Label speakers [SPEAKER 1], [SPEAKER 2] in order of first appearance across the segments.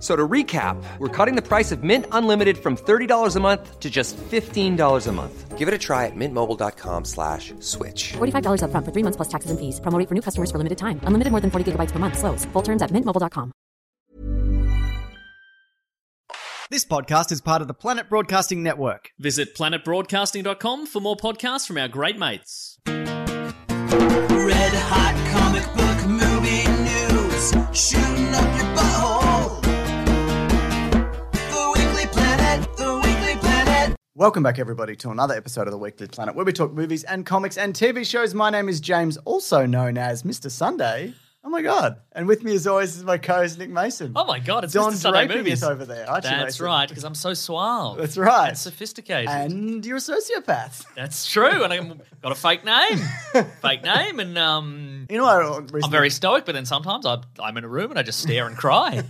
[SPEAKER 1] So to recap, we're cutting the price of Mint Unlimited from $30 a month to just $15 a month. Give it a try at mintmobile.com slash switch.
[SPEAKER 2] $45 upfront for three months plus taxes and fees. Promo rate for new customers for limited time. Unlimited more than 40 gigabytes per month. Slows. Full terms at mintmobile.com.
[SPEAKER 3] This podcast is part of the Planet Broadcasting Network.
[SPEAKER 4] Visit planetbroadcasting.com for more podcasts from our great mates.
[SPEAKER 5] Red hot comic book movie news, shooting up your butthole. The Weekly Planet, The Weekly Planet.
[SPEAKER 3] Welcome back, everybody, to another episode of the Weekly Planet, where we talk movies and comics and TV shows. My name is James, also known as Mr. Sunday. Oh my god! And with me, as always, is my co-host Nick Mason.
[SPEAKER 6] Oh my god, it's
[SPEAKER 3] Don
[SPEAKER 6] Mr. Sunday
[SPEAKER 3] Draper
[SPEAKER 6] Movies.
[SPEAKER 3] is over there. Archie
[SPEAKER 6] That's
[SPEAKER 3] Mason.
[SPEAKER 6] right, because I'm so suave.
[SPEAKER 3] That's right.
[SPEAKER 6] And sophisticated.
[SPEAKER 3] And you're a sociopath.
[SPEAKER 6] That's true. And I've got a fake name. fake name. And um,
[SPEAKER 3] You know, I recently,
[SPEAKER 6] I'm very stoic, but then sometimes I, I'm in a room and I just stare and cry.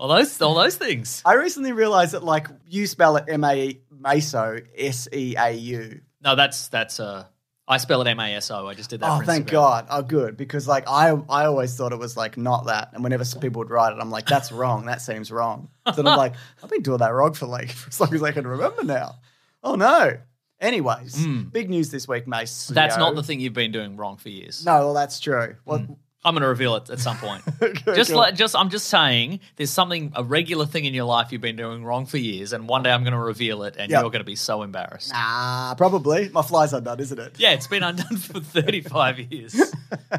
[SPEAKER 6] all those all those things.
[SPEAKER 3] I recently realized that like you spell it M A E, Maso S E A U.
[SPEAKER 6] No, that's, that's, uh, I spell it M A S O. I just did that.
[SPEAKER 3] Oh,
[SPEAKER 6] for
[SPEAKER 3] thank
[SPEAKER 6] Instagram.
[SPEAKER 3] God! Oh, good because like I, I always thought it was like not that, and whenever some people would write it, I'm like, that's wrong. That seems wrong. So then I'm like, I've been doing that wrong for like for as long as I can remember now. Oh no! Anyways, big news this week, Mace.
[SPEAKER 6] Hmm. That's not the Hmm. thing you've been doing wrong for years.
[SPEAKER 3] No, well, that's true. Well,
[SPEAKER 6] I'm going to reveal it at some point. just
[SPEAKER 3] cool.
[SPEAKER 6] like, just I'm just saying there's something a regular thing in your life you've been doing wrong for years and one day I'm going to reveal it and
[SPEAKER 3] Yeah.
[SPEAKER 6] you're going to be so embarrassed.
[SPEAKER 3] Ah, probably my fly's undone, isn't it?
[SPEAKER 6] Yeah, it's been undone for 35 years.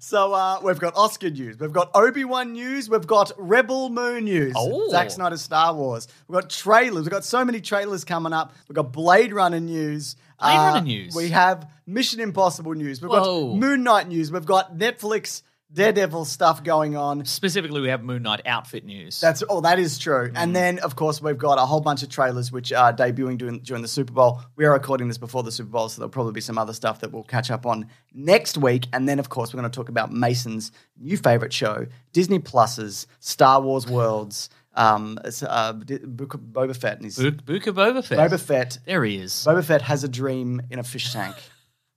[SPEAKER 3] So uh, we've got Oscar news, we've got Obi Wan news, we've got Rebel Moon news,
[SPEAKER 6] Oh.
[SPEAKER 3] Zack Snyder's Star Wars. We've got trailers. We've got so many trailers coming up. We've got Blade Runner news. Uh,
[SPEAKER 6] Blade Runner news.
[SPEAKER 3] We have Mission Impossible news. We've
[SPEAKER 6] Whoa.
[SPEAKER 3] got Moon Knight news. We've got Netflix Daredevil stuff going on.
[SPEAKER 6] Specifically, we have Moon Knight outfit news.
[SPEAKER 3] That's oh, that is true.
[SPEAKER 6] Mm.
[SPEAKER 3] And then, of course, we've got a whole bunch of trailers which are debuting during, during the Super Bowl. We are recording this before the Super Bowl, so there'll probably be some other stuff that we'll catch up on next week. And then, of course, we're going to talk about Mason's new favorite show, Disney Plus's Star Wars Worlds, um, it's, uh, D- Book of Boba Fett and his
[SPEAKER 6] Bu- Book of Boba Fett.
[SPEAKER 3] Boba Fett.
[SPEAKER 6] There he is.
[SPEAKER 3] Boba Fett has a dream in a fish tank.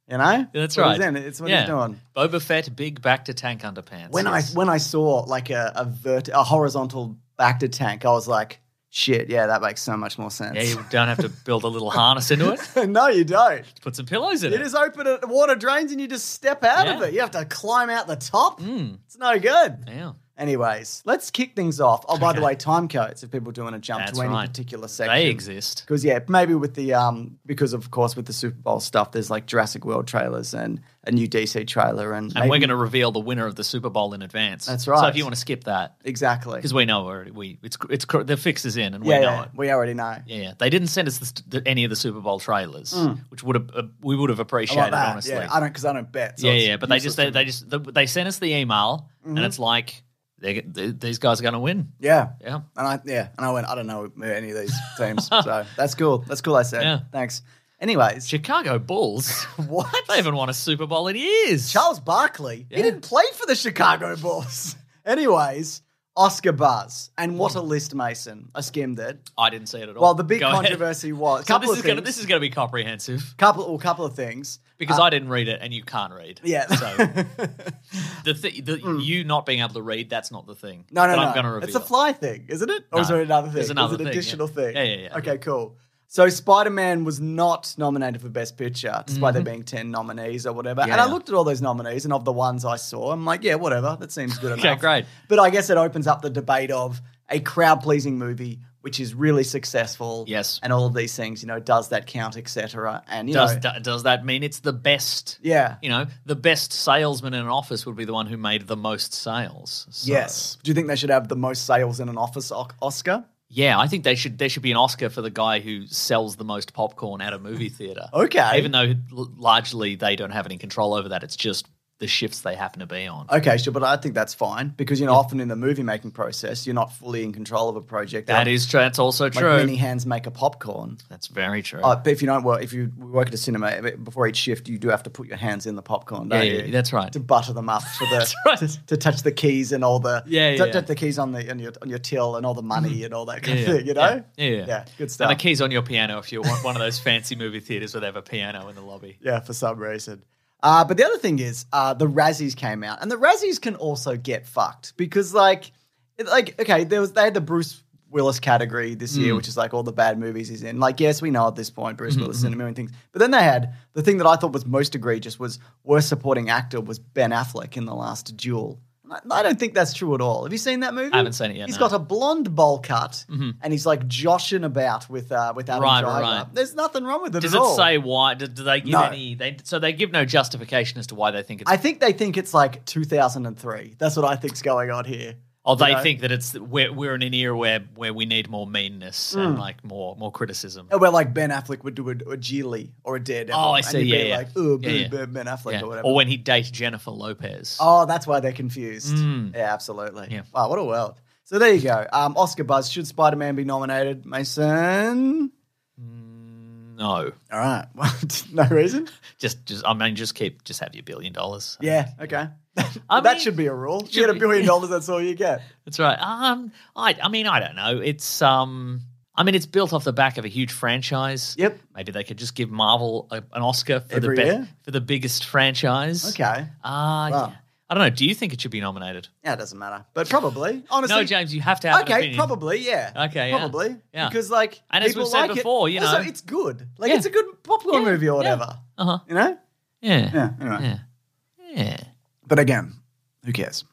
[SPEAKER 3] You know,
[SPEAKER 6] That's
[SPEAKER 3] What
[SPEAKER 6] right.
[SPEAKER 3] he's in. It's what he's doing.
[SPEAKER 6] Boba Fett, big back to tank underpants.
[SPEAKER 3] When I
[SPEAKER 6] Yes.
[SPEAKER 3] when I saw like a a, vert- a horizontal back to tank, I was like, "Shit, yeah, that makes so much more sense."
[SPEAKER 6] Yeah, you don't have to build a little harness into it.
[SPEAKER 3] no, you don't.
[SPEAKER 6] Put some pillows in
[SPEAKER 3] You
[SPEAKER 6] it.
[SPEAKER 3] just open it, the water drains, and you just step out of
[SPEAKER 6] Yeah. Hmm.
[SPEAKER 3] it. You have to climb out the top. It's no good.
[SPEAKER 6] Yeah.
[SPEAKER 3] Anyways, let's kick things off. Oh, by the way, time codes if people do want to jump
[SPEAKER 6] That's
[SPEAKER 3] to any
[SPEAKER 6] right.
[SPEAKER 3] particular section.
[SPEAKER 6] They exist.
[SPEAKER 3] Because yeah, maybe with the um, because of course with the Super Bowl stuff, there's like Jurassic World trailers and a new DC trailer, and,
[SPEAKER 6] And we're
[SPEAKER 3] maybe-
[SPEAKER 6] going to reveal the winner of the Super Bowl in advance.
[SPEAKER 3] That's
[SPEAKER 6] So
[SPEAKER 3] right.
[SPEAKER 6] if you want to skip that,
[SPEAKER 3] exactly.
[SPEAKER 6] because we know already, we it's it's cr- the fix is in and we
[SPEAKER 3] yeah,
[SPEAKER 6] know
[SPEAKER 3] yeah,
[SPEAKER 6] it.
[SPEAKER 3] we already know.
[SPEAKER 6] Yeah, yeah. they didn't send us the, st- the, any of the Super Bowl trailers, which would have uh, we would have
[SPEAKER 3] Mm. I
[SPEAKER 6] appreciated
[SPEAKER 3] like that.
[SPEAKER 6] honestly.
[SPEAKER 3] Yeah, I don't because I don't bet. so
[SPEAKER 6] yeah,
[SPEAKER 3] it's
[SPEAKER 6] yeah, but they just
[SPEAKER 3] useless
[SPEAKER 6] they,
[SPEAKER 3] to
[SPEAKER 6] they
[SPEAKER 3] me. Mm-hmm.
[SPEAKER 6] just they, they sent us the email, and it's like they, they, these guys are going to win.
[SPEAKER 3] yeah.
[SPEAKER 6] Yeah,
[SPEAKER 3] And I yeah, and I went. I don't know any of these teams, so that's cool. That's cool. I said.
[SPEAKER 6] Yeah.
[SPEAKER 3] Thanks. Anyways,
[SPEAKER 6] Chicago Bulls.
[SPEAKER 3] What?
[SPEAKER 6] they haven't won a Super Bowl in years.
[SPEAKER 3] Charles Barkley. He
[SPEAKER 6] Yeah.
[SPEAKER 3] didn't play for the Chicago Bulls. Anyways, Oscar buzz, and what a list, Mason. I skimmed it.
[SPEAKER 6] I didn't see it at all.
[SPEAKER 3] Well, the big
[SPEAKER 6] Oh, Go ahead.
[SPEAKER 3] controversy was
[SPEAKER 6] So
[SPEAKER 3] couple of
[SPEAKER 6] this is
[SPEAKER 3] things.
[SPEAKER 6] gonna this is going to be comprehensive
[SPEAKER 3] couple, well, couple of things.
[SPEAKER 6] because I didn't read it and you can't read.
[SPEAKER 3] Yeah. Mm.
[SPEAKER 6] So the, thi- the you not being able to read that's not the thing.
[SPEAKER 3] No, no,
[SPEAKER 6] that
[SPEAKER 3] no.
[SPEAKER 6] I'm going to reveal.
[SPEAKER 3] It's a fly thing, isn't it? Or is
[SPEAKER 6] No.
[SPEAKER 3] there another thing?
[SPEAKER 6] There's another
[SPEAKER 3] There's an
[SPEAKER 6] thing, yeah.
[SPEAKER 3] additional thing.
[SPEAKER 6] Yeah, yeah, yeah.
[SPEAKER 3] Okay, cool. So Spider Man was not nominated for Best Picture, despite there being ten nominees or whatever. and I
[SPEAKER 6] Mm-hmm. yeah.
[SPEAKER 3] looked at all those nominees, and of the ones I saw, I'm like, yeah, whatever. That seems good enough.
[SPEAKER 6] Okay, great.
[SPEAKER 3] But I guess it opens up the debate of a crowd pleasing movie which is really successful.
[SPEAKER 6] Yes.
[SPEAKER 3] and all of these things. You know, does that count, etc. And you
[SPEAKER 6] Does
[SPEAKER 3] know,
[SPEAKER 6] do- does that mean it's the best?
[SPEAKER 3] yeah,
[SPEAKER 6] You know, the best salesman in an office would be the one who made the most sales. So-
[SPEAKER 3] yes. Do you think they should have the most sales in an office o- Oscar?
[SPEAKER 6] Yeah, I think they should. There should be an Oscar for the guy who sells the most popcorn at a movie theater.
[SPEAKER 3] Okay.
[SPEAKER 6] even though l- largely they don't have any control over that. It's just the shifts they happen to be on.
[SPEAKER 3] Okay, sure, but I think that's fine because you know often in the movie making process you're not fully in control of a project.
[SPEAKER 6] That is true. That's also
[SPEAKER 3] like
[SPEAKER 6] true.
[SPEAKER 3] many hands make a popcorn.
[SPEAKER 6] That's very true.
[SPEAKER 3] Uh, but if you don't work, if you work at a cinema eh, before each shift, you do have to put your hands in the popcorn.
[SPEAKER 6] yeah,
[SPEAKER 3] Don't
[SPEAKER 6] yeah,
[SPEAKER 3] you?
[SPEAKER 6] that's right.
[SPEAKER 3] to butter them up for the
[SPEAKER 6] right.
[SPEAKER 3] to, to touch the keys and all the
[SPEAKER 6] Yeah,
[SPEAKER 3] to,
[SPEAKER 6] yeah. Mm-hmm.
[SPEAKER 3] touch the keys on the on your on your till and all the money and all that kind
[SPEAKER 6] Yeah,
[SPEAKER 3] of thing. You know,
[SPEAKER 6] yeah, yeah, yeah.
[SPEAKER 3] good stuff.
[SPEAKER 6] And the keys on your piano if you want one of those fancy movie theaters where they have a piano in the lobby.
[SPEAKER 3] Yeah, for some reason. Uh, but the other thing is, uh, the Razzies came out, and the Razzies can also get fucked because, like, it- like okay, there was they had the Bruce Willis category this
[SPEAKER 6] Mm.
[SPEAKER 3] year, which is like all the bad movies he's in. Like, yes, we know at this point Bruce
[SPEAKER 6] Mm-hmm,
[SPEAKER 3] Willis is in a million things, but then they had the thing that I thought was most egregious was worst supporting actor was Ben Affleck in the Last Duel. And I- I don't think that's true at all. Have you seen that movie?
[SPEAKER 6] I haven't seen it yet,
[SPEAKER 3] He's
[SPEAKER 6] no. Mm-hmm.
[SPEAKER 3] got a blonde bowl cut, and he's like joshing about with uh, with Adam
[SPEAKER 6] Right,
[SPEAKER 3] Driver.
[SPEAKER 6] right.
[SPEAKER 3] There's nothing wrong with it
[SPEAKER 6] Does
[SPEAKER 3] at
[SPEAKER 6] it
[SPEAKER 3] all.
[SPEAKER 6] say why? Do, do they give
[SPEAKER 3] No.
[SPEAKER 6] any? They, so they give no justification as to why they think it's.
[SPEAKER 3] I think they think it's like 2003. That's what I think's going on here.
[SPEAKER 6] or they
[SPEAKER 3] you know.
[SPEAKER 6] think that it's we're, we're in an era where where we need more meanness and
[SPEAKER 3] Mm.
[SPEAKER 6] like more more criticism.
[SPEAKER 3] Where like Ben Affleck would do a, a Geely or a Daredevil.
[SPEAKER 6] Oh, I
[SPEAKER 3] and
[SPEAKER 6] see,
[SPEAKER 3] you'd
[SPEAKER 6] yeah,
[SPEAKER 3] be
[SPEAKER 6] yeah.
[SPEAKER 3] Like, oh,
[SPEAKER 6] Yeah, yeah.
[SPEAKER 3] Ben Affleck
[SPEAKER 6] Yeah.
[SPEAKER 3] or whatever.
[SPEAKER 6] Or when he dated Jennifer Lopez.
[SPEAKER 3] oh, that's why they're confused. Yeah, absolutely.
[SPEAKER 6] Mm. Yeah.
[SPEAKER 3] Wow, what a world. So there you go. Um, Oscar buzz. Should Spider Man be nominated, Mason?
[SPEAKER 6] No,
[SPEAKER 3] All right. no reason.
[SPEAKER 6] just just I mean, just keep just have your billion dollars.
[SPEAKER 3] Yeah. Okay.
[SPEAKER 6] I
[SPEAKER 3] that
[SPEAKER 6] mean-
[SPEAKER 3] should be a rule. You get a billion dollars. That's all you get.
[SPEAKER 6] That's right. Um, I I mean I don't know. It's um. I mean, it's built off the back of a huge franchise.
[SPEAKER 3] Yep.
[SPEAKER 6] Maybe they could just give Marvel a, an Oscar for
[SPEAKER 3] Every
[SPEAKER 6] the
[SPEAKER 3] year?
[SPEAKER 6] for the biggest franchise.
[SPEAKER 3] Okay.
[SPEAKER 6] Ah,
[SPEAKER 3] Wow.
[SPEAKER 6] yeah. I don't know. Do you think it should be nominated?
[SPEAKER 3] Yeah, it doesn't matter. But probably, honestly,
[SPEAKER 6] no, James. You have to have an
[SPEAKER 3] okay,
[SPEAKER 6] opinion.
[SPEAKER 3] probably, yeah.
[SPEAKER 6] Okay, yeah.
[SPEAKER 3] probably,
[SPEAKER 6] Yeah.
[SPEAKER 3] Because like,
[SPEAKER 6] And as
[SPEAKER 3] people
[SPEAKER 6] we've said
[SPEAKER 3] like
[SPEAKER 6] before,
[SPEAKER 3] it.
[SPEAKER 6] you
[SPEAKER 3] also,
[SPEAKER 6] know-
[SPEAKER 3] it's good. Like,
[SPEAKER 6] Yeah.
[SPEAKER 3] it's a good popcorn movie or whatever.
[SPEAKER 6] Uh-huh.
[SPEAKER 3] You know?
[SPEAKER 6] Yeah.
[SPEAKER 3] Yeah. Anyway,
[SPEAKER 6] Yeah. Yeah.
[SPEAKER 3] but again, who cares?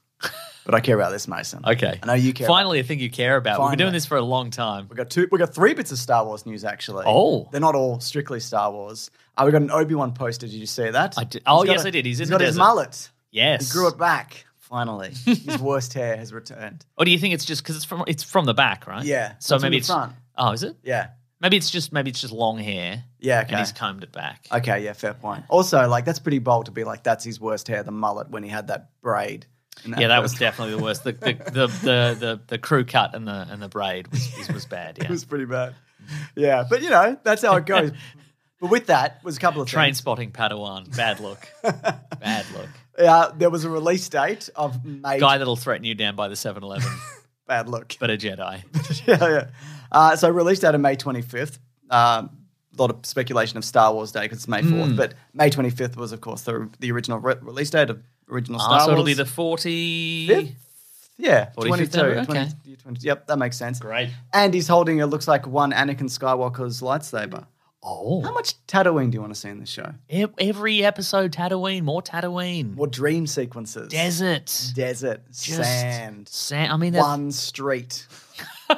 [SPEAKER 3] but I care about this, Mason.
[SPEAKER 6] Okay.
[SPEAKER 3] I know you care. about-
[SPEAKER 6] Finally, a thing you care about. We've been doing
[SPEAKER 3] Finally.
[SPEAKER 6] this for a long time.
[SPEAKER 3] we got two. We got three bits of Star Wars news actually.
[SPEAKER 6] Oh.
[SPEAKER 3] they're not all strictly Star Wars. Uh, we got an Obi Wan poster. Did you see that?
[SPEAKER 6] I did- oh,
[SPEAKER 3] He's got
[SPEAKER 6] yes, I did. He's in
[SPEAKER 3] he's
[SPEAKER 6] the
[SPEAKER 3] got his
[SPEAKER 6] desert.
[SPEAKER 3] mullet. He
[SPEAKER 6] Yes.
[SPEAKER 3] grew it back. Finally, his worst hair has returned.
[SPEAKER 6] Or do you think it's just because it's from it's from the back, right?
[SPEAKER 3] Yeah.
[SPEAKER 6] So
[SPEAKER 3] It's from
[SPEAKER 6] maybe
[SPEAKER 3] the
[SPEAKER 6] it's
[SPEAKER 3] front.
[SPEAKER 6] Oh, is it?
[SPEAKER 3] Yeah.
[SPEAKER 6] Maybe it's just maybe it's just long hair.
[SPEAKER 3] Yeah, okay.
[SPEAKER 6] And he's combed it back.
[SPEAKER 3] Okay, yeah, fair point. Also, like that's pretty bold to be like that's his worst hair, the mullet when he had that braid. And
[SPEAKER 6] yeah, that was definitely the worst. The the, the, the the the crew cut and the and the braid was was, was bad.
[SPEAKER 3] it
[SPEAKER 6] Yeah.
[SPEAKER 3] was pretty bad. Yeah, but you know that's how it goes. but with that was a couple of
[SPEAKER 6] Train
[SPEAKER 3] things.
[SPEAKER 6] spotting Padawan. Bad look. bad look.
[SPEAKER 3] Uh, there was a release date of May.
[SPEAKER 6] Guy that'll threaten you down by the 7-Eleven,
[SPEAKER 3] Bad look.
[SPEAKER 6] but a Jedi.
[SPEAKER 3] yeah, yeah. Uh, so released out of May 25th. Um, a lot of speculation of Star Wars Day because it's May
[SPEAKER 6] Hmm.
[SPEAKER 3] 4th, but May 25th was, of course, the, the original re- release date of original Star
[SPEAKER 6] Ah, so
[SPEAKER 3] Wars.
[SPEAKER 6] it'll be the forty.
[SPEAKER 3] Fifth? Yeah, 22.
[SPEAKER 6] 45th number,
[SPEAKER 3] 20
[SPEAKER 6] okay.
[SPEAKER 3] 20 yep, that makes sense.
[SPEAKER 6] Great.
[SPEAKER 3] And he's holding, it looks like, one Anakin Skywalker's lightsaber. How
[SPEAKER 6] Oh,
[SPEAKER 3] much Tatooine do you want to see in this show?
[SPEAKER 6] E- every episode Tatooine, more Tatooine,
[SPEAKER 3] Or dream sequences?
[SPEAKER 6] desert,
[SPEAKER 3] Desert.
[SPEAKER 6] Just
[SPEAKER 3] sand.
[SPEAKER 6] Sand. I mean, that's-
[SPEAKER 3] One street. do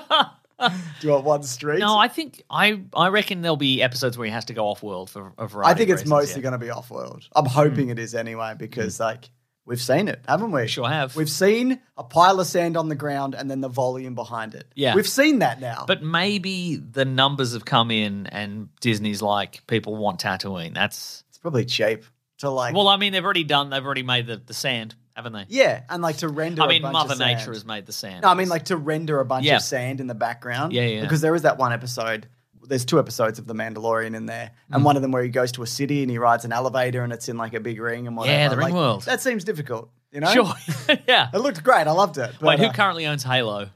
[SPEAKER 3] you want one street?
[SPEAKER 6] no, I think I I reckon there'll be episodes where he has to go off world for a
[SPEAKER 3] I
[SPEAKER 6] variety.
[SPEAKER 3] think
[SPEAKER 6] of
[SPEAKER 3] it's
[SPEAKER 6] reasons,
[SPEAKER 3] mostly
[SPEAKER 6] yeah. Hmm.
[SPEAKER 3] going to be off world. I'm hoping it is anyway because, like, we've seen it, haven't we?
[SPEAKER 6] Sure have.
[SPEAKER 3] We've seen a pile of sand on the ground and then the volume behind it.
[SPEAKER 6] Yeah.
[SPEAKER 3] We've seen that now.
[SPEAKER 6] But maybe the numbers have come in, and Disney's like people want Tatooine. That's
[SPEAKER 3] it's probably cheap to, like,
[SPEAKER 6] well, I mean, they've already done. They've already made the, the sand, haven't they?
[SPEAKER 3] yeah, and like to render.
[SPEAKER 6] I
[SPEAKER 3] a
[SPEAKER 6] mean,
[SPEAKER 3] bunch
[SPEAKER 6] Mother
[SPEAKER 3] of sand.
[SPEAKER 6] Nature has made the sand.
[SPEAKER 3] No, I mean like to render a bunch
[SPEAKER 6] Yeah.
[SPEAKER 3] of sand in the background.
[SPEAKER 6] Yeah, yeah.
[SPEAKER 3] Because there is that one episode. There's two episodes of The Mandalorian in there,
[SPEAKER 6] Mm.
[SPEAKER 3] and one of them where he goes to a city and he rides an elevator and it's in like a big ring and whatever.
[SPEAKER 6] Yeah, the ring
[SPEAKER 3] Like,
[SPEAKER 6] world.
[SPEAKER 3] That seems difficult, you know.
[SPEAKER 6] sure, yeah.
[SPEAKER 3] It looked great. I loved it.
[SPEAKER 6] Wait,
[SPEAKER 3] But,
[SPEAKER 6] who
[SPEAKER 3] uh,
[SPEAKER 6] currently owns Halo?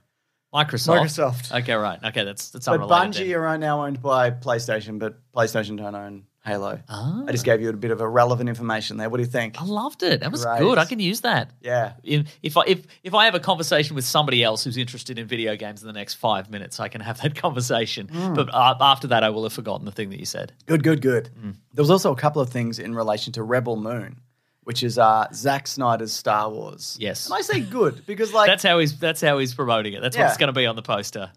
[SPEAKER 6] Microsoft.
[SPEAKER 3] Microsoft.
[SPEAKER 6] Okay, right. Okay, that's that's
[SPEAKER 3] but
[SPEAKER 6] unrelated.
[SPEAKER 3] Bungie
[SPEAKER 6] then.
[SPEAKER 3] are now owned by PlayStation, but PlayStation don't own Halo.
[SPEAKER 6] Ah. Oh.
[SPEAKER 3] I just gave you a bit of irrelevant information there. What do you think?
[SPEAKER 6] I loved it. That was
[SPEAKER 3] Right.
[SPEAKER 6] good. I can use that.
[SPEAKER 3] Yeah.
[SPEAKER 6] In- If I if if I have a conversation with somebody else who's interested in video games in the next five minutes, I can have that conversation.
[SPEAKER 3] Mm.
[SPEAKER 6] But uh, after that, I will have forgotten the thing that you said.
[SPEAKER 3] Good, good, good. There was also a couple of things in relation to Rebel Moon, which is uh, Zack Snyder's Star Wars.
[SPEAKER 6] Yes.
[SPEAKER 3] and I say good because like
[SPEAKER 6] that's how he's that's how he's promoting it. That's
[SPEAKER 3] Yeah.
[SPEAKER 6] what it's going to be on the poster.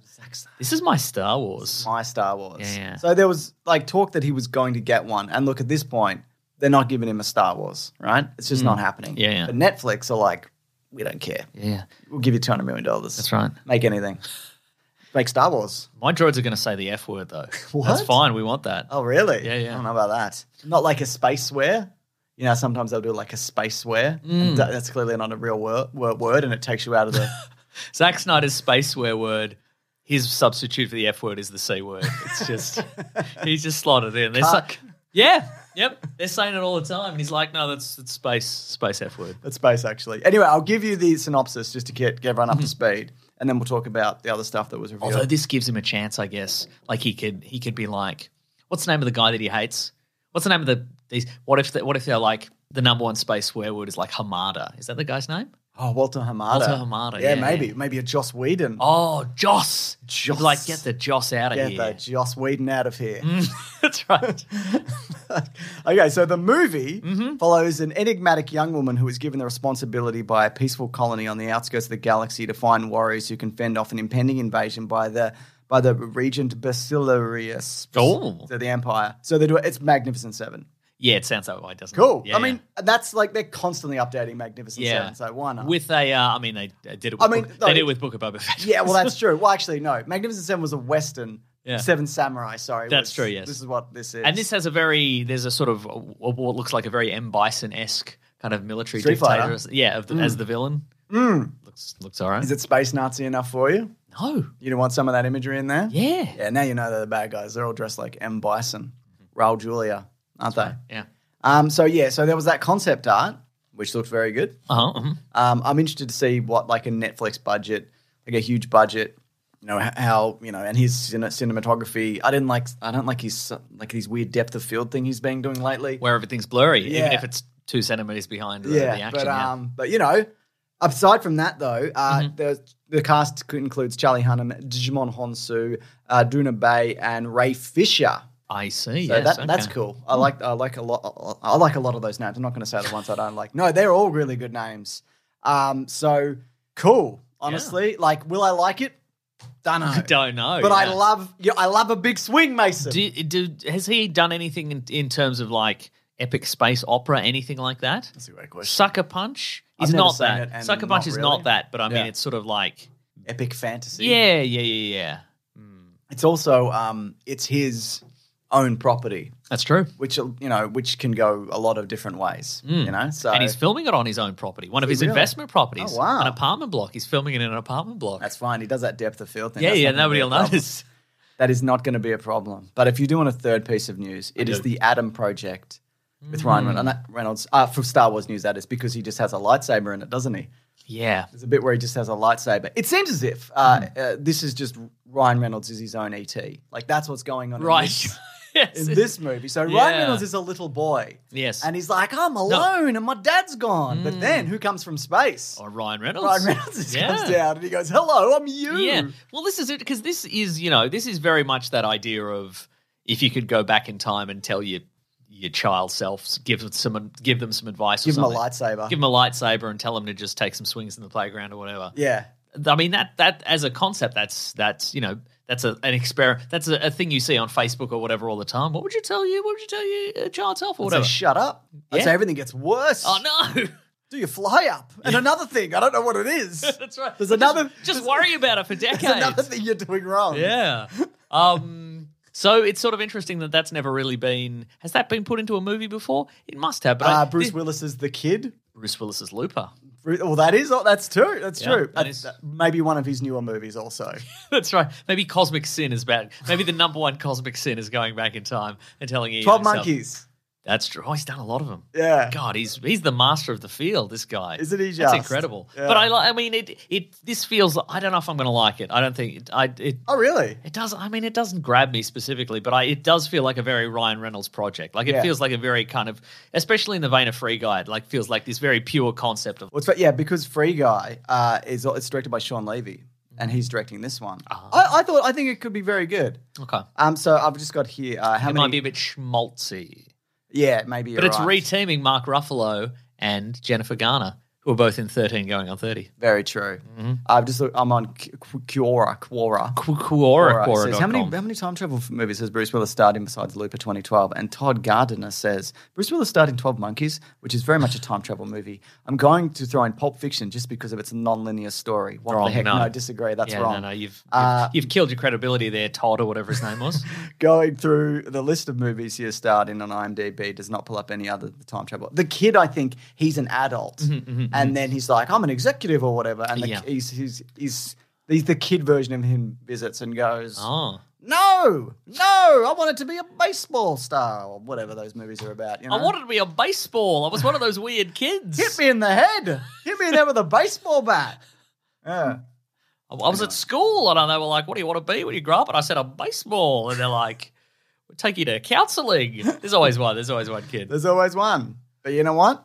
[SPEAKER 6] This is my Star Wars.
[SPEAKER 3] my Star Wars.
[SPEAKER 6] Yeah, yeah.
[SPEAKER 3] So there was like talk that he was going to get one, and look at this point, they're not giving him a Star Wars, right? It's just not happening.
[SPEAKER 6] Mm. Yeah, yeah.
[SPEAKER 3] But Netflix are like, we don't care.
[SPEAKER 6] Yeah,
[SPEAKER 3] We'll give you two hundred million dollars.
[SPEAKER 6] that's right.
[SPEAKER 3] Make anything. Make Star Wars.
[SPEAKER 6] My droids are going to say the F word though.
[SPEAKER 3] What?
[SPEAKER 6] That's fine. We want that.
[SPEAKER 3] Oh, really?
[SPEAKER 6] Yeah, yeah.
[SPEAKER 3] I don't know about that. Not like a space swear. You know, sometimes they'll do like a space swear.
[SPEAKER 6] Mm.
[SPEAKER 3] And that- that's clearly not a real word, word, and it takes you out of the.
[SPEAKER 6] Zack Snyder's space swear word. His substitute for the F word is the C word. It's just he's just slotted in. They're sa-
[SPEAKER 3] Cuck.
[SPEAKER 6] yeah, yep. They're saying it all the time, and he's like, "No, that's that's space space F word."
[SPEAKER 3] That's space, actually. Anyway, I'll give you the synopsis just to get, get everyone up
[SPEAKER 6] Mm-hmm.
[SPEAKER 3] to speed, and then we'll talk about the other stuff that was revealed.
[SPEAKER 6] Although this gives him a chance, I guess. Like he could he could be like, what's the name of the guy that he hates? What's the name of the these? What if the, what if they're like the number one space swear word is like Hamada? Is that the guy's name?
[SPEAKER 3] oh, Walter Hamada.
[SPEAKER 6] Walter Hamada, yeah,
[SPEAKER 3] maybe.
[SPEAKER 6] yeah.
[SPEAKER 3] Maybe a Joss Whedon.
[SPEAKER 6] Oh, Joss.
[SPEAKER 3] Joss.
[SPEAKER 6] Like get the Joss out of
[SPEAKER 3] get
[SPEAKER 6] here.
[SPEAKER 3] that Joss Whedon out of here.
[SPEAKER 6] Mm. That's right.
[SPEAKER 3] okay, so the movie
[SPEAKER 6] Mm-hmm.
[SPEAKER 3] follows an enigmatic young woman who is given the responsibility by a peaceful colony on the outskirts of the galaxy to find warriors who can fend off an impending invasion by the by the regent Basilarius.
[SPEAKER 6] Oh.
[SPEAKER 3] So the Empire. So they do it. It's Magnificent Seven.
[SPEAKER 6] Yeah, it sounds that way, doesn't it?
[SPEAKER 3] Cool.
[SPEAKER 6] Yeah,
[SPEAKER 3] I mean, that's like they're constantly updating Magnificent
[SPEAKER 6] yeah.
[SPEAKER 3] Seven. So why not?
[SPEAKER 6] With a, uh, I mean, they they did it. With
[SPEAKER 3] I mean,
[SPEAKER 6] Book,
[SPEAKER 3] no,
[SPEAKER 6] they did
[SPEAKER 3] it-
[SPEAKER 6] it with Book of Boba Fett.
[SPEAKER 3] yeah, well, that's true. Well, actually, no. Magnificent Seven was a Western.
[SPEAKER 6] Yeah.
[SPEAKER 3] Seven Samurai. Sorry,
[SPEAKER 6] That's
[SPEAKER 3] was-
[SPEAKER 6] true, yes.
[SPEAKER 3] this is what this is.
[SPEAKER 6] and this has a very, there's a sort of a- what looks like a very M Bison esque kind of military
[SPEAKER 3] Street
[SPEAKER 6] dictator.
[SPEAKER 3] Fighter. Mm.
[SPEAKER 6] Yeah, of the, as the villain. Looks looks all right.
[SPEAKER 3] is it space Nazi enough for you?
[SPEAKER 6] No.
[SPEAKER 3] You don't want some of that imagery in there?
[SPEAKER 6] Oh, Yeah.
[SPEAKER 3] Yeah, now you know they're the bad guys. They're all dressed like M. Bison,
[SPEAKER 6] Mm-hmm.
[SPEAKER 3] Raul Julia, aren't they?
[SPEAKER 6] Yeah.
[SPEAKER 3] Um, so, yeah, so there was that concept art, which looked very good.
[SPEAKER 6] Uh huh.
[SPEAKER 3] Um, I'm interested to see what, like, a Netflix budget, like a huge budget, you know, h- how, you know, and his cin- cinematography. I didn't like, I don't like his, like, his weird depth of field thing he's been doing lately.
[SPEAKER 6] Where everything's blurry, even
[SPEAKER 3] Yeah.
[SPEAKER 6] if it's two centimeters behind the,
[SPEAKER 3] yeah,
[SPEAKER 6] the action.
[SPEAKER 3] but,
[SPEAKER 6] yeah. Mm-hmm.
[SPEAKER 3] um, but, you know, aside from that, though, uh, the, the cast includes Charlie Hunnam, Digimon Honsu, uh, Duna Bay, and Ray Fisher.
[SPEAKER 6] I see.
[SPEAKER 3] So
[SPEAKER 6] yes,
[SPEAKER 3] that,
[SPEAKER 6] okay.
[SPEAKER 3] that's cool. I like I like a lot. I like a lot of those names. I'm not going to say the ones I don't like. No, they're all really good names. Um, so cool. Honestly, like, will I like it? Don't know.
[SPEAKER 6] Don't know.
[SPEAKER 3] But I
[SPEAKER 6] yeah.
[SPEAKER 3] love. Yeah, I love a big swing, Mason.
[SPEAKER 6] Do, do, has he done anything in, in terms of like epic space opera, anything like that?
[SPEAKER 3] That's a great question.
[SPEAKER 6] Sucker Punch
[SPEAKER 3] I've
[SPEAKER 6] is
[SPEAKER 3] never
[SPEAKER 6] not
[SPEAKER 3] seen it
[SPEAKER 6] that.
[SPEAKER 3] and
[SPEAKER 6] Sucker Punch
[SPEAKER 3] not
[SPEAKER 6] is
[SPEAKER 3] really.
[SPEAKER 6] not that, but I mean,
[SPEAKER 3] Yeah.
[SPEAKER 6] it's sort of like,
[SPEAKER 3] Epic fantasy.
[SPEAKER 6] yeah, yeah, yeah, yeah.
[SPEAKER 3] It's also um, it's his own property,
[SPEAKER 6] That's true.
[SPEAKER 3] which you know, which can go a lot of different ways. You know, so
[SPEAKER 6] Hmm. and he's filming it on his own property, one of his
[SPEAKER 3] Really?
[SPEAKER 6] investment properties.
[SPEAKER 3] Oh, wow.
[SPEAKER 6] An apartment block. He's filming it in an apartment block.
[SPEAKER 3] that's fine. He does that depth of field thing.
[SPEAKER 6] yeah,
[SPEAKER 3] That's
[SPEAKER 6] yeah,
[SPEAKER 3] not gonna be
[SPEAKER 6] nobody
[SPEAKER 3] a
[SPEAKER 6] will
[SPEAKER 3] problem.
[SPEAKER 6] notice.
[SPEAKER 3] That is not going to be a problem. But if you do want a third piece of news, it is the Atom Project with
[SPEAKER 6] Mm.
[SPEAKER 3] Ryan Reynolds. Reynolds uh, for Star Wars news, that is, because he just has a lightsaber in it, doesn't he?
[SPEAKER 6] Yeah.
[SPEAKER 3] There's a bit where he just has a lightsaber. It seems as if uh,
[SPEAKER 6] Mm.
[SPEAKER 3] uh, this is just Ryan Reynolds is his own ET. Like, that's what's going on in
[SPEAKER 6] Right.
[SPEAKER 3] this,
[SPEAKER 6] yes.
[SPEAKER 3] in this movie. So Ryan
[SPEAKER 6] Yeah.
[SPEAKER 3] Reynolds is a little boy.
[SPEAKER 6] Yes. Mm.
[SPEAKER 3] And he's like, I'm alone and my dad's gone. But then who comes from space?
[SPEAKER 6] or Oh, Ryan Reynolds.
[SPEAKER 3] Ryan Reynolds just comes down and he goes, hello, I'm you.
[SPEAKER 6] Yeah. Well, this is it because this is you know this is very much that idea of if you could go back in time and tell your your child self give them some give them some advice.
[SPEAKER 3] Give
[SPEAKER 6] or
[SPEAKER 3] him a
[SPEAKER 6] something.
[SPEAKER 3] lightsaber.
[SPEAKER 6] Give them a lightsaber and tell them to just take some swings in the playground or whatever.
[SPEAKER 3] yeah.
[SPEAKER 6] I mean that that as a concept that's that's you know that's a, an experiment that's a, a thing you see on Facebook or whatever all the time. What would you tell you? What would you tell your uh, child self
[SPEAKER 3] I'd say
[SPEAKER 6] or whatever?
[SPEAKER 3] shut up. I'd
[SPEAKER 6] Yeah.
[SPEAKER 3] say everything gets worse.
[SPEAKER 6] oh no.
[SPEAKER 3] Do your fly up? And another thing, I don't know what it is.
[SPEAKER 6] That's right.
[SPEAKER 3] There's
[SPEAKER 6] Just-
[SPEAKER 3] another-
[SPEAKER 6] Just, worry about it for decades.
[SPEAKER 3] It's another thing you're doing wrong.
[SPEAKER 6] Yeah. Um. So it's sort of interesting that that's never really been. Has that been put into a movie before? It must have. But I-
[SPEAKER 3] Uh, Bruce
[SPEAKER 6] thi-
[SPEAKER 3] Willis is the kid.
[SPEAKER 6] Bruce Willis's Looper.
[SPEAKER 3] Bru- Well, that is. oh, That's true. That's
[SPEAKER 6] Yeah,
[SPEAKER 3] true.
[SPEAKER 6] that
[SPEAKER 3] Uh,
[SPEAKER 6] is-
[SPEAKER 3] that- maybe one of his newer movies also.
[SPEAKER 6] That's right. Maybe Cosmic Sin is back. Maybe the number one Cosmic Sin is going back in time and telling you
[SPEAKER 3] Twelve Monkeys.
[SPEAKER 6] That's true. Oh, he's done a lot of them.
[SPEAKER 3] Yeah.
[SPEAKER 6] God, he's he's the master of the field. This guy.
[SPEAKER 3] Isn't he
[SPEAKER 6] That's
[SPEAKER 3] just?
[SPEAKER 6] incredible.
[SPEAKER 3] Yeah.
[SPEAKER 6] But I li- I mean it it this feels. like- I don't know if I'm going to like it. I don't think it, I it.
[SPEAKER 3] Oh, really?
[SPEAKER 6] It does. I mean, it doesn't grab me specifically, but I, it does feel like a very Ryan Reynolds project. Like it
[SPEAKER 3] Yeah.
[SPEAKER 6] feels like a very kind of, especially in the vein of Free Guide, like feels like this very pure concept of.
[SPEAKER 3] Well, it's, fa- yeah, because Free Guy uh, is it's directed by Sean Levy, and he's directing this one.
[SPEAKER 6] Ah.
[SPEAKER 3] I, I thought I think it could be very good.
[SPEAKER 6] Okay,
[SPEAKER 3] Um, so I've just got here. Uh, how
[SPEAKER 6] it
[SPEAKER 3] many?
[SPEAKER 6] might be a bit schmaltzy,
[SPEAKER 3] yeah, maybe.
[SPEAKER 6] but
[SPEAKER 3] you're
[SPEAKER 6] it's
[SPEAKER 3] right.
[SPEAKER 6] reteaming Mark Ruffalo and Jennifer Garner, who are both in 13 going on 30.
[SPEAKER 3] Very true.
[SPEAKER 6] Mm-hmm.
[SPEAKER 3] I've just looked, I'm on Q- Q- Quora. Quora.
[SPEAKER 6] Qu- Quora,
[SPEAKER 3] Quora
[SPEAKER 6] Quora.
[SPEAKER 3] says, how many how many time travel f- movies has Bruce Willis starred in besides Looper 2012? And Todd Gardiner says Bruce Willis starred in 12 Monkeys, which is very much a time travel movie. I'm going to throw in Pulp Fiction just because of its non-linear story. What
[SPEAKER 6] Wrong,
[SPEAKER 3] the heck?
[SPEAKER 6] no.
[SPEAKER 3] No. I disagree. That's
[SPEAKER 6] yeah,
[SPEAKER 3] wrong.
[SPEAKER 6] no, no, you've, you've,
[SPEAKER 3] Uh,
[SPEAKER 6] you've killed your credibility there, Todd or whatever his name was.
[SPEAKER 3] Going through the list of movies he has starred in on IMDb does not pull up any other time travel. The kid, I think, he's an adult, and then he's like, "I'm an executive" or whatever, and the,
[SPEAKER 6] Mm-hmm, Yeah.
[SPEAKER 3] he's he's he's. He's the kid version of him visits and goes,
[SPEAKER 6] Oh.
[SPEAKER 3] No, no, I wanted to be a baseball star or whatever those movies are about. You know?
[SPEAKER 6] I wanted to be a baseball. I was one of those weird kids.
[SPEAKER 3] hit me in the head, hit me in there with a baseball bat. Yeah.
[SPEAKER 6] I I was at school and they were like, What do you want to be when you grow up? And I said, I'm baseball. And they're like, We'll take you to counseling. There's always one. There's always one kid.
[SPEAKER 3] There's always one, but you know what?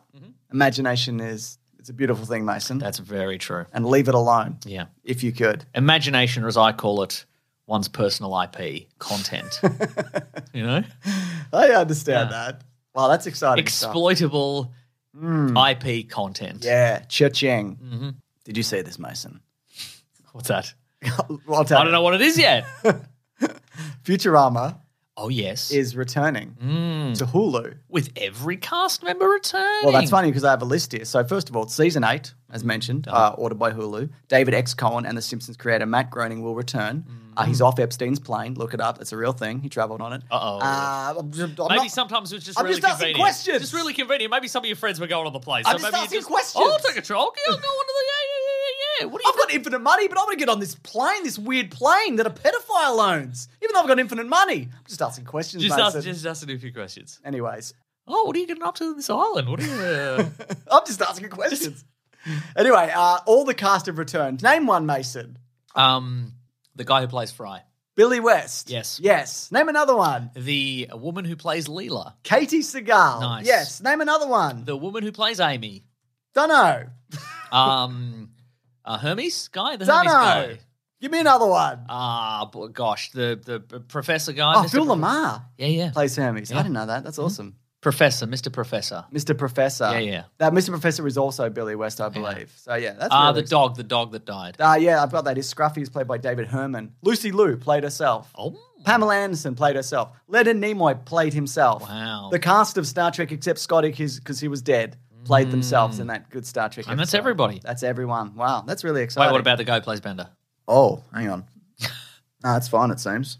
[SPEAKER 3] Imagination is it's a beautiful thing, Mason.
[SPEAKER 6] That's very true.
[SPEAKER 3] and leave it alone
[SPEAKER 6] Yeah.
[SPEAKER 3] if you could.
[SPEAKER 6] Imagination, or as I call it, one's personal IP content. you know?
[SPEAKER 3] I understand that. Wow, that's exciting. stuff. Hmm.
[SPEAKER 6] Exploitable IP content.
[SPEAKER 3] Yeah, cha-ching. Did you see this, Mason?
[SPEAKER 6] What's that?
[SPEAKER 3] Well, I'll tell
[SPEAKER 6] I don't
[SPEAKER 3] you.
[SPEAKER 6] know what it is yet.
[SPEAKER 3] Futurama
[SPEAKER 6] oh, yes.
[SPEAKER 3] is returning to Hulu.
[SPEAKER 6] With every cast member returning.
[SPEAKER 3] Well, that's funny because I have a list here. So, first of all, it's season eight, as mentioned, uh, ordered by Hulu. David X. Cohen and The Simpsons creator Matt Groening will return. Uh, he's off Epstein's plane. Look it up; it's a real thing. He travelled on it.
[SPEAKER 6] Uh-oh.
[SPEAKER 3] Uh, I'm just- I'm
[SPEAKER 6] Maybe
[SPEAKER 3] not-
[SPEAKER 6] sometimes it was just
[SPEAKER 3] I'm
[SPEAKER 6] really
[SPEAKER 3] just asking
[SPEAKER 6] convenient.
[SPEAKER 3] questions.
[SPEAKER 6] Just really convenient. Maybe some of your friends were going on the plane.
[SPEAKER 3] I'm
[SPEAKER 6] so
[SPEAKER 3] just
[SPEAKER 6] maybe you
[SPEAKER 3] asking
[SPEAKER 6] just,
[SPEAKER 3] questions.
[SPEAKER 6] Oh, I'll take a troll. Okay, I'll go on to the yeah, yeah, yeah, yeah. What do you
[SPEAKER 3] I've got infinite money, but I'm going to get on this plane, this weird plane that a pedophile owns. Even though I've got infinite money, I'm just asking questions.
[SPEAKER 6] just
[SPEAKER 3] Mason.
[SPEAKER 6] ask, just ask a few questions.
[SPEAKER 3] Anyways,
[SPEAKER 6] Oh, what are you getting up to on this island? What are you? Uh...
[SPEAKER 3] I'm just asking questions. anyway, uh, all the cast have returned. Name one, Mason.
[SPEAKER 6] um, the guy who plays Fry,
[SPEAKER 3] Billy West.
[SPEAKER 6] Yes.
[SPEAKER 3] Yes. Name another one.
[SPEAKER 6] the woman who plays Leela,
[SPEAKER 3] Katie Seagal.
[SPEAKER 6] Nice.
[SPEAKER 3] Yes. Name another one.
[SPEAKER 6] the woman who plays Amy,
[SPEAKER 3] Dunno.
[SPEAKER 6] um, uh, Hermes guy, the Hermes
[SPEAKER 3] Dunno.
[SPEAKER 6] guy.
[SPEAKER 3] Give me another one.
[SPEAKER 6] Ah, b- gosh, the the professor guy.
[SPEAKER 3] oh,
[SPEAKER 6] Mr.
[SPEAKER 3] Phil
[SPEAKER 6] Prof-
[SPEAKER 3] Lamar
[SPEAKER 6] Yeah, yeah.
[SPEAKER 3] plays Hermes. I
[SPEAKER 6] Yeah.
[SPEAKER 3] didn't know that. That's awesome.
[SPEAKER 6] Professor, Mr. Professor.
[SPEAKER 3] Mr. Professor.
[SPEAKER 6] Yeah, yeah.
[SPEAKER 3] That Mr. Professor is also Billy West, I believe. So yeah, that's
[SPEAKER 6] Ah,
[SPEAKER 3] really
[SPEAKER 6] the dog, the dog that died.
[SPEAKER 3] exciting. Ah, yeah, I've got that. Is Scruffy is played by David Herman. Lucy Liu played herself.
[SPEAKER 6] Oh.
[SPEAKER 3] Pamela Anderson played herself. Leonard Nimoy played himself.
[SPEAKER 6] Wow.
[SPEAKER 3] The cast of Star Trek, except Scotty, because he was dead, played themselves in that good Star Trek.
[SPEAKER 6] Mm. And that's
[SPEAKER 3] episode.
[SPEAKER 6] everybody.
[SPEAKER 3] That's everyone. Wow, that's really exciting.
[SPEAKER 6] Wait, what about the guy who plays Bender?
[SPEAKER 3] Oh, hang on. no, it's fine, it seems.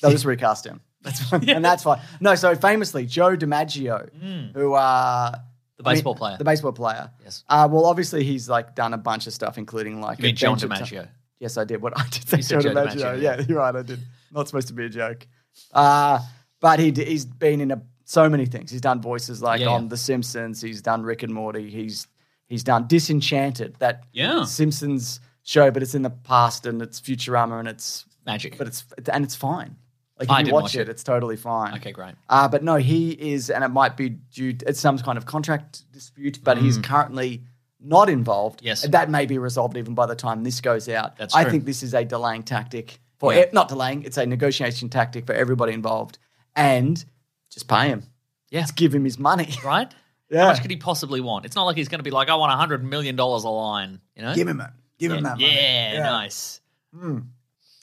[SPEAKER 3] They'll just recast him. That's fine. And that's fine. No, so famously, Joe DiMaggio, who uh
[SPEAKER 6] Mm. The
[SPEAKER 3] I
[SPEAKER 6] baseball
[SPEAKER 3] mean,
[SPEAKER 6] player.
[SPEAKER 3] The baseball player.
[SPEAKER 6] Yes.
[SPEAKER 3] Uh, well, obviously he's like done a bunch of stuff, including like
[SPEAKER 6] you mean John
[SPEAKER 3] Adventure Ti-
[SPEAKER 6] DiMaggio?
[SPEAKER 3] Yes, I did. What I did say,
[SPEAKER 6] said
[SPEAKER 3] Joe
[SPEAKER 6] Joe
[SPEAKER 3] DiMaggio.
[SPEAKER 6] DiMaggio,
[SPEAKER 3] Yeah,
[SPEAKER 6] yeah.
[SPEAKER 3] you're right. I did. Not supposed to be a joke. Uh, but he d- he's been in a, so many things. He's done voices like
[SPEAKER 6] Yeah,
[SPEAKER 3] on
[SPEAKER 6] yeah.
[SPEAKER 3] The Simpsons. He's done Rick and Morty. He's he's done Disenchanted, that
[SPEAKER 6] Yeah.
[SPEAKER 3] Simpsons show, but it's in the past and it's Futurama and it's
[SPEAKER 6] Magic.
[SPEAKER 3] but it's and it's fine. Like if
[SPEAKER 6] I
[SPEAKER 3] you
[SPEAKER 6] didn't
[SPEAKER 3] watch,
[SPEAKER 6] watch
[SPEAKER 3] it,
[SPEAKER 6] it.
[SPEAKER 3] it's totally fine.
[SPEAKER 6] okay, great.
[SPEAKER 3] Uh, but no, he is, and it might be due to it's some kind of contract dispute, but he's currently not involved.
[SPEAKER 6] Mm. Yes.
[SPEAKER 3] And that may be resolved even by the time this goes out.
[SPEAKER 6] That's
[SPEAKER 3] I
[SPEAKER 6] true.
[SPEAKER 3] think this is a delaying tactic for
[SPEAKER 6] Yeah.
[SPEAKER 3] e- not delaying, it's a negotiation tactic for everybody involved. And just pay him.
[SPEAKER 6] Yeah.
[SPEAKER 3] Just give him his money.
[SPEAKER 6] Right?
[SPEAKER 3] Yeah.
[SPEAKER 6] How much could he possibly want? It's not like he's going to be like, I want a hundred million dollars a line. You know?
[SPEAKER 3] Give him it. Give him that
[SPEAKER 6] yeah,
[SPEAKER 3] money.
[SPEAKER 6] nice.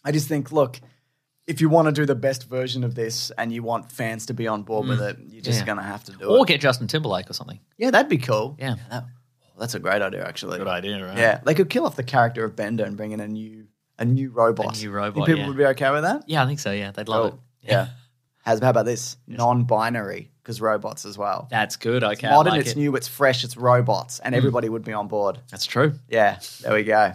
[SPEAKER 3] I just think, look, if you want to do the best version of this and you want fans to be on board with it, you're just
[SPEAKER 6] Mm. Yeah.
[SPEAKER 3] going to have to do
[SPEAKER 6] Or
[SPEAKER 3] it.
[SPEAKER 6] get Justin Timberlake or something.
[SPEAKER 3] Yeah, that'd be cool.
[SPEAKER 6] Yeah.
[SPEAKER 3] that- oh, that's a great idea, actually.
[SPEAKER 6] idea, right?
[SPEAKER 3] Yeah, they could kill off the character of Bender and bring in a new a new robot.
[SPEAKER 6] A new
[SPEAKER 3] Think
[SPEAKER 6] robot,
[SPEAKER 3] people
[SPEAKER 6] yeah.
[SPEAKER 3] would be okay with that.
[SPEAKER 6] Yeah, I think so. Yeah, they'd love
[SPEAKER 3] Cool.
[SPEAKER 6] it.
[SPEAKER 3] Yeah. How's how about this non-binary because robots as well.
[SPEAKER 6] That's good. Okay.
[SPEAKER 3] It's
[SPEAKER 6] I
[SPEAKER 3] modern,
[SPEAKER 6] like
[SPEAKER 3] it's
[SPEAKER 6] it. Hmm.
[SPEAKER 3] new, it's fresh, it's robots, and everybody would be on board.
[SPEAKER 6] That's true.
[SPEAKER 3] Yeah, there we go.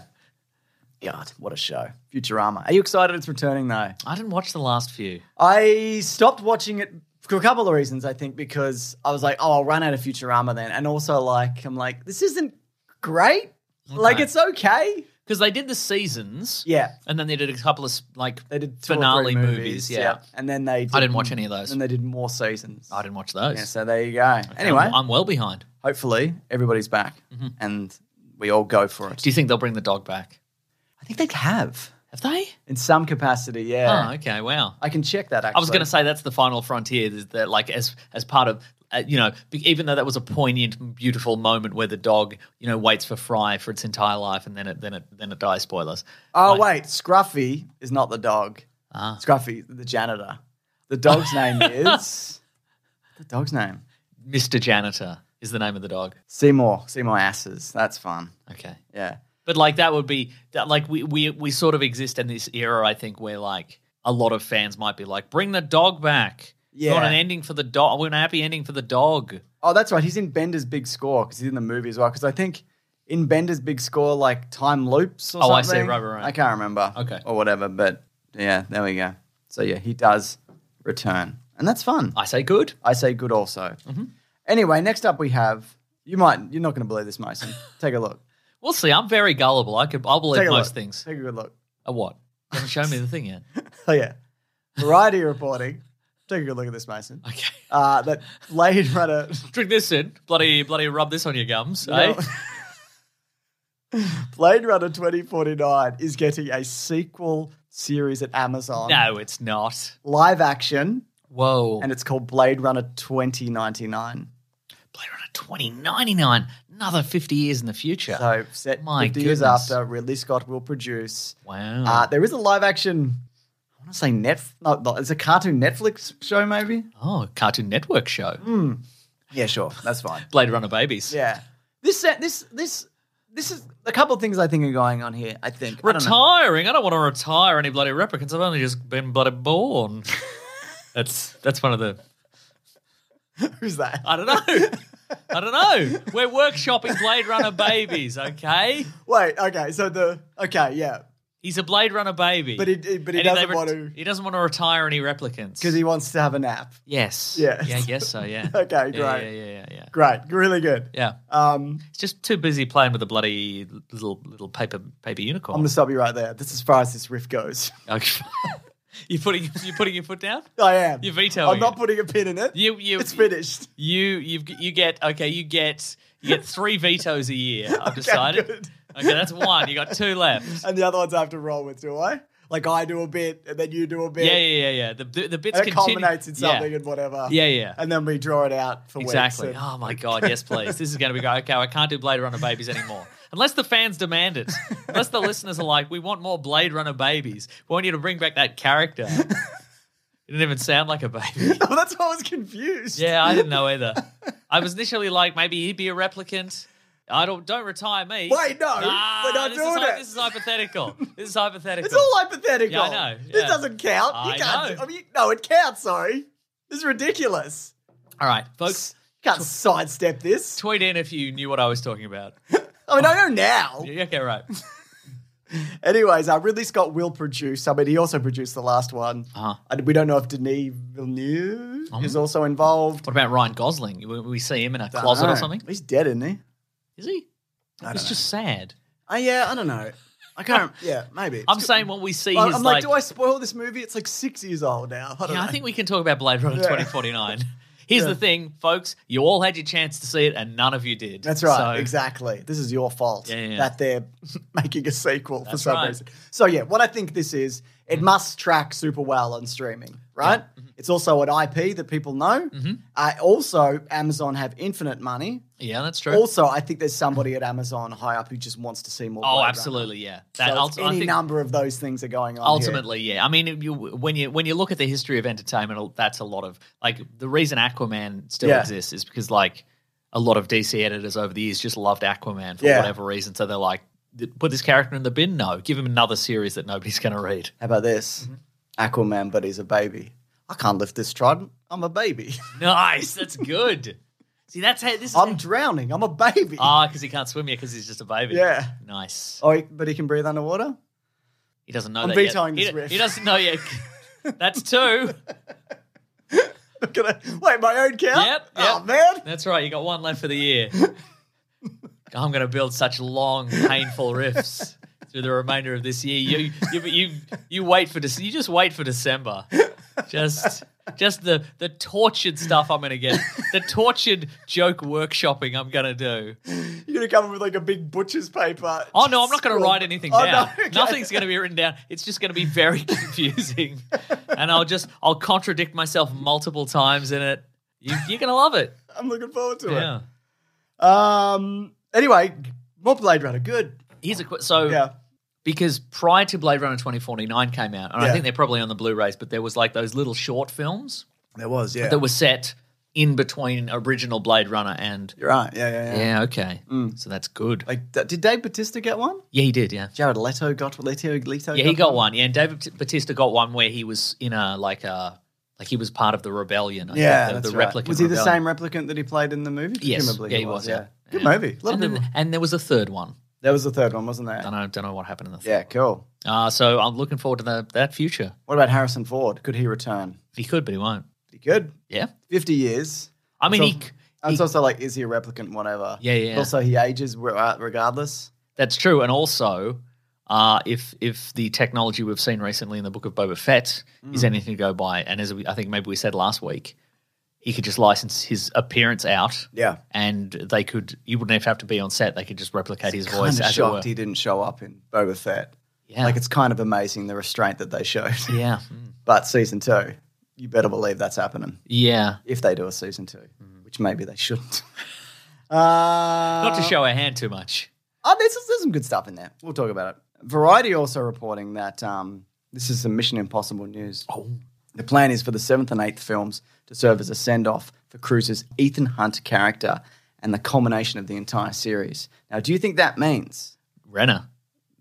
[SPEAKER 3] God, what a show! Futurama. Are you excited? It's returning though.
[SPEAKER 6] I didn't watch the last few.
[SPEAKER 3] I stopped watching it for a couple of reasons, I think, because I was like, oh, I'll run out of Futurama then. And also, like, I'm like, this isn't great. Like,
[SPEAKER 6] Okay.
[SPEAKER 3] it's okay.
[SPEAKER 6] Because they did the seasons.
[SPEAKER 3] Yeah.
[SPEAKER 6] And then they did a couple of like
[SPEAKER 3] They did two or
[SPEAKER 6] finale
[SPEAKER 3] three
[SPEAKER 6] movies. Yeah.
[SPEAKER 3] And then they. Did,
[SPEAKER 6] I didn't watch any of those.
[SPEAKER 3] And they did more seasons.
[SPEAKER 6] I didn't watch those.
[SPEAKER 3] Yeah, so there you go. Anyway,
[SPEAKER 6] I'm, Mm-hmm. I'm well behind.
[SPEAKER 3] hopefully everybody's back and we all go for it.
[SPEAKER 6] Do you think they'll bring the dog back?
[SPEAKER 3] I think they have.
[SPEAKER 6] Have they?
[SPEAKER 3] in some capacity. Yeah,
[SPEAKER 6] Oh, okay. Wow.
[SPEAKER 3] I can check that. Actually,
[SPEAKER 6] I was going to say that's the final frontier. Is that like as as part of uh, you know be- even though that was a poignant, beautiful moment where the dog you know waits for Fry for its entire life and then it then it then it dies. Spoilers.
[SPEAKER 3] Oh wait, Scruffy is not the dog.
[SPEAKER 6] Ah.
[SPEAKER 3] Scruffy, the janitor. The dog's name is the dog's name
[SPEAKER 6] Mister Janitor is the name of the dog.
[SPEAKER 3] Seymour. Seymour asses. That's fun.
[SPEAKER 6] Okay.
[SPEAKER 3] Yeah.
[SPEAKER 6] But like that would be that like we we we sort of exist in this era I think where like a lot of fans might be like bring the dog back. We want
[SPEAKER 3] Yeah.
[SPEAKER 6] an ending for the dog. We want a happy ending for the dog.
[SPEAKER 3] Oh, that's right. He's in Bender's big score because he's in the movie as well. Because I think in Bender's big score, like time loops or
[SPEAKER 6] Oh, I see.
[SPEAKER 3] something.
[SPEAKER 6] Right, right, right.
[SPEAKER 3] I can't remember.
[SPEAKER 6] Okay.
[SPEAKER 3] Or whatever. But yeah, there we go. So yeah, he does return, and that's fun.
[SPEAKER 6] I Mm-hmm. say good.
[SPEAKER 3] I say good also. Anyway, next up we have. You might. You're not going to believe this, Mason. Take a look.
[SPEAKER 6] We'll see. I'm very gullible. I could I'll believe
[SPEAKER 3] Take a
[SPEAKER 6] most
[SPEAKER 3] look.
[SPEAKER 6] things.
[SPEAKER 3] Take a good look.
[SPEAKER 6] A what? You haven't shown me the thing yet.
[SPEAKER 3] Oh yeah, variety reporting. Take a good look at this, Mason.
[SPEAKER 6] Okay.
[SPEAKER 3] Uh, that Blade Runner,
[SPEAKER 6] Drink this in. Bloody bloody rub this on your gums. eh?
[SPEAKER 3] No. Blade Runner 2049 is getting a sequel series at Amazon.
[SPEAKER 6] No, Oh. it's not.
[SPEAKER 3] Live action,
[SPEAKER 6] Whoa.
[SPEAKER 3] and it's called Blade Runner 2099.
[SPEAKER 6] Blade Runner 2099. Another 50 years in the future.
[SPEAKER 3] So set
[SPEAKER 6] My
[SPEAKER 3] 50 years
[SPEAKER 6] goodness.
[SPEAKER 3] after, Ridley Scott will produce.
[SPEAKER 6] wow.
[SPEAKER 3] Uh, there is a live action. I want to say Netf. No, no, it's a cartoon Netflix show, maybe.
[SPEAKER 6] oh, Cartoon Network show.
[SPEAKER 3] Yeah, sure, that's fine.
[SPEAKER 6] Blade Runner babies.
[SPEAKER 3] Hmm. Yeah. This set this this this is a couple of things I think are going on here, I think. I don't know.
[SPEAKER 6] Retiring. I don't, want to retire any bloody replicants. I've only just been bloody born. that's that's one of the.
[SPEAKER 3] Who's that?
[SPEAKER 6] I don't know. I don't know. We're workshopping Blade Runner babies. Okay.
[SPEAKER 3] Wait, okay, so the okay, yeah. He's
[SPEAKER 6] He's a Blade Runner baby.
[SPEAKER 3] But he- he- but he
[SPEAKER 6] And they
[SPEAKER 3] doesn't want to-
[SPEAKER 6] He doesn't want to retire any replicants.
[SPEAKER 3] Because he wants to have a nap.
[SPEAKER 6] Yes.
[SPEAKER 3] Yes.
[SPEAKER 6] Yeah, I guess so, yeah.
[SPEAKER 3] Okay,
[SPEAKER 6] Yeah,
[SPEAKER 3] great.
[SPEAKER 6] yeah, yeah, yeah, yeah.
[SPEAKER 3] Great, really good.
[SPEAKER 6] Yeah.
[SPEAKER 3] Um,
[SPEAKER 6] It's just too busy playing with a bloody little little paper paper unicorn.
[SPEAKER 3] I'm gonna stop you right there. That's as far as this riff goes.
[SPEAKER 6] Okay. you're putting you putting your foot down?
[SPEAKER 3] I am.
[SPEAKER 6] You're vetoing
[SPEAKER 3] I'm not
[SPEAKER 6] it.
[SPEAKER 3] putting a pin in it.
[SPEAKER 6] You you
[SPEAKER 3] it's finished.
[SPEAKER 6] You you've you get okay, you get you get three vetoes a year, I've decided.
[SPEAKER 3] good.
[SPEAKER 6] Okay, that's one. You got two left.
[SPEAKER 3] And the other ones I have to roll with, do I? Like I do a bit and then you do a bit.
[SPEAKER 6] Yeah, yeah, yeah, yeah. The the, the bits
[SPEAKER 3] And it
[SPEAKER 6] continue-
[SPEAKER 3] culminates in
[SPEAKER 6] Yeah.
[SPEAKER 3] something and whatever.
[SPEAKER 6] Yeah, yeah.
[SPEAKER 3] And then we draw it out for
[SPEAKER 6] Exactly.
[SPEAKER 3] weeks. and-
[SPEAKER 6] Oh my god, yes, please. This is going to be great. Okay, I can't do Blade Runner babies anymore. Unless the fans demand it. Unless the listeners are like, we want more Blade Runner babies. We want you to bring back that character. It didn't even sound like a baby.
[SPEAKER 3] Oh, that's why I was confused.
[SPEAKER 6] Yeah, I didn't know either. I was initially like, maybe he'd be a replicant. I don't don't retire me.
[SPEAKER 3] Wait, no,
[SPEAKER 6] Nah,
[SPEAKER 3] we're not
[SPEAKER 6] this
[SPEAKER 3] doing
[SPEAKER 6] is, hy-
[SPEAKER 3] it.
[SPEAKER 6] This is hypothetical. This is hypothetical.
[SPEAKER 3] It's all hypothetical.
[SPEAKER 6] Yeah, I know,
[SPEAKER 3] This
[SPEAKER 6] yeah.
[SPEAKER 3] doesn't count.
[SPEAKER 6] I
[SPEAKER 3] you can't.
[SPEAKER 6] know.
[SPEAKER 3] I mean, no, it counts. Sorry, this is ridiculous.
[SPEAKER 6] all right, folks.
[SPEAKER 3] You can't sidestep this.
[SPEAKER 6] Tweet in if you knew what I was talking about.
[SPEAKER 3] I mean, I know now.
[SPEAKER 6] Yeah, Okay, right.
[SPEAKER 3] Anyways, uh, Ridley Scott will produce. I mean, he also produced the last one.
[SPEAKER 6] Uh-huh.
[SPEAKER 3] And we don't know if Denis Villeneuve is also involved.
[SPEAKER 6] What about Ryan Gosling? We, we see him in a closet
[SPEAKER 3] Dunno.
[SPEAKER 6] or something.
[SPEAKER 3] He's dead, isn't he?
[SPEAKER 6] Is he? It's just sad.
[SPEAKER 3] Uh, yeah, I don't know. I can't. yeah, maybe.
[SPEAKER 6] I'm saying what we see
[SPEAKER 3] Well,
[SPEAKER 6] is
[SPEAKER 3] I'm like,
[SPEAKER 6] like.
[SPEAKER 3] do I spoil this movie? It's like six years old now. I don't
[SPEAKER 6] yeah,
[SPEAKER 3] know.
[SPEAKER 6] I think we can talk about Blade Runner 2049. Here's the thing, folks. You all had your chance to see it, and none of you did.
[SPEAKER 3] That's right.
[SPEAKER 6] So-
[SPEAKER 3] exactly. This is your fault
[SPEAKER 6] Yeah, yeah.
[SPEAKER 3] that they're making a sequel for
[SPEAKER 6] That's
[SPEAKER 3] some
[SPEAKER 6] right.
[SPEAKER 3] reason.
[SPEAKER 6] Mm-hmm.
[SPEAKER 3] So yeah, what I think this is, it must track super well on streaming, right? It's also an IP that people know.
[SPEAKER 6] Mm-hmm.
[SPEAKER 3] Uh, also, Amazon have infinite money.
[SPEAKER 6] Yeah, that's true. Oh,
[SPEAKER 3] Also, I think there's somebody at Amazon high up who just wants to see more. Blade
[SPEAKER 6] oh,
[SPEAKER 3] Runner.
[SPEAKER 6] absolutely. Yeah.
[SPEAKER 3] So
[SPEAKER 6] That
[SPEAKER 3] it's
[SPEAKER 6] ulti- I
[SPEAKER 3] any
[SPEAKER 6] think
[SPEAKER 3] number of those things are going on. here.
[SPEAKER 6] ultimately, yeah. I mean, you, when you when you look at the history of entertainment, that's a lot of like the reason Aquaman still
[SPEAKER 3] Yeah.
[SPEAKER 6] exists is because like a lot of DC editors over the years just loved Aquaman for
[SPEAKER 3] Yeah.
[SPEAKER 6] whatever reason. So they're like, put this character in the bin. No, give him another series that nobody's going to read.
[SPEAKER 3] how about
[SPEAKER 6] Mm-hmm.
[SPEAKER 3] this? Aquaman, but he's a baby. I can't lift this trident. I'm a baby.
[SPEAKER 6] Nice. That's good. See, that's how this is.
[SPEAKER 3] I'm drowning. I'm a baby.
[SPEAKER 6] Ah, because he can't swim yet because he's just a baby.
[SPEAKER 3] Yeah.
[SPEAKER 6] Nice.
[SPEAKER 3] oh, but he can breathe underwater.
[SPEAKER 6] He doesn't know
[SPEAKER 3] I'm
[SPEAKER 6] that
[SPEAKER 3] vetoing
[SPEAKER 6] yet.
[SPEAKER 3] this
[SPEAKER 6] he,
[SPEAKER 3] riff.
[SPEAKER 6] he doesn't know yet. That's two.
[SPEAKER 3] Can I, wait, my own count?
[SPEAKER 6] Yep,
[SPEAKER 3] Oh,
[SPEAKER 6] yep.
[SPEAKER 3] man.
[SPEAKER 6] That's right. You got one left for the year. I'm going to build such long, painful riffs through the remainder of this year. You, you, you, you wait for Dec- You just wait for December. just just the the tortured stuff I'm gonna get. The tortured joke workshopping I'm gonna do.
[SPEAKER 3] You're gonna come up with like a big butcher's paper.
[SPEAKER 6] Oh no, I'm not gonna
[SPEAKER 3] Scroll.
[SPEAKER 6] write anything
[SPEAKER 3] Oh,
[SPEAKER 6] down.
[SPEAKER 3] no, okay.
[SPEAKER 6] Nothing's gonna be written down. It's just gonna be very confusing, and I'll just I'll contradict myself multiple times in it. You, you're gonna love it.
[SPEAKER 3] I'm looking forward to
[SPEAKER 6] Yeah.
[SPEAKER 3] it. Um. Anyway, more Blade Runner. Good.
[SPEAKER 6] Here's a qu- so
[SPEAKER 3] Yeah.
[SPEAKER 6] because prior to Blade Runner 2049 came out, and I
[SPEAKER 3] Yeah.
[SPEAKER 6] think they're probably on the Blu-rays, but there was like those little short films
[SPEAKER 3] There was. Yeah.
[SPEAKER 6] that were set in between original Blade Runner and
[SPEAKER 3] You're right. Yeah. Yeah. Mm. Yeah.
[SPEAKER 6] yeah, okay, so that's good.
[SPEAKER 3] Like, d- did Dave Batista get one?
[SPEAKER 6] yeah, he did. Yeah,
[SPEAKER 3] Jared Leto got Leto. Leto.
[SPEAKER 6] yeah, he got one. Yeah, and David Batista got one where he was in a like a like he was part of the rebellion. I think,
[SPEAKER 3] Yeah,
[SPEAKER 6] the,
[SPEAKER 3] that's
[SPEAKER 6] the
[SPEAKER 3] right.
[SPEAKER 6] replicant
[SPEAKER 3] Was he the
[SPEAKER 6] rebellion.
[SPEAKER 3] same replicant that he played in the movie?
[SPEAKER 6] Yes.
[SPEAKER 3] Presumably
[SPEAKER 6] Yeah, he was, yeah.
[SPEAKER 3] Good
[SPEAKER 6] Yeah.
[SPEAKER 3] movie. Love
[SPEAKER 6] And,
[SPEAKER 3] him.
[SPEAKER 6] then, and there was a third one.
[SPEAKER 3] That was the third one, wasn't there?
[SPEAKER 6] I don't, don't know what happened in the third.
[SPEAKER 3] Yeah. Cool.
[SPEAKER 6] Uh, so I'm looking forward to the, that future.
[SPEAKER 3] What about Harrison Ford? Could he return?
[SPEAKER 6] He could, but he won't.
[SPEAKER 3] He could.
[SPEAKER 6] Yeah.
[SPEAKER 3] Fifty years.
[SPEAKER 6] I mean,
[SPEAKER 3] So-
[SPEAKER 6] he, c-
[SPEAKER 3] And it's
[SPEAKER 6] he-
[SPEAKER 3] also like, is he a replicant? Whatever.
[SPEAKER 6] Yeah, yeah.
[SPEAKER 3] Also, he ages re- uh, regardless.
[SPEAKER 6] that's true. And also, uh, if if the technology we've seen recently in the book of Boba Fett is
[SPEAKER 3] Mm.
[SPEAKER 6] anything to go by, and as we, I think maybe we said last week, he could just license his appearance out.
[SPEAKER 3] Yeah.
[SPEAKER 6] And they could, you wouldn't have to be on set. They could just replicate his voice.
[SPEAKER 3] Kind of
[SPEAKER 6] as it were.
[SPEAKER 3] shocked he didn't show up in Boba Fett.
[SPEAKER 6] Yeah.
[SPEAKER 3] Like it's kind of amazing the restraint that they showed.
[SPEAKER 6] yeah.
[SPEAKER 3] hmm.
[SPEAKER 6] Mm.
[SPEAKER 3] but season two, you better believe that's happening
[SPEAKER 6] Yeah.
[SPEAKER 3] if they do a season two, which maybe they shouldn't. uh,
[SPEAKER 6] Mm-hmm. Not to show our hand too much.
[SPEAKER 3] Oh, there's, there's some good stuff in there. We'll talk about it. Variety also reporting that um, this is some Mission Impossible news. Oh. The plan is for the seventh and eighth films to serve as a send off for Cruise's Ethan Hunt character and the culmination of the entire series. Now, do you think that means?
[SPEAKER 6] Renner.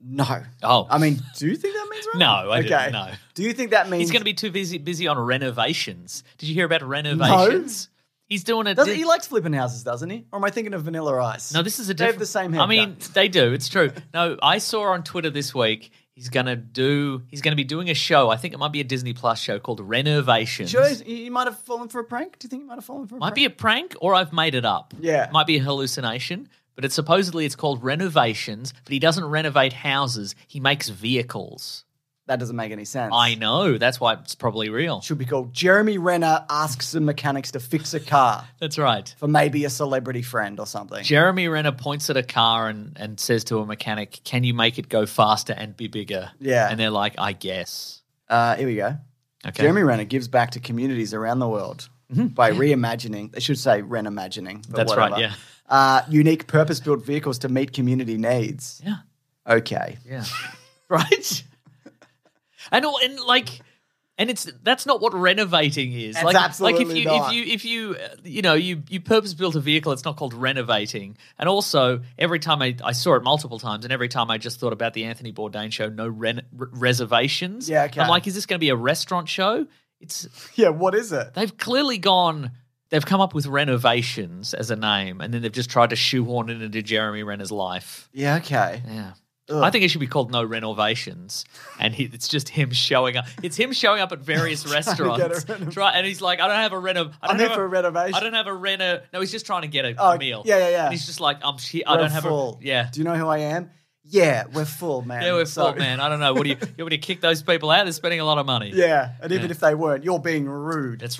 [SPEAKER 3] No.
[SPEAKER 6] Oh.
[SPEAKER 3] I mean, do you think that means? Right?
[SPEAKER 6] No, I didn't, no.
[SPEAKER 3] Do you think that means
[SPEAKER 6] He's going to be too busy busy on renovations. Did you hear about renovations? He's doing a.
[SPEAKER 3] Doesn't,
[SPEAKER 6] di-
[SPEAKER 3] he likes flipping houses, doesn't he? Or am I thinking of Vanilla Ice?
[SPEAKER 6] no, this is a
[SPEAKER 3] They have
[SPEAKER 6] different.
[SPEAKER 3] the same
[SPEAKER 6] I
[SPEAKER 3] haircut.
[SPEAKER 6] mean, they do. It's true. No, I saw on Twitter this week. He's gonna do. He's gonna be doing a show. I think it might be a Disney Plus show called Renovations.
[SPEAKER 3] Sure, he might have fallen for a prank. Do you think he might have fallen for a
[SPEAKER 6] Might
[SPEAKER 3] prank?
[SPEAKER 6] be a prank, or I've made it up.
[SPEAKER 3] Yeah.
[SPEAKER 6] might be a hallucination. But it's supposedly it's called renovations. But he doesn't renovate houses. He makes vehicles.
[SPEAKER 3] that doesn't make any sense.
[SPEAKER 6] I know. That's why it's probably real.
[SPEAKER 3] should be called Jeremy Renner asks some mechanics to fix a car
[SPEAKER 6] That's right.
[SPEAKER 3] for maybe a celebrity friend or something.
[SPEAKER 6] Jeremy Renner points at a car and, and says to a mechanic, Can you make it go faster and be bigger?
[SPEAKER 3] Yeah.
[SPEAKER 6] And they're like, I guess.
[SPEAKER 3] uh, here we go.
[SPEAKER 6] Okay. Mm-hmm.
[SPEAKER 3] Jeremy Renner gives back to communities around the world by reimagining. They should say reimagining. but
[SPEAKER 6] That's right,
[SPEAKER 3] whatever.
[SPEAKER 6] yeah.
[SPEAKER 3] Uh, unique purpose-built vehicles to meet community needs.
[SPEAKER 6] Yeah.
[SPEAKER 3] Okay.
[SPEAKER 6] Yeah. right? And, all- and like, and it's that's not what renovating is.
[SPEAKER 3] It's
[SPEAKER 6] like, like if
[SPEAKER 3] absolutely
[SPEAKER 6] you
[SPEAKER 3] not.
[SPEAKER 6] if you if you uh, you know you you purpose built a vehicle, it's not called renovating. And also, every time I, I saw it multiple times, and every time I just thought about the Anthony Bourdain show, no ren- r- reservations.
[SPEAKER 3] Yeah, okay.
[SPEAKER 6] I'm like, is this going to be a restaurant show? It's
[SPEAKER 3] Yeah. What is it?
[SPEAKER 6] they've clearly gone they've come up with renovations as a name and then they've just tried to shoehorn it into jeremy renner's life
[SPEAKER 3] Yeah. Okay.
[SPEAKER 6] yeah i think it should be called no renovations and he, it's just him showing up it's him showing up at various
[SPEAKER 3] to get a
[SPEAKER 6] restaurants
[SPEAKER 3] renov-
[SPEAKER 6] try, and he's like i don't have a reno I don't
[SPEAKER 3] I'm here
[SPEAKER 6] have
[SPEAKER 3] for a renovation.
[SPEAKER 6] i don't have a reno no he's just trying to get a
[SPEAKER 3] Oh,
[SPEAKER 6] meal
[SPEAKER 3] yeah, yeah, yeah.
[SPEAKER 6] and he's just like i'm she, i don't have
[SPEAKER 3] full.
[SPEAKER 6] a yeah
[SPEAKER 3] Do you know who I am? Yeah, we're full, man.
[SPEAKER 6] yeah, we're
[SPEAKER 3] So-
[SPEAKER 6] full, man. I don't know. What do you? You want me to kick those people out? They're spending a lot of money.
[SPEAKER 3] Yeah, and even if they weren't, you're being rude.
[SPEAKER 6] it's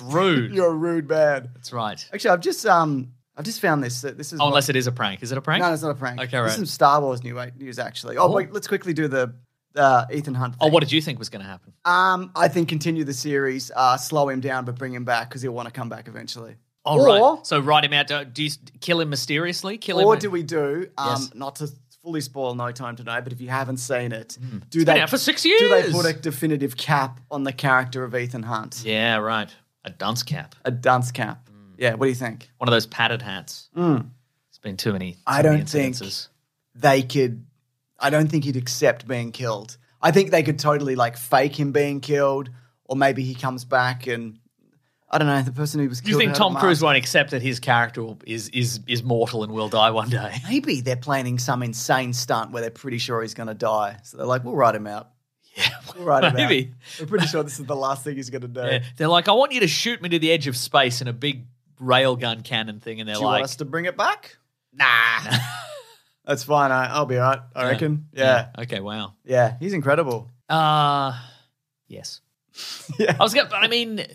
[SPEAKER 6] rude.
[SPEAKER 3] you're a rude man.
[SPEAKER 6] That's right.
[SPEAKER 3] Actually, I've just um, I've just found this. that This is
[SPEAKER 6] Oh,
[SPEAKER 3] what-
[SPEAKER 6] unless it is a prank. Is it a prank?
[SPEAKER 3] no, it's not a prank.
[SPEAKER 6] Okay,
[SPEAKER 3] this
[SPEAKER 6] right.
[SPEAKER 3] is some Star Wars new news actually. Oh, wait, let's quickly do the uh, Ethan Hunt.
[SPEAKER 6] Oh,
[SPEAKER 3] thing.
[SPEAKER 6] what did you think was going to happen?
[SPEAKER 3] Um, I think continue the series, uh, slow him down, but bring him back because he'll want to come back eventually.
[SPEAKER 6] Oh,
[SPEAKER 3] Or-
[SPEAKER 6] right. So write him out. Don't, do you s- kill him mysteriously? Kill him.
[SPEAKER 3] Or do we do um,
[SPEAKER 6] Yes.
[SPEAKER 3] not to fully spoil No Time to Know, but if you haven't seen it, do
[SPEAKER 6] Hmm. been
[SPEAKER 3] they
[SPEAKER 6] out for six
[SPEAKER 3] Do they
[SPEAKER 6] years.
[SPEAKER 3] put a definitive cap on the character of Ethan Hunt?
[SPEAKER 6] Yeah, Hmm. right. A dunce cap.
[SPEAKER 3] a dunce cap. Yeah, what do you think?
[SPEAKER 6] One of those padded hats. Mm. It's been too many. Too
[SPEAKER 3] Hmm. I
[SPEAKER 6] many
[SPEAKER 3] don't think-
[SPEAKER 6] incidences.
[SPEAKER 3] They could. I don't think he'd accept being killed. I think they could totally like fake him being killed, or maybe he comes back and I don't know. The person who was
[SPEAKER 6] Do you
[SPEAKER 3] killed.
[SPEAKER 6] think
[SPEAKER 3] had a
[SPEAKER 6] Tom Cruise
[SPEAKER 3] mask.
[SPEAKER 6] won't accept that his character will- is is is mortal and will die one day?
[SPEAKER 3] Maybe they're planning some insane stunt where they're pretty sure he's going to die, so they're like, "We'll write him out.
[SPEAKER 6] Yeah,
[SPEAKER 3] We'll write him
[SPEAKER 6] maybe.
[SPEAKER 3] out. We're pretty sure this is the last thing he's going to do.
[SPEAKER 6] Yeah. They're like, I want you to shoot me to the edge of space in a big railgun cannon thing, and they're
[SPEAKER 3] Do you want
[SPEAKER 6] like,
[SPEAKER 3] us to bring it back? Nah, that's fine. I, I'll be all right. I reckon. Yeah.
[SPEAKER 6] Okay, wow.
[SPEAKER 3] yeah, he's incredible.
[SPEAKER 6] Uh yes. I was going, but I mean,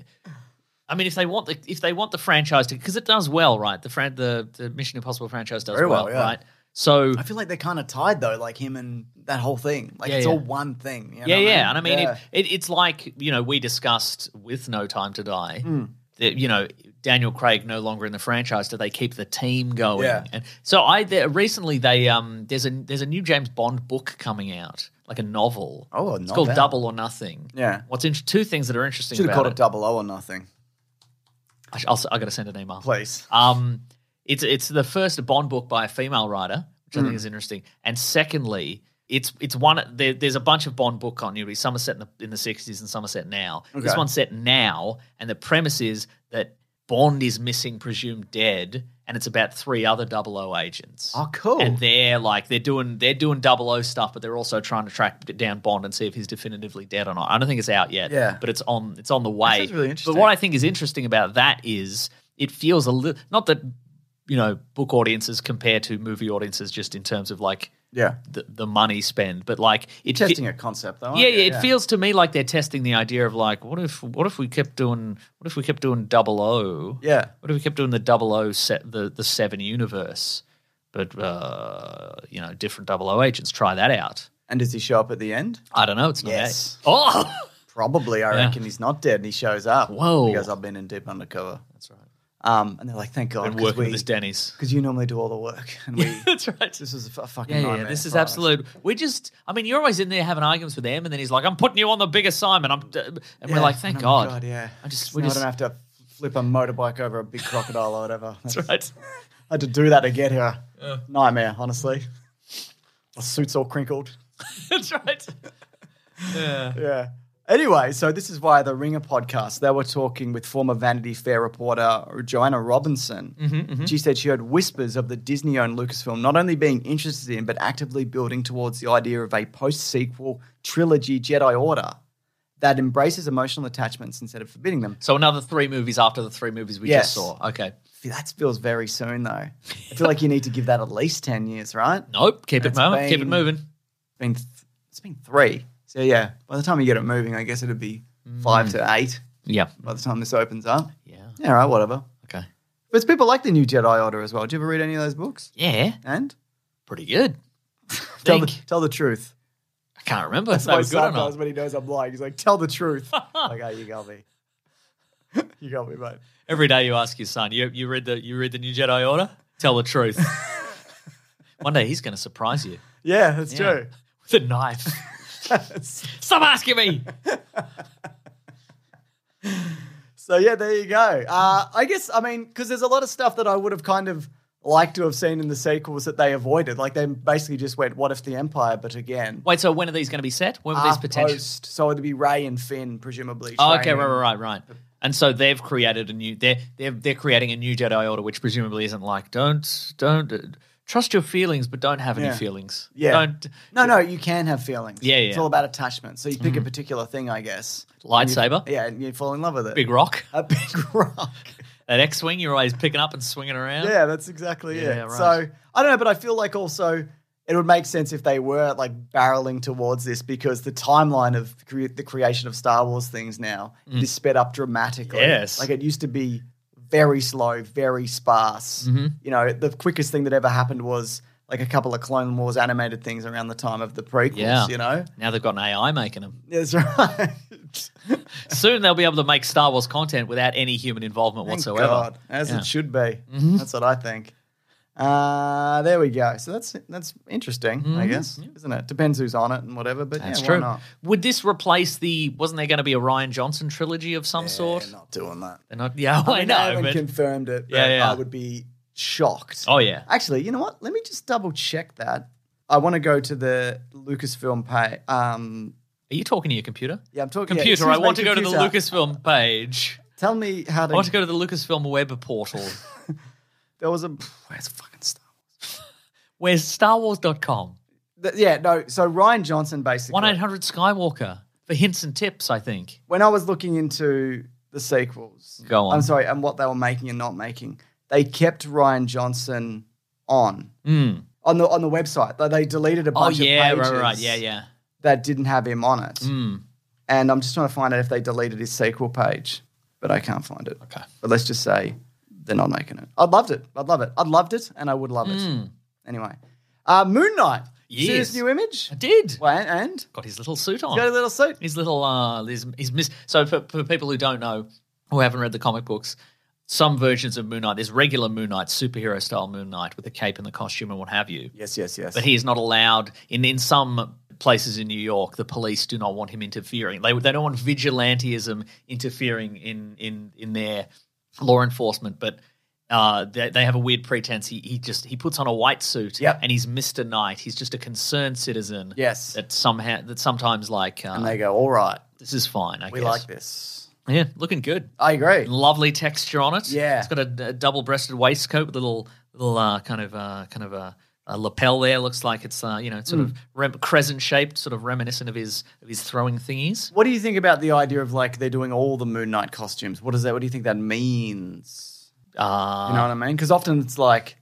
[SPEAKER 6] I mean, if they want the if they want the franchise to because it does well, right? The fran- the the Mission Impossible franchise does
[SPEAKER 3] Very well,
[SPEAKER 6] well,
[SPEAKER 3] yeah.
[SPEAKER 6] right? So
[SPEAKER 3] I feel like they're kind of tied though, like him and that whole thing. Like
[SPEAKER 6] Yeah,
[SPEAKER 3] it's
[SPEAKER 6] yeah.
[SPEAKER 3] all one thing. you know
[SPEAKER 6] yeah,
[SPEAKER 3] what
[SPEAKER 6] yeah, and I mean,
[SPEAKER 3] Yeah.
[SPEAKER 6] It, it, it's like you know we discussed with No Time to Die
[SPEAKER 3] Hmm.
[SPEAKER 6] that you know Daniel Craig no longer in the franchise. Do they keep the team going?
[SPEAKER 3] Yeah.
[SPEAKER 6] And so I there, recently they um there's a there's a new James Bond book coming out, like a novel.
[SPEAKER 3] Oh, a
[SPEAKER 6] it's called
[SPEAKER 3] novel.
[SPEAKER 6] Double or Nothing.
[SPEAKER 3] Yeah.
[SPEAKER 6] What's in, two things that are interesting?
[SPEAKER 3] Should have
[SPEAKER 6] about
[SPEAKER 3] called
[SPEAKER 6] it.
[SPEAKER 3] it double O or nothing.
[SPEAKER 6] I sh- I'll, s- I got to send an email.
[SPEAKER 3] Please.
[SPEAKER 6] Um, it's it's the first Bond book by a female writer, which
[SPEAKER 3] Hmm.
[SPEAKER 6] I think is interesting. And secondly, it's it's one there, there's a bunch of Bond book continuity. Some are set in the in the sixties and some are set now. This
[SPEAKER 3] Okay.
[SPEAKER 6] one's set now, and the premise is that Bond is missing, presumed dead, and it's about three other 00 agents.
[SPEAKER 3] Oh, cool.
[SPEAKER 6] And they're like they're doing they're doing 00 stuff, but they're also trying to track down Bond and see if he's definitively dead or not. I don't think it's out yet.
[SPEAKER 3] Yeah.
[SPEAKER 6] But it's on it's on the way.
[SPEAKER 3] sounds really
[SPEAKER 6] But
[SPEAKER 3] interesting.
[SPEAKER 6] what I think is interesting about that is it feels a little not that you know book audiences compare to movie audiences just in terms of like
[SPEAKER 3] Yeah.
[SPEAKER 6] the, the money spend, but like it fe-
[SPEAKER 3] Testing a concept though. aren't
[SPEAKER 6] yeah,
[SPEAKER 3] you?
[SPEAKER 6] yeah, it feels to me like they're testing the idea of like, what if, what if we kept doing, what if we kept doing double O?
[SPEAKER 3] Yeah.
[SPEAKER 6] What if we kept doing the double O set, the the seven universe, but uh, you know, different double O agents? Try that out.
[SPEAKER 3] And does he show up at the end?
[SPEAKER 6] I don't know. It's not.
[SPEAKER 3] Yes.
[SPEAKER 6] that- Oh,
[SPEAKER 3] Probably, I
[SPEAKER 6] Yeah.
[SPEAKER 3] reckon he's not dead, and he shows up.
[SPEAKER 6] Whoa.
[SPEAKER 3] He goes, I've been in deep undercover. That's right. Um, and they're like, thank God,
[SPEAKER 6] been
[SPEAKER 3] because
[SPEAKER 6] working with
[SPEAKER 3] we,
[SPEAKER 6] this Denny's.
[SPEAKER 3] because you normally do all the work, and we.
[SPEAKER 6] That's right.
[SPEAKER 3] this is a fu- fucking
[SPEAKER 6] Yeah, yeah,
[SPEAKER 3] nightmare
[SPEAKER 6] this is
[SPEAKER 3] for us.
[SPEAKER 6] absolute. We just, I mean, you're always in there having arguments with him, and then he's like, "I'm putting you on the big assignment." I'm, and
[SPEAKER 3] Yeah,
[SPEAKER 6] we're like, "Thank
[SPEAKER 3] oh my
[SPEAKER 6] God.
[SPEAKER 3] yeah.
[SPEAKER 6] I just,
[SPEAKER 3] So
[SPEAKER 6] we
[SPEAKER 3] now
[SPEAKER 6] just,
[SPEAKER 3] I don't have to flip a motorbike over a big crocodile or whatever. That's
[SPEAKER 6] right.
[SPEAKER 3] I had to do that to get here. Nightmare, honestly. My suit's all crinkled.
[SPEAKER 6] That's right.
[SPEAKER 3] Yeah. Anyway, so this is via the Ringer podcast. They were talking with former Vanity Fair reporter Joanna Robinson. She said she heard whispers of the Disney owned Lucasfilm not only being interested in, but actively building towards the idea of a post sequel trilogy Jedi Order that embraces emotional attachments instead of forbidding them.
[SPEAKER 6] So another three movies after the three movies we
[SPEAKER 3] Yes.
[SPEAKER 6] just saw. Okay.
[SPEAKER 3] That feels very soon, though. I feel like you need to give that at least 10 years, right?
[SPEAKER 6] Nope. Keep
[SPEAKER 3] It's
[SPEAKER 6] it moving. Keep it
[SPEAKER 3] been-
[SPEAKER 6] moving.
[SPEAKER 3] been th- it's been three. So yeah, by the time you get it moving, I guess it'd be five to eight
[SPEAKER 6] Yeah.
[SPEAKER 3] by the time this opens up.
[SPEAKER 6] Yeah.
[SPEAKER 3] Yeah, all right, whatever.
[SPEAKER 6] Okay.
[SPEAKER 3] But it's people like the New Jedi Order as well. Did you ever read any of those books?
[SPEAKER 6] Yeah.
[SPEAKER 3] And
[SPEAKER 6] Pretty good.
[SPEAKER 3] tell the,
[SPEAKER 6] Think.
[SPEAKER 3] tell the truth.
[SPEAKER 6] I can't remember if
[SPEAKER 3] That's
[SPEAKER 6] they
[SPEAKER 3] my
[SPEAKER 6] were good or
[SPEAKER 3] son
[SPEAKER 6] not.
[SPEAKER 3] does when he knows I'm lying. He's like, tell the truth. like, oh, you got me. you got me, mate.
[SPEAKER 6] Every day you ask your son, you, you read the you read the new Jedi Order? Tell the truth. One day he's going to surprise you
[SPEAKER 3] Yeah, that's
[SPEAKER 6] Yeah.
[SPEAKER 3] true.
[SPEAKER 6] with a knife. Stop asking me.
[SPEAKER 3] So yeah, there you go. Uh, I guess I mean because there's a lot of stuff that I would have kind of liked to have seen in the sequels that they avoided. Like they basically just went, "What if the Empire?" But again,
[SPEAKER 6] Wait, so when are these going to be set? When were
[SPEAKER 3] are
[SPEAKER 6] these potential?
[SPEAKER 3] post, so it'd be Ray and Finn, presumably.
[SPEAKER 6] Oh, okay,
[SPEAKER 3] training.
[SPEAKER 6] right, right, right, right. And so they've created a new. They're they're they're creating a new Jedi Order, which presumably isn't like don't don't uh, trust your feelings, but don't have any
[SPEAKER 3] Yeah.
[SPEAKER 6] feelings.
[SPEAKER 3] Yeah.
[SPEAKER 6] Don't
[SPEAKER 3] No, no, you can have feelings.
[SPEAKER 6] Yeah, Mm-hmm.
[SPEAKER 3] It's
[SPEAKER 6] yeah.
[SPEAKER 3] all about attachment. So you pick a particular thing, I guess.
[SPEAKER 6] lightsaber,
[SPEAKER 3] Yeah, and you fall in love with it.
[SPEAKER 6] big rock,
[SPEAKER 3] a big rock.
[SPEAKER 6] that X wing you're always picking up and swinging around.
[SPEAKER 3] Yeah, that's exactly it.
[SPEAKER 6] Yeah, right.
[SPEAKER 3] So I don't know, but I feel like also it would make sense if they were like barreling towards this because the timeline of cre- the creation of Star Wars things now is sped up dramatically.
[SPEAKER 6] Mm. Yes.
[SPEAKER 3] like it used to be very slow, very sparse.
[SPEAKER 6] Mm-hmm.
[SPEAKER 3] You know, the quickest thing that ever happened was like a couple of Clone Wars animated things around the time of the prequels.
[SPEAKER 6] Yeah.
[SPEAKER 3] You know,
[SPEAKER 6] Now they've got an AI making them.
[SPEAKER 3] that's right.
[SPEAKER 6] Soon they'll be able to make Star Wars content without any human involvement
[SPEAKER 3] Thank
[SPEAKER 6] whatsoever.
[SPEAKER 3] God, as
[SPEAKER 6] Yeah. Mm-hmm.
[SPEAKER 3] it should be. That's what I think. Uh, there we go. So that's that's interesting, I guess, isn't it? Depends who's on it and whatever, but
[SPEAKER 6] Mm-hmm. That's
[SPEAKER 3] yeah,
[SPEAKER 6] true.
[SPEAKER 3] why not?
[SPEAKER 6] Would this replace the? Wasn't there going to be a Ryan Johnson trilogy of some sort?
[SPEAKER 3] They're not doing that.
[SPEAKER 6] They're not. Yeah,
[SPEAKER 3] mean,
[SPEAKER 6] I,
[SPEAKER 3] they
[SPEAKER 6] know.
[SPEAKER 3] haven't
[SPEAKER 6] But,
[SPEAKER 3] confirmed it, but
[SPEAKER 6] Yeah, yeah.
[SPEAKER 3] I would be shocked.
[SPEAKER 6] oh yeah.
[SPEAKER 3] Actually, you know what? Let me just double check that. I want to go to the Lucasfilm pay. Um,
[SPEAKER 6] Are you talking to your computer?
[SPEAKER 3] yeah, I'm talking yeah,
[SPEAKER 6] Computer,
[SPEAKER 3] excuse
[SPEAKER 6] I
[SPEAKER 3] me,
[SPEAKER 6] want to go to the
[SPEAKER 3] computer.
[SPEAKER 6] Lucasfilm page.
[SPEAKER 3] Tell me how to.
[SPEAKER 6] I want to go to the Lucasfilm web portal.
[SPEAKER 3] There was a. Where's fucking Star?
[SPEAKER 6] Where's StarWars.com?
[SPEAKER 3] Th- Yeah, no. So Ryan Johnson basically.
[SPEAKER 6] 1 800 Skywalker for hints and tips, I think.
[SPEAKER 3] when I was looking into the sequels,
[SPEAKER 6] Go on.
[SPEAKER 3] I'm sorry, and what they were making and not making, they kept Ryan Johnson on
[SPEAKER 6] Mm.
[SPEAKER 3] on the on the website. Like they deleted a
[SPEAKER 6] Oh,
[SPEAKER 3] bunch
[SPEAKER 6] yeah,
[SPEAKER 3] of
[SPEAKER 6] right,
[SPEAKER 3] pages
[SPEAKER 6] right, right. Yeah, yeah.
[SPEAKER 3] that didn't have him on it.
[SPEAKER 6] Mm.
[SPEAKER 3] And I'm just trying to find out if they deleted his sequel page, but I can't find it. Okay. But let's just say they're not making it. I loved it. I'd love it. I'd loved it, and I would love it. Anyway, uh, Moon Knight.
[SPEAKER 6] Hmm. Yes.
[SPEAKER 3] Serious new image.
[SPEAKER 6] I did. Oh.
[SPEAKER 3] Well, and, and
[SPEAKER 6] Got his little suit on.
[SPEAKER 3] got a little suit.
[SPEAKER 6] His little uh, his, his mis- so for, for people who don't know, who haven't read the comic books, some versions of Moon Knight, there's regular Moon Knight, superhero style Moon Knight with the cape and the costume and what have you.
[SPEAKER 3] Yes, yes, yes.
[SPEAKER 6] But he is not allowed in in some places in New York. The police do not want him interfering. They they don't want vigilantism interfering in in in their law enforcement. But uh, they, they have a weird pretense. He he just he puts on a white suit.
[SPEAKER 3] Yep.
[SPEAKER 6] and he's Mister Knight. He's just a concerned citizen.
[SPEAKER 3] Yes.
[SPEAKER 6] that somehow that sometimes like uh,
[SPEAKER 3] and they go, all right,
[SPEAKER 6] this is fine. I
[SPEAKER 3] we
[SPEAKER 6] guess.
[SPEAKER 3] like this.
[SPEAKER 6] Yeah, looking good.
[SPEAKER 3] I agree.
[SPEAKER 6] Lovely texture on it.
[SPEAKER 3] Yeah.
[SPEAKER 6] it's got a, a double-breasted waistcoat with a little, little uh, kind of, uh, kind of a, a lapel there. Looks like it's, uh, you know, sort
[SPEAKER 3] Mm.
[SPEAKER 6] of rem- crescent-shaped, sort of reminiscent of his of his throwing thingies.
[SPEAKER 3] What do you think about the idea of like they're doing all the Moon Knight costumes? What is that? What do you think that means?
[SPEAKER 6] Uh,
[SPEAKER 3] You know what I mean? Because often it's like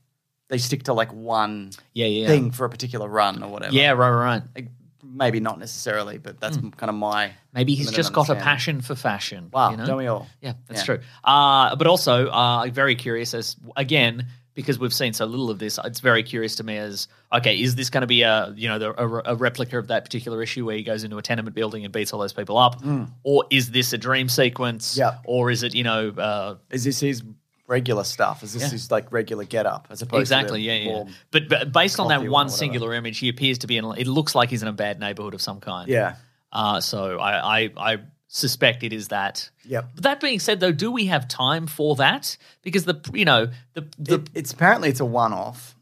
[SPEAKER 3] they stick to like one
[SPEAKER 6] yeah, yeah,
[SPEAKER 3] thing for a particular run or whatever.
[SPEAKER 6] yeah, right, right. right.
[SPEAKER 3] Like, maybe not necessarily, but that's kind of my
[SPEAKER 6] Maybe he's
[SPEAKER 3] limited
[SPEAKER 6] just got a
[SPEAKER 3] understanding.
[SPEAKER 6] passion for fashion.
[SPEAKER 3] Wow,
[SPEAKER 6] you know?
[SPEAKER 3] don't we all?
[SPEAKER 6] Yeah, that's true. Uh, but also, uh, I'm very curious as again because we've seen so little of this. It's very curious to me as okay, is this going to be a you know the, a, re- a replica of that particular issue where he goes into a tenement building and beats all those people up, or is this a dream sequence?
[SPEAKER 3] Mm. Yeah.
[SPEAKER 6] or is it you know uh,
[SPEAKER 3] Is this his regular stuff? Is this his like regular get up as opposed
[SPEAKER 6] exactly?
[SPEAKER 3] to
[SPEAKER 6] Yeah,
[SPEAKER 3] the
[SPEAKER 6] yeah.
[SPEAKER 3] warm-
[SPEAKER 6] But, but based on that
[SPEAKER 3] coffee or
[SPEAKER 6] one
[SPEAKER 3] whatever.
[SPEAKER 6] singular image, he appears to be in. It looks like he's in a bad neighborhood of some kind.
[SPEAKER 3] yeah.
[SPEAKER 6] Uh, so I, I I suspect it is that.
[SPEAKER 3] Yep.
[SPEAKER 6] But that being said, though, do we have time for that? Because the you know the the
[SPEAKER 3] It- it's apparently it's a one off,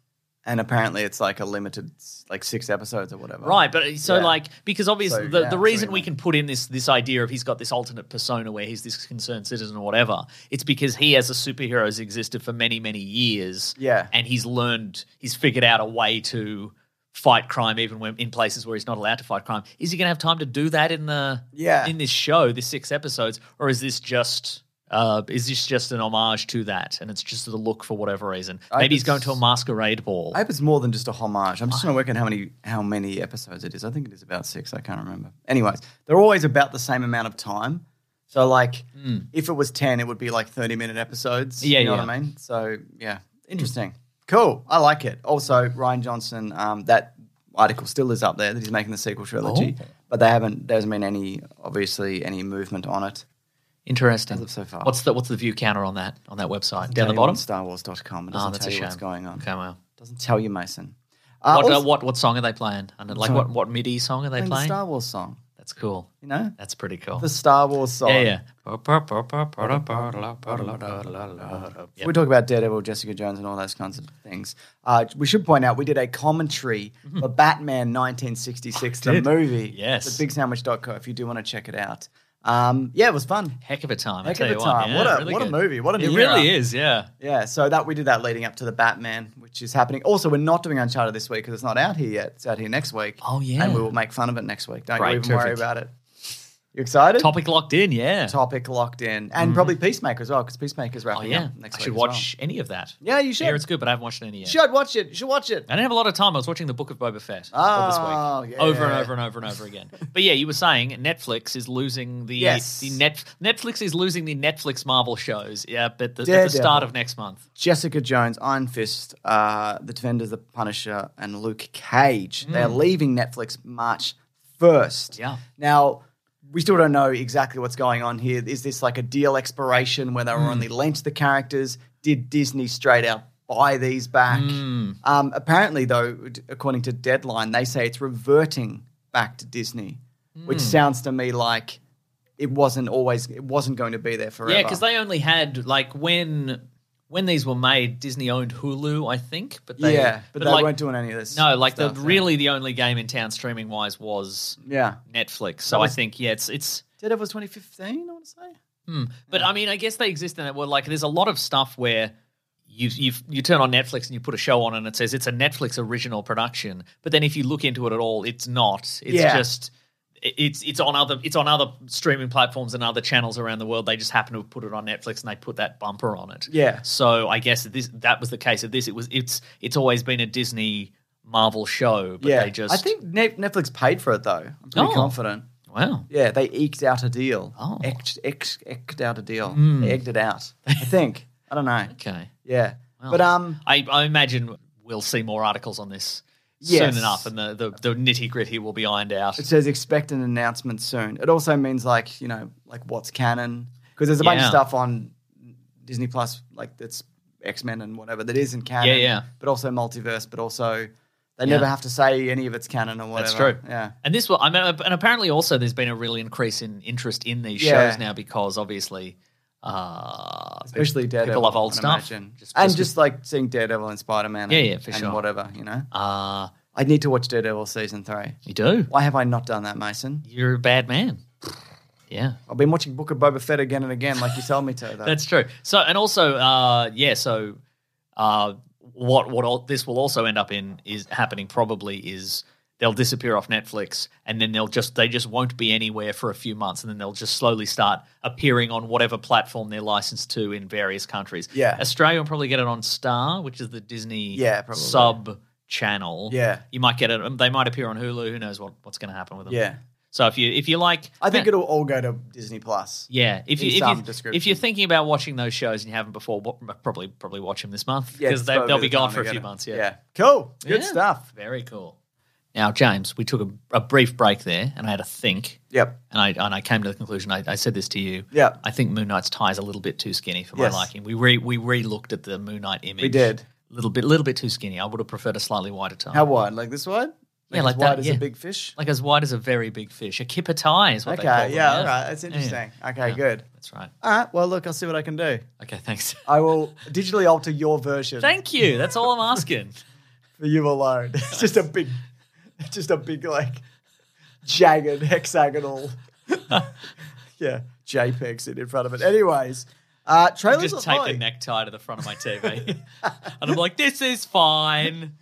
[SPEAKER 3] and apparently it's like a limited like six episodes or whatever.
[SPEAKER 6] Right, but uh, so
[SPEAKER 3] Yeah.
[SPEAKER 6] like because obviously
[SPEAKER 3] So,
[SPEAKER 6] the,
[SPEAKER 3] yeah,
[SPEAKER 6] the
[SPEAKER 3] so
[SPEAKER 6] reason
[SPEAKER 3] you
[SPEAKER 6] we
[SPEAKER 3] know.
[SPEAKER 6] can put in this this idea of he's got this alternate persona where he's this concerned citizen or whatever, it's because he as a superhero has existed for many many years,
[SPEAKER 3] Yeah.
[SPEAKER 6] and he's learned he's figured out a way to fight crime even when in places where he's not allowed to fight crime. Is he going to have time to do that in the
[SPEAKER 3] Yeah.
[SPEAKER 6] in this show, this six episodes, or is this just? Uh, is this just an homage to that, and it's just the look for whatever reason?
[SPEAKER 3] I
[SPEAKER 6] Maybe he's
[SPEAKER 3] could
[SPEAKER 6] going to a
[SPEAKER 3] s-
[SPEAKER 6] masquerade ball.
[SPEAKER 3] I hope it's more than just a homage. I'm just trying to work out how many how many episodes it is. I think it is about six. I can't remember. Anyways, they're always about the same amount of time. So like, if it was ten, it would be like thirty minute episodes.
[SPEAKER 6] Hmm. Yeah,
[SPEAKER 3] you know
[SPEAKER 6] yeah.
[SPEAKER 3] what I mean. So yeah, interesting, cool. I like it. Also, Ryan Johnson, um, that article still is up there that he's making the sequel
[SPEAKER 6] Oh.
[SPEAKER 3] trilogy, but they haven't. There hasn't been any obviously any movement on it.
[SPEAKER 6] Interesting.
[SPEAKER 3] so far.
[SPEAKER 6] What's the what's the view counter on that on that website down the
[SPEAKER 3] Only on
[SPEAKER 6] bottom?
[SPEAKER 3] StarWars.com. It
[SPEAKER 6] Oh,
[SPEAKER 3] doesn't
[SPEAKER 6] that's
[SPEAKER 3] tell you
[SPEAKER 6] a shame.
[SPEAKER 3] what's going on.
[SPEAKER 6] Okay, well,
[SPEAKER 3] Doesn't tell you, Mason. Uh,
[SPEAKER 6] what, uh,
[SPEAKER 3] also-
[SPEAKER 6] what what song are they playing? And like what what MIDI song are they
[SPEAKER 3] playing the
[SPEAKER 6] playing?
[SPEAKER 3] Star Wars song.
[SPEAKER 6] That's cool.
[SPEAKER 3] You know,
[SPEAKER 6] That's pretty cool.
[SPEAKER 3] the Star Wars song.
[SPEAKER 6] yeah, yeah.
[SPEAKER 3] We talk about Daredevil, Jessica Jones, and all those kinds of things. Uh, we should point out we did a commentary for Batman 1966, the movie.
[SPEAKER 6] Mm-hmm. Yes.
[SPEAKER 3] The bigsandwich.co if you do want to check it out. Um, yeah, it was fun.
[SPEAKER 6] Heck of a time. I
[SPEAKER 3] Heck
[SPEAKER 6] tell
[SPEAKER 3] of a
[SPEAKER 6] you
[SPEAKER 3] time. What
[SPEAKER 6] What, Yeah,
[SPEAKER 3] a-
[SPEAKER 6] really
[SPEAKER 3] what a
[SPEAKER 6] good.
[SPEAKER 3] movie. What an
[SPEAKER 6] it
[SPEAKER 3] era.
[SPEAKER 6] really is. Yeah.
[SPEAKER 3] Yeah, so that we did that leading up to the Batman, which is happening. Also, we're not doing Uncharted this week because it's not out here yet. It's out here next week.
[SPEAKER 6] Oh, yeah.
[SPEAKER 3] and we will make fun of it next week. Don't
[SPEAKER 6] Right,
[SPEAKER 3] you even worry
[SPEAKER 6] terrific.
[SPEAKER 3] about it. You excited?
[SPEAKER 6] Topic locked in. Yeah. Mm-hmm.
[SPEAKER 3] topic locked in, and probably Peacemaker as well because Peacemaker's
[SPEAKER 6] Oh
[SPEAKER 3] wrapping
[SPEAKER 6] yeah.
[SPEAKER 3] up next
[SPEAKER 6] I
[SPEAKER 3] week.
[SPEAKER 6] should
[SPEAKER 3] as
[SPEAKER 6] watch any of that.
[SPEAKER 3] well. Yeah, you should.
[SPEAKER 6] Yeah, it's good, but I haven't watched any yet.
[SPEAKER 3] You should watch it. You should watch it.
[SPEAKER 6] I didn't have a lot of time. I was watching the Book of Boba Fett all
[SPEAKER 3] Oh,
[SPEAKER 6] this week,
[SPEAKER 3] yeah.
[SPEAKER 6] over and over and over and over again. But yeah, you were saying Netflix is losing the
[SPEAKER 3] Yes.
[SPEAKER 6] the net Netflix is losing the Netflix Marvel shows. Yeah, but the, at the
[SPEAKER 3] Daredevil.
[SPEAKER 6] start of next month.
[SPEAKER 3] Jessica Jones, Iron Fist, uh, The Defenders, The Punisher, and Luke Cage. They're leaving Netflix March 1st.
[SPEAKER 6] Hmm. Yeah.
[SPEAKER 3] Now, we still don't know exactly what's going on here. Is this like a deal expiration where they
[SPEAKER 6] Hmm.
[SPEAKER 3] were only lent the characters? Did Disney straight out buy these back?
[SPEAKER 6] Hmm.
[SPEAKER 3] Um, apparently, though, d- according to Deadline, they say it's reverting back to Disney, which
[SPEAKER 6] Hmm.
[SPEAKER 3] sounds to me like it wasn't always, it wasn't going to be there forever.
[SPEAKER 6] Yeah, because they only had like when when these were made, Disney owned Hulu, I think. But they,
[SPEAKER 3] yeah, but, they
[SPEAKER 6] like,
[SPEAKER 3] weren't doing any of this.
[SPEAKER 6] No, like the
[SPEAKER 3] stuff, yeah.
[SPEAKER 6] really the only game in town streaming wise was
[SPEAKER 3] Yeah.
[SPEAKER 6] Netflix. So I think yeah, it's it's
[SPEAKER 3] Daredevil was 2015, I want to say.
[SPEAKER 6] But I mean, I guess they exist in that world. Like, there's a lot of stuff where you you you turn on Netflix and you put a show on, and it says it's a Netflix original production. But then if you look into it at all, it's not. It's
[SPEAKER 3] Yeah.
[SPEAKER 6] just it- it's it's on other it's on other streaming platforms and other channels around the world. They just happen to have put it on Netflix and they put that bumper on it.
[SPEAKER 3] Yeah.
[SPEAKER 6] So I guess this that was the case of this. It was it's it's always been a Disney Marvel show, but
[SPEAKER 3] yeah.
[SPEAKER 6] they just
[SPEAKER 3] I think Net- Netflix paid for it, though. I'm pretty
[SPEAKER 6] Oh.
[SPEAKER 3] confident.
[SPEAKER 6] Wow.
[SPEAKER 3] Yeah, they eked out a deal.
[SPEAKER 6] Oh. Hmm.
[SPEAKER 3] Eked, eked, eked out a deal. They egged it out. I think. I don't know.
[SPEAKER 6] Okay.
[SPEAKER 3] Yeah. But um,
[SPEAKER 6] I, I imagine we'll see more articles on this
[SPEAKER 3] Yes.
[SPEAKER 6] soon enough, and the, the, the nitty gritty will be ironed out.
[SPEAKER 3] it says expect an announcement soon. It also means like you know like what's canon because there's a bunch of
[SPEAKER 6] Yeah.
[SPEAKER 3] stuff on Disney Plus like that's X Men and whatever that isn't canon.
[SPEAKER 6] Yeah, yeah.
[SPEAKER 3] But also multiverse. But also they never have to say any of it's canon or whatever.
[SPEAKER 6] That's true.
[SPEAKER 3] Yeah.
[SPEAKER 6] And this will, I mean, and apparently also there's been a real increase in interest in these
[SPEAKER 3] Yeah.
[SPEAKER 6] shows now because obviously, uh,
[SPEAKER 3] Especially Daredevil.
[SPEAKER 6] people love old
[SPEAKER 3] I'd
[SPEAKER 6] stuff.
[SPEAKER 3] imagine.
[SPEAKER 6] Just-
[SPEAKER 3] and
[SPEAKER 6] just-
[SPEAKER 3] just like seeing Daredevil and Spider Man.
[SPEAKER 6] Yeah, yeah, for
[SPEAKER 3] and
[SPEAKER 6] sure.
[SPEAKER 3] Whatever you know.
[SPEAKER 6] uh,
[SPEAKER 3] I need to watch Daredevil season three.
[SPEAKER 6] you do.
[SPEAKER 3] Why have I not done that, Mason?
[SPEAKER 6] You're a bad man. Yeah.
[SPEAKER 3] I've been watching Book of Boba Fett again and again, like you told me to. Though.
[SPEAKER 6] That's true. So, and also, uh, yeah. So, uh, what what all, this will also end up in is happening probably is they'll disappear off Netflix, and then they'll just they just won't be anywhere for a few months, and then they'll just slowly start appearing on whatever platform they're licensed to in various countries.
[SPEAKER 3] Yeah.
[SPEAKER 6] Australia will probably get it on Star, which is the Disney
[SPEAKER 3] Yeah, probably.
[SPEAKER 6] sub channel.
[SPEAKER 3] Yeah.
[SPEAKER 6] you might get it. um, They might appear on Hulu. Who knows what, what's going to happen with them?
[SPEAKER 3] yeah.
[SPEAKER 6] So if you if you like,
[SPEAKER 3] I think it'll all go to Disney Plus.
[SPEAKER 6] yeah, if
[SPEAKER 3] in
[SPEAKER 6] you
[SPEAKER 3] some
[SPEAKER 6] if, you
[SPEAKER 3] description.
[SPEAKER 6] if you're thinking about watching those shows and you haven't before, what, probably probably watch them this month
[SPEAKER 3] Yeah,
[SPEAKER 6] because
[SPEAKER 3] it's
[SPEAKER 6] they,
[SPEAKER 3] probably
[SPEAKER 6] they'll
[SPEAKER 3] the
[SPEAKER 6] be gone
[SPEAKER 3] time
[SPEAKER 6] for a
[SPEAKER 3] to
[SPEAKER 6] few
[SPEAKER 3] get it.
[SPEAKER 6] months. Yeah.
[SPEAKER 3] Yeah. Cool. Good
[SPEAKER 6] Yeah.
[SPEAKER 3] stuff.
[SPEAKER 6] very cool. Now, James, we took a, a brief break there, and I had to think,
[SPEAKER 3] Yep.
[SPEAKER 6] and I and I came to the conclusion. I, I said this to you.
[SPEAKER 3] Yeah.
[SPEAKER 6] I think Moon Knight's tie is a little bit too skinny for my
[SPEAKER 3] Yes.
[SPEAKER 6] liking. We re we re looked at the Moon Knight image.
[SPEAKER 3] did.
[SPEAKER 6] A little bit, little bit too skinny. I would have preferred a slightly wider tie.
[SPEAKER 3] How wide? Like this wide?
[SPEAKER 6] Yeah,
[SPEAKER 3] as
[SPEAKER 6] like
[SPEAKER 3] wide
[SPEAKER 6] that,
[SPEAKER 3] as
[SPEAKER 6] yeah.
[SPEAKER 3] a big fish.
[SPEAKER 6] like as wide as a very big fish. A kipper tie is what
[SPEAKER 3] okay.
[SPEAKER 6] they call
[SPEAKER 3] Yeah,
[SPEAKER 6] them.
[SPEAKER 3] All right. That's interesting. Okay. Good.
[SPEAKER 6] That's right.
[SPEAKER 3] All right. Well, look, I'll see what I can do.
[SPEAKER 6] Okay, thanks.
[SPEAKER 3] I will digitally alter your version
[SPEAKER 6] Thank you. That's all I'm asking.
[SPEAKER 3] for you alone. It's just a big, just a big like jagged hexagonal. yeah, JPEG sitting in front of it. Anyways, uh,
[SPEAKER 6] I
[SPEAKER 3] trailers
[SPEAKER 6] just
[SPEAKER 3] are
[SPEAKER 6] tape the
[SPEAKER 3] high.
[SPEAKER 6] necktie to the front of my TV. and I'm like, this is fine.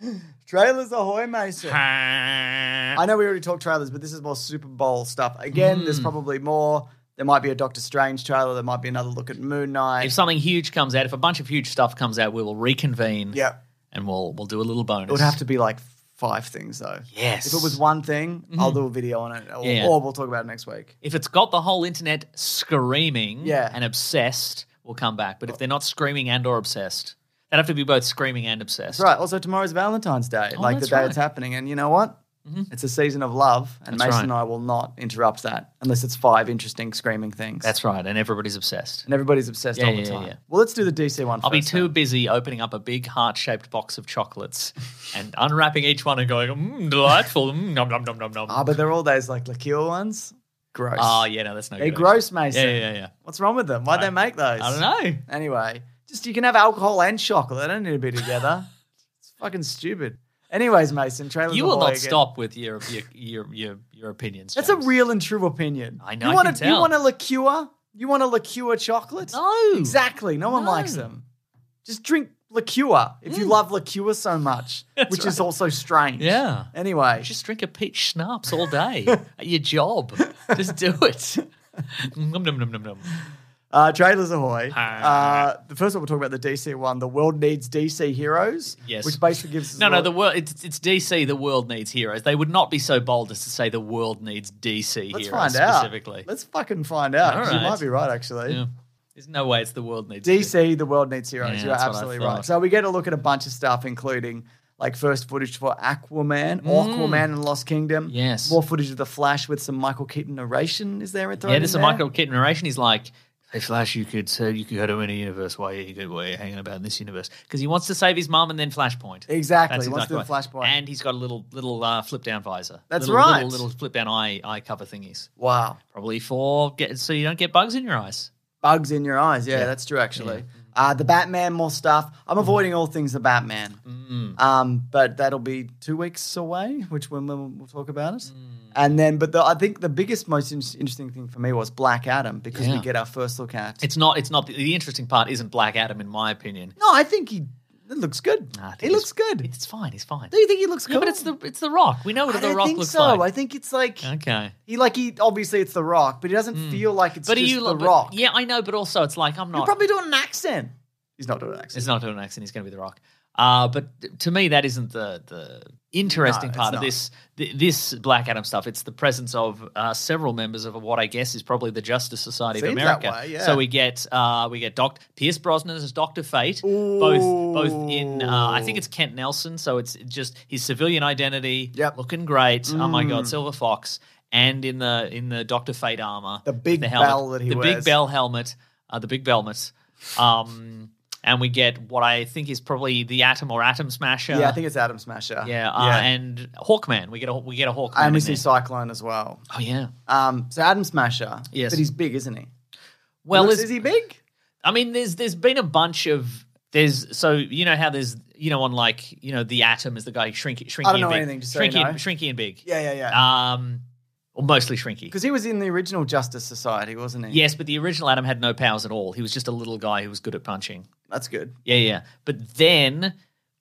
[SPEAKER 3] Trailers ahoy, Mason. I know we already talked trailers, but this is more Super Bowl stuff. Again,
[SPEAKER 6] Hmm.
[SPEAKER 3] there's probably more. There might be a Doctor Strange trailer. There might be another look at Moon Knight.
[SPEAKER 6] If something huge comes out, if a bunch of huge stuff comes out, we will reconvene.
[SPEAKER 3] yeah,
[SPEAKER 6] And we'll we'll do a little bonus.
[SPEAKER 3] it would have to be like five things though.
[SPEAKER 6] Yes. Hmm.
[SPEAKER 3] If it was one thing, I'll do a video on it, or,
[SPEAKER 6] Yeah.
[SPEAKER 3] or we'll talk about it next week.
[SPEAKER 6] If it's got the whole internet screaming
[SPEAKER 3] Yeah.
[SPEAKER 6] and obsessed, we'll come back. But if they're not screaming and or obsessed, they'd have to be both screaming and obsessed.
[SPEAKER 3] That's right. Also, tomorrow's Valentine's Day,
[SPEAKER 6] Oh,
[SPEAKER 3] like the
[SPEAKER 6] that's
[SPEAKER 3] day
[SPEAKER 6] right. Mm-hmm.
[SPEAKER 3] it's happening. And you know what? It's a season of love, and
[SPEAKER 6] That's
[SPEAKER 3] Mason
[SPEAKER 6] right.
[SPEAKER 3] and I will not interrupt that unless it's five interesting screaming things.
[SPEAKER 6] That's right. And everybody's obsessed.
[SPEAKER 3] and everybody's obsessed
[SPEAKER 6] Yeah,
[SPEAKER 3] all the
[SPEAKER 6] yeah,
[SPEAKER 3] time.
[SPEAKER 6] yeah.
[SPEAKER 3] Well, let's do the DC one.
[SPEAKER 6] I'll be
[SPEAKER 3] first,
[SPEAKER 6] too
[SPEAKER 3] then.
[SPEAKER 6] busy opening up a big heart shaped box of chocolates and unwrapping each one and going, mm, delightful. Mm, nom, nom, nom, nom, nom.
[SPEAKER 3] Ah, but they're all those like liqueur ones. Gross.
[SPEAKER 6] Oh, yeah, no, that's no
[SPEAKER 3] They're
[SPEAKER 6] good.
[SPEAKER 3] gross, Mason.
[SPEAKER 6] Yeah, yeah, yeah.
[SPEAKER 3] What's wrong with them? Why'd they make those?
[SPEAKER 6] I don't know.
[SPEAKER 3] Anyway, just you can have alcohol and chocolate. They don't need to be together. it's fucking stupid. Anyways, Mason, trailers.
[SPEAKER 6] You
[SPEAKER 3] are
[SPEAKER 6] will
[SPEAKER 3] boy
[SPEAKER 6] not
[SPEAKER 3] again.
[SPEAKER 6] stop with your your your your, your opinions.
[SPEAKER 3] That's
[SPEAKER 6] James.
[SPEAKER 3] a real and true opinion.
[SPEAKER 6] I know,
[SPEAKER 3] You
[SPEAKER 6] I
[SPEAKER 3] want
[SPEAKER 6] can
[SPEAKER 3] You
[SPEAKER 6] tell.
[SPEAKER 3] want a liqueur? You want a liqueur chocolate?
[SPEAKER 6] no.
[SPEAKER 3] Exactly. No one
[SPEAKER 6] No.
[SPEAKER 3] likes them. Just drink liqueur if you love liqueur so much, which is also strange.
[SPEAKER 6] Yeah.
[SPEAKER 3] Anyway,
[SPEAKER 6] Just drink a peach schnapps all day at your job. Just do it. Nom, nom, nom, nom, nom.
[SPEAKER 3] uh, trailers ahoy.
[SPEAKER 6] Ah.
[SPEAKER 3] Uh, the first one we'll talk about the DC one. The world needs DC heroes.
[SPEAKER 6] Yes.
[SPEAKER 3] Which basically gives us
[SPEAKER 6] No,
[SPEAKER 3] a
[SPEAKER 6] no,
[SPEAKER 3] lot-
[SPEAKER 6] the world. It's, it's DC. The world needs heroes. They would not be so bold as to say the world needs DC
[SPEAKER 3] Let's
[SPEAKER 6] heroes
[SPEAKER 3] find out.
[SPEAKER 6] specifically.
[SPEAKER 3] Let's fucking find out. 'cause You
[SPEAKER 6] Alright.
[SPEAKER 3] might be right, actually.
[SPEAKER 6] Yeah. There's no way it's the world needs
[SPEAKER 3] DC, the world needs heroes.
[SPEAKER 6] Yeah,
[SPEAKER 3] You're
[SPEAKER 6] that's what I
[SPEAKER 3] absolutely
[SPEAKER 6] thought.
[SPEAKER 3] right. So we get a look at a bunch of stuff, including like first footage for Aquaman, Aquaman and Lost Kingdom.
[SPEAKER 6] Mm. Yes.
[SPEAKER 3] More footage of The Flash with some Michael Keaton narration. Is there?
[SPEAKER 6] Yeah, there's a Michael Keaton narration. He's like, "Hey Flash, you could say you could go to any universe. Why are you, go- why are you hanging about in this universe?" Because he wants to save his mum and then Flashpoint.
[SPEAKER 3] Exactly,
[SPEAKER 6] That's
[SPEAKER 3] he wants to do
[SPEAKER 6] right.
[SPEAKER 3] Flashpoint.
[SPEAKER 6] And he's got a little little uh, flip down visor.
[SPEAKER 3] That's
[SPEAKER 6] Little-
[SPEAKER 3] right.
[SPEAKER 6] Little, little flip down eye eye cover thingies.
[SPEAKER 3] Wow.
[SPEAKER 6] Probably for get so you don't get bugs in your eyes.
[SPEAKER 3] Bugs in your eyes. Yeah, that's true, actually. Uh, the Batman, more stuff.
[SPEAKER 6] Mm.
[SPEAKER 3] I'm avoiding all things the Batman. Um, but that'll be two weeks away, which when we'll, we'll talk about it.
[SPEAKER 6] Mm.
[SPEAKER 3] And then, but the, I think the biggest, most in- interesting thing for me was Black Adam because we
[SPEAKER 6] Yeah.
[SPEAKER 3] get our first look at.
[SPEAKER 6] It's not. It's not. The, the interesting part isn't Black Adam, in my opinion.
[SPEAKER 3] No, I think he it looks good.
[SPEAKER 6] I think
[SPEAKER 3] he
[SPEAKER 6] it's-
[SPEAKER 3] looks good.
[SPEAKER 6] It's fine. He's fine.
[SPEAKER 3] Do you think he looks
[SPEAKER 6] No,
[SPEAKER 3] good?
[SPEAKER 6] but it's the it's the Rock. We know what
[SPEAKER 3] I
[SPEAKER 6] the
[SPEAKER 3] don't
[SPEAKER 6] Rock
[SPEAKER 3] think
[SPEAKER 6] looks
[SPEAKER 3] so. I
[SPEAKER 6] like.
[SPEAKER 3] think it's like
[SPEAKER 6] okay.
[SPEAKER 3] he like he obviously it's the Rock, but he doesn't feel like it's
[SPEAKER 6] Mm. But
[SPEAKER 3] just
[SPEAKER 6] are you
[SPEAKER 3] the
[SPEAKER 6] but-
[SPEAKER 3] Rock.
[SPEAKER 6] Yeah, I know. But also, it's like I'm
[SPEAKER 3] You're
[SPEAKER 6] not.
[SPEAKER 3] probably doing an accent. He's not doing an accent.
[SPEAKER 6] It's not doing an accent. He's going to be the Rock. Uh, but th- to me, that isn't the the interesting
[SPEAKER 3] No,
[SPEAKER 6] part
[SPEAKER 3] it's
[SPEAKER 6] of
[SPEAKER 3] not.
[SPEAKER 6] this th- this Black Adam stuff. It's the presence of uh, several members of what I guess is probably the Justice Society of
[SPEAKER 3] Seems that
[SPEAKER 6] America.
[SPEAKER 3] way, yeah.
[SPEAKER 6] So we get uh, we get Doc Pierce Brosnan as Doctor Fate, both both in uh, I think it's Kent Nelson. So it's just his civilian identity,
[SPEAKER 3] Yep. Mm.
[SPEAKER 6] looking great. Oh my God, Silver Fox, and in the in the Doctor Fate armor,
[SPEAKER 3] The big
[SPEAKER 6] helmet,
[SPEAKER 3] bell that he
[SPEAKER 6] the
[SPEAKER 3] wears.
[SPEAKER 6] big bell helmet, uh, the big belmet. Um, and we get what I think is probably the Atom or Atom Smasher.
[SPEAKER 3] Yeah, I think it's Adam Smasher.
[SPEAKER 6] yeah, uh, and Hawkman. We get a we get a Hawkman.
[SPEAKER 3] and we
[SPEAKER 6] in
[SPEAKER 3] see
[SPEAKER 6] there.
[SPEAKER 3] Cyclone as well.
[SPEAKER 6] oh yeah.
[SPEAKER 3] Um, so Adam Smasher.
[SPEAKER 6] Yes.
[SPEAKER 3] but he's big, isn't he?
[SPEAKER 6] Well,
[SPEAKER 3] Looks-
[SPEAKER 6] is,
[SPEAKER 3] is he big?
[SPEAKER 6] I mean, there's there's been a bunch of there's so you know how there's you know on like you know the Atom is the guy shrinky shrinky.
[SPEAKER 3] I don't know
[SPEAKER 6] and big,
[SPEAKER 3] anything, just so you
[SPEAKER 6] shrinky,
[SPEAKER 3] know.
[SPEAKER 6] and, shrinky and big.
[SPEAKER 3] Yeah, yeah, yeah.
[SPEAKER 6] Um, or mostly shrinky.
[SPEAKER 3] Because he was in the original Justice Society, wasn't he?
[SPEAKER 6] Yes, but the original Adam had no powers at all. He was just a little guy who was good at punching.
[SPEAKER 3] that's good.
[SPEAKER 6] Yeah, yeah. But then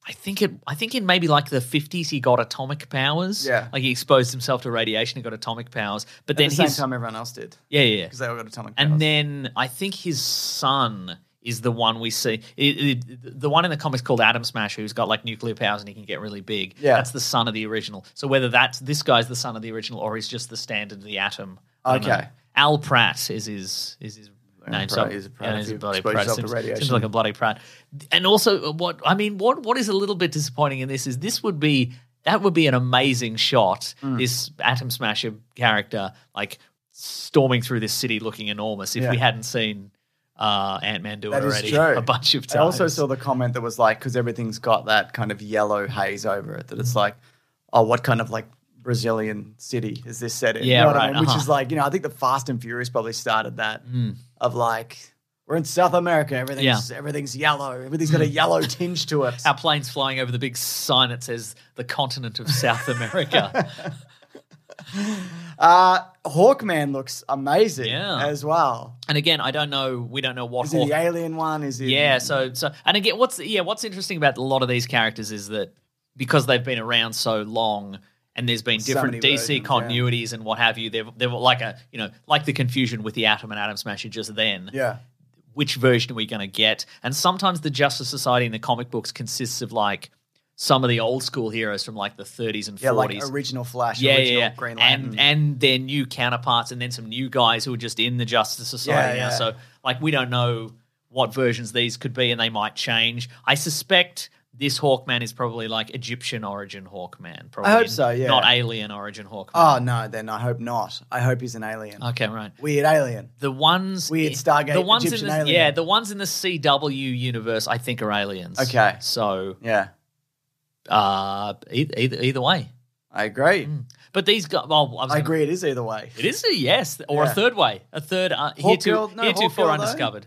[SPEAKER 6] I think it I think in maybe like the fifties he got atomic powers.
[SPEAKER 3] Yeah.
[SPEAKER 6] Like he exposed himself to radiation and got atomic powers. But then
[SPEAKER 3] At the same
[SPEAKER 6] his
[SPEAKER 3] time, everyone else did
[SPEAKER 6] Yeah, yeah.
[SPEAKER 3] because they all got atomic powers.
[SPEAKER 6] And then I think his son is the one we see. It, it- the one in the comics called Atom Smash, who's got like nuclear powers and he can get really big.
[SPEAKER 3] Yeah.
[SPEAKER 6] That's the son of the original. So whether that's this guy's the son of the original or he's just the standard of the atom. I don't
[SPEAKER 3] Okay.
[SPEAKER 6] know. Al Pratt is his is his name.
[SPEAKER 3] Pratt
[SPEAKER 6] so,
[SPEAKER 3] is a Pratt
[SPEAKER 6] yeah,
[SPEAKER 3] if
[SPEAKER 6] he's
[SPEAKER 3] you
[SPEAKER 6] a bloody
[SPEAKER 3] expose
[SPEAKER 6] Pratt.
[SPEAKER 3] yourself to
[SPEAKER 6] Seems,
[SPEAKER 3] radiation.
[SPEAKER 6] seems like a bloody Pratt. And also, uh, what I mean, what what is a little bit disappointing in this is this would be that would be an amazing shot.
[SPEAKER 3] Mm.
[SPEAKER 6] This Atom Smasher character, like storming through this city, looking enormous. If
[SPEAKER 3] Yeah.
[SPEAKER 6] we hadn't seen uh, Ant Man do it
[SPEAKER 3] That is
[SPEAKER 6] already
[SPEAKER 3] true.
[SPEAKER 6] a bunch of times,
[SPEAKER 3] I also saw the comment that was like, because everything's got that kind of yellow haze over it, that it's like, oh, what kind of like Brazilian city is this set in?
[SPEAKER 6] Yeah,
[SPEAKER 3] you know what I
[SPEAKER 6] right,
[SPEAKER 3] mean? Which is
[SPEAKER 6] uh-huh. Hmm.
[SPEAKER 3] like, you know, I think the Fast and Furious probably started that of like, we're in South America, everything's everything's yellow, everything's
[SPEAKER 6] Hmm.
[SPEAKER 3] got a yellow tinge to it.
[SPEAKER 6] our planes flying over the big sign that says the continent of South America.
[SPEAKER 3] Uh, Hawkman looks amazing
[SPEAKER 6] Yeah.
[SPEAKER 3] as well.
[SPEAKER 6] and again, I don't know. We don't know what
[SPEAKER 3] Is he
[SPEAKER 6] Hawk-
[SPEAKER 3] the alien one? Is he?
[SPEAKER 6] Yeah, so so and again what's yeah, what's interesting about a lot of these characters is that because they've been around so long and there's been
[SPEAKER 3] So
[SPEAKER 6] different
[SPEAKER 3] many
[SPEAKER 6] DC
[SPEAKER 3] versions,
[SPEAKER 6] continuities and what have you, they've they're like a you know, like the confusion with the Atom and Atom Smasher just then.
[SPEAKER 3] Yeah.
[SPEAKER 6] Which version are we gonna get? And sometimes the Justice Society in the comic books consists of like some of the old school heroes from like the thirties and
[SPEAKER 3] Yeah,
[SPEAKER 6] forties.
[SPEAKER 3] like original Flash,
[SPEAKER 6] yeah,
[SPEAKER 3] original
[SPEAKER 6] yeah,
[SPEAKER 3] Green Lantern.
[SPEAKER 6] and and their new counterparts, and then some new guys who are just in the Justice Society
[SPEAKER 3] Yeah,
[SPEAKER 6] now.
[SPEAKER 3] yeah.
[SPEAKER 6] So, like, we don't know what versions these could be, and they might change. I suspect this Hawkman is probably like Egyptian origin Hawkman. Probably
[SPEAKER 3] hope so, yeah.
[SPEAKER 6] not alien origin Hawkman.
[SPEAKER 3] oh, no, then I hope not. I hope he's an alien.
[SPEAKER 6] okay, right.
[SPEAKER 3] Weird alien.
[SPEAKER 6] The ones
[SPEAKER 3] Weird Stargate
[SPEAKER 6] the ones
[SPEAKER 3] Egyptian
[SPEAKER 6] in the,
[SPEAKER 3] alien.
[SPEAKER 6] yeah, the ones in the CW universe, I think, are aliens.
[SPEAKER 3] Okay.
[SPEAKER 6] so
[SPEAKER 3] Yeah,
[SPEAKER 6] uh, either, either either way, Hmm.
[SPEAKER 3] I agree.
[SPEAKER 6] but these guys. Well, I, was
[SPEAKER 3] Mm. I
[SPEAKER 6] gonna-
[SPEAKER 3] agree. It is either way.
[SPEAKER 6] It is a yes, or
[SPEAKER 3] Yeah.
[SPEAKER 6] a third way, a third uh,
[SPEAKER 3] Hawk
[SPEAKER 6] hereto,
[SPEAKER 3] Girl- no, Hawk
[SPEAKER 6] heretofore
[SPEAKER 3] Girl, though.
[SPEAKER 6] undiscovered.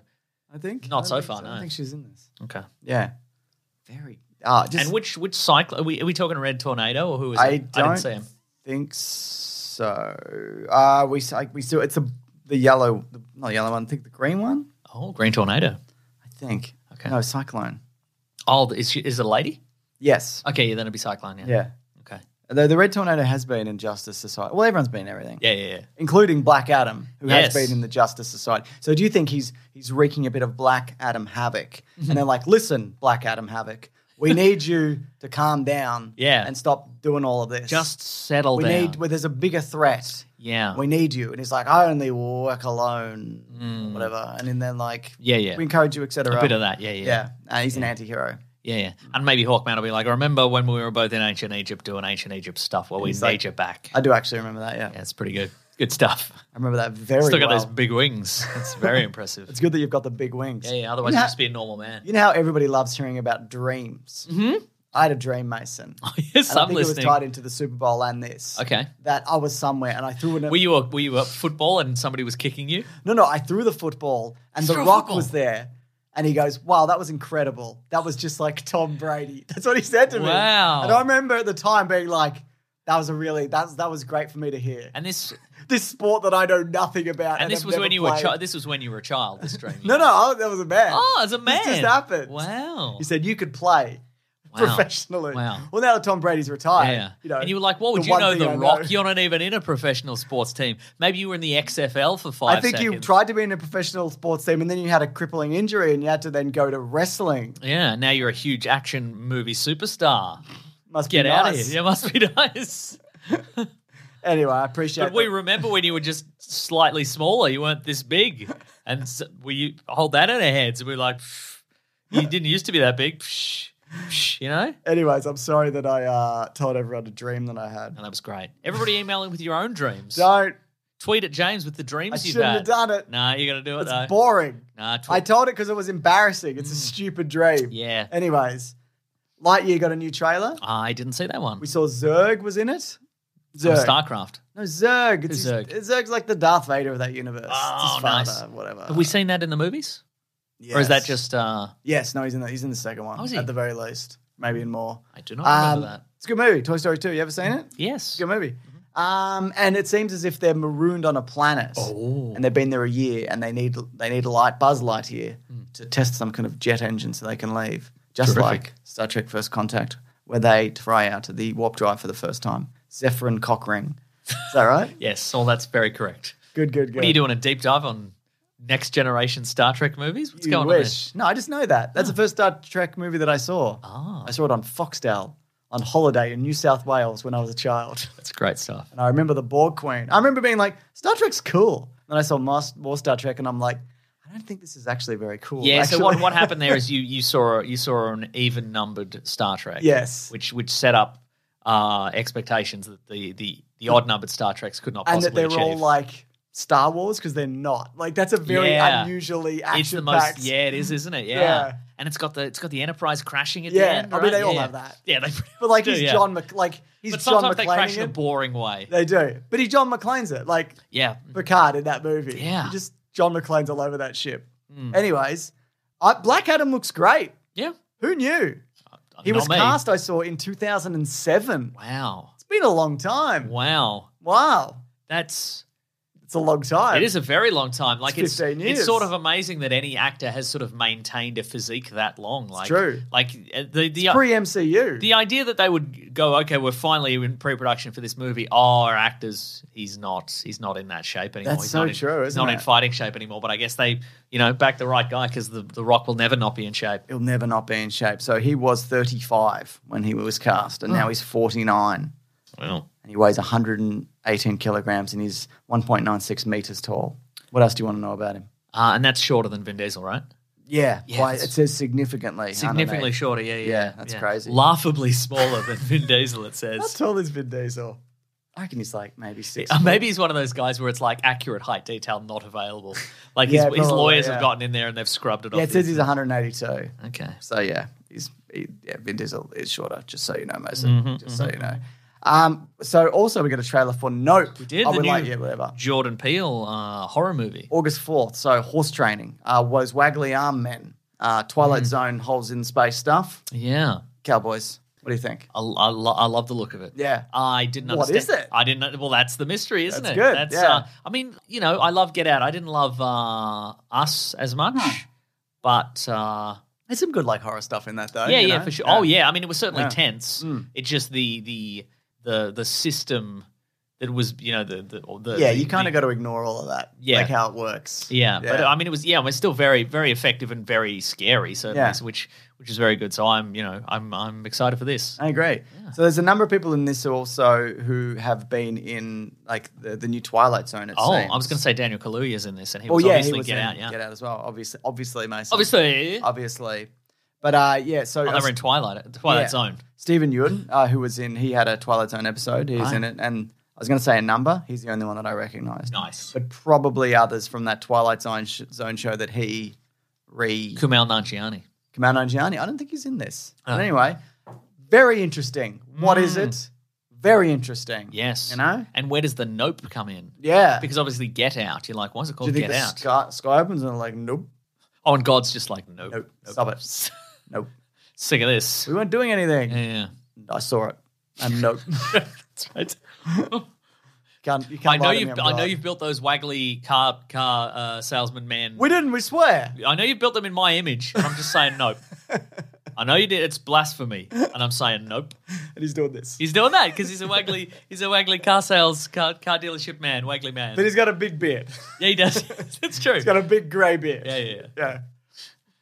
[SPEAKER 3] I think
[SPEAKER 6] Not
[SPEAKER 3] I don't
[SPEAKER 6] so
[SPEAKER 3] think
[SPEAKER 6] far,
[SPEAKER 3] I don't
[SPEAKER 6] no.
[SPEAKER 3] think she's in this.
[SPEAKER 6] Okay.
[SPEAKER 3] Yeah, very. Ah, just
[SPEAKER 6] and which which cycle are we, are we talking? Red tornado or who is it?
[SPEAKER 3] I don't
[SPEAKER 6] didn't see him.
[SPEAKER 3] think so. Uh we s- like we saw it's a the yellow, the, not yellow one. I think the green one.
[SPEAKER 6] Oh, green tornado.
[SPEAKER 3] I think.
[SPEAKER 6] Okay.
[SPEAKER 3] No, cyclone.
[SPEAKER 6] Oh, is she, is it a lady?
[SPEAKER 3] Yes.
[SPEAKER 6] Okay, yeah, then it'd be cyclone. Oh, Yeah.
[SPEAKER 3] yeah.
[SPEAKER 6] Okay.
[SPEAKER 3] Though the red tornado has been in Justice Society. Well, everyone's been in everything,
[SPEAKER 6] Yeah, yeah, yeah.
[SPEAKER 3] including Black Adam, who
[SPEAKER 6] Yes.
[SPEAKER 3] has been in the Justice Society. So, do you think he's he's wreaking a bit of Black Adam havoc? and they're like, "Listen, Black Adam havoc, we need you to calm down,
[SPEAKER 6] Yeah.
[SPEAKER 3] and stop doing all of this.
[SPEAKER 6] Just settle
[SPEAKER 3] we
[SPEAKER 6] down.
[SPEAKER 3] need well, there's a bigger threat.
[SPEAKER 6] yeah.
[SPEAKER 3] We need you. And he's like, I only work alone, or whatever. And then they're like,
[SPEAKER 6] Mm. Yeah, yeah.
[SPEAKER 3] we encourage you, etc.
[SPEAKER 6] a bit of that. Yeah, yeah,
[SPEAKER 3] Yeah,
[SPEAKER 6] yeah,
[SPEAKER 3] Uh, he's an anti-hero.
[SPEAKER 6] yeah, And maybe Hawkman will be like, "Remember when we were both in ancient Egypt doing ancient Egypt stuff? Well, we need
[SPEAKER 3] He's like-
[SPEAKER 6] you back."
[SPEAKER 3] I do actually remember that. Yeah,
[SPEAKER 6] yeah, it's pretty good. Good stuff.
[SPEAKER 3] I remember that very
[SPEAKER 6] Still got
[SPEAKER 3] well.
[SPEAKER 6] those big wings. That's very impressive.
[SPEAKER 3] it's good that you've got the big wings.
[SPEAKER 6] yeah, yeah. Otherwise,
[SPEAKER 3] You know,
[SPEAKER 6] you'd just be a normal man.
[SPEAKER 3] you know how everybody loves hearing about dreams. Mm-hmm. I had a dream, Mason.
[SPEAKER 6] yes,
[SPEAKER 3] and I
[SPEAKER 6] I'm
[SPEAKER 3] think
[SPEAKER 6] listening.
[SPEAKER 3] it was tied into the Super Bowl and this.
[SPEAKER 6] Okay.
[SPEAKER 3] That I was somewhere and I threw it.
[SPEAKER 6] Were you a, were you at football and somebody was kicking you?
[SPEAKER 3] No, no, I threw the football and The
[SPEAKER 6] Throw a
[SPEAKER 3] Rock
[SPEAKER 6] football.
[SPEAKER 3] was there. And he goes, Wow, that was incredible. That was just like Tom Brady. That's what he said to me.
[SPEAKER 6] Wow.
[SPEAKER 3] And I remember at the time being like, that was a really that's that was great for me to hear.
[SPEAKER 6] And this
[SPEAKER 3] this sport that I know nothing about.
[SPEAKER 6] and this
[SPEAKER 3] I've
[SPEAKER 6] was
[SPEAKER 3] never
[SPEAKER 6] when you were a
[SPEAKER 3] played.
[SPEAKER 6] chi- this was when you were a child. This dream.
[SPEAKER 3] No, no, I, that was a man.
[SPEAKER 6] Oh, as a man.
[SPEAKER 3] This just happened.
[SPEAKER 6] Wow.
[SPEAKER 3] He said you could play. professionally.
[SPEAKER 6] Wow.
[SPEAKER 3] Well, now that Tom Brady's retired,
[SPEAKER 6] Yeah.
[SPEAKER 3] you know,
[SPEAKER 6] and you were like, what would
[SPEAKER 3] the
[SPEAKER 6] you
[SPEAKER 3] one
[SPEAKER 6] know,
[SPEAKER 3] thing
[SPEAKER 6] The
[SPEAKER 3] I
[SPEAKER 6] Rock? You're not even in a professional sports team. Maybe you were in the XFL for five
[SPEAKER 3] I think you
[SPEAKER 6] seconds.
[SPEAKER 3] tried to be in a professional sports team, and then you had a crippling injury, and you had to then go to wrestling.
[SPEAKER 6] Yeah, now you're a huge action movie superstar.
[SPEAKER 3] Must
[SPEAKER 6] Get
[SPEAKER 3] be
[SPEAKER 6] out of
[SPEAKER 3] nice.
[SPEAKER 6] here. It must be nice.
[SPEAKER 3] Anyway, I appreciate.
[SPEAKER 6] But we
[SPEAKER 3] that.
[SPEAKER 6] remember when you were just slightly smaller. You weren't this big. And so we hold that in our heads. And we're like, "Pff, you didn't used to be that big. Psh, psh," you know?
[SPEAKER 3] Anyways, I'm sorry that I uh, told everyone a dream that I had.
[SPEAKER 6] And that was great. Everybody emailing with your own dreams.
[SPEAKER 3] Don't.
[SPEAKER 6] Tweet at James with the dreams
[SPEAKER 3] I
[SPEAKER 6] you've
[SPEAKER 3] shouldn't
[SPEAKER 6] had.
[SPEAKER 3] have done it.
[SPEAKER 6] Nah, you got to do it,
[SPEAKER 3] It's
[SPEAKER 6] though.
[SPEAKER 3] boring.
[SPEAKER 6] Nah,
[SPEAKER 3] I
[SPEAKER 6] tweet.
[SPEAKER 3] told it because it was embarrassing. It's a stupid dream.
[SPEAKER 6] Mm. yeah. Oh.
[SPEAKER 3] Anyways, Lightyear got a new trailer.
[SPEAKER 6] I didn't see that one.
[SPEAKER 3] We saw Zurg was in it.
[SPEAKER 6] From
[SPEAKER 3] Zurg.
[SPEAKER 6] StarCraft.
[SPEAKER 3] no, Zurg. It's
[SPEAKER 6] Who's
[SPEAKER 3] his-
[SPEAKER 6] Zurg?
[SPEAKER 3] Zurg's like the Darth Vader of that universe. it's
[SPEAKER 6] Oh,
[SPEAKER 3] his father,
[SPEAKER 6] nice.
[SPEAKER 3] whatever.
[SPEAKER 6] Have we seen that in the movies? Or is
[SPEAKER 3] Yes.
[SPEAKER 6] that just. uh
[SPEAKER 3] Yes, no, he's in the he's in the second one.
[SPEAKER 6] Oh, is he?
[SPEAKER 3] At the very least. Maybe in more.
[SPEAKER 6] I do not remember
[SPEAKER 3] Um,
[SPEAKER 6] that. Mm-hmm.
[SPEAKER 3] It's a good movie. Toy Story 2. You ever seen it?
[SPEAKER 6] Yes.
[SPEAKER 3] It's a good movie. Um, and it seems as if they're marooned on a planet,
[SPEAKER 6] Oh.
[SPEAKER 3] and they've been there a year, and they need they need a light Buzz Lightyear
[SPEAKER 6] Hmm.
[SPEAKER 3] to test some kind of jet engine so they can leave. Just like Star Trek: First Contact, where they try out the warp drive for the first time. Zephyrin Cockring, is that right?
[SPEAKER 6] Yes. All that's very correct.
[SPEAKER 3] Good, good, good.
[SPEAKER 6] What are you doing? A deep dive on next generation Star Trek movies? What's
[SPEAKER 3] You
[SPEAKER 6] going
[SPEAKER 3] wish. No, I just know that.
[SPEAKER 6] Ah.
[SPEAKER 3] That's the first Star Trek movie that I saw. I saw it on Foxtel on holiday in New South Wales when I was a child.
[SPEAKER 6] on there? That's great stuff.
[SPEAKER 3] And I remember the Borg Queen. I remember being like, Star Trek's cool. Then I saw more, more Star Trek, and I'm like, I don't think this is actually very cool.
[SPEAKER 6] Yeah. So what,
[SPEAKER 3] actually.
[SPEAKER 6] what happened there is you you saw you saw an even numbered Star Trek.
[SPEAKER 3] Yes.
[SPEAKER 6] Which which set up uh, expectations that the the the odd numbered Star Treks could not
[SPEAKER 3] and
[SPEAKER 6] possibly
[SPEAKER 3] that they're
[SPEAKER 6] achieve.
[SPEAKER 3] all like Star Wars because they're not. Like that's a very
[SPEAKER 6] Yeah.
[SPEAKER 3] unusually
[SPEAKER 6] it's the
[SPEAKER 3] action
[SPEAKER 6] most
[SPEAKER 3] packed.
[SPEAKER 6] yeah it is isn't it yeah.
[SPEAKER 3] Yeah.
[SPEAKER 6] and it's got the it's got the Enterprise crashing at the
[SPEAKER 3] Yeah,
[SPEAKER 6] end
[SPEAKER 3] I mean,
[SPEAKER 6] right?
[SPEAKER 3] they all
[SPEAKER 6] yeah.
[SPEAKER 3] have that.
[SPEAKER 6] yeah they pretty
[SPEAKER 3] But like
[SPEAKER 6] much
[SPEAKER 3] he's
[SPEAKER 6] do, yeah.
[SPEAKER 3] John Mc like he's
[SPEAKER 6] but
[SPEAKER 3] John
[SPEAKER 6] sometimes they crash
[SPEAKER 3] McClane.
[SPEAKER 6] in a
[SPEAKER 3] it.
[SPEAKER 6] boring way
[SPEAKER 3] They do, but he John McClane's it like
[SPEAKER 6] yeah
[SPEAKER 3] Picard in that movie.
[SPEAKER 6] Yeah. Mm.
[SPEAKER 3] He just John McClane's all over that ship. Anyways, I, Black Adam looks great.
[SPEAKER 6] yeah
[SPEAKER 3] Who knew? He
[SPEAKER 6] Not
[SPEAKER 3] was
[SPEAKER 6] me.
[SPEAKER 3] cast, I saw, in 2007.
[SPEAKER 6] wow
[SPEAKER 3] It's been a long time.
[SPEAKER 6] wow
[SPEAKER 3] Wow.
[SPEAKER 6] that's
[SPEAKER 3] It's a long time.
[SPEAKER 6] It is a very long time. Like it's
[SPEAKER 3] 15 years.
[SPEAKER 6] it's sort of amazing that any actor has sort of maintained a physique that long. Like
[SPEAKER 3] true.
[SPEAKER 6] Like uh, the the
[SPEAKER 3] pre MCU.
[SPEAKER 6] the uh, idea that they would go, okay, we're finally in pre-production for this movie. Oh, our actors, he's not, he's not in that shape anymore.
[SPEAKER 3] That's
[SPEAKER 6] he's
[SPEAKER 3] so
[SPEAKER 6] not in,
[SPEAKER 3] true,
[SPEAKER 6] He's
[SPEAKER 3] isn't
[SPEAKER 6] not in
[SPEAKER 3] it?
[SPEAKER 6] fighting shape anymore. But I guess they, you know, back the right guy because the the Rock will never not be in shape.
[SPEAKER 3] He'll never not be in shape. So he was 35 when he was cast, and now he's 49.
[SPEAKER 6] Well,
[SPEAKER 3] And he weighs 118 kilograms and he's 1.96 meters tall. What else do you want to know about him?
[SPEAKER 6] uh, and that's shorter than Vin Diesel, right?
[SPEAKER 3] Yeah. why-
[SPEAKER 6] that's-
[SPEAKER 3] it says significantly. 108.
[SPEAKER 6] Significantly shorter. Yeah, yeah,
[SPEAKER 3] Yeah, that's crazy.
[SPEAKER 6] Laughably smaller than Vin Diesel. It says.
[SPEAKER 3] How tall is Vin Diesel? I reckon he's like maybe six.
[SPEAKER 6] Uh,
[SPEAKER 3] foot.
[SPEAKER 6] maybe he's one of those guys where it's like accurate height detail not available. Like
[SPEAKER 3] Yeah,
[SPEAKER 6] his, his
[SPEAKER 3] probably,
[SPEAKER 6] lawyers
[SPEAKER 3] yeah.
[SPEAKER 6] have gotten in there and they've scrubbed it
[SPEAKER 3] Yeah,
[SPEAKER 6] off.
[SPEAKER 3] it says he's 182.
[SPEAKER 6] okay.
[SPEAKER 3] So yeah, he's he, yeah, Vin Diesel is shorter. Just so you know, Mason.
[SPEAKER 6] Mm-hmm,
[SPEAKER 3] just so you know. Um, so also we got a trailer for Nope. Oh, We
[SPEAKER 6] did,
[SPEAKER 3] I
[SPEAKER 6] the
[SPEAKER 3] would
[SPEAKER 6] new-
[SPEAKER 3] like yeah, whatever.
[SPEAKER 6] Jordan Peele uh, horror movie.
[SPEAKER 3] August fourth. So horse training. Uh, was waggly arm men. Uh, Twilight
[SPEAKER 6] Mm.
[SPEAKER 3] Zone holes in space stuff.
[SPEAKER 6] Yeah,
[SPEAKER 3] Cowboys. What do you think?
[SPEAKER 6] I, I, lo- I love the look of it.
[SPEAKER 3] Yeah.
[SPEAKER 6] I didn't
[SPEAKER 3] What
[SPEAKER 6] understand.
[SPEAKER 3] is it?
[SPEAKER 6] I didn't. know- Well, that's the mystery, isn't
[SPEAKER 3] That's
[SPEAKER 6] it?
[SPEAKER 3] good,
[SPEAKER 6] That's.
[SPEAKER 3] yeah.
[SPEAKER 6] Uh, I mean, you know, I love Get Out. I didn't love uh, Us as much, but. Uh,
[SPEAKER 3] There's some good like horror stuff in that though.
[SPEAKER 6] yeah,
[SPEAKER 3] you
[SPEAKER 6] yeah,
[SPEAKER 3] know?
[SPEAKER 6] for sure. Oh, yeah. I mean, it was certainly
[SPEAKER 3] Yeah. Mm.
[SPEAKER 6] tense. It's just the the the the system that was, you know, the the or the
[SPEAKER 3] Yeah, you
[SPEAKER 6] the-
[SPEAKER 3] kind of got to ignore all of that.
[SPEAKER 6] Yeah.
[SPEAKER 3] like how it works.
[SPEAKER 6] Yeah, but I mean, it was yeah, it was still very, very effective and very scary. Certainly,
[SPEAKER 3] Yeah.
[SPEAKER 6] so which which is very good. So I'm, you know, I'm I'm excited for this.
[SPEAKER 3] I agree. So there's a number of people in this also who have been in like the, the new Twilight Zone. It
[SPEAKER 6] Oh,
[SPEAKER 3] seems.
[SPEAKER 6] I was going to say Daniel Kaluuya's in this, and he
[SPEAKER 3] Well,
[SPEAKER 6] was
[SPEAKER 3] yeah,
[SPEAKER 6] obviously
[SPEAKER 3] he was
[SPEAKER 6] Get
[SPEAKER 3] in
[SPEAKER 6] Out. Yeah,
[SPEAKER 3] Get Out as well. Obviously, obviously, Mason.
[SPEAKER 6] obviously.
[SPEAKER 3] obviously. But uh, yeah, so
[SPEAKER 6] Oh, they were in Twilight, Twilight
[SPEAKER 3] yeah.
[SPEAKER 6] Zone.
[SPEAKER 3] Stephen Ewan, uh, who was in, he had a Twilight Zone episode. He's in it, and I was going to say a number. He's the only one that I recognised.
[SPEAKER 6] Nice.
[SPEAKER 3] but probably others from that Twilight Zone sh- Zone show that he re
[SPEAKER 6] Kumail Nanjiani.
[SPEAKER 3] Kumail Nanjiani. I don't think he's in this.
[SPEAKER 6] Oh.
[SPEAKER 3] But anyway, very interesting. What is it? Very interesting.
[SPEAKER 6] Mm. Yes,
[SPEAKER 3] you know.
[SPEAKER 6] And where does the Nope come in?
[SPEAKER 3] Yeah.
[SPEAKER 6] Because obviously, Get Out. You're like, why is it
[SPEAKER 3] Do you
[SPEAKER 6] called
[SPEAKER 3] think
[SPEAKER 6] Get
[SPEAKER 3] the
[SPEAKER 6] Out?
[SPEAKER 3] sky, sky opens and they're like, nope,
[SPEAKER 6] oh, and God's just like, nope,
[SPEAKER 3] nope,
[SPEAKER 6] nope.
[SPEAKER 3] stop it, nope.
[SPEAKER 6] sick of this.
[SPEAKER 3] We weren't doing anything.
[SPEAKER 6] Yeah,
[SPEAKER 3] I saw it. And nope.
[SPEAKER 6] That's right.
[SPEAKER 3] can't, you can't
[SPEAKER 6] I know
[SPEAKER 3] lie to me,
[SPEAKER 6] you've
[SPEAKER 3] I'm
[SPEAKER 6] I know
[SPEAKER 3] right.
[SPEAKER 6] you've built those waggly car car uh, salesman man
[SPEAKER 3] We didn't. We swear.
[SPEAKER 6] I know you built them in my image. and I'm just saying no. I know you did. It's blasphemy, and I'm saying nope.
[SPEAKER 3] and he's doing this.
[SPEAKER 6] He's doing that because he's a waggly, he's a waggly car sales car, car dealership man, waggly man.
[SPEAKER 3] but he's got a big beard.
[SPEAKER 6] yeah, he does. it's true.
[SPEAKER 3] he's got a big grey beard.
[SPEAKER 6] yeah, yeah, yeah.
[SPEAKER 3] yeah.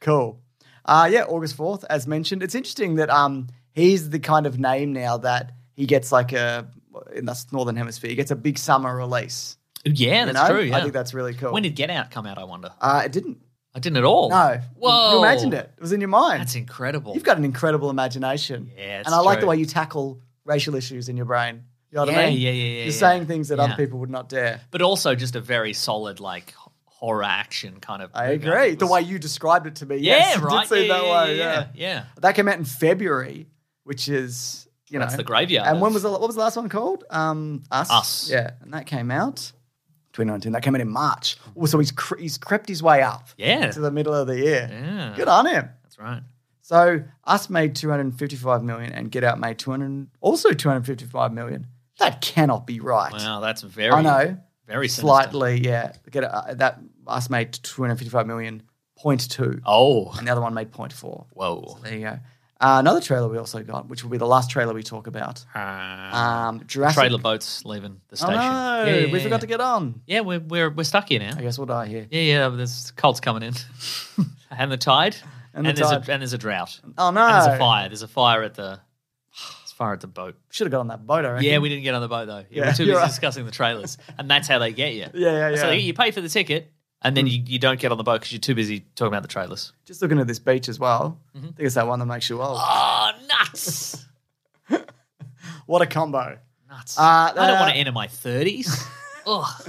[SPEAKER 3] Cool. Uh, yeah, August 4th, as mentioned. It's interesting that um, he's the kind of name now that he gets like a, in the Northern Hemisphere, he gets a big summer release.
[SPEAKER 6] Yeah,
[SPEAKER 3] you
[SPEAKER 6] that's
[SPEAKER 3] know?
[SPEAKER 6] true. Yeah.
[SPEAKER 3] I think that's really cool.
[SPEAKER 6] When did Get Out come out? I wonder.
[SPEAKER 3] uh, it didn't.
[SPEAKER 6] I didn't at all.
[SPEAKER 3] No.
[SPEAKER 6] Whoa.
[SPEAKER 3] You imagined it. It was in your mind.
[SPEAKER 6] That's incredible.
[SPEAKER 3] You've got an incredible imagination.
[SPEAKER 6] Yeah, it's
[SPEAKER 3] And I like the
[SPEAKER 6] true.
[SPEAKER 3] way you tackle racial issues in your brain. You know what
[SPEAKER 6] Yeah,
[SPEAKER 3] I mean?
[SPEAKER 6] yeah, yeah, yeah,
[SPEAKER 3] You're
[SPEAKER 6] yeah.
[SPEAKER 3] saying things that
[SPEAKER 6] Yeah.
[SPEAKER 3] other people would not dare.
[SPEAKER 6] but also just a very solid like h- horror action kind of.
[SPEAKER 3] I
[SPEAKER 6] movie.
[SPEAKER 3] agree.
[SPEAKER 6] It
[SPEAKER 3] The
[SPEAKER 6] was-
[SPEAKER 3] way you described it to me.
[SPEAKER 6] Yeah,
[SPEAKER 3] yes,
[SPEAKER 6] right.
[SPEAKER 3] It did seem
[SPEAKER 6] yeah,
[SPEAKER 3] that
[SPEAKER 6] yeah,
[SPEAKER 3] way.
[SPEAKER 6] yeah, yeah, yeah.
[SPEAKER 3] That came out in February, which is you know
[SPEAKER 6] That's the graveyard
[SPEAKER 3] And when
[SPEAKER 6] of-
[SPEAKER 3] was the, what was the last one called? Um, Us.
[SPEAKER 6] Us.
[SPEAKER 3] Yeah, and that came out 2019. That came out in March. Oh, so he's cre- he's crept his way up.
[SPEAKER 6] Yeah.
[SPEAKER 3] to the middle of the year.
[SPEAKER 6] Yeah.
[SPEAKER 3] Good on him.
[SPEAKER 6] That's right.
[SPEAKER 3] So Us made 255 million, and Get Out made 200 also 255 million. That cannot be right.
[SPEAKER 6] Wow, that's very.
[SPEAKER 3] I know.
[SPEAKER 6] Very sinister.
[SPEAKER 3] slightly. Yeah, Get Out, uh, that Us made 255 million point two,
[SPEAKER 6] Oh.
[SPEAKER 3] and the other one made point four.
[SPEAKER 6] Whoa.
[SPEAKER 3] There you go. Uh, another trailer we also got, which will be the last trailer we talk about. Um, Jurassic.
[SPEAKER 6] Trailer boats leaving the
[SPEAKER 3] Oh
[SPEAKER 6] station.
[SPEAKER 3] no,
[SPEAKER 6] Ah. Yeah, yeah,
[SPEAKER 3] we
[SPEAKER 6] yeah,
[SPEAKER 3] forgot
[SPEAKER 6] yeah.
[SPEAKER 3] to get on.
[SPEAKER 6] Yeah, we're we're we're stuck here now.
[SPEAKER 3] I guess we'll die here.
[SPEAKER 6] Yeah, yeah. There's cults coming in, and the tide,
[SPEAKER 3] And the
[SPEAKER 6] there's
[SPEAKER 3] tide.
[SPEAKER 6] a and there's a drought.
[SPEAKER 3] Oh no,
[SPEAKER 6] And there's a fire. There's a fire at the. There's fire at the boat.
[SPEAKER 3] should have got on that boat. I reckon.
[SPEAKER 6] Yeah, we didn't get on the boat though. Yeah,
[SPEAKER 3] Yeah,
[SPEAKER 6] we're too
[SPEAKER 3] you're
[SPEAKER 6] busy
[SPEAKER 3] right.
[SPEAKER 6] discussing the trailers, and that's how they get you.
[SPEAKER 3] Yeah, yeah,
[SPEAKER 6] That's how
[SPEAKER 3] yeah. Hmm.
[SPEAKER 6] they get you. You pay for the ticket, and then you, you don't get on the boat because you're too busy talking about the trailers.
[SPEAKER 3] Just looking at this beach as well.
[SPEAKER 6] Mm-hmm.
[SPEAKER 3] I think it's that one that makes you old.
[SPEAKER 6] Oh, nuts!
[SPEAKER 3] What a combo!
[SPEAKER 6] nuts.
[SPEAKER 3] Uh,
[SPEAKER 6] I don't
[SPEAKER 3] uh,
[SPEAKER 6] want to enter my thirties. Ugh.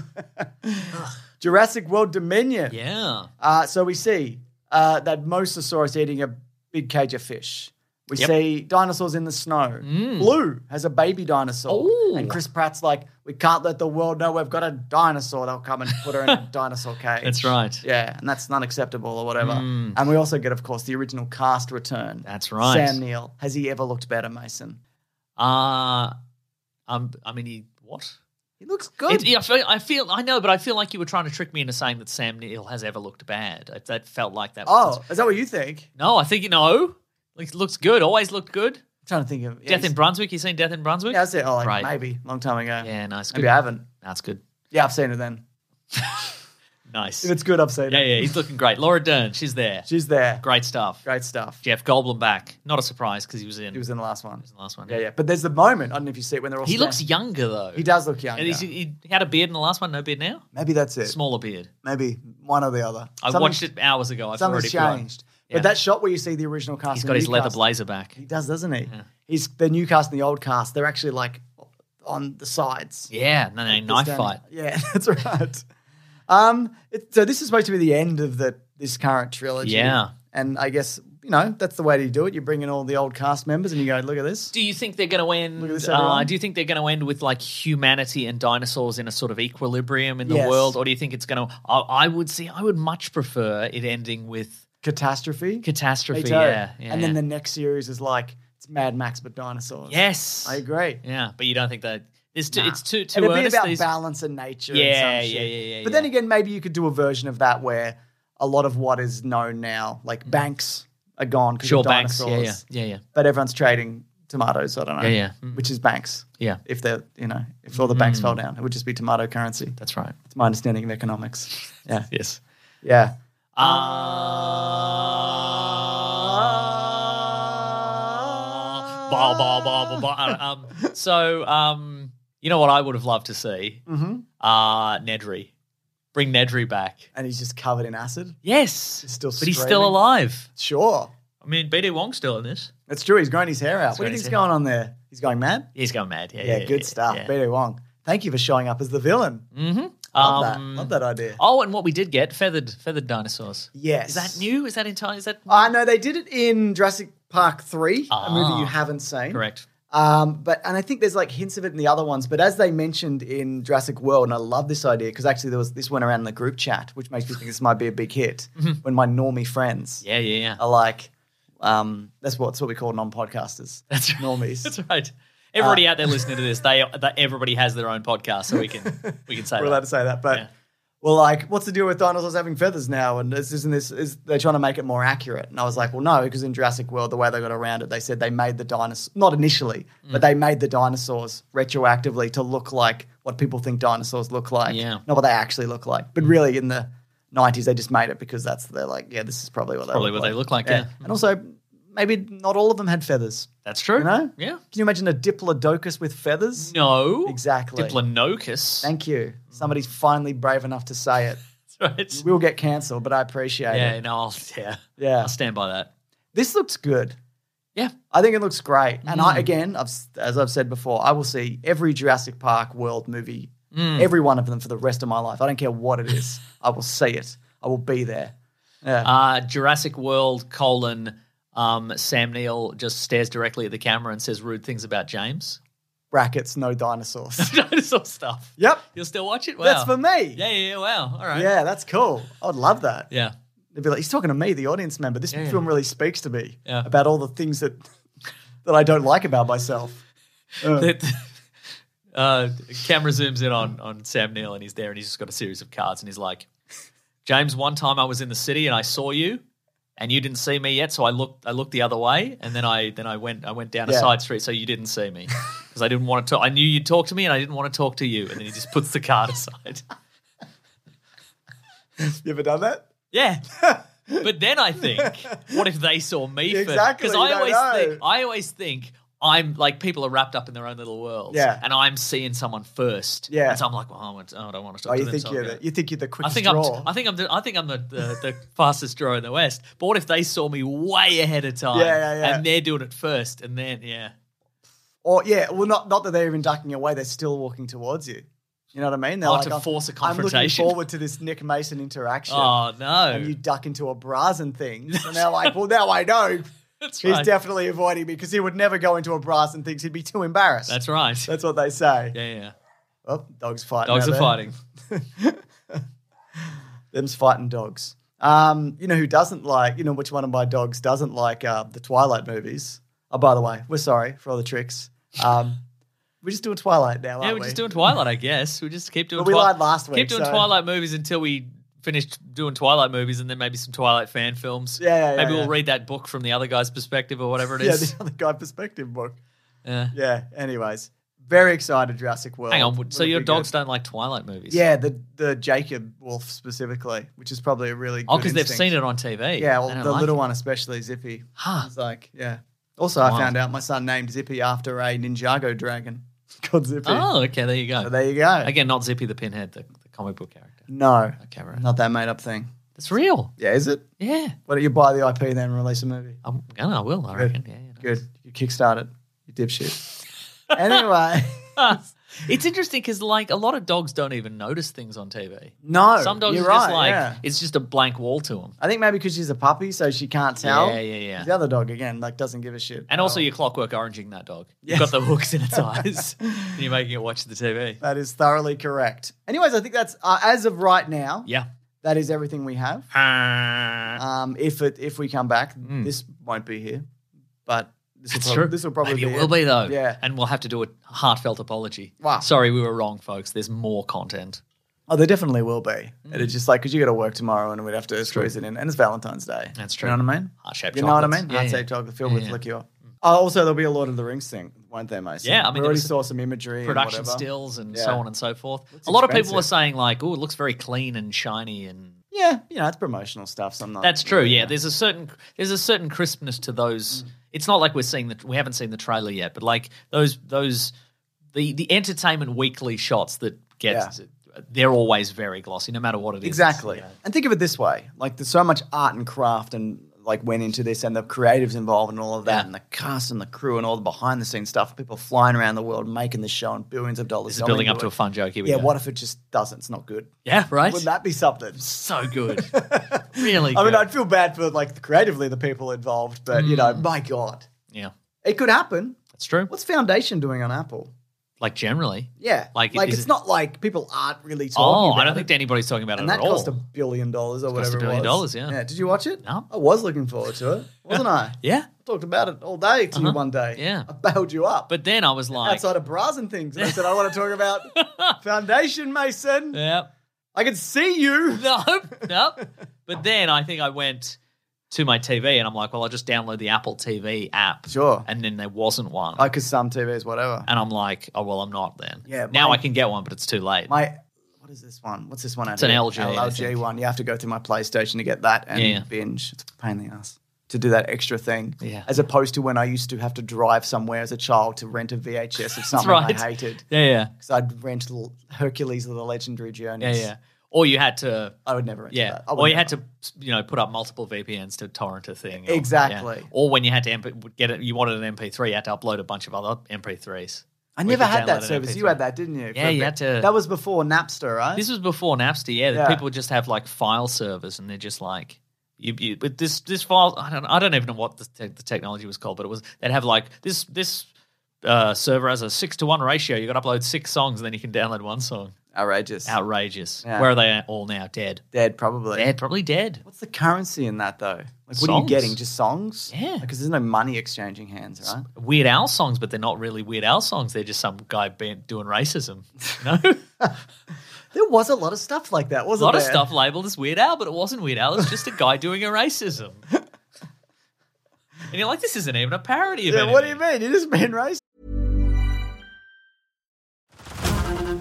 [SPEAKER 3] Jurassic World Dominion.
[SPEAKER 6] Yeah.
[SPEAKER 3] Uh, so we see uh, that mosasaurus eating a big cage of fish. We
[SPEAKER 6] Yep. Mm.
[SPEAKER 3] see dinosaurs in the snow. Blue has a baby dinosaur.
[SPEAKER 6] Ooh.
[SPEAKER 3] And Chris Pratt's like, we can't let the world know we've got a dinosaur. They'll come and put her in a dinosaur cage.
[SPEAKER 6] That's right. Mm.
[SPEAKER 3] Yeah, and that's unacceptable or whatever. And we also get, of course, the original cast return.
[SPEAKER 6] That's right.
[SPEAKER 3] Sam Neill. Has he ever looked better, Mason?
[SPEAKER 6] Uh, um, I mean, he, what?
[SPEAKER 3] He looks
[SPEAKER 6] It,
[SPEAKER 3] good.
[SPEAKER 6] yeah, I, feel, I feel, I know, but I feel like you were trying to trick me into saying that Sam Neill has ever looked bad. I, that felt like that. was-
[SPEAKER 3] oh, is that what you think?
[SPEAKER 6] no, I think you know. Like, looks good. Always looked good.
[SPEAKER 3] I'm trying to think of
[SPEAKER 6] Death in Brunswick. You seen Death in Brunswick?
[SPEAKER 3] Yeah, I said, oh, like,
[SPEAKER 6] Right.
[SPEAKER 3] maybe. Long time ago.
[SPEAKER 6] Yeah, nice.
[SPEAKER 3] Maybe
[SPEAKER 6] good.
[SPEAKER 3] I haven't.
[SPEAKER 6] That's good.
[SPEAKER 3] Yeah, I've seen it then.
[SPEAKER 6] Nice.
[SPEAKER 3] If it's good, I've seen
[SPEAKER 6] yeah,
[SPEAKER 3] it.
[SPEAKER 6] yeah, he's looking great. Laura Dern, she's there.
[SPEAKER 3] She's there.
[SPEAKER 6] Great stuff.
[SPEAKER 3] Great stuff.
[SPEAKER 6] Jeff Goldblum back. Not a surprise because he was in.
[SPEAKER 3] He was in the last one.
[SPEAKER 6] the last one.
[SPEAKER 3] Yeah, yeah. But there's the moment. I don't know if you see it when they're all.
[SPEAKER 6] He
[SPEAKER 3] stand-
[SPEAKER 6] looks younger though.
[SPEAKER 3] He does look young.
[SPEAKER 6] And he's- He, had a beard in the last one. No beard now.
[SPEAKER 3] Maybe that's it.
[SPEAKER 6] Smaller beard.
[SPEAKER 3] Maybe one or the other.
[SPEAKER 6] I
[SPEAKER 3] Something's-
[SPEAKER 6] watched it hours ago. I've already
[SPEAKER 3] Something's
[SPEAKER 6] forgotten.
[SPEAKER 3] changed.
[SPEAKER 6] Yeah.
[SPEAKER 3] But that shot where you see the original cast,
[SPEAKER 6] He's
[SPEAKER 3] and
[SPEAKER 6] got
[SPEAKER 3] the
[SPEAKER 6] his
[SPEAKER 3] new
[SPEAKER 6] leather
[SPEAKER 3] cast,
[SPEAKER 6] blazer back.
[SPEAKER 3] He does, doesn't he? He's the new cast and the old cast. They're actually like on the sides.
[SPEAKER 6] Yeah, no, no, knife
[SPEAKER 3] Standing-
[SPEAKER 6] fight.
[SPEAKER 3] Yeah, that's right. um, it, so this is supposed to be the end of the this current trilogy.
[SPEAKER 6] Yeah.
[SPEAKER 3] And I guess you know that's the way to do it. You bring in all the old cast members and you go, look at this.
[SPEAKER 6] Do you think they're going to
[SPEAKER 3] Look at
[SPEAKER 6] end?
[SPEAKER 3] this,
[SPEAKER 6] Uh,
[SPEAKER 3] everyone.
[SPEAKER 6] do you think they're going to end with like humanity and dinosaurs in a sort of equilibrium in the
[SPEAKER 3] Yes.
[SPEAKER 6] world, or do you think it's going to? I, I would see. I would much prefer it ending with
[SPEAKER 3] Catastrophe.
[SPEAKER 6] catastrophe.
[SPEAKER 3] Me too.
[SPEAKER 6] Yeah, yeah.
[SPEAKER 3] And then the next series is like it's Mad Max but dinosaurs.
[SPEAKER 6] yes,
[SPEAKER 3] I agree.
[SPEAKER 6] Yeah, but you don't think that it's too, it's too too
[SPEAKER 3] It'd
[SPEAKER 6] earnest.
[SPEAKER 3] be about
[SPEAKER 6] these-
[SPEAKER 3] balance and nature.
[SPEAKER 6] Yeah,
[SPEAKER 3] and some
[SPEAKER 6] yeah,
[SPEAKER 3] shit.
[SPEAKER 6] yeah, yeah,
[SPEAKER 3] But then
[SPEAKER 6] yeah.
[SPEAKER 3] again, maybe you could do a version of that where a lot of what is known now, like banks, are gone because
[SPEAKER 6] Mm. Sure,
[SPEAKER 3] of
[SPEAKER 6] banks.
[SPEAKER 3] dinosaurs.
[SPEAKER 6] Yeah, yeah, yeah, yeah.
[SPEAKER 3] But everyone's trading tomatoes. I don't know.
[SPEAKER 6] Yeah, yeah. Mm.
[SPEAKER 3] Which is banks.
[SPEAKER 6] Yeah. Mm.
[SPEAKER 3] If they're you know if all the banks fell down, it would just be tomato currency. That's
[SPEAKER 6] That's right.
[SPEAKER 3] my understanding of economics. Yeah,
[SPEAKER 6] Yes.
[SPEAKER 3] yeah.
[SPEAKER 6] Ah. Bah, bah, bah, bah, bah. Um, so, um, you know what I would have loved to see?
[SPEAKER 3] hmm
[SPEAKER 6] Uh, Nedry. Bring Nedry back.
[SPEAKER 3] And he's just covered in acid.
[SPEAKER 6] Yes.
[SPEAKER 3] He's still
[SPEAKER 6] but he's
[SPEAKER 3] screaming.
[SPEAKER 6] still alive.
[SPEAKER 3] Sure,
[SPEAKER 6] I mean, BD Wong's still in this.
[SPEAKER 3] that's true. He's growing his hair out.
[SPEAKER 6] He's
[SPEAKER 3] what do
[SPEAKER 6] growing
[SPEAKER 3] you
[SPEAKER 6] his
[SPEAKER 3] think's
[SPEAKER 6] hair out.
[SPEAKER 3] going on there? He's going mad.
[SPEAKER 6] He's going mad. Yeah,
[SPEAKER 3] Yeah, good stuff.
[SPEAKER 6] yeah. Mm-hmm.
[SPEAKER 3] BD Wong. Thank you for showing up as the villain. Love, that. Love that idea.
[SPEAKER 6] Um, Oh, and what we did get feathered feathered dinosaurs.
[SPEAKER 3] Yes.
[SPEAKER 6] Is that new? Is that entire? Is that
[SPEAKER 3] Uh, no, they did it in Jurassic Park 3,
[SPEAKER 6] Ah.
[SPEAKER 3] a movie you haven't seen.
[SPEAKER 6] correct?
[SPEAKER 3] Um, but and I think there's like hints of it in the other ones. But as they mentioned in Jurassic World, and I love this idea because actually there was this went around in the group chat, which makes me think this might be a big hit. When my normie friends
[SPEAKER 6] Mm-hmm. Yeah, yeah, yeah.
[SPEAKER 3] are like, um, that's what, that's what we call non-podcasters.
[SPEAKER 6] That's right.
[SPEAKER 3] normies.
[SPEAKER 6] That's right.
[SPEAKER 3] Uh,
[SPEAKER 6] Everybody out there listening to this, they, they everybody has their own podcast, so we can we can say
[SPEAKER 3] We're allowed
[SPEAKER 6] that.
[SPEAKER 3] to say that, but
[SPEAKER 6] Yeah.
[SPEAKER 3] were like, "What's the deal with dinosaurs having feathers now?" And this isn't this is they're trying to make it more accurate. And I was like, "Well, no, because in Jurassic World, the way they got around it, they said they made the dinosaurs not initially,
[SPEAKER 6] Mm.
[SPEAKER 3] but they made the dinosaurs retroactively to look like what people think dinosaurs look like,
[SPEAKER 6] Yeah. Mm.
[SPEAKER 3] not what they actually look like." But really, in the 90s, they just made it because that's they're like, "Yeah, this is probably what they
[SPEAKER 6] probably
[SPEAKER 3] look
[SPEAKER 6] what they
[SPEAKER 3] like.
[SPEAKER 6] look like, yeah.
[SPEAKER 3] and also maybe not all of them had feathers.
[SPEAKER 6] That's true.
[SPEAKER 3] You know?
[SPEAKER 6] Yeah.
[SPEAKER 3] Can you imagine a diplodocus with feathers?
[SPEAKER 6] No.
[SPEAKER 3] Exactly.
[SPEAKER 6] Diplodocus.
[SPEAKER 3] Thank you. Somebody's finally brave enough to say it.
[SPEAKER 6] That's right.
[SPEAKER 3] We'll get cancelled, but I appreciate
[SPEAKER 6] Yeah,
[SPEAKER 3] it.
[SPEAKER 6] no, I'll, yeah.
[SPEAKER 3] Yeah.
[SPEAKER 6] I'll stand by that.
[SPEAKER 3] This looks good.
[SPEAKER 6] Yeah. Mm.
[SPEAKER 3] I think it looks great. And I again, I've, s- as I've said before, I will see every Jurassic Park World movie,
[SPEAKER 6] Mm.
[SPEAKER 3] every one of them for the rest of my life. I don't care what it is. I will see it. I will be there. Yeah.
[SPEAKER 6] Uh, Jurassic World colon um, Sam Neill just stares directly at the camera and says rude things about James.
[SPEAKER 3] Brackets, no dinosaurs.
[SPEAKER 6] Dinosaur stuff.
[SPEAKER 3] yep.
[SPEAKER 6] You'll still watch it? Wow.
[SPEAKER 3] That's for me.
[SPEAKER 6] Yeah, yeah, yeah. Wow. All right.
[SPEAKER 3] Yeah, that's cool. I'd love that.
[SPEAKER 6] Yeah.
[SPEAKER 3] They'd be like, he's talking to me, the audience member. This film really speaks to me
[SPEAKER 6] Yeah.
[SPEAKER 3] about all the things that that I don't like about myself.
[SPEAKER 6] That- uh, camera zooms in on, on Sam Neill and he's there and he's just got a series of cards and he's like, James, one time I was in the city and I saw you and you didn't see me yet, so I looked I looked the other way and then I then I went I went down
[SPEAKER 3] Yeah.
[SPEAKER 6] a side street so you didn't see me. Because I didn't want to talk I knew you'd talk to me and I didn't want to talk to you. And then he just puts the card aside.
[SPEAKER 3] You ever done that?
[SPEAKER 6] Yeah. but then I think, what if they saw me first?
[SPEAKER 3] Exactly,
[SPEAKER 6] Because I
[SPEAKER 3] you don't
[SPEAKER 6] always
[SPEAKER 3] know.
[SPEAKER 6] think I always think I'm like people are wrapped up in their own little worlds.
[SPEAKER 3] Yeah.
[SPEAKER 6] And I'm seeing someone first.
[SPEAKER 3] Yeah.
[SPEAKER 6] And so I'm like, well, I want- oh, I don't want to talk
[SPEAKER 3] Oh,
[SPEAKER 6] to
[SPEAKER 3] you
[SPEAKER 6] them,
[SPEAKER 3] think
[SPEAKER 6] so I'm
[SPEAKER 3] you're the,
[SPEAKER 6] gonna-
[SPEAKER 3] you think you're the
[SPEAKER 6] I
[SPEAKER 3] quickest
[SPEAKER 6] think I'm.
[SPEAKER 3] draw?
[SPEAKER 6] I think I'm. The, I think I'm the, the, the fastest drawer in the West. But what if they saw me way ahead of time?
[SPEAKER 3] Yeah, yeah, yeah.
[SPEAKER 6] And they're doing it first, and then yeah,
[SPEAKER 3] or yeah, well, not not that they're even ducking away; they're still walking towards you. You know what I mean? They're
[SPEAKER 6] Oh,
[SPEAKER 3] like,
[SPEAKER 6] to
[SPEAKER 3] I'm-
[SPEAKER 6] force a
[SPEAKER 3] I'm looking
[SPEAKER 6] confrontation.
[SPEAKER 3] forward to this Nick Mason interaction.
[SPEAKER 6] oh no,
[SPEAKER 3] And you duck into a bras and things, and they're like, "Well, now I know
[SPEAKER 6] that's
[SPEAKER 3] he's
[SPEAKER 6] right.
[SPEAKER 3] definitely avoiding me because he would never go into a bras and things; he'd be too embarrassed."
[SPEAKER 6] that's right.
[SPEAKER 3] That's what they say.
[SPEAKER 6] yeah, yeah.
[SPEAKER 3] Oh, dogs fighting. out
[SPEAKER 6] Dogs are
[SPEAKER 3] there.
[SPEAKER 6] fighting.
[SPEAKER 3] Them's fighting dogs. Um, you know who doesn't like? You know which one of my dogs doesn't like uh, the Twilight movies? Oh, by the way, we're sorry for all the tricks. Um, we're just doing Twilight now, aren't
[SPEAKER 6] Yeah,
[SPEAKER 3] we?
[SPEAKER 6] we're just doing Twilight, I guess. We just keep doing.
[SPEAKER 3] But we
[SPEAKER 6] Twi-
[SPEAKER 3] lied last week,
[SPEAKER 6] Keep doing
[SPEAKER 3] so-
[SPEAKER 6] Twilight movies until we finish doing Twilight movies, and then maybe some Twilight fan films.
[SPEAKER 3] Yeah, yeah, yeah,
[SPEAKER 6] maybe
[SPEAKER 3] yeah.
[SPEAKER 6] we'll read that book from the other guy's perspective or whatever it
[SPEAKER 3] yeah,
[SPEAKER 6] is.
[SPEAKER 3] the other guy perspective book.
[SPEAKER 6] Yeah.
[SPEAKER 3] Yeah. Anyways, very excited Jurassic World.
[SPEAKER 6] Hang on. So
[SPEAKER 3] It'll
[SPEAKER 6] your
[SPEAKER 3] be
[SPEAKER 6] dogs
[SPEAKER 3] good.
[SPEAKER 6] don't like Twilight movies?
[SPEAKER 3] Yeah, the the Jacob Wolf specifically, which is probably a really
[SPEAKER 6] Oh,
[SPEAKER 3] good
[SPEAKER 6] because they've
[SPEAKER 3] instinct.
[SPEAKER 6] seen it on TV.
[SPEAKER 3] Yeah,
[SPEAKER 6] They
[SPEAKER 3] well,
[SPEAKER 6] don't
[SPEAKER 3] the
[SPEAKER 6] like
[SPEAKER 3] little
[SPEAKER 6] it.
[SPEAKER 3] one especially, Zippy.
[SPEAKER 6] Huh.
[SPEAKER 3] It's like, yeah. Also, I
[SPEAKER 6] Wow.
[SPEAKER 3] found out my son named Zippy after a Ninjago dragon called Zippy.
[SPEAKER 6] Oh, okay. There you go.
[SPEAKER 3] So there you go.
[SPEAKER 6] Again, not Zippy the Pinhead, the, the comic book character.
[SPEAKER 3] No,
[SPEAKER 6] Okay, right.
[SPEAKER 3] not that made up thing.
[SPEAKER 6] That's real.
[SPEAKER 3] Yeah, is it?
[SPEAKER 6] Yeah.
[SPEAKER 3] Why don't you buy the IP then and release a movie?
[SPEAKER 6] I'm gonna. I will. I reckon. Yeah. yeah.
[SPEAKER 3] Good. You kickstart it. You dipshit. anyway,
[SPEAKER 6] It's interesting because like a lot of dogs don't even notice things on TV.
[SPEAKER 3] no.
[SPEAKER 6] Some dogs
[SPEAKER 3] you're
[SPEAKER 6] are just
[SPEAKER 3] right,
[SPEAKER 6] like
[SPEAKER 3] yeah.
[SPEAKER 6] it's just a blank wall to them.
[SPEAKER 3] I think maybe because she's a puppy, so she can't tell.
[SPEAKER 6] Yeah, yeah, yeah.
[SPEAKER 3] The other dog again, like, doesn't give a shit.
[SPEAKER 6] And
[SPEAKER 3] at
[SPEAKER 6] also,
[SPEAKER 3] all.
[SPEAKER 6] you're clockwork oranging that dog. You've got the hooks in its eyes. and you're making it watch the TV.
[SPEAKER 3] that is thoroughly correct. Anyways, I think that's uh, as of right now.
[SPEAKER 6] Yeah.
[SPEAKER 3] That is everything we have. Um, if it if we come back, this won't be here, but this will,
[SPEAKER 6] Hmm. That's
[SPEAKER 3] prob-
[SPEAKER 6] true.
[SPEAKER 3] This will probably
[SPEAKER 6] Maybe
[SPEAKER 3] be
[SPEAKER 6] it will be though.
[SPEAKER 3] Yeah.
[SPEAKER 6] And we'll have to do a heartfelt apology.
[SPEAKER 3] Wow.
[SPEAKER 6] Sorry, we were wrong, folks. There's more content.
[SPEAKER 3] Oh, there definitely will be. And
[SPEAKER 6] Mm.
[SPEAKER 3] it's just like because you got to work tomorrow, and we'd have to squeeze it in. And it's Valentine's Day.
[SPEAKER 6] That's true.
[SPEAKER 3] You know what I mean?
[SPEAKER 6] Heart-shaped
[SPEAKER 3] You know what I
[SPEAKER 6] chocolates.
[SPEAKER 3] mean?
[SPEAKER 6] Yeah,
[SPEAKER 3] Heart shaped
[SPEAKER 6] yeah.
[SPEAKER 3] chocolate filled
[SPEAKER 6] Yeah,
[SPEAKER 3] with
[SPEAKER 6] yeah.
[SPEAKER 3] liqueur. Oh, also, there'll be a Lord of the Rings thing, won't there, Mason?
[SPEAKER 6] Yeah, I
[SPEAKER 3] we
[SPEAKER 6] mean, there
[SPEAKER 3] already
[SPEAKER 6] was
[SPEAKER 3] saw some imagery, and
[SPEAKER 6] Production
[SPEAKER 3] whatever.
[SPEAKER 6] stills and
[SPEAKER 3] Yeah.
[SPEAKER 6] so on and so forth. a lot of people were
[SPEAKER 3] expensive.
[SPEAKER 6] saying like, "Oh, it looks very clean and shiny," and
[SPEAKER 3] Yeah, you know, it's promotional stuff. So I'm not.
[SPEAKER 6] that's true. Yeah, there's a certain there's a certain crispness to those.
[SPEAKER 3] Mm.
[SPEAKER 6] It's not like we're seeing the we haven't seen the trailer yet, but like those those the the Entertainment Weekly shots that get they're always very glossy, no matter what it is.
[SPEAKER 3] Exactly. And think of it this way: like there's so much art and craft and like went into this, and the creatives involved and all of that,
[SPEAKER 6] Yeah.
[SPEAKER 3] and the cast and the crew and all the behind the scenes stuff. People flying around the world making the show and billions of dollars.
[SPEAKER 6] This is building
[SPEAKER 3] going
[SPEAKER 6] up to a fun joke. Here we
[SPEAKER 3] Yeah.
[SPEAKER 6] go.
[SPEAKER 3] What if it just doesn't? It's not good.
[SPEAKER 6] yeah, right.
[SPEAKER 3] Wouldn't that be something?
[SPEAKER 6] so good. really.
[SPEAKER 3] I mean,
[SPEAKER 6] good.
[SPEAKER 3] I'd feel bad for like creatively the people involved, but you
[SPEAKER 6] Mm.
[SPEAKER 3] know, my God,
[SPEAKER 6] yeah,
[SPEAKER 3] it could happen.
[SPEAKER 6] that's true.
[SPEAKER 3] What's Foundation doing on Apple?
[SPEAKER 6] like generally.
[SPEAKER 3] Yeah,
[SPEAKER 6] Like,
[SPEAKER 3] like
[SPEAKER 6] is
[SPEAKER 3] it's
[SPEAKER 6] it-
[SPEAKER 3] not like people aren't really talking.
[SPEAKER 6] Oh,
[SPEAKER 3] about
[SPEAKER 6] I don't
[SPEAKER 3] it.
[SPEAKER 6] think anybody's talking about
[SPEAKER 3] and
[SPEAKER 6] it
[SPEAKER 3] that
[SPEAKER 6] at all.
[SPEAKER 3] cost a billion dollars or
[SPEAKER 6] cost
[SPEAKER 3] whatever.
[SPEAKER 6] a billion
[SPEAKER 3] it was.
[SPEAKER 6] dollars, yeah.
[SPEAKER 3] Did you watch it?
[SPEAKER 6] No.
[SPEAKER 3] I was looking forward to it, wasn't I?
[SPEAKER 6] yeah.
[SPEAKER 3] I talked about it all day to you one day.
[SPEAKER 6] Uh-huh. Yeah.
[SPEAKER 3] I bailed you up.
[SPEAKER 6] But then I was like,
[SPEAKER 3] outside of bras and things, and I said I want to talk about Foundation Mason.
[SPEAKER 6] yeah,
[SPEAKER 3] I can see you.
[SPEAKER 6] nope, nope. But then I think I went to my TV and I'm like, well, I'll just download the Apple TV app.
[SPEAKER 3] Sure.
[SPEAKER 6] And then there wasn't one.
[SPEAKER 3] Like, cause some TVs, whatever.
[SPEAKER 6] and I'm like, oh, well, I'm not then.
[SPEAKER 3] Yeah,
[SPEAKER 6] Now
[SPEAKER 3] my-
[SPEAKER 6] I can get one, but it's too late.
[SPEAKER 3] My what is this one? What's this one? It's
[SPEAKER 6] an LG, I
[SPEAKER 3] LG
[SPEAKER 6] think.
[SPEAKER 3] one. You have to go through my PlayStation to get that and
[SPEAKER 6] Yeah.
[SPEAKER 3] binge. It's a pain in the ass to do that extra thing.
[SPEAKER 6] Yeah.
[SPEAKER 3] As opposed to when I used to have to drive somewhere as a child to rent a VHS of something
[SPEAKER 6] right.
[SPEAKER 3] I hated.
[SPEAKER 6] yeah, yeah.
[SPEAKER 3] Because I'd rent L- Hercules or the Legendary
[SPEAKER 6] Yeah,
[SPEAKER 3] Journeys.
[SPEAKER 6] yeah. Or you had to.
[SPEAKER 3] I would never rent
[SPEAKER 6] Yeah.
[SPEAKER 3] that. uh, I would
[SPEAKER 6] Or you
[SPEAKER 3] never.
[SPEAKER 6] had to, you know, put up multiple VPNs to torrent a thing. Or,
[SPEAKER 3] Exactly.
[SPEAKER 6] yeah. Or when you had to MP, get it, you wanted an MP3, you had to upload a bunch of other MP3s.
[SPEAKER 3] I
[SPEAKER 6] We
[SPEAKER 3] never
[SPEAKER 6] could
[SPEAKER 3] had
[SPEAKER 6] download
[SPEAKER 3] that
[SPEAKER 6] an
[SPEAKER 3] service. You
[SPEAKER 6] MP3.
[SPEAKER 3] had that, didn't you? for
[SPEAKER 6] Yeah,
[SPEAKER 3] a
[SPEAKER 6] you
[SPEAKER 3] bit?
[SPEAKER 6] had to-
[SPEAKER 3] That was before Napster, right?
[SPEAKER 6] This was before Napster, yeah. that
[SPEAKER 3] Yeah.
[SPEAKER 6] People just have like file servers, and they're just like, you, you, but this this file, I don't, I don't even know what the, te- the technology was called, but it was they'd have like this this uh, server has a six to one ratio. You got to upload six songs, and then you can download one song.
[SPEAKER 3] outrageous.
[SPEAKER 6] Outrageous.
[SPEAKER 3] Yeah.
[SPEAKER 6] Where are they all now? Dead.
[SPEAKER 3] Dead, probably.
[SPEAKER 6] Dead. Probably dead.
[SPEAKER 3] What's the currency in that though? Like, what are you
[SPEAKER 6] Songs.
[SPEAKER 3] getting? Just songs?
[SPEAKER 6] Yeah.
[SPEAKER 3] Because there's no money exchanging hands, right?
[SPEAKER 6] Weird Al songs, but they're not really Weird Al songs. They're just some guy being, doing racism. You know,
[SPEAKER 3] There was a lot of stuff like that,
[SPEAKER 6] a
[SPEAKER 3] wasn't
[SPEAKER 6] lot
[SPEAKER 3] there?
[SPEAKER 6] of stuff labeled as Weird Al, but it wasn't Weird Al. It was just a guy doing a racism. and you're like, this isn't even a parody of
[SPEAKER 3] Yeah, what do you
[SPEAKER 6] anything.
[SPEAKER 3] mean? It is being racist.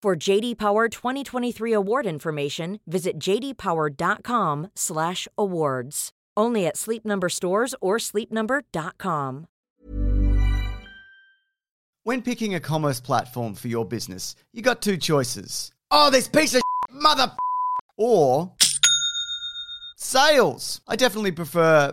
[SPEAKER 7] For JD Power 2023 award information, visit jdpower.com/awards. Only at Sleep Number stores or sleepnumber.com.
[SPEAKER 3] When picking a commerce platform for your business, you got two choices. Oh, this piece of shit, mother f- or sales. I definitely prefer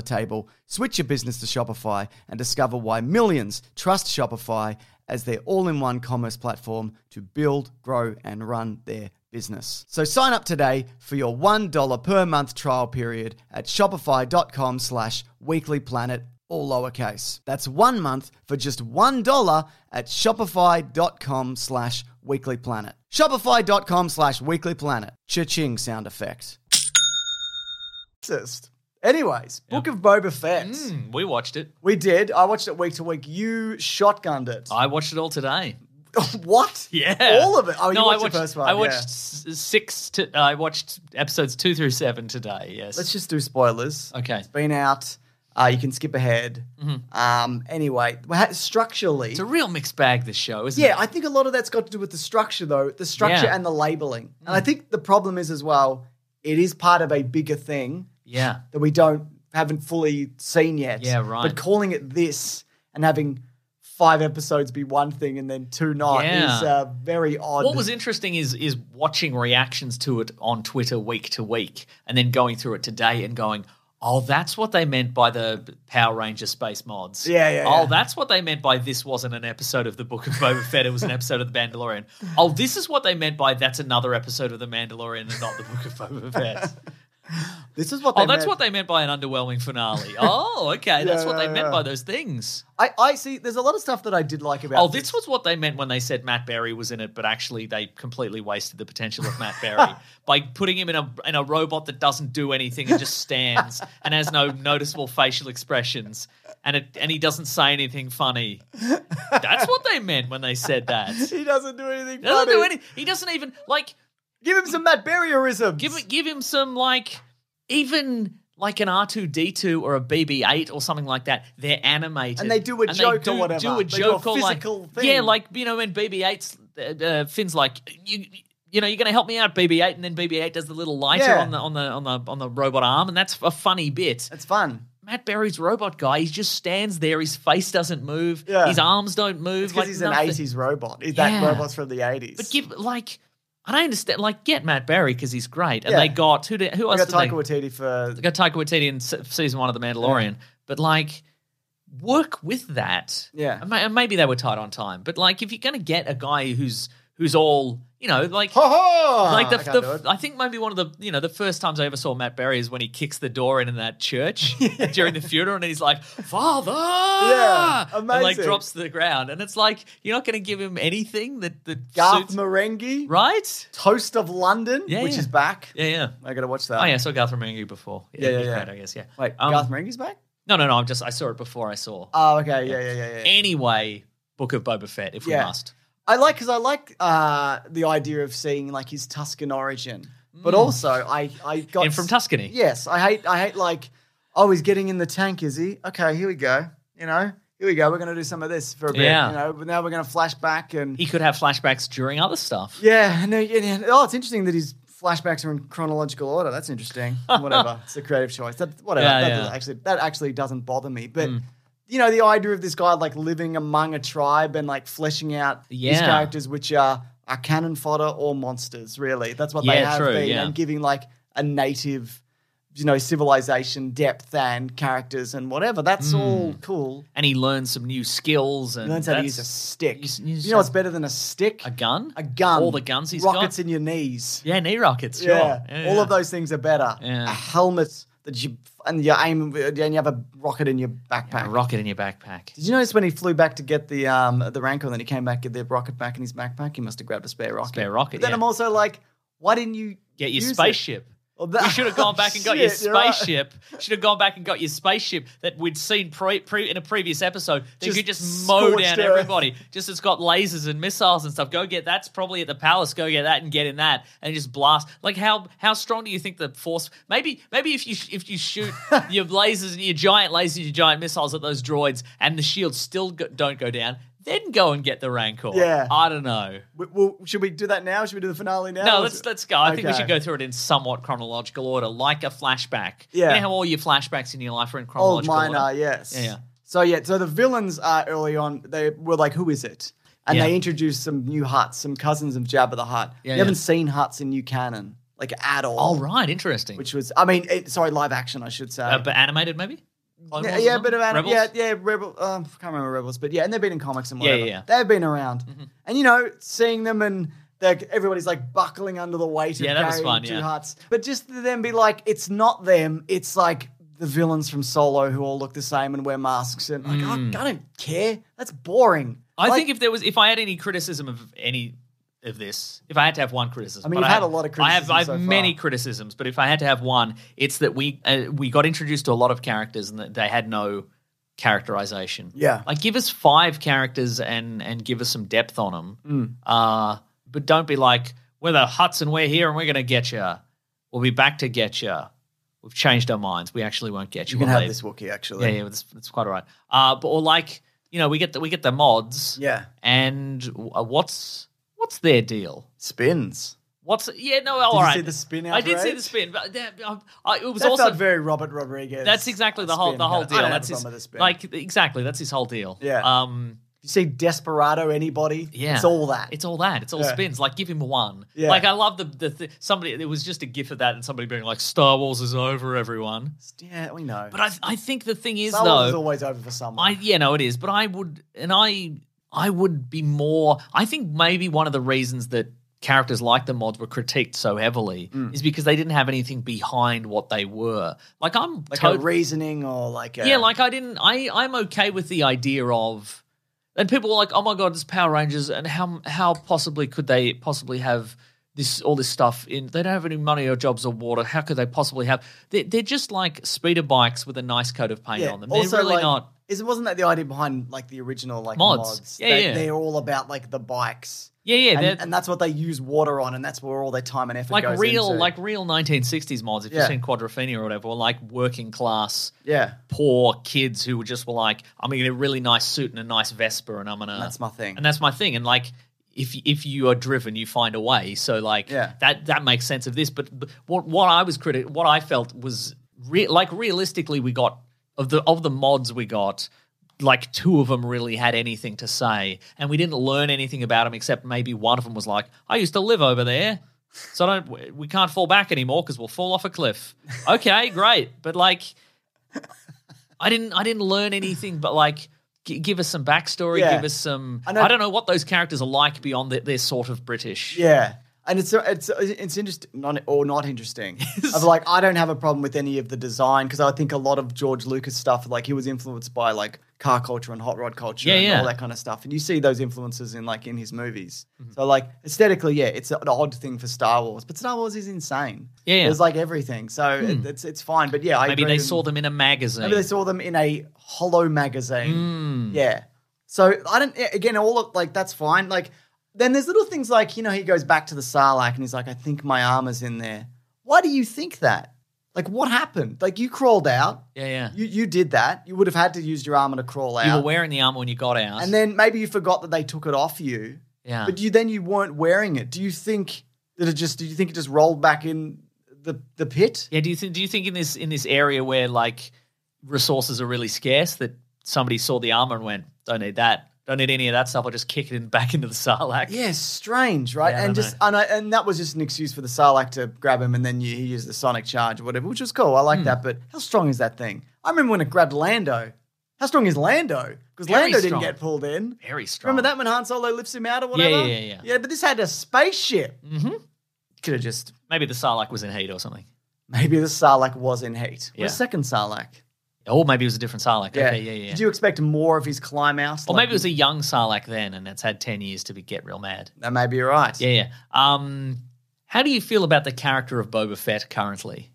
[SPEAKER 3] table, switch your business to Shopify, and discover why millions trust Shopify as their all in one commerce platform to build, grow, and run their business. So sign up today for your $1 per month trial period at shopify.com slash weeklyplanet, all lowercase. That's one month for just $1 at shopify.com slash weeklyplanet. Shopify.com slash weeklyplanet. Cha-ching sound effect. Racist. Anyways, Book of Boba Fett.
[SPEAKER 6] Hmm, we watched it.
[SPEAKER 3] We did. I watched it week to week. You shotgunned it.
[SPEAKER 6] I watched it all today.
[SPEAKER 3] what?
[SPEAKER 6] Yeah,
[SPEAKER 3] All of it. Oh, you watched, the first one.
[SPEAKER 6] I
[SPEAKER 3] yeah.
[SPEAKER 6] watched s- six. To, uh, I watched episodes two through seven today. Yes.
[SPEAKER 3] Let's just do spoilers.
[SPEAKER 6] Okay. Mm-hmm.
[SPEAKER 3] It's been out. Uh, you can skip ahead. Um, anyway, well, ha- structurally.
[SPEAKER 6] it's a real mixed bag. This show, isn't
[SPEAKER 3] yeah,
[SPEAKER 6] it?
[SPEAKER 3] I think a lot of that's got to do with the structure, though, the structure
[SPEAKER 6] Yeah. Mm.
[SPEAKER 3] and the labeling. And I think the problem is as well, it is part of a bigger thing
[SPEAKER 6] Yeah.
[SPEAKER 3] that we don't haven't fully seen yet.
[SPEAKER 6] Yeah, right.
[SPEAKER 3] But calling it this and having five episodes be one thing and then two not
[SPEAKER 6] Yeah.
[SPEAKER 3] is uh, very odd.
[SPEAKER 6] What was interesting is is watching reactions to it on Twitter week to week, and then going through it today and going, "Oh, that's what they meant by the Power Ranger space mods."
[SPEAKER 3] Yeah, yeah,
[SPEAKER 6] Oh,
[SPEAKER 3] yeah.
[SPEAKER 6] that's what they meant by this wasn't an episode of the Book of Boba Fett; it was an episode of the Mandalorian. Oh, this is what they meant by that's another episode of the Mandalorian and not the Book of Boba Fett.
[SPEAKER 3] This is what.
[SPEAKER 6] oh,
[SPEAKER 3] they
[SPEAKER 6] that's
[SPEAKER 3] meant.
[SPEAKER 6] what they meant by an underwhelming finale. Oh, okay, that's what they meant by those things.
[SPEAKER 3] I, I see. There's a lot of stuff that I did like about.
[SPEAKER 6] Oh, this was what they meant when they said Matt Berry was in it, but actually they completely wasted the potential of Matt Berry by putting him in a in a robot that doesn't do anything and just stands and has no noticeable facial expressions and it and he doesn't say anything funny. That's what they meant when they said that. He
[SPEAKER 3] He doesn't do anything.
[SPEAKER 6] doesn't
[SPEAKER 3] funny.
[SPEAKER 6] do any. He doesn't even like
[SPEAKER 3] Give him some Matt Berryerisms.
[SPEAKER 6] give it- give him some like even. Like an R two D two or a BB eight or something like that, they're animated
[SPEAKER 3] And they do a joke or whatever.
[SPEAKER 6] Do
[SPEAKER 3] They
[SPEAKER 6] a
[SPEAKER 3] do a
[SPEAKER 6] joke or
[SPEAKER 3] physical
[SPEAKER 6] like yeah,
[SPEAKER 3] thing.
[SPEAKER 6] like you know when BB 8s uh, uh, Finn's like you you know you're going to help me out BB eight, and then BB eight does the little lighter
[SPEAKER 3] Yeah.
[SPEAKER 6] on the on the on the on the robot arm, and that's a funny bit.
[SPEAKER 3] It's fun.
[SPEAKER 6] Matt Berry's robot guy, he just stands there. His face doesn't move.
[SPEAKER 3] Yeah.
[SPEAKER 6] His arms don't move.
[SPEAKER 3] Because he's an
[SPEAKER 6] nothing.
[SPEAKER 3] '80s robot. He- That
[SPEAKER 6] Yeah.
[SPEAKER 3] robot's from the '80s.
[SPEAKER 6] But give like I don't understand. Like get Matt Berry because he's great, and
[SPEAKER 3] Yeah.
[SPEAKER 6] they got who? Did, who
[SPEAKER 3] we
[SPEAKER 6] else?
[SPEAKER 3] got
[SPEAKER 6] did they-
[SPEAKER 3] Taika Waititi for.
[SPEAKER 6] they got Taika Waititi in se- season one of The Mandalorian, but like work with that.
[SPEAKER 3] Yeah.
[SPEAKER 6] and, ma- and maybe they were tight on time, but like if you're going to get a guy who's who's all you know, like.
[SPEAKER 3] Ho ho!
[SPEAKER 6] Like the,
[SPEAKER 3] I
[SPEAKER 6] the-
[SPEAKER 3] can't do it.
[SPEAKER 6] I think maybe one of the you know the first times I ever saw Matt Berry is when he kicks the door in in that church during the funeral and he's like Father,
[SPEAKER 3] Yeah,
[SPEAKER 6] and like
[SPEAKER 3] amazing.
[SPEAKER 6] drops to the ground and it's like you're not going to give him anything that that
[SPEAKER 3] Garth
[SPEAKER 6] suits,
[SPEAKER 3] Marenghi,
[SPEAKER 6] right?
[SPEAKER 3] Toast of London,
[SPEAKER 6] Yeah,
[SPEAKER 3] which
[SPEAKER 6] yeah.
[SPEAKER 3] is back.
[SPEAKER 6] Yeah, yeah.
[SPEAKER 3] I gotta watch that.
[SPEAKER 6] Oh yeah, I saw Garth Marenghi before.
[SPEAKER 3] Yeah, yeah,
[SPEAKER 6] he's
[SPEAKER 3] yeah.
[SPEAKER 6] great, I guess yeah.
[SPEAKER 3] Wait,
[SPEAKER 6] Um,
[SPEAKER 3] Garth Marenghi's back?
[SPEAKER 6] No, no, no. I'm just I saw it before I saw.
[SPEAKER 3] Oh, okay. Yeah, yeah, yeah, yeah.
[SPEAKER 6] anyway, Book of Boba Fett, if
[SPEAKER 3] Yeah.
[SPEAKER 6] we must.
[SPEAKER 3] I like because I like uh, the idea of seeing like his Tuscan origin, but also I I got
[SPEAKER 6] Mm. And from Tuscany.
[SPEAKER 3] Yes, I hate I hate like oh he's getting in the tank, is he? Okay, here we go. You know, here we go. We're gonna do some of this for a bit.
[SPEAKER 6] Yeah.
[SPEAKER 3] You know, but now we're gonna flash back and
[SPEAKER 6] He could have flashbacks during other stuff.
[SPEAKER 3] yeah. And, then- and- and- oh, it's interesting that his flashbacks are in chronological order. That's interesting. whatever, it's a creative choice. That, whatever.
[SPEAKER 6] Yeah,
[SPEAKER 3] that
[SPEAKER 6] yeah. Mm.
[SPEAKER 3] doesn't Actually, that actually doesn't bother me, but. You know the idea of this guy like living among a tribe and like fleshing out his
[SPEAKER 6] Yeah.
[SPEAKER 3] character characters which are, are cannon fodder or monsters, really. That's what they
[SPEAKER 6] Yeah,
[SPEAKER 3] have
[SPEAKER 6] true,
[SPEAKER 3] been.
[SPEAKER 6] yeah.
[SPEAKER 3] And giving like a native, you know, civilization depth and characters and whatever.
[SPEAKER 6] Mm.
[SPEAKER 3] That's all cool.
[SPEAKER 6] And he learns some new skills and
[SPEAKER 3] Learns how to
[SPEAKER 6] that's-
[SPEAKER 3] use a stick.
[SPEAKER 6] use-
[SPEAKER 3] You,
[SPEAKER 6] use
[SPEAKER 3] know
[SPEAKER 6] a-
[SPEAKER 3] what's better than a stick?
[SPEAKER 6] a gun.
[SPEAKER 3] A gun.
[SPEAKER 6] All the guns he's
[SPEAKER 3] Rockets
[SPEAKER 6] got.
[SPEAKER 3] in your knees.
[SPEAKER 6] yeah, knee rockets. Sure.
[SPEAKER 3] Yeah.
[SPEAKER 6] Yeah,
[SPEAKER 3] All
[SPEAKER 6] yeah.
[SPEAKER 3] of those things are better.
[SPEAKER 6] Yeah.
[SPEAKER 3] A helmet that you and you aim and you have a rocket in your backpack.
[SPEAKER 6] A rocket in your backpack.
[SPEAKER 3] Did you notice when he flew back to get the um the rancor, and then he came back get the rocket back in his backpack? He must have grabbed a spare rocket.
[SPEAKER 6] Spare rocket,
[SPEAKER 3] But then
[SPEAKER 6] yeah.
[SPEAKER 3] I'm also like, why didn't you
[SPEAKER 6] Get your
[SPEAKER 3] use it?
[SPEAKER 6] spaceship.
[SPEAKER 3] Well, that-
[SPEAKER 6] you should have gone back and got your
[SPEAKER 3] Shit, you're right.
[SPEAKER 6] spaceship. Should have gone back and got your spaceship that we'd seen pre, pre, in a previous episode. That
[SPEAKER 3] Just
[SPEAKER 6] could just mow
[SPEAKER 3] scorched
[SPEAKER 6] down
[SPEAKER 3] earth.
[SPEAKER 6] everybody. Just it's got lasers and missiles and stuff. Go get that's probably at the palace. Go get that and get in that and just blast. Like how how strong do you think the force? Maybe maybe if you if you shoot your lasers and your giant lasers, your giant missiles at those droids, and the shields still go, don't go down. Then go and get the rancor.
[SPEAKER 3] Yeah.
[SPEAKER 6] I don't know.
[SPEAKER 3] We- well, should we do that now? Should we do the finale now?
[SPEAKER 6] No,
[SPEAKER 3] Or
[SPEAKER 6] let's
[SPEAKER 3] is-
[SPEAKER 6] let's go. I think we
[SPEAKER 3] Okay.
[SPEAKER 6] should go through it in somewhat chronological order, like a flashback.
[SPEAKER 3] Yeah.
[SPEAKER 6] You know how all your flashbacks in your life are in
[SPEAKER 3] Old
[SPEAKER 6] chronological
[SPEAKER 3] mine
[SPEAKER 6] order.
[SPEAKER 3] are yes.
[SPEAKER 6] Yeah, yeah.
[SPEAKER 3] So yeah, so the villains are early on. They were like, who is it? And
[SPEAKER 6] Yeah.
[SPEAKER 3] they introduced some new huts, some cousins of Jabba the Hutt. you
[SPEAKER 6] Yeah, yeah.
[SPEAKER 3] haven't seen huts in New Canon like at all.
[SPEAKER 6] All right, interesting.
[SPEAKER 3] Which was, I mean, it, sorry, live action, I should say.
[SPEAKER 6] uh, but animated maybe? Clone
[SPEAKER 3] Yeah,
[SPEAKER 6] Wars or
[SPEAKER 3] yeah, a
[SPEAKER 6] something?
[SPEAKER 3] bit of anime.
[SPEAKER 6] Rebels?
[SPEAKER 3] Yeah, yeah, Rebel. Um, I can't remember Rebels, but yeah, and they've been in comics and
[SPEAKER 6] Yeah,
[SPEAKER 3] whatever.
[SPEAKER 6] yeah, Mm-hmm.
[SPEAKER 3] They've been around, and you know, seeing them and they're, everybody's like buckling under the weight of
[SPEAKER 6] Yeah, that was
[SPEAKER 3] carrying
[SPEAKER 6] fun,
[SPEAKER 3] two
[SPEAKER 6] yeah.
[SPEAKER 3] hearts. But just to then be like, it's not them. It's like the villains from Solo who all look the same and wear masks and like oh, I, I don't care. That's boring.
[SPEAKER 6] Mm. I
[SPEAKER 3] Like,
[SPEAKER 6] think if there was, if I had any criticism of any of this, if I had to have one criticism,
[SPEAKER 3] I mean,
[SPEAKER 6] but
[SPEAKER 3] you've had
[SPEAKER 6] have-
[SPEAKER 3] a lot of
[SPEAKER 6] I have, I have
[SPEAKER 3] criticisms so
[SPEAKER 6] many
[SPEAKER 3] far.
[SPEAKER 6] criticisms, but if I had to have one, it's that we uh, we got introduced to a lot of characters and that they had no characterization.
[SPEAKER 3] Yeah.
[SPEAKER 6] like give us five characters and and give us some depth on
[SPEAKER 3] Hmm.
[SPEAKER 6] them. Uh, but don't be like we're the Huts and we're here and we're gonna get you. We'll be back to get you. We've changed our minds. We actually won't get you.
[SPEAKER 3] you can
[SPEAKER 6] We'll
[SPEAKER 3] have
[SPEAKER 6] leave."
[SPEAKER 3] this Wookiee actually.
[SPEAKER 6] Yeah, yeah, it's, it's quite all right. Uh, but or like you know, we get the we get the mods.
[SPEAKER 3] Yeah.
[SPEAKER 6] And w- uh, what's what's their deal?
[SPEAKER 3] Spins.
[SPEAKER 6] What's yeah? No, all right.
[SPEAKER 3] you see the spin
[SPEAKER 6] I did see
[SPEAKER 3] outrage?
[SPEAKER 6] the spin, but that, I, I, it was
[SPEAKER 3] That
[SPEAKER 6] also
[SPEAKER 3] felt very Robert Rodriguez.
[SPEAKER 6] that's exactly the whole
[SPEAKER 3] spin
[SPEAKER 6] the whole
[SPEAKER 3] kind
[SPEAKER 6] deal.
[SPEAKER 3] of- I don't have
[SPEAKER 6] That's
[SPEAKER 3] a
[SPEAKER 6] his,
[SPEAKER 3] problem with the spin.
[SPEAKER 6] like exactly that's his whole deal.
[SPEAKER 3] Yeah.
[SPEAKER 6] Um.
[SPEAKER 3] you see Desperado, anybody?
[SPEAKER 6] Yeah.
[SPEAKER 3] It's all that.
[SPEAKER 6] It's all that. It's all
[SPEAKER 3] Yeah.
[SPEAKER 6] spins. Like give him one.
[SPEAKER 3] Yeah.
[SPEAKER 6] Like I love the the th- somebody. It was just a gif of that and somebody being like Star Wars is over, everyone.
[SPEAKER 3] yeah, we know.
[SPEAKER 6] But I I think the thing is
[SPEAKER 3] Star
[SPEAKER 6] though
[SPEAKER 3] Wars is always over for someone.
[SPEAKER 6] I yeah, no, it is. But I would and I I would be more I think maybe one of the reasons that characters like the mods were critiqued so heavily
[SPEAKER 3] Mm.
[SPEAKER 6] is because they didn't have anything behind what they were. Like I'm
[SPEAKER 3] like
[SPEAKER 6] tot-
[SPEAKER 3] a reasoning or like a
[SPEAKER 6] yeah, like I didn't I I'm okay with the idea of and people were like, "Oh my god, it's Power Rangers and how how possibly could they possibly have this all this stuff in they don't have any money or jobs or water. How could they possibly have they're, they're just like speeder bikes with a nice coat of paint
[SPEAKER 3] Yeah,
[SPEAKER 6] on them. They're really
[SPEAKER 3] like,
[SPEAKER 6] not
[SPEAKER 3] Is wasn't that the idea behind like the original like
[SPEAKER 6] Mods.
[SPEAKER 3] mods?
[SPEAKER 6] Yeah,
[SPEAKER 3] they,
[SPEAKER 6] yeah.
[SPEAKER 3] They're all about like the bikes.
[SPEAKER 6] Yeah, yeah, they're-
[SPEAKER 3] and, and that's what they use water on, and that's where all their time and effort
[SPEAKER 6] like
[SPEAKER 3] goes
[SPEAKER 6] real
[SPEAKER 3] into.
[SPEAKER 6] like real 1960s mods if you've
[SPEAKER 3] Yeah.
[SPEAKER 6] seen quadrophenia or whatever or like working class
[SPEAKER 3] yeah,
[SPEAKER 6] poor kids who were just were like i'm gonna get a really nice suit and a nice vespa and i'm gonna
[SPEAKER 3] that's my thing.
[SPEAKER 6] and that's my thing and like if if you are driven you find a way so like
[SPEAKER 3] Yeah.
[SPEAKER 6] that that makes sense of this but, but what what i was critic what i felt was re- like realistically we got of the of the mods we got like two of them really had anything to say and we didn't learn anything about them except maybe one of them was like i used to live over there so I don't we can't fall back anymore because we'll fall off a cliff okay great but like i didn't i didn't learn anything but like g- give us some backstory
[SPEAKER 3] Yeah.
[SPEAKER 6] give us some I,
[SPEAKER 3] I know-
[SPEAKER 6] don't know what those characters are like beyond that they're sort of british
[SPEAKER 3] yeah, and it's it's it's interesting, not or not interesting. of like, I don't have a problem with any of the design because I think a lot of George Lucas stuff, like he was influenced by like car culture and hot rod culture
[SPEAKER 6] Yeah,
[SPEAKER 3] and
[SPEAKER 6] yeah.
[SPEAKER 3] all that kind of stuff, and you see those influences in like in his movies.
[SPEAKER 6] Mm-hmm.
[SPEAKER 3] So like aesthetically, yeah, it's an odd thing for Star Wars, but Star Wars is insane.
[SPEAKER 6] Yeah, yeah. Hmm.
[SPEAKER 3] there's like everything, so it, it's it's fine. But yeah, I
[SPEAKER 6] maybe
[SPEAKER 3] agree
[SPEAKER 6] they
[SPEAKER 3] with-
[SPEAKER 6] saw them in a magazine
[SPEAKER 3] Maybe they saw them in a hollow
[SPEAKER 6] Hmm.
[SPEAKER 3] magazine. Yeah. So I don't. yeah, Again, all of like that's fine. Like then there's little things like you know he goes back to the Sarlacc and he's like, I think my armor's in there. Why do you think that? Like what happened? Like you crawled out.
[SPEAKER 6] yeah yeah you,
[SPEAKER 3] You you did that. You would have had to use your armor to crawl out.
[SPEAKER 6] were wearing the armor when you got out
[SPEAKER 3] and then maybe you forgot that they took it off you.
[SPEAKER 6] yeah
[SPEAKER 3] But you then you weren't wearing it. Do you think that it just? Do you think it just rolled back in the the pit?
[SPEAKER 6] yeah do you think do you think in this in this area where like resources are really scarce that somebody saw the armor and went don't need that don't need any of that stuff i'll just kick it in back into the sarlacc
[SPEAKER 3] Yeah, strange, right?
[SPEAKER 6] Yeah, I
[SPEAKER 3] and
[SPEAKER 6] don't
[SPEAKER 3] just and, I, and that was just an excuse for the Sarlacc to grab him, and then you, he used the sonic charge or whatever, which was cool. I
[SPEAKER 6] Hmm.
[SPEAKER 3] like that. But how strong is that thing? I remember when it grabbed Lando. How strong is Lando? Because
[SPEAKER 6] Very
[SPEAKER 3] Lando didn't
[SPEAKER 6] strong.
[SPEAKER 3] get pulled in.
[SPEAKER 6] very strong
[SPEAKER 3] Remember that when Han Solo lifts him out or
[SPEAKER 6] Yeah,
[SPEAKER 3] whatever?
[SPEAKER 6] yeah, yeah, yeah.
[SPEAKER 3] Yeah, but this had a spaceship. Mm-hmm. Could have just
[SPEAKER 6] maybe the sarlacc was in heat or something
[SPEAKER 3] maybe the Sarlacc was in heat.
[SPEAKER 6] Yeah.
[SPEAKER 3] The second Sarlacc.
[SPEAKER 6] or maybe it was a different sarlacc yeah
[SPEAKER 3] Yeah.
[SPEAKER 6] okay, yeah yeah
[SPEAKER 3] Did you expect more of his climb out?
[SPEAKER 6] or maybe it was a young sarlacc then and it's had 10 years to be get real mad
[SPEAKER 3] That may be right.
[SPEAKER 6] Yeah, yeah. Um, how do you feel about the character of Boba Fett currently?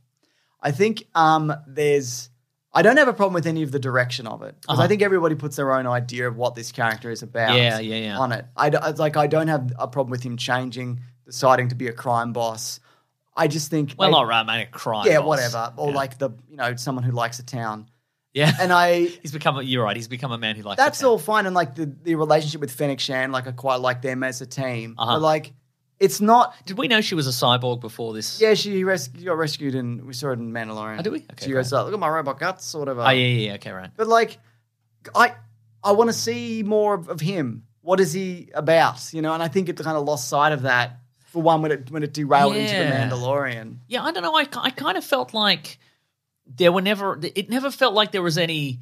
[SPEAKER 3] I think um, there's. I don't have a problem with any of the direction of it because I think everybody puts their own idea of what this character is about.
[SPEAKER 6] Uh-huh. Yeah, yeah, yeah.
[SPEAKER 3] On it, I d- it's like I don't have a problem with him changing, deciding to be a crime boss. I just think,
[SPEAKER 6] Well,
[SPEAKER 3] like,
[SPEAKER 6] all right, man, a crime.
[SPEAKER 3] yeah,
[SPEAKER 6] boss.
[SPEAKER 3] whatever, or
[SPEAKER 6] yeah.
[SPEAKER 3] like the you know someone who likes a town.
[SPEAKER 6] yeah.
[SPEAKER 3] And I,
[SPEAKER 6] he's become. A, you're right. He's become a man who likes.
[SPEAKER 3] that's
[SPEAKER 6] the town.
[SPEAKER 3] all fine. And like the the relationship with Fennec Shan, like I quite like them as a team.
[SPEAKER 6] Uh-huh.
[SPEAKER 3] But like, it's not.
[SPEAKER 6] Did we know she was a cyborg before this?
[SPEAKER 3] Yeah, she res- got rescued, and we saw it in Mandalorian.
[SPEAKER 6] Oh, did we? Okay,
[SPEAKER 3] she goes, oh, "Look at my robot guts," sort of.
[SPEAKER 6] Oh, yeah, yeah, yeah. Okay, right.
[SPEAKER 3] But like, I I want to see more of, of him. What is he about? You know, and I think it kind of lost sight of that for one when it when it derailed
[SPEAKER 6] Yeah.
[SPEAKER 3] into the Mandalorian.
[SPEAKER 6] Yeah, I don't know. I, ki- I kind of felt like there were never. It never felt like there was any.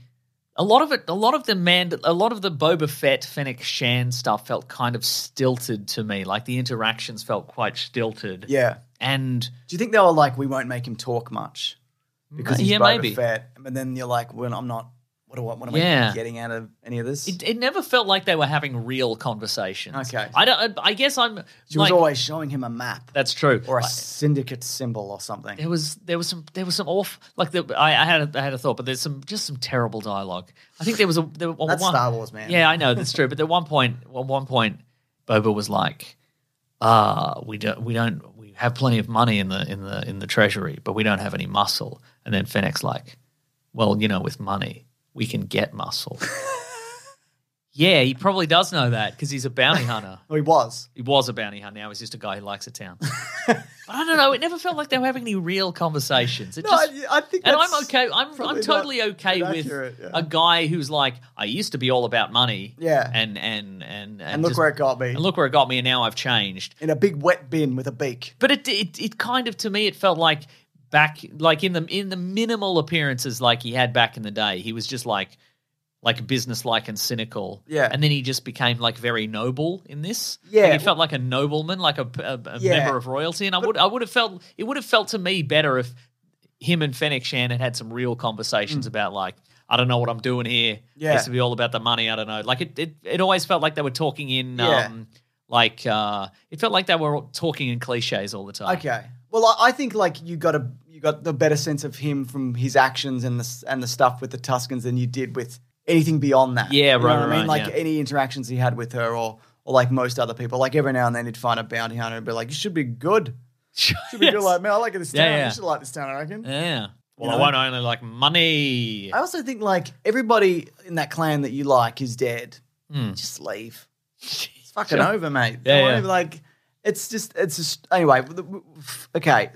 [SPEAKER 6] A lot of it, a lot of the man, a lot of the Boba Fett, Fennec Shan stuff felt kind of stilted to me. Like the interactions felt quite stilted.
[SPEAKER 3] Yeah.
[SPEAKER 6] And
[SPEAKER 3] Do you think they were like, we won't make him talk much? because
[SPEAKER 6] Yeah,
[SPEAKER 3] he's boba
[SPEAKER 6] maybe.
[SPEAKER 3] fett and then you're like well i'm not what, do I, what am
[SPEAKER 6] Yeah.
[SPEAKER 3] i getting out of any of this
[SPEAKER 6] It, it never felt like they were having real conversations.
[SPEAKER 3] Okay.
[SPEAKER 6] I don't. I guess I'm.
[SPEAKER 3] she was
[SPEAKER 6] like,
[SPEAKER 3] always showing him a map
[SPEAKER 6] That's true.
[SPEAKER 3] or a
[SPEAKER 6] I-
[SPEAKER 3] syndicate symbol or something
[SPEAKER 6] there was there was some there was some off like the, I, I had a, I had a thought, but there's some just some terrible dialogue. I think there was a there was
[SPEAKER 3] That's
[SPEAKER 6] one,
[SPEAKER 3] Star Wars, man.
[SPEAKER 6] Yeah, I know that's true. But at one point, at one point, Boba was like, "Ah, we don't we don't we have plenty of money in the in the in the treasury, but we don't have any muscle." And then Fennec's like, "Well, you know, with money, we can get muscle." yeah, he probably does know that because he's a bounty hunter.
[SPEAKER 3] Well, Oh, he was
[SPEAKER 6] He was a bounty hunter. Now he's just a guy who likes a town. but I don't know. It never felt like they were having any real conversations. It
[SPEAKER 3] No,
[SPEAKER 6] just,
[SPEAKER 3] I- I think
[SPEAKER 6] and I'm
[SPEAKER 3] that's
[SPEAKER 6] okay. I'm
[SPEAKER 3] probably
[SPEAKER 6] I'm totally
[SPEAKER 3] not
[SPEAKER 6] okay with
[SPEAKER 3] inaccurate, yeah.
[SPEAKER 6] a guy who's like, I used to be all about money.
[SPEAKER 3] Yeah.
[SPEAKER 6] And and and and,
[SPEAKER 3] and look
[SPEAKER 6] just-
[SPEAKER 3] where it got me
[SPEAKER 6] And look where it got me. And now I've changed.
[SPEAKER 3] in a big wet bin with a beak
[SPEAKER 6] But it it it kind of to me it felt like back like in the in the minimal appearances like he had back in the day. He was just like like businesslike and cynical.
[SPEAKER 3] Yeah.
[SPEAKER 6] And then he just became like very noble in this.
[SPEAKER 3] Yeah.
[SPEAKER 6] Like, he felt like a nobleman, like a, a, a
[SPEAKER 3] Yeah.
[SPEAKER 6] member of royalty. And I would I would have felt it would have felt to me better if him and Fennec Shan had had some real conversations about like I don't know what I'm doing here.
[SPEAKER 3] Mm. Yeah.
[SPEAKER 6] It used to be all about the money. I don't know. Like it, it, it always felt like they were talking in,
[SPEAKER 3] Yeah.
[SPEAKER 6] um, like uh, it felt like they were all talking in cliches all the time.
[SPEAKER 3] okay well I, I think like you got a you got the better sense of him from his actions and the s- and the stuff with the tuscans than you did with anything beyond that
[SPEAKER 6] Yeah,
[SPEAKER 3] You know
[SPEAKER 6] right,
[SPEAKER 3] what i mean
[SPEAKER 6] right,
[SPEAKER 3] like
[SPEAKER 6] yeah.
[SPEAKER 3] any interactions he had with her or or like most other people like every now and then he'd find a bounty hunter and be like you should be good
[SPEAKER 6] Should
[SPEAKER 3] should be good like man i like this town
[SPEAKER 6] Yeah, yeah.
[SPEAKER 3] you should like this town i reckon
[SPEAKER 6] Yeah. Well,
[SPEAKER 3] know? Uh,
[SPEAKER 6] I won't only like money.
[SPEAKER 3] I also think like everybody in that clan that you like is dead. Just leave. It's fucking over, mate.
[SPEAKER 6] Hmm. Yeah,
[SPEAKER 3] Come on
[SPEAKER 6] yeah.
[SPEAKER 3] over, Like it's just it's just anyway. w- w- f- Okay,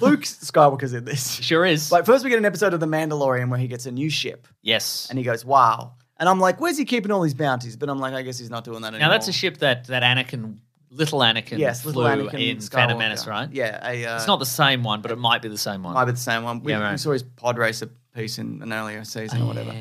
[SPEAKER 3] Luke Skywalker's in this.
[SPEAKER 6] Sure is.
[SPEAKER 3] Like first we get an episode of The Mandalorian where he gets a new ship
[SPEAKER 6] yes.
[SPEAKER 3] and he goes, "Wow." And I'm like, "Where's he keeping all these bounties?" But I'm like, "I guess he's not doing that anymore."
[SPEAKER 6] now that's a ship that that Anakin, little Anakin,
[SPEAKER 3] Yes, little
[SPEAKER 6] flew
[SPEAKER 3] Anakin
[SPEAKER 6] in
[SPEAKER 3] Skywalker.
[SPEAKER 6] Phantom Menace, right?
[SPEAKER 3] Yeah, a, uh,
[SPEAKER 6] It's not the same one, but it might be the same one.
[SPEAKER 3] might be the same one. We,
[SPEAKER 6] Yeah, right. Oh,
[SPEAKER 3] we saw his pod racer piece in an earlier season or whatever.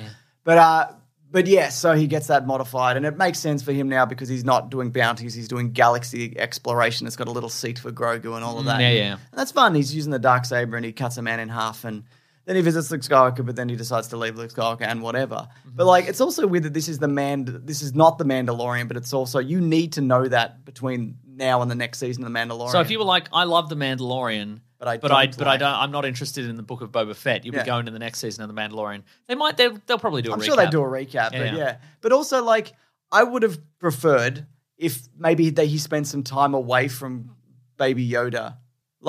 [SPEAKER 3] But uh, but yeah, so he gets that modified, and it makes sense for him now because he's not doing bounties; he's doing galaxy exploration. It's got a little seat for Grogu and all of that.
[SPEAKER 6] Mm, yeah, yeah.
[SPEAKER 3] and that's fun. He's using the dark saber and he cuts a man in half, and then he visits Luke Skywalker, but then he decides to leave Luke Skywalker and whatever.
[SPEAKER 6] Mm-hmm.
[SPEAKER 3] But like, it's also weird that this is the man. This is not the Mandalorian, but it's also you need to know that between now and the next season of the Mandalorian.
[SPEAKER 6] So if you were like, I love the Mandalorian,
[SPEAKER 3] But I
[SPEAKER 6] but I,
[SPEAKER 3] don't
[SPEAKER 6] but I
[SPEAKER 3] like-
[SPEAKER 6] don't, I'm not interested in the book of Boba Fett. You'll
[SPEAKER 3] Yeah.
[SPEAKER 6] be going to the next season of the Mandalorian. They might, they'll, they'll probably do. a
[SPEAKER 3] I'm
[SPEAKER 6] recap.
[SPEAKER 3] sure they do a recap,
[SPEAKER 6] Yeah,
[SPEAKER 3] but
[SPEAKER 6] yeah.
[SPEAKER 3] yeah. But also, like, I would have preferred if maybe they, he spent some time away from Baby Yoda,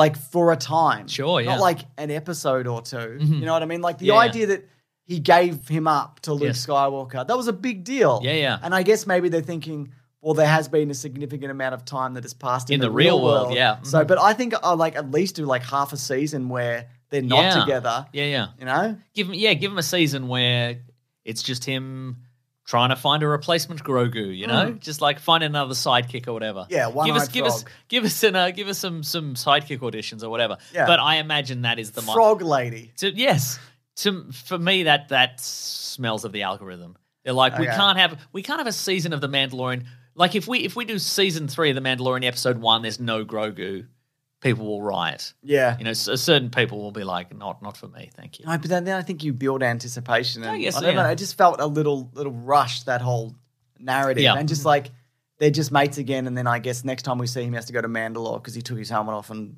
[SPEAKER 3] like for a time.
[SPEAKER 6] Sure, yeah.
[SPEAKER 3] Not
[SPEAKER 6] Mm-hmm.
[SPEAKER 3] like an episode or 2 You know what I mean? Like the
[SPEAKER 6] Yeah, yeah.
[SPEAKER 3] idea that he gave him up to Luke
[SPEAKER 6] Yes.
[SPEAKER 3] Skywalker, that was a big deal.
[SPEAKER 6] Yeah, yeah.
[SPEAKER 3] And I guess maybe they're thinking. Well, there has been a significant amount of time that has passed in,
[SPEAKER 6] In the real world, yeah. Mm-hmm.
[SPEAKER 3] So, but I think I'll like at least do like half a season where they're not
[SPEAKER 6] Yeah.
[SPEAKER 3] together.
[SPEAKER 6] Yeah, yeah.
[SPEAKER 3] You know,
[SPEAKER 6] Give him, yeah, give him a season where it's just him trying to find a replacement Grogu. You know, just like find another sidekick or whatever.
[SPEAKER 3] Hmm. Yeah,
[SPEAKER 6] give us,
[SPEAKER 3] one-eyed
[SPEAKER 6] give us,
[SPEAKER 3] frog.
[SPEAKER 6] give us, an, uh, give us some some sidekick auditions or whatever.
[SPEAKER 3] Yeah.
[SPEAKER 6] But I imagine that is the mo-
[SPEAKER 3] Frog Lady.
[SPEAKER 6] To, yes, to for me that that smells of the algorithm. They're like we
[SPEAKER 3] Okay.
[SPEAKER 6] can't have we can't have a season of the Mandalorian. Like if we if we do season three of the Mandalorian, episode one, there's no Grogu, people will riot.
[SPEAKER 3] Yeah.
[SPEAKER 6] You know, s- certain people will be like, not not for me, thank you.
[SPEAKER 3] No, but then, then I think you build anticipation. And
[SPEAKER 6] I
[SPEAKER 3] I,
[SPEAKER 6] guess so,
[SPEAKER 3] don't
[SPEAKER 6] yeah.
[SPEAKER 3] know. It just felt a little little rushed that whole narrative,
[SPEAKER 6] Yeah.
[SPEAKER 3] and just like they're just mates again. And then I guess next time we see him, he has to go to Mandalore because he took his helmet off and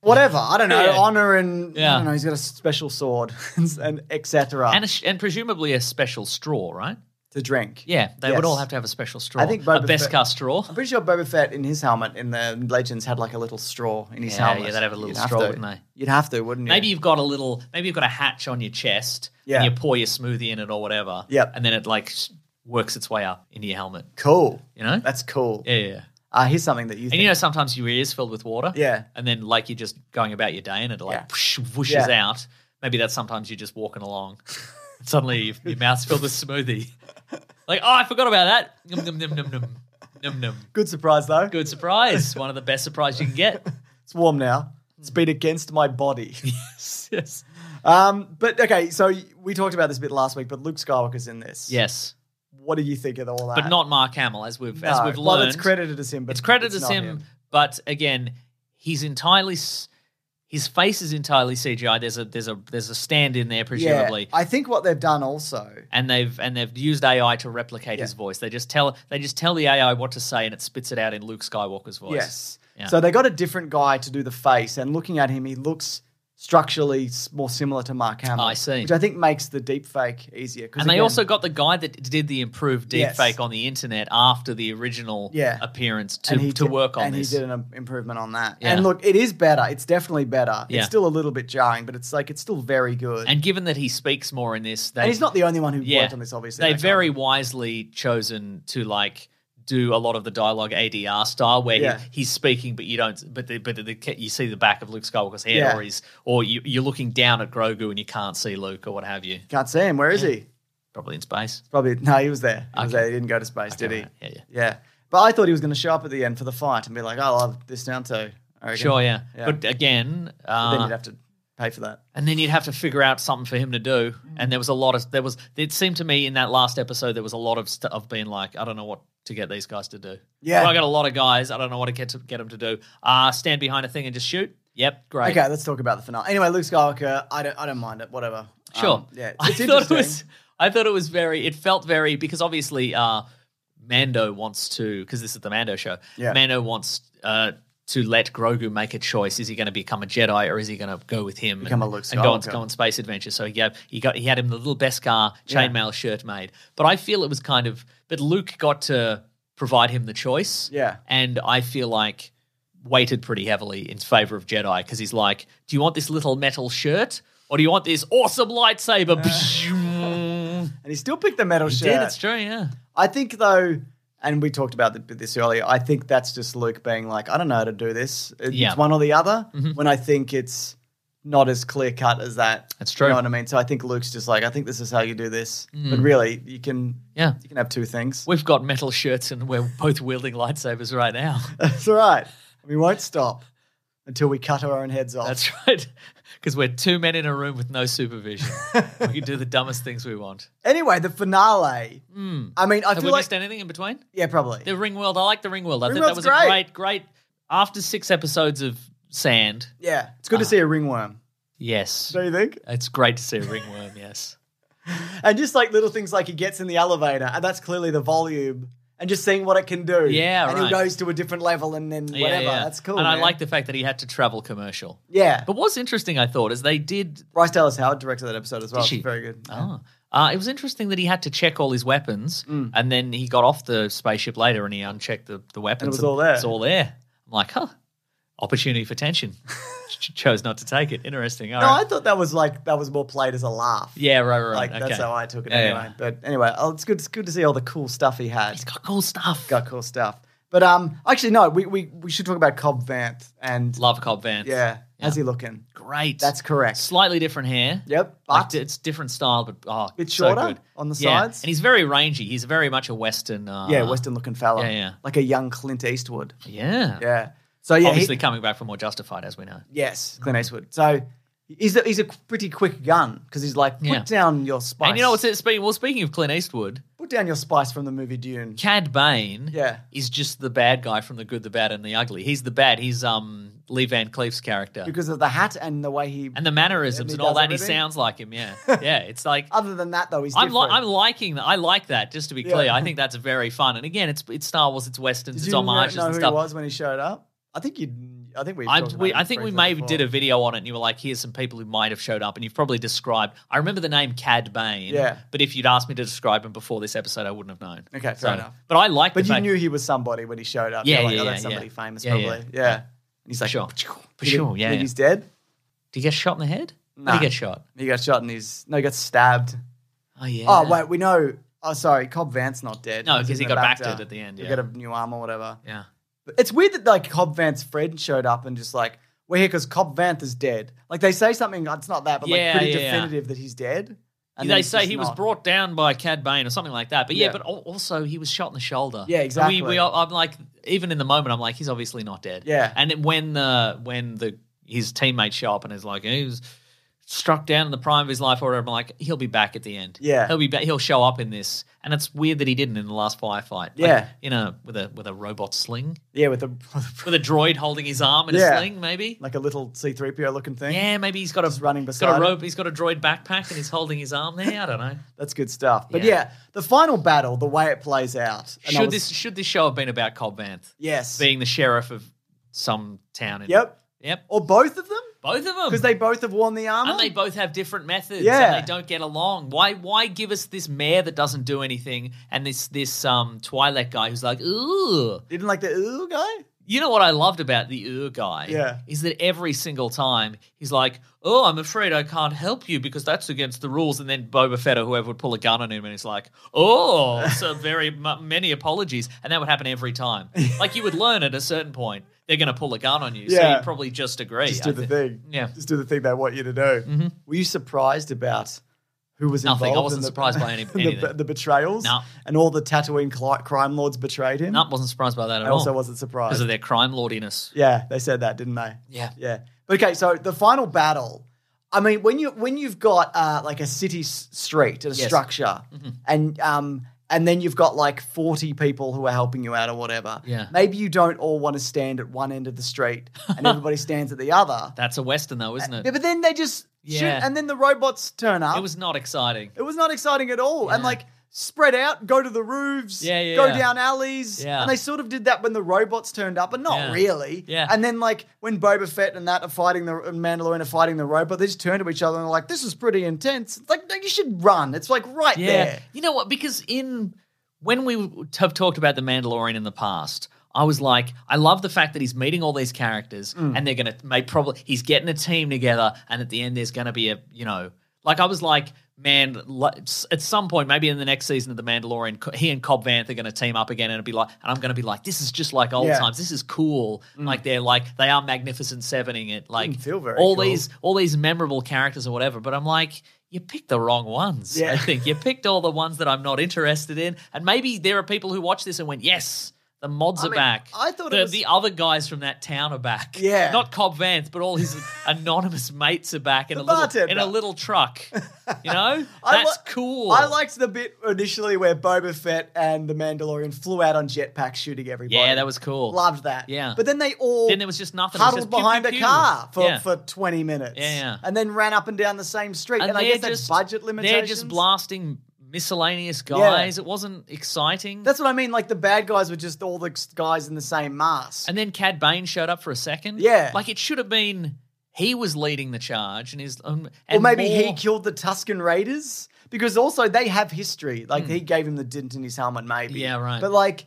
[SPEAKER 3] whatever. I don't know.
[SPEAKER 6] Yeah.
[SPEAKER 3] Honor and I
[SPEAKER 6] Yeah.
[SPEAKER 3] don't know. He's got a special sword and, and etc.
[SPEAKER 6] And a, sh- and presumably a special straw, right?
[SPEAKER 3] to drink.
[SPEAKER 6] Yeah, they
[SPEAKER 3] Yes.
[SPEAKER 6] would all have to have a special straw.
[SPEAKER 3] I think
[SPEAKER 6] a
[SPEAKER 3] Boba Fett-
[SPEAKER 6] Beskar straw.
[SPEAKER 3] I'm pretty sure Boba Fett in his helmet in the Legends had like a little straw in his
[SPEAKER 6] Yeah,
[SPEAKER 3] helmet.
[SPEAKER 6] yeah, they'd have a little
[SPEAKER 3] You'd have
[SPEAKER 6] straw,
[SPEAKER 3] to.
[SPEAKER 6] wouldn't they?
[SPEAKER 3] You'd have to, wouldn't you?
[SPEAKER 6] Maybe you've got a little, maybe you've got a hatch on your chest,
[SPEAKER 3] Yeah.
[SPEAKER 6] and you pour your smoothie in it or whatever.
[SPEAKER 3] Yep.
[SPEAKER 6] and then it like s- works its way up into your helmet.
[SPEAKER 3] cool.
[SPEAKER 6] You know,
[SPEAKER 3] That's cool.
[SPEAKER 6] Yeah, yeah. yeah.
[SPEAKER 3] Uh, here's something that you
[SPEAKER 6] And
[SPEAKER 3] think.
[SPEAKER 6] you know, sometimes your ears filled with water.
[SPEAKER 3] Yeah.
[SPEAKER 6] And then, like, you're just going about your day and it, like,
[SPEAKER 3] Yeah.
[SPEAKER 6] whoosh, whooshes
[SPEAKER 3] Yeah.
[SPEAKER 6] out. Maybe that's sometimes you're just walking along. Suddenly, your, your mouth's filled with smoothie. Like, oh, I forgot about that. Num, num, num, num, num. Num, num.
[SPEAKER 3] Good surprise though.
[SPEAKER 6] Good surprise. One of the best surprises you can get.
[SPEAKER 3] It's warm now.
[SPEAKER 6] Hmm.
[SPEAKER 3] It's been against my body.
[SPEAKER 6] yes.
[SPEAKER 3] Um, but okay, so we talked about this a bit last week, but Luke Skywalker's in this.
[SPEAKER 6] Yes.
[SPEAKER 3] What do you think of all that?
[SPEAKER 6] But not Mark Hamill, as we've, as
[SPEAKER 3] No.
[SPEAKER 6] we've learned.
[SPEAKER 3] Well, it's credited as him, but
[SPEAKER 6] It's credited as
[SPEAKER 3] not
[SPEAKER 6] him, but again, he's entirely. s- His face is entirely CGI. There's a there's a there's a stand in there presumably.
[SPEAKER 3] I think what they've done also.
[SPEAKER 6] and they've and they've used AI to replicate his voice. They just tell they just tell the AI what to say, and it spits it out in Luke Skywalker's voice.
[SPEAKER 3] Yes.
[SPEAKER 6] Yeah.
[SPEAKER 3] So they got a different guy to do the face, and looking at him, he looks structurally s- more similar to Mark Hamill.
[SPEAKER 6] I see.
[SPEAKER 3] Which I think makes the deep fake easier. 'cause
[SPEAKER 6] And they
[SPEAKER 3] again-
[SPEAKER 6] also got the guy that did the improved deepfake
[SPEAKER 3] Yes.
[SPEAKER 6] on the internet after the original
[SPEAKER 3] Yeah.
[SPEAKER 6] appearance to,
[SPEAKER 3] and he
[SPEAKER 6] to
[SPEAKER 3] did-
[SPEAKER 6] work on
[SPEAKER 3] and
[SPEAKER 6] this.
[SPEAKER 3] he did an im- improvement on that.
[SPEAKER 6] Yeah.
[SPEAKER 3] And look, it is better. It's definitely better.
[SPEAKER 6] Yeah.
[SPEAKER 3] It's still a little bit jarring, but it's like it's still very good.
[SPEAKER 6] and given that he speaks more in this, they,
[SPEAKER 3] And he's not the only one who
[SPEAKER 6] yeah,
[SPEAKER 3] worked on this. Obviously,
[SPEAKER 6] They
[SPEAKER 3] Like,
[SPEAKER 6] very wisely chosen to like do a lot of the dialogue ADR style, where
[SPEAKER 3] Yeah.
[SPEAKER 6] he, he's speaking, but you don't, but the, but the, the, you see the back of Luke Skywalker's head,
[SPEAKER 3] Yeah.
[SPEAKER 6] or he's, or you, you're looking down at Grogu and you can't see Luke or what have you.
[SPEAKER 3] can't see him. Where is he?
[SPEAKER 6] Probably in space.
[SPEAKER 3] Probably no. He was there. He was
[SPEAKER 6] Okay.
[SPEAKER 3] there. He didn't go to space, did he?
[SPEAKER 6] right. Yeah, yeah.
[SPEAKER 3] But I thought he was going to show up at the end for the fight and be like, "I love this now too." I reckon.
[SPEAKER 6] Sure, yeah.
[SPEAKER 3] Yeah.
[SPEAKER 6] But again,
[SPEAKER 3] But
[SPEAKER 6] uh,
[SPEAKER 3] then you'd have to pay for that.
[SPEAKER 6] and then you'd have to figure out something for him to do.
[SPEAKER 3] Mm.
[SPEAKER 6] And there was a lot of there was. It seemed to me in that last episode there was a lot of st- of being like, I don't know what to get these guys to do.
[SPEAKER 3] Yeah.
[SPEAKER 6] Well, I got a lot of guys. I don't know what to get to get them to do. Uh stand behind a thing and just shoot. Yep, great.
[SPEAKER 3] Okay, let's talk about the finale. Anyway, Luke Skywalker. I don't. I don't mind it. Whatever.
[SPEAKER 6] Sure.
[SPEAKER 3] Um, yeah. It's,
[SPEAKER 6] I
[SPEAKER 3] it's
[SPEAKER 6] thought it
[SPEAKER 3] interesting.
[SPEAKER 6] was. I thought it was very. It felt very because obviously, uh, Mando wants to because this is the Mando show.
[SPEAKER 3] Yeah.
[SPEAKER 6] Mando wants uh, to let Grogu make a choice. Is he going to become a Jedi or is he going to go with him
[SPEAKER 3] Become
[SPEAKER 6] and,
[SPEAKER 3] a Luke
[SPEAKER 6] and go on
[SPEAKER 3] Skywalker.
[SPEAKER 6] go on space adventure? So he gave, he got he had him the little Beskar chainmail shirt made. But I feel it was kind of. But Luke got to provide him the choice.
[SPEAKER 3] Yeah.
[SPEAKER 6] and I feel like weighted pretty heavily in favor of Jedi because he's like, do you want this little metal shirt or do you want this awesome
[SPEAKER 3] Uh,
[SPEAKER 6] lightsaber?
[SPEAKER 3] and he still picked the metal shirt.
[SPEAKER 6] Dude, it's true, yeah.
[SPEAKER 3] I think though, and we talked about th- this earlier. I think that's just Luke being like, I don't know how to do this. It-
[SPEAKER 6] Yeah. Mm-hmm.
[SPEAKER 3] It's one or the other. When I think it's not as clear cut as that.
[SPEAKER 6] That's true. Mm.
[SPEAKER 3] You know what I mean? So I think Luke's just like, I think this is how you do this. But really, you can
[SPEAKER 6] Yeah.
[SPEAKER 3] you can have two things.
[SPEAKER 6] We've got metal shirts and we're both wielding lightsabers right now.
[SPEAKER 3] That's all right. We won't stop until we cut our own heads off.
[SPEAKER 6] That's right. Because we're two men in a room with no supervision. we can do the dumbest things we want.
[SPEAKER 3] Anyway, the finale. I mean, I
[SPEAKER 6] Mm. Have we
[SPEAKER 3] feel like
[SPEAKER 6] missed anything in between?
[SPEAKER 3] yeah, probably.
[SPEAKER 6] The ring world. I like the ring world. I think that
[SPEAKER 3] Ringworld's
[SPEAKER 6] was a
[SPEAKER 3] great.
[SPEAKER 6] great, great. After six episodes of sand,
[SPEAKER 3] Yeah, it's
[SPEAKER 6] Ah.
[SPEAKER 3] good to see a ringworm.
[SPEAKER 6] yes,
[SPEAKER 3] Don't you think?
[SPEAKER 6] it's great to see a ringworm. Yes.
[SPEAKER 3] And just like little things like he gets in the elevator, and that's clearly the volume, and just seeing what it can do.
[SPEAKER 6] Yeah,
[SPEAKER 3] and
[SPEAKER 6] right.
[SPEAKER 3] he goes to a different level, and then whatever.
[SPEAKER 6] Yeah, yeah.
[SPEAKER 3] That's cool.
[SPEAKER 6] And I
[SPEAKER 3] man.
[SPEAKER 6] like the fact that he had to travel commercial.
[SPEAKER 3] Yeah,
[SPEAKER 6] But what's interesting, I thought, is they did.
[SPEAKER 3] Bryce Dallas Howard directed that episode as well.
[SPEAKER 6] she?
[SPEAKER 3] It's very good.
[SPEAKER 6] Oh, uh, it was interesting that he had to check all his weapons,
[SPEAKER 3] Mm.
[SPEAKER 6] and then he got off the spaceship later and he unchecked the, the weapons.
[SPEAKER 3] was all there.
[SPEAKER 6] It's all there. I'm like, huh, opportunity for tension. Ch- Chose not to take it. Interesting. All
[SPEAKER 3] No,
[SPEAKER 6] right.
[SPEAKER 3] I thought that was like that was more played as a laugh.
[SPEAKER 6] yeah, right, right,
[SPEAKER 3] like
[SPEAKER 6] right.
[SPEAKER 3] that's
[SPEAKER 6] okay.
[SPEAKER 3] how I took it
[SPEAKER 6] Yeah,
[SPEAKER 3] anyway.
[SPEAKER 6] yeah.
[SPEAKER 3] But anyway, oh, it's good. It's good to see all the cool stuff he had.
[SPEAKER 6] He's got cool stuff.
[SPEAKER 3] got cool stuff. But um, actually, no, we we, we should talk about Cobb Vanth and
[SPEAKER 6] Love Cobb Vance.
[SPEAKER 3] yeah, how's he looking?
[SPEAKER 6] Great.
[SPEAKER 3] That's correct.
[SPEAKER 6] Slightly different hair.
[SPEAKER 3] Yep,
[SPEAKER 6] Like,
[SPEAKER 3] but-
[SPEAKER 6] d- it's different style, but oh,
[SPEAKER 3] Bit
[SPEAKER 6] so
[SPEAKER 3] shorter
[SPEAKER 6] good.
[SPEAKER 3] on the
[SPEAKER 6] Yeah,
[SPEAKER 3] sides.
[SPEAKER 6] and he's very rangy. He's very much a Western. Uh,
[SPEAKER 3] yeah, Western looking fella.
[SPEAKER 6] yeah, yeah.
[SPEAKER 3] like a young Clint Eastwood.
[SPEAKER 6] Yeah,
[SPEAKER 3] Yeah. So yeah,
[SPEAKER 6] obviously
[SPEAKER 3] he-
[SPEAKER 6] coming back from more justified, as we know.
[SPEAKER 3] yes, Clint Eastwood. So he's a, he's a pretty quick gun because he's like, put
[SPEAKER 6] Yeah.
[SPEAKER 3] down your spice.
[SPEAKER 6] And you know what's it? Speaking well, speaking of Clint Eastwood,
[SPEAKER 3] Put down your spice from the movie Dune.
[SPEAKER 6] Cad Bane,
[SPEAKER 3] Yeah.
[SPEAKER 6] is just the bad guy from the Good, the Bad, and the Ugly. He's the bad. He's um Lee Van Cleef's character,
[SPEAKER 3] Because of the hat and the way he.
[SPEAKER 6] and the mannerisms
[SPEAKER 3] he
[SPEAKER 6] and all
[SPEAKER 3] does
[SPEAKER 6] that. He
[SPEAKER 3] everything.
[SPEAKER 6] sounds like him. Yeah, yeah. It's like
[SPEAKER 3] Other than that, though, he's
[SPEAKER 6] I'm li-
[SPEAKER 3] different.
[SPEAKER 6] I'm liking that. I like that. Just to be
[SPEAKER 3] Yeah.
[SPEAKER 6] clear, I think that's very fun. And again, it's it's Star Wars. It's westerns.
[SPEAKER 3] Did
[SPEAKER 6] it's
[SPEAKER 3] you
[SPEAKER 6] homages
[SPEAKER 3] know
[SPEAKER 6] and
[SPEAKER 3] who
[SPEAKER 6] stuff.
[SPEAKER 3] he was when he showed up? I think you. I think we.
[SPEAKER 6] I,
[SPEAKER 3] talked about
[SPEAKER 6] we,
[SPEAKER 3] him
[SPEAKER 6] I think we
[SPEAKER 3] briefly
[SPEAKER 6] maybe
[SPEAKER 3] before.
[SPEAKER 6] did a video on it, and you were like, "Here's some people who might have showed up," and you've probably described. I remember the name Cad Bane,
[SPEAKER 3] Yeah.
[SPEAKER 6] But if you'd asked me to describe him before this episode, I wouldn't have known.
[SPEAKER 3] Okay, fair enough.
[SPEAKER 6] But I like.
[SPEAKER 3] But
[SPEAKER 6] the
[SPEAKER 3] you
[SPEAKER 6] fact-
[SPEAKER 3] knew he was somebody when he showed up.
[SPEAKER 6] Yeah,
[SPEAKER 3] You're like,
[SPEAKER 6] yeah,
[SPEAKER 3] oh,
[SPEAKER 6] yeah,
[SPEAKER 3] that's somebody
[SPEAKER 6] yeah.
[SPEAKER 3] famous,
[SPEAKER 6] Yeah, yeah.
[SPEAKER 3] probably. Yeah. And he's like,
[SPEAKER 6] Sure. For
[SPEAKER 3] Did he-
[SPEAKER 6] sure, yeah,
[SPEAKER 3] think
[SPEAKER 6] yeah.
[SPEAKER 3] He's dead.
[SPEAKER 6] Did he get shot in the head? Did
[SPEAKER 3] Nah.
[SPEAKER 6] he get shot?
[SPEAKER 3] He got shot and he's no, he got stabbed.
[SPEAKER 6] Oh yeah.
[SPEAKER 3] Oh wait, we know. Oh sorry, Cobb Vance's not dead.
[SPEAKER 6] No,
[SPEAKER 3] He's
[SPEAKER 6] 'cause
[SPEAKER 3] in
[SPEAKER 6] he got
[SPEAKER 3] back
[SPEAKER 6] backed
[SPEAKER 3] to-
[SPEAKER 6] at the end,
[SPEAKER 3] He
[SPEAKER 6] yeah.
[SPEAKER 3] got a new arm or whatever.
[SPEAKER 6] Yeah.
[SPEAKER 3] But It's weird that like Cobb Vance Fred showed up and just like we're here because Cobb Vance is dead. Like they say something. uh, It's not that, but
[SPEAKER 6] Yeah,
[SPEAKER 3] like pretty
[SPEAKER 6] yeah, yeah.
[SPEAKER 3] definitive that he's dead. then
[SPEAKER 6] they
[SPEAKER 3] it's
[SPEAKER 6] say
[SPEAKER 3] just
[SPEAKER 6] he was
[SPEAKER 3] not.
[SPEAKER 6] brought down by Cad Bane or something like that. But yeah,
[SPEAKER 3] Yeah.
[SPEAKER 6] but al- also he was shot in the shoulder.
[SPEAKER 3] Yeah,
[SPEAKER 6] And
[SPEAKER 3] exactly.
[SPEAKER 6] We, we, are- I'm like, even in the moment, I'm like, he's obviously not dead.
[SPEAKER 3] Yeah.
[SPEAKER 6] And then when the when the his teammates show up and is like, he was struck down in the prime of his life or whatever. I'm like, he'll be back at the end.
[SPEAKER 3] Yeah.
[SPEAKER 6] he'll be back. He'll show up in this, and it's weird that he didn't in the last firefight. Like,
[SPEAKER 3] Yeah.
[SPEAKER 6] in a with a with a robot sling,
[SPEAKER 3] Yeah, with a
[SPEAKER 6] with a droid holding his arm in
[SPEAKER 3] Yeah.
[SPEAKER 6] a sling, maybe.
[SPEAKER 3] like a little C3PO looking thing.
[SPEAKER 6] yeah, maybe he's got a
[SPEAKER 3] Just running
[SPEAKER 6] he's got
[SPEAKER 3] beside
[SPEAKER 6] a
[SPEAKER 3] him.
[SPEAKER 6] rope. He's got a droid backpack, and he's holding his arm there. I don't know.
[SPEAKER 3] That's good stuff. But yeah.
[SPEAKER 6] Yeah.
[SPEAKER 3] the final battle, the way it plays out. and I
[SPEAKER 6] Should
[SPEAKER 3] was-
[SPEAKER 6] this should this show have been about Cobb Vanth
[SPEAKER 3] Yes.
[SPEAKER 6] being the sheriff of some town? In,
[SPEAKER 3] Yep.
[SPEAKER 6] yep.
[SPEAKER 3] Or both of them?
[SPEAKER 6] Both of them
[SPEAKER 3] Because they both have worn the armor?
[SPEAKER 6] and they both have different methods.
[SPEAKER 3] Yeah.
[SPEAKER 6] and they don't get along. Why? Why give us this mayor that doesn't do anything and this this um Twi'lek guy who's like ooh?
[SPEAKER 3] Didn't like the ooh guy?
[SPEAKER 6] You know what I loved about the ooh guy?
[SPEAKER 3] Yeah.
[SPEAKER 6] is that every single time he's like, oh, I'm afraid I can't help you because that's against the rules. And then Boba Fett or whoever would pull a gun on him and he's like, oh, so very m- many apologies, and that would happen every time. Like you would learn at a certain point they're going to pull a gun on you, so
[SPEAKER 3] Yeah.
[SPEAKER 6] you'd probably just agree.
[SPEAKER 3] Just
[SPEAKER 6] I
[SPEAKER 3] do the
[SPEAKER 6] thi-
[SPEAKER 3] thing.
[SPEAKER 6] Yeah. Mm-hmm.
[SPEAKER 3] Just do the thing they want you to do. Were you surprised about who was
[SPEAKER 6] Nothing. I
[SPEAKER 3] involved?
[SPEAKER 6] wasn't
[SPEAKER 3] in the-
[SPEAKER 6] surprised by any-
[SPEAKER 3] the,
[SPEAKER 6] anything.
[SPEAKER 3] the betrayals?
[SPEAKER 6] No.
[SPEAKER 3] And all the Tatooine cli- crime lords betrayed him?
[SPEAKER 6] No, wasn't surprised by that at
[SPEAKER 3] I
[SPEAKER 6] all.
[SPEAKER 3] also wasn't
[SPEAKER 6] because
[SPEAKER 3] surprised.
[SPEAKER 6] of their crime lordiness.
[SPEAKER 3] yeah, they said that, didn't they?
[SPEAKER 6] Yeah.
[SPEAKER 3] Yeah. But okay, so the final battle. I mean, when you when you've got uh, like a city s- street and a
[SPEAKER 6] Yes. Mm-hmm.
[SPEAKER 3] structure, and um, and then you've got like forty people who are helping you out or whatever.
[SPEAKER 6] Yeah.
[SPEAKER 3] Maybe you don't all want to stand at one end of the street and everybody stands at the other.
[SPEAKER 6] That's a western though, isn't
[SPEAKER 3] Uh, Yeah,
[SPEAKER 6] it?
[SPEAKER 3] but then they just shoot,
[SPEAKER 6] Yeah.
[SPEAKER 3] and then the robots turn up.
[SPEAKER 6] It was not exciting.
[SPEAKER 3] It was not exciting at all. And like spread out, go to the roofs,
[SPEAKER 6] Yeah, yeah,
[SPEAKER 3] go
[SPEAKER 6] yeah.
[SPEAKER 3] down alleys.
[SPEAKER 6] Yeah.
[SPEAKER 3] And they sort of did that when the robots turned up, but not
[SPEAKER 6] Yeah.
[SPEAKER 3] really.
[SPEAKER 6] Yeah.
[SPEAKER 3] And then like when Boba Fett and that are fighting the and Mandalorian are fighting the robot, they just turn to each other and are like, this is pretty intense. It's like, no, you should run. It's like right
[SPEAKER 6] Yeah.
[SPEAKER 3] there.
[SPEAKER 6] You know what? Because in when we have talked about the Mandalorian in the past, I was like, I love the fact that he's meeting all these characters
[SPEAKER 3] Mm.
[SPEAKER 6] and they're gonna make probably he's getting a team together, and at the end there's gonna be a you know, like I was like. Man, li- s- at some point, maybe in the next season of The Mandalorian, Co- he and Cobb Vanth are going to team up again, and it'll be like, and I'm going to be like, this is just like old
[SPEAKER 3] Yeah. Mm.
[SPEAKER 6] times. This is cool. Like they're like they are magnificent sevening it. Like
[SPEAKER 3] Didn't feel very
[SPEAKER 6] all
[SPEAKER 3] cool.
[SPEAKER 6] these all these memorable characters or whatever, but I'm like, you picked the wrong ones.
[SPEAKER 3] Yeah.
[SPEAKER 6] I think you picked all the ones that I'm not interested in, and maybe there are people who watch this and went, "Yes, the mods
[SPEAKER 3] I
[SPEAKER 6] are
[SPEAKER 3] mean,
[SPEAKER 6] back."
[SPEAKER 3] I thought it
[SPEAKER 6] the,
[SPEAKER 3] was-
[SPEAKER 6] the other guys from that town are back.
[SPEAKER 3] Yeah.
[SPEAKER 6] not Cobb Vanth, but all his anonymous mates are back in
[SPEAKER 3] The
[SPEAKER 6] a little
[SPEAKER 3] bartender.
[SPEAKER 6] in a little truck. You know,
[SPEAKER 3] I
[SPEAKER 6] that's
[SPEAKER 3] li-
[SPEAKER 6] cool.
[SPEAKER 3] I liked the bit initially where Boba Fett and the Mandalorian flew out on jetpacks shooting everybody.
[SPEAKER 6] Yeah, that was cool.
[SPEAKER 3] Loved that.
[SPEAKER 6] Yeah.
[SPEAKER 3] But then they all
[SPEAKER 6] Then there was just nothing. It was
[SPEAKER 3] Huddled
[SPEAKER 6] just pew,
[SPEAKER 3] behind
[SPEAKER 6] pew,
[SPEAKER 3] a
[SPEAKER 6] pew.
[SPEAKER 3] car for,
[SPEAKER 6] Yeah.
[SPEAKER 3] for twenty minutes.
[SPEAKER 6] Yeah, yeah.
[SPEAKER 3] And then ran up and down the same street. And, I
[SPEAKER 6] they're
[SPEAKER 3] guess that's budget limitations.
[SPEAKER 6] They're just blasting miscellaneous guys. It wasn't exciting.
[SPEAKER 3] That's what I mean. Like the bad guys were just all the guys in the same mask.
[SPEAKER 6] And then Cad Bane showed up for a second.
[SPEAKER 3] Yeah.
[SPEAKER 6] like it should have been he was leading the charge, and his um,
[SPEAKER 3] or
[SPEAKER 6] and
[SPEAKER 3] maybe he
[SPEAKER 6] more-
[SPEAKER 3] killed the Tuscan Raiders because also they have history. Like he gave him the dint in his helmet, maybe.
[SPEAKER 6] Hmm. Yeah, right.
[SPEAKER 3] But like,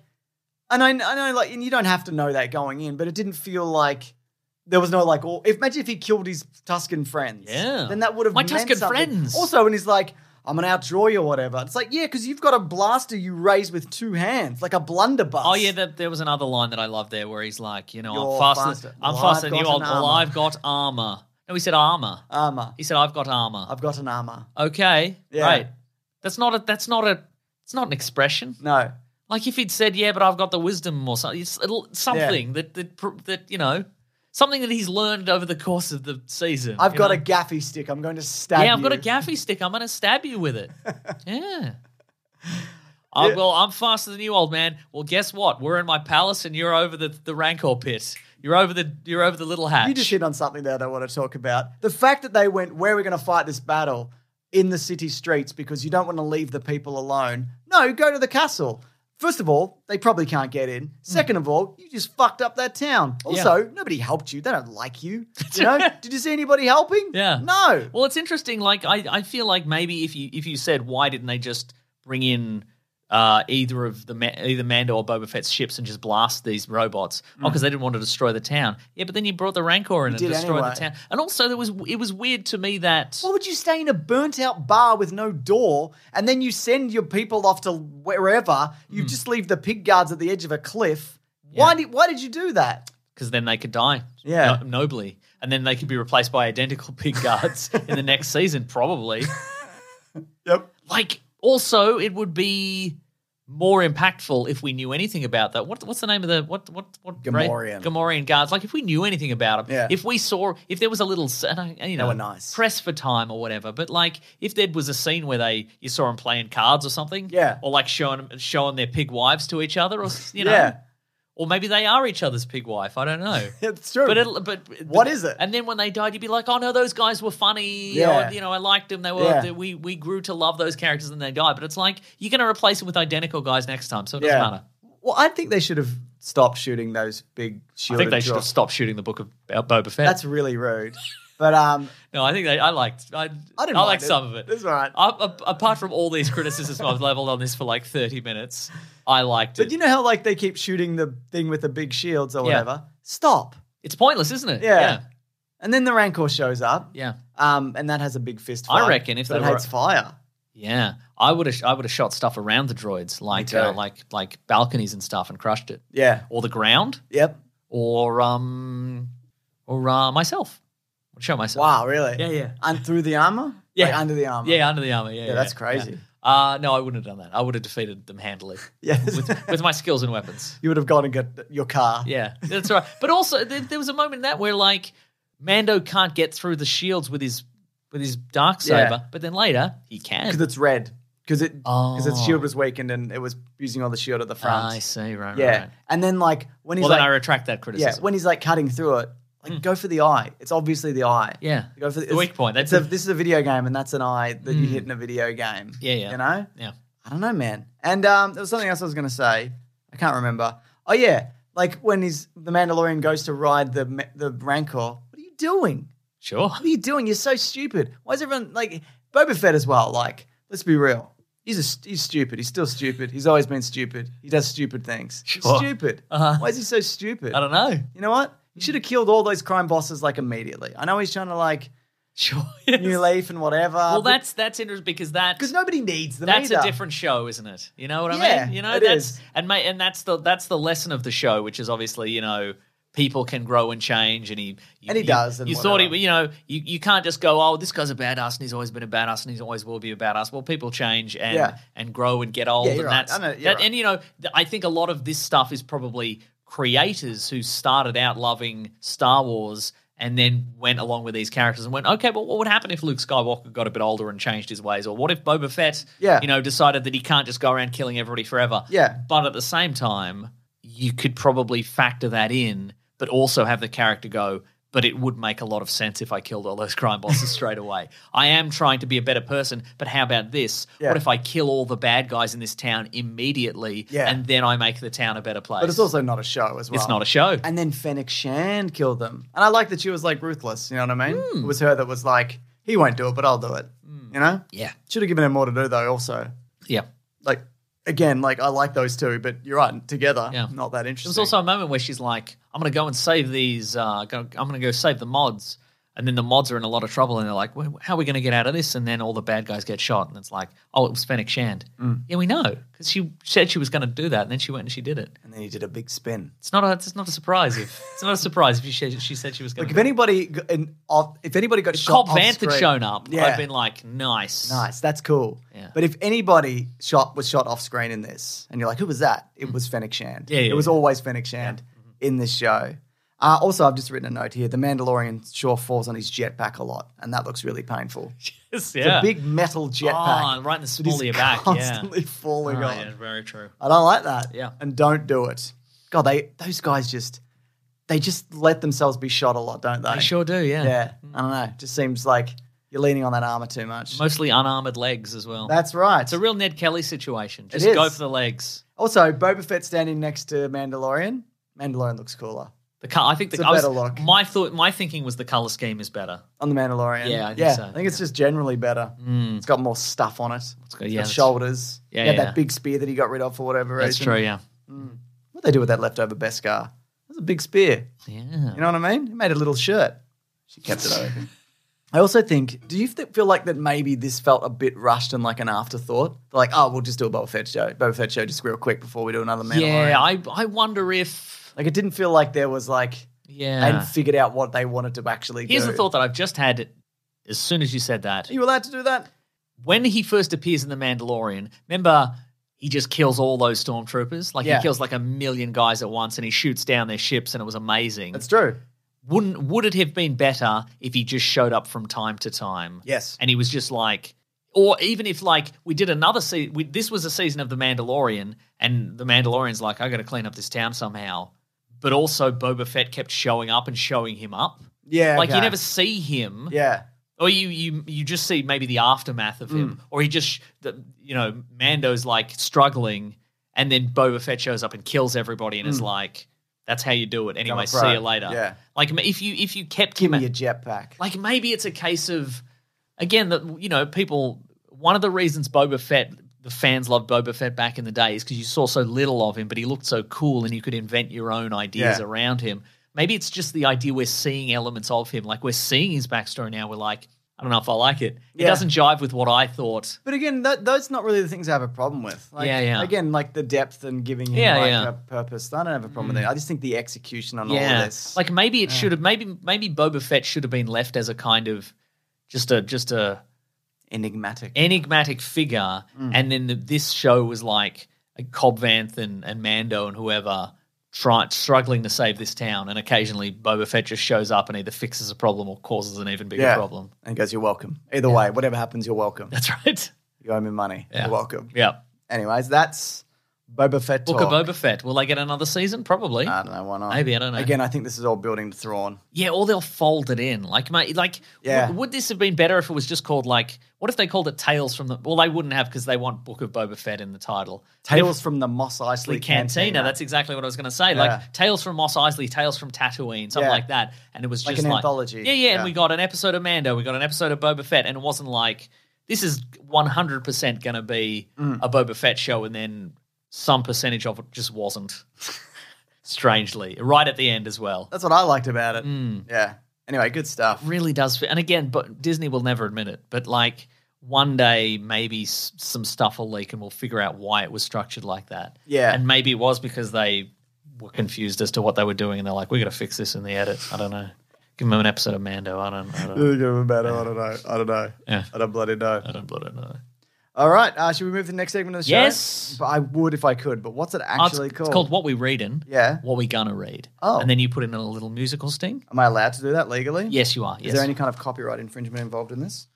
[SPEAKER 3] and I, I know, like, and you don't have to know that going in, but it didn't feel like there was no like. All, if imagine if he killed his Tuscan friends,
[SPEAKER 6] Yeah.
[SPEAKER 3] then that would have
[SPEAKER 6] My
[SPEAKER 3] meant
[SPEAKER 6] Tuscan
[SPEAKER 3] something.
[SPEAKER 6] friends.
[SPEAKER 3] Also, and he's like. I'm gonna outdraw you or whatever. It's like, yeah, because you've got a blaster you raise with two hands, like a blunderbuss.
[SPEAKER 6] Oh yeah, that there was another line that I loved there where he's like, you know,
[SPEAKER 3] You're
[SPEAKER 6] I'm faster,
[SPEAKER 3] faster.
[SPEAKER 6] I'm
[SPEAKER 3] Well,
[SPEAKER 6] faster
[SPEAKER 3] I've
[SPEAKER 6] than you.
[SPEAKER 3] got
[SPEAKER 6] I'll,
[SPEAKER 3] an
[SPEAKER 6] well,
[SPEAKER 3] armor.
[SPEAKER 6] I've got armor. No, he said armor.
[SPEAKER 3] armor.
[SPEAKER 6] He said I've got armor.
[SPEAKER 3] I've got an armor.
[SPEAKER 6] okay,
[SPEAKER 3] Yeah.
[SPEAKER 6] right. That's not a. That's not a. It's not an expression.
[SPEAKER 3] No,
[SPEAKER 6] Like if he'd said, "Yeah, but I've got the wisdom" or something, it's, it'll, something that that pr- that you know, something that he's learned over the course of the season.
[SPEAKER 3] I've
[SPEAKER 6] you
[SPEAKER 3] got
[SPEAKER 6] know?
[SPEAKER 3] a gaffy stick. I'm going to stab.
[SPEAKER 6] yeah, I've got a
[SPEAKER 3] you.
[SPEAKER 6] gaffy stick. I'm going to stab you with it. yeah. I, Well, I'm faster than you, old man. Well, guess what? We're in my palace, and you're over the the rancor pit. You're over the you're over the little hatch.
[SPEAKER 3] You just hit on something there that I want to talk about. The fact that they went, where are we going to fight this battle? In the city streets because you don't want to leave the people alone. No, go to the castle. First of all, they probably can't get
[SPEAKER 6] Hmm.
[SPEAKER 3] in. Second of all, you just fucked up that town. Also, nobody helped you. They don't like you. You know? Did you see anybody helping?
[SPEAKER 6] Yeah.
[SPEAKER 3] No.
[SPEAKER 6] Well, it's interesting. Like I, I feel like maybe if you if you said why didn't they just bring in uh, either of the Ma- either Mando or Boba Fett's ships and just blast these robots? Oh, because they didn't want to destroy the town. Yeah, but then you brought the Rancor in and
[SPEAKER 3] Mm. did
[SPEAKER 6] destroyed
[SPEAKER 3] anyway.
[SPEAKER 6] the town. And also there was it was weird to me that
[SPEAKER 3] Why would you stay in a burnt out bar with no door and then you send your people off to wherever?
[SPEAKER 6] Hmm.
[SPEAKER 3] You just leave the pig guards at the edge of a cliff. Why, did, why did you do that?
[SPEAKER 6] because then they could die
[SPEAKER 3] Yeah.
[SPEAKER 6] no- nobly, and then they could be replaced by identical pig guards in the next season, probably.
[SPEAKER 3] Yep.
[SPEAKER 6] Like also, it would be more impactful if we knew anything about that. What, what's the name of the what what what ra-
[SPEAKER 3] Gamorrean.
[SPEAKER 6] Gamorrean guards? Like if we knew anything about them,
[SPEAKER 3] Yeah.
[SPEAKER 6] if we saw if there was a little s- and I- and, you know
[SPEAKER 3] were nice.
[SPEAKER 6] press for time or whatever, but like if there was a scene where they you saw them playing cards or something,
[SPEAKER 3] Yeah.
[SPEAKER 6] or like showing showing their pig wives to each other, or s- you know,
[SPEAKER 3] Yeah.
[SPEAKER 6] or maybe they are each other's pig wife. I don't know.
[SPEAKER 3] It's true.
[SPEAKER 6] But it'll, but
[SPEAKER 3] What
[SPEAKER 6] but-
[SPEAKER 3] is it?
[SPEAKER 6] And then when they died, you'd be like, oh no, those guys were funny.
[SPEAKER 3] Yeah.
[SPEAKER 6] Or, you know, I liked them. They were
[SPEAKER 3] Yeah.
[SPEAKER 6] they- we we grew to love those characters, and they died. But it's like you're going to replace them with identical guys next time, so it doesn't matter.
[SPEAKER 3] Well, I think they should have stopped shooting those big
[SPEAKER 6] I
[SPEAKER 3] shield.
[SPEAKER 6] think they should have stopped shooting the book of uh, Boba Fett.
[SPEAKER 3] That's really rude. But um,
[SPEAKER 6] no, I think they. I liked. I, I didn't. I
[SPEAKER 3] didn't
[SPEAKER 6] liked
[SPEAKER 3] mind it.
[SPEAKER 6] some of it.
[SPEAKER 3] It's all right.
[SPEAKER 6] A- a- apart from all these criticisms I've leveled on this for like 30 minutes, I liked it.
[SPEAKER 3] but you know how like they keep shooting the thing with the big shields or
[SPEAKER 6] Yeah.
[SPEAKER 3] whatever. Stop.
[SPEAKER 6] it's pointless, isn't it?
[SPEAKER 3] Yeah.
[SPEAKER 6] Yeah.
[SPEAKER 3] And then the Rancor shows up.
[SPEAKER 6] Yeah.
[SPEAKER 3] Um, and that has a big fist.
[SPEAKER 6] I
[SPEAKER 3] fight.
[SPEAKER 6] reckon if
[SPEAKER 3] So it
[SPEAKER 6] they were-
[SPEAKER 3] hates fire.
[SPEAKER 6] Yeah. I would have. I would have shot stuff around the droids, like uh,
[SPEAKER 3] too.
[SPEAKER 6] like like balconies and stuff, and crushed it.
[SPEAKER 3] Yeah.
[SPEAKER 6] or the ground
[SPEAKER 3] Yep.
[SPEAKER 6] or um or uh, myself. I'll show myself.
[SPEAKER 3] Wow. Really.
[SPEAKER 6] Yeah, yeah.
[SPEAKER 3] And through the armor.
[SPEAKER 6] Yeah.
[SPEAKER 3] Like, under the armor.
[SPEAKER 6] Yeah, under the armor. Yeah, yeah,
[SPEAKER 3] that's crazy.
[SPEAKER 6] yeah. Uh no, I wouldn't have done that. I would have defeated them handily
[SPEAKER 3] Yes.
[SPEAKER 6] with with my skills and weapons.
[SPEAKER 3] you would have gone and got your car.
[SPEAKER 6] Yeah, that's all right. But also, there, there was a moment in that where like Mando can't get through the shields with his with his dark saber,
[SPEAKER 3] Yeah.
[SPEAKER 6] but then later he can.
[SPEAKER 3] Because it's red. Because it. Because its
[SPEAKER 6] Oh.
[SPEAKER 3] shield was weakened and it was using all the shield at the front.
[SPEAKER 6] Ah, I see. Right.
[SPEAKER 3] Yeah.
[SPEAKER 6] Right. right.
[SPEAKER 3] And then like when he's
[SPEAKER 6] Well,
[SPEAKER 3] like.
[SPEAKER 6] then I retract that
[SPEAKER 3] Yeah,
[SPEAKER 6] criticism.
[SPEAKER 3] when he's like cutting through it, like go for the eye. It's obviously the eye.
[SPEAKER 6] Hmm. Yeah.
[SPEAKER 3] go for the,
[SPEAKER 6] The weak point.
[SPEAKER 3] That's
[SPEAKER 6] That's
[SPEAKER 3] a, this is a video game, and that's an eye that you hit in a video game.
[SPEAKER 6] Yeah, yeah.
[SPEAKER 3] You know,
[SPEAKER 6] yeah.
[SPEAKER 3] I don't know, man. And um, there was something else I was gonna say. I can't remember. Oh yeah, like when he's the Mandalorian goes to ride the ma- the Rancor. What are you doing?
[SPEAKER 6] Sure.
[SPEAKER 3] What are you doing? You're so stupid. Why is everyone like Boba Fett as well? Like, let's be real. He's a, st- he's stupid. He's still stupid. He's always been stupid. He does stupid things.
[SPEAKER 6] Sure.
[SPEAKER 3] He's stupid.
[SPEAKER 6] Uh-huh.
[SPEAKER 3] Why is he so stupid?
[SPEAKER 6] I don't know.
[SPEAKER 3] You know what? He should have killed all those crime bosses like immediately. I know he's trying to like
[SPEAKER 6] Sure.
[SPEAKER 3] New Leaf and whatever.
[SPEAKER 6] well, that's that's interesting because that
[SPEAKER 3] because nobody needs them.
[SPEAKER 6] That's a
[SPEAKER 3] either.
[SPEAKER 6] different show, isn't it? You know what I
[SPEAKER 3] Yeah,
[SPEAKER 6] mean? You know,
[SPEAKER 3] it
[SPEAKER 6] that's
[SPEAKER 3] is.
[SPEAKER 6] and my, and that's the that's the lesson of the show, which is obviously, you know, people can grow and change and he you,
[SPEAKER 3] And he
[SPEAKER 6] you-
[SPEAKER 3] does and
[SPEAKER 6] you thought
[SPEAKER 3] whatever.
[SPEAKER 6] he you know, you, you can't just go, Oh, this guy's a badass and he's always been a badass and he's always will be a badass. Well, people change and
[SPEAKER 3] Yeah.
[SPEAKER 6] and grow and get old
[SPEAKER 3] Yeah,
[SPEAKER 6] and
[SPEAKER 3] you're right.
[SPEAKER 6] that's
[SPEAKER 3] I know, you're
[SPEAKER 6] that,
[SPEAKER 3] right.
[SPEAKER 6] and you know, th- I think a lot of this stuff is probably creators who started out loving Star Wars and then went along with these characters and went, okay, but what would happen if Luke Skywalker got a bit older and changed his ways? Or what if Boba Fett,
[SPEAKER 3] Yeah.
[SPEAKER 6] you know, decided that he can't just go around killing everybody forever?
[SPEAKER 3] Yeah.
[SPEAKER 6] But at the same time, you could probably factor that in, but also have the character go, but it would make a lot of sense if I killed all those crime bosses straight away. I am trying to be a better person, but how about this?
[SPEAKER 3] Yeah.
[SPEAKER 6] What if I kill all the bad guys in this town immediately
[SPEAKER 3] Yeah.
[SPEAKER 6] and then I make the town a better place?
[SPEAKER 3] But it's also not a show as well.
[SPEAKER 6] It's not a show.
[SPEAKER 3] And then Fennec Shand killed them. And I like that she was like ruthless. You know what I mean?
[SPEAKER 6] Hmm.
[SPEAKER 3] It was her that was like, he won't do it, but I'll do it. You know?
[SPEAKER 6] yeah.
[SPEAKER 3] Should have given her more to do though. Also,
[SPEAKER 6] Yeah.
[SPEAKER 3] like again, like I like those two, but you're right. Together,
[SPEAKER 6] Yeah.
[SPEAKER 3] not that
[SPEAKER 6] There
[SPEAKER 3] interesting.
[SPEAKER 6] was also a moment where she's like, "I'm gonna go and save these. Uh, go, I'm gonna go save the mods." And then the mods are in a lot of trouble, and they're like, "Wh- "How are we gonna get out of this?" And then all the bad guys get shot, and it's like, "Oh, it was Fennec Shand."
[SPEAKER 3] Mm.
[SPEAKER 6] Yeah, we know because she said she was gonna do that, and then she went and she did it.
[SPEAKER 3] and then he did a big spin.
[SPEAKER 6] It's not a, it's not a surprise if it's not a surprise if she said, she said she was gonna.
[SPEAKER 3] Like if
[SPEAKER 6] do it.
[SPEAKER 3] anybody, g- in, off, if anybody got
[SPEAKER 6] If
[SPEAKER 3] shot,
[SPEAKER 6] Cobb
[SPEAKER 3] off
[SPEAKER 6] Vanth had
[SPEAKER 3] screen-
[SPEAKER 6] shown up,
[SPEAKER 3] Yeah.
[SPEAKER 6] I'd been like, "Nice,
[SPEAKER 3] Nice, that's cool.
[SPEAKER 6] Yeah.
[SPEAKER 3] But if anybody shot was shot off screen in this, and you're like, who was that? It was Fennec Shand.
[SPEAKER 6] Mm-hmm. Yeah, yeah,
[SPEAKER 3] it was
[SPEAKER 6] yeah. Mm-hmm.
[SPEAKER 3] always Fennec Shand in this show. Uh, also, I've just written a note here. The Mandalorian sure falls on his jetpack a lot, and that looks really painful.
[SPEAKER 6] yeah."
[SPEAKER 3] The big metal jetpack.
[SPEAKER 6] Oh, right
[SPEAKER 3] that
[SPEAKER 6] in the
[SPEAKER 3] he's
[SPEAKER 6] small of your back, yeah.
[SPEAKER 3] Constantly
[SPEAKER 6] Oh,
[SPEAKER 3] falling on.
[SPEAKER 6] yeah, very true.
[SPEAKER 3] I don't like that.
[SPEAKER 6] Yeah.
[SPEAKER 3] And don't do it. God, they those guys just they just let themselves be shot a lot, don't they?
[SPEAKER 6] They sure do, Mm. yeah.
[SPEAKER 3] Yeah. I don't know. It just seems like you're leaning on that armor too much.
[SPEAKER 6] Mostly unarmored legs as well.
[SPEAKER 3] That's right.
[SPEAKER 6] it's a real Ned Kelly situation. Just
[SPEAKER 3] is.
[SPEAKER 6] go for the legs.
[SPEAKER 3] Also, Boba Fett standing next to Mandalorian. Mandalorian looks cooler
[SPEAKER 6] The co- I think the
[SPEAKER 3] It's a
[SPEAKER 6] I was-
[SPEAKER 3] better look.
[SPEAKER 6] My thought, my thinking was the color scheme is better.
[SPEAKER 3] on the Mandalorian.
[SPEAKER 6] Yeah, I think so, Mm.
[SPEAKER 3] I think it's just generally better. It's got more stuff on it. It's
[SPEAKER 6] got- yeah,
[SPEAKER 3] got
[SPEAKER 6] that's-
[SPEAKER 3] shoulders.
[SPEAKER 6] Yeah,
[SPEAKER 3] He had
[SPEAKER 6] yeah.
[SPEAKER 3] that big spear that he got rid of for whatever
[SPEAKER 6] That's
[SPEAKER 3] reason.
[SPEAKER 6] true. Yeah.
[SPEAKER 3] What they do with that leftover Beskar? That's a big spear.
[SPEAKER 6] Yeah.
[SPEAKER 3] You know what I mean? He made a little shirt. She kept it. I reckon. I also think. Do you th- feel like that maybe this felt a bit rushed and like an afterthought? Like, oh, we'll just do a Boba Fett show. Boba Fett show just real quick before we do another Mandalorian.
[SPEAKER 6] Yeah. I I wonder if.
[SPEAKER 3] like it didn't feel like there was like
[SPEAKER 6] Yeah.
[SPEAKER 3] and figured out what they wanted to actually
[SPEAKER 6] Here's
[SPEAKER 3] do.
[SPEAKER 6] the thought that I've just had. As soon as you said that,
[SPEAKER 3] Are you allowed to do that?
[SPEAKER 6] when he first appears in the Mandalorian, remember. he just kills all those stormtroopers. Like
[SPEAKER 3] Yeah.
[SPEAKER 6] he kills like a million guys at once, and he shoots down their ships, and it was amazing.
[SPEAKER 3] That's true.
[SPEAKER 6] Wouldn't would it have been better if he just showed up from time to time?
[SPEAKER 3] Yes.
[SPEAKER 6] and he was just like, or even if like we did another season. We, this was a season of the Mandalorian, and the Mandalorian's like, I got to clean up this town somehow. But also, Boba Fett kept showing up and showing him up.
[SPEAKER 3] Yeah.
[SPEAKER 6] Like you
[SPEAKER 3] okay.
[SPEAKER 6] never see him
[SPEAKER 3] Yeah.
[SPEAKER 6] or you you you just see maybe the aftermath of
[SPEAKER 3] Mm.
[SPEAKER 6] him, or he just the, you know Mando's like struggling, and then Boba Fett shows up and kills everybody, and
[SPEAKER 3] Mm.
[SPEAKER 6] is like, "That's how you do it." Anyway,
[SPEAKER 3] a
[SPEAKER 6] see
[SPEAKER 3] pro."
[SPEAKER 6] you later.
[SPEAKER 3] Yeah.
[SPEAKER 6] Like if you if you kept
[SPEAKER 3] Give
[SPEAKER 6] him,
[SPEAKER 3] me
[SPEAKER 6] at-
[SPEAKER 3] your jetpack.
[SPEAKER 6] like maybe it's a case of again that you know people. One of the reasons Boba Fett the fans loved Boba Fett back in the day is because you saw so little of him, but he looked so cool, and you could invent your own ideas
[SPEAKER 3] Yeah.
[SPEAKER 6] around him. Maybe it's just the idea we're seeing elements of him, like we're seeing his backstory now. We're like, I don't know if I like it. It
[SPEAKER 3] Yeah.
[SPEAKER 6] doesn't jive with what I thought.
[SPEAKER 3] But again, that, those not really the things I have a problem with. Like,
[SPEAKER 6] Yeah, yeah.
[SPEAKER 3] Again, like the depth and giving him
[SPEAKER 6] Yeah,
[SPEAKER 3] like
[SPEAKER 6] yeah.
[SPEAKER 3] a purpose. I don't have a problem with it. I just think the execution on all
[SPEAKER 6] yeah,
[SPEAKER 3] of this.
[SPEAKER 6] like maybe it should have. Maybe maybe Boba Fett should have been left as a kind of just a just a
[SPEAKER 3] enigmatic.
[SPEAKER 6] enigmatic figure,
[SPEAKER 3] Mm.
[SPEAKER 6] and then the, this show was like a Cobb Vanth and, and Mando and whoever try, struggling to save this town, and occasionally Boba Fett just shows up and either fixes a problem or causes an even bigger
[SPEAKER 3] yeah.
[SPEAKER 6] problem.
[SPEAKER 3] And goes, you're welcome. Either way, whatever happens, you're welcome.
[SPEAKER 6] That's right.
[SPEAKER 3] You owe me money.
[SPEAKER 6] Yeah.
[SPEAKER 3] You're welcome.
[SPEAKER 6] Yeah.
[SPEAKER 3] Anyways, that's Boba Fett
[SPEAKER 6] Book
[SPEAKER 3] talk.
[SPEAKER 6] of Boba Fett. Will they get another season? Probably.
[SPEAKER 3] I don't know why not.
[SPEAKER 6] Maybe, I don't know.
[SPEAKER 3] Again, I think this is all building to Thrawn.
[SPEAKER 6] yeah, or they'll fold it in. Like, mate, like,
[SPEAKER 3] Yeah.
[SPEAKER 6] would, would this have been better if it was just called like? What if they called it Tales from the? Well, they wouldn't have because they want Book of Boba Fett in the title. But if-
[SPEAKER 3] Tales from the Moss Eisley
[SPEAKER 6] Isley Cantina. That's exactly what I was going to say.
[SPEAKER 3] Yeah.
[SPEAKER 6] Like Tales from Moss Isley, Tales from Tatooine, something
[SPEAKER 3] Yeah.
[SPEAKER 6] like that. And it was
[SPEAKER 3] Like
[SPEAKER 6] just
[SPEAKER 3] an anthology.
[SPEAKER 6] Yeah, yeah,
[SPEAKER 3] Yeah.
[SPEAKER 6] And we got an episode of Mando. We got an episode of Boba Fett, and it wasn't like this is one hundred percent going to be
[SPEAKER 3] Mm.
[SPEAKER 6] a Boba Fett show, and then some percentage of it just wasn't. Strangely, right at the end as well.
[SPEAKER 3] That's what I liked about it.
[SPEAKER 6] Hmm.
[SPEAKER 3] Yeah. Anyway, good stuff.
[SPEAKER 6] really does fit. And again, but Disney will never admit it. But like one day, maybe s- some stuff will leak, and we'll figure out why it was structured like that.
[SPEAKER 3] Yeah.
[SPEAKER 6] and maybe it was because they were confused as to what they were doing, and they're like, "We got to fix this in the edit." I don't know. Give them an episode of Mando. I don't. I don't.
[SPEAKER 3] I don't know. I don't know.
[SPEAKER 6] Yeah.
[SPEAKER 3] I don't bloody know.
[SPEAKER 6] I don't bloody know. Oh,
[SPEAKER 3] All right. Uh, should we move to the next segment of the show?
[SPEAKER 6] Yes.
[SPEAKER 3] But I would if I could. But what's it
[SPEAKER 6] Oh, it's,
[SPEAKER 3] actually
[SPEAKER 6] it's
[SPEAKER 3] called?
[SPEAKER 6] called "What We Reading."
[SPEAKER 3] Yeah.
[SPEAKER 6] What we gonna read?
[SPEAKER 3] Oh.
[SPEAKER 6] And then you put in a little musical sting.
[SPEAKER 3] Am I allowed to do that legally?
[SPEAKER 6] Yes, you are.
[SPEAKER 3] Is
[SPEAKER 6] Yes.
[SPEAKER 3] there any kind of copyright infringement involved in this?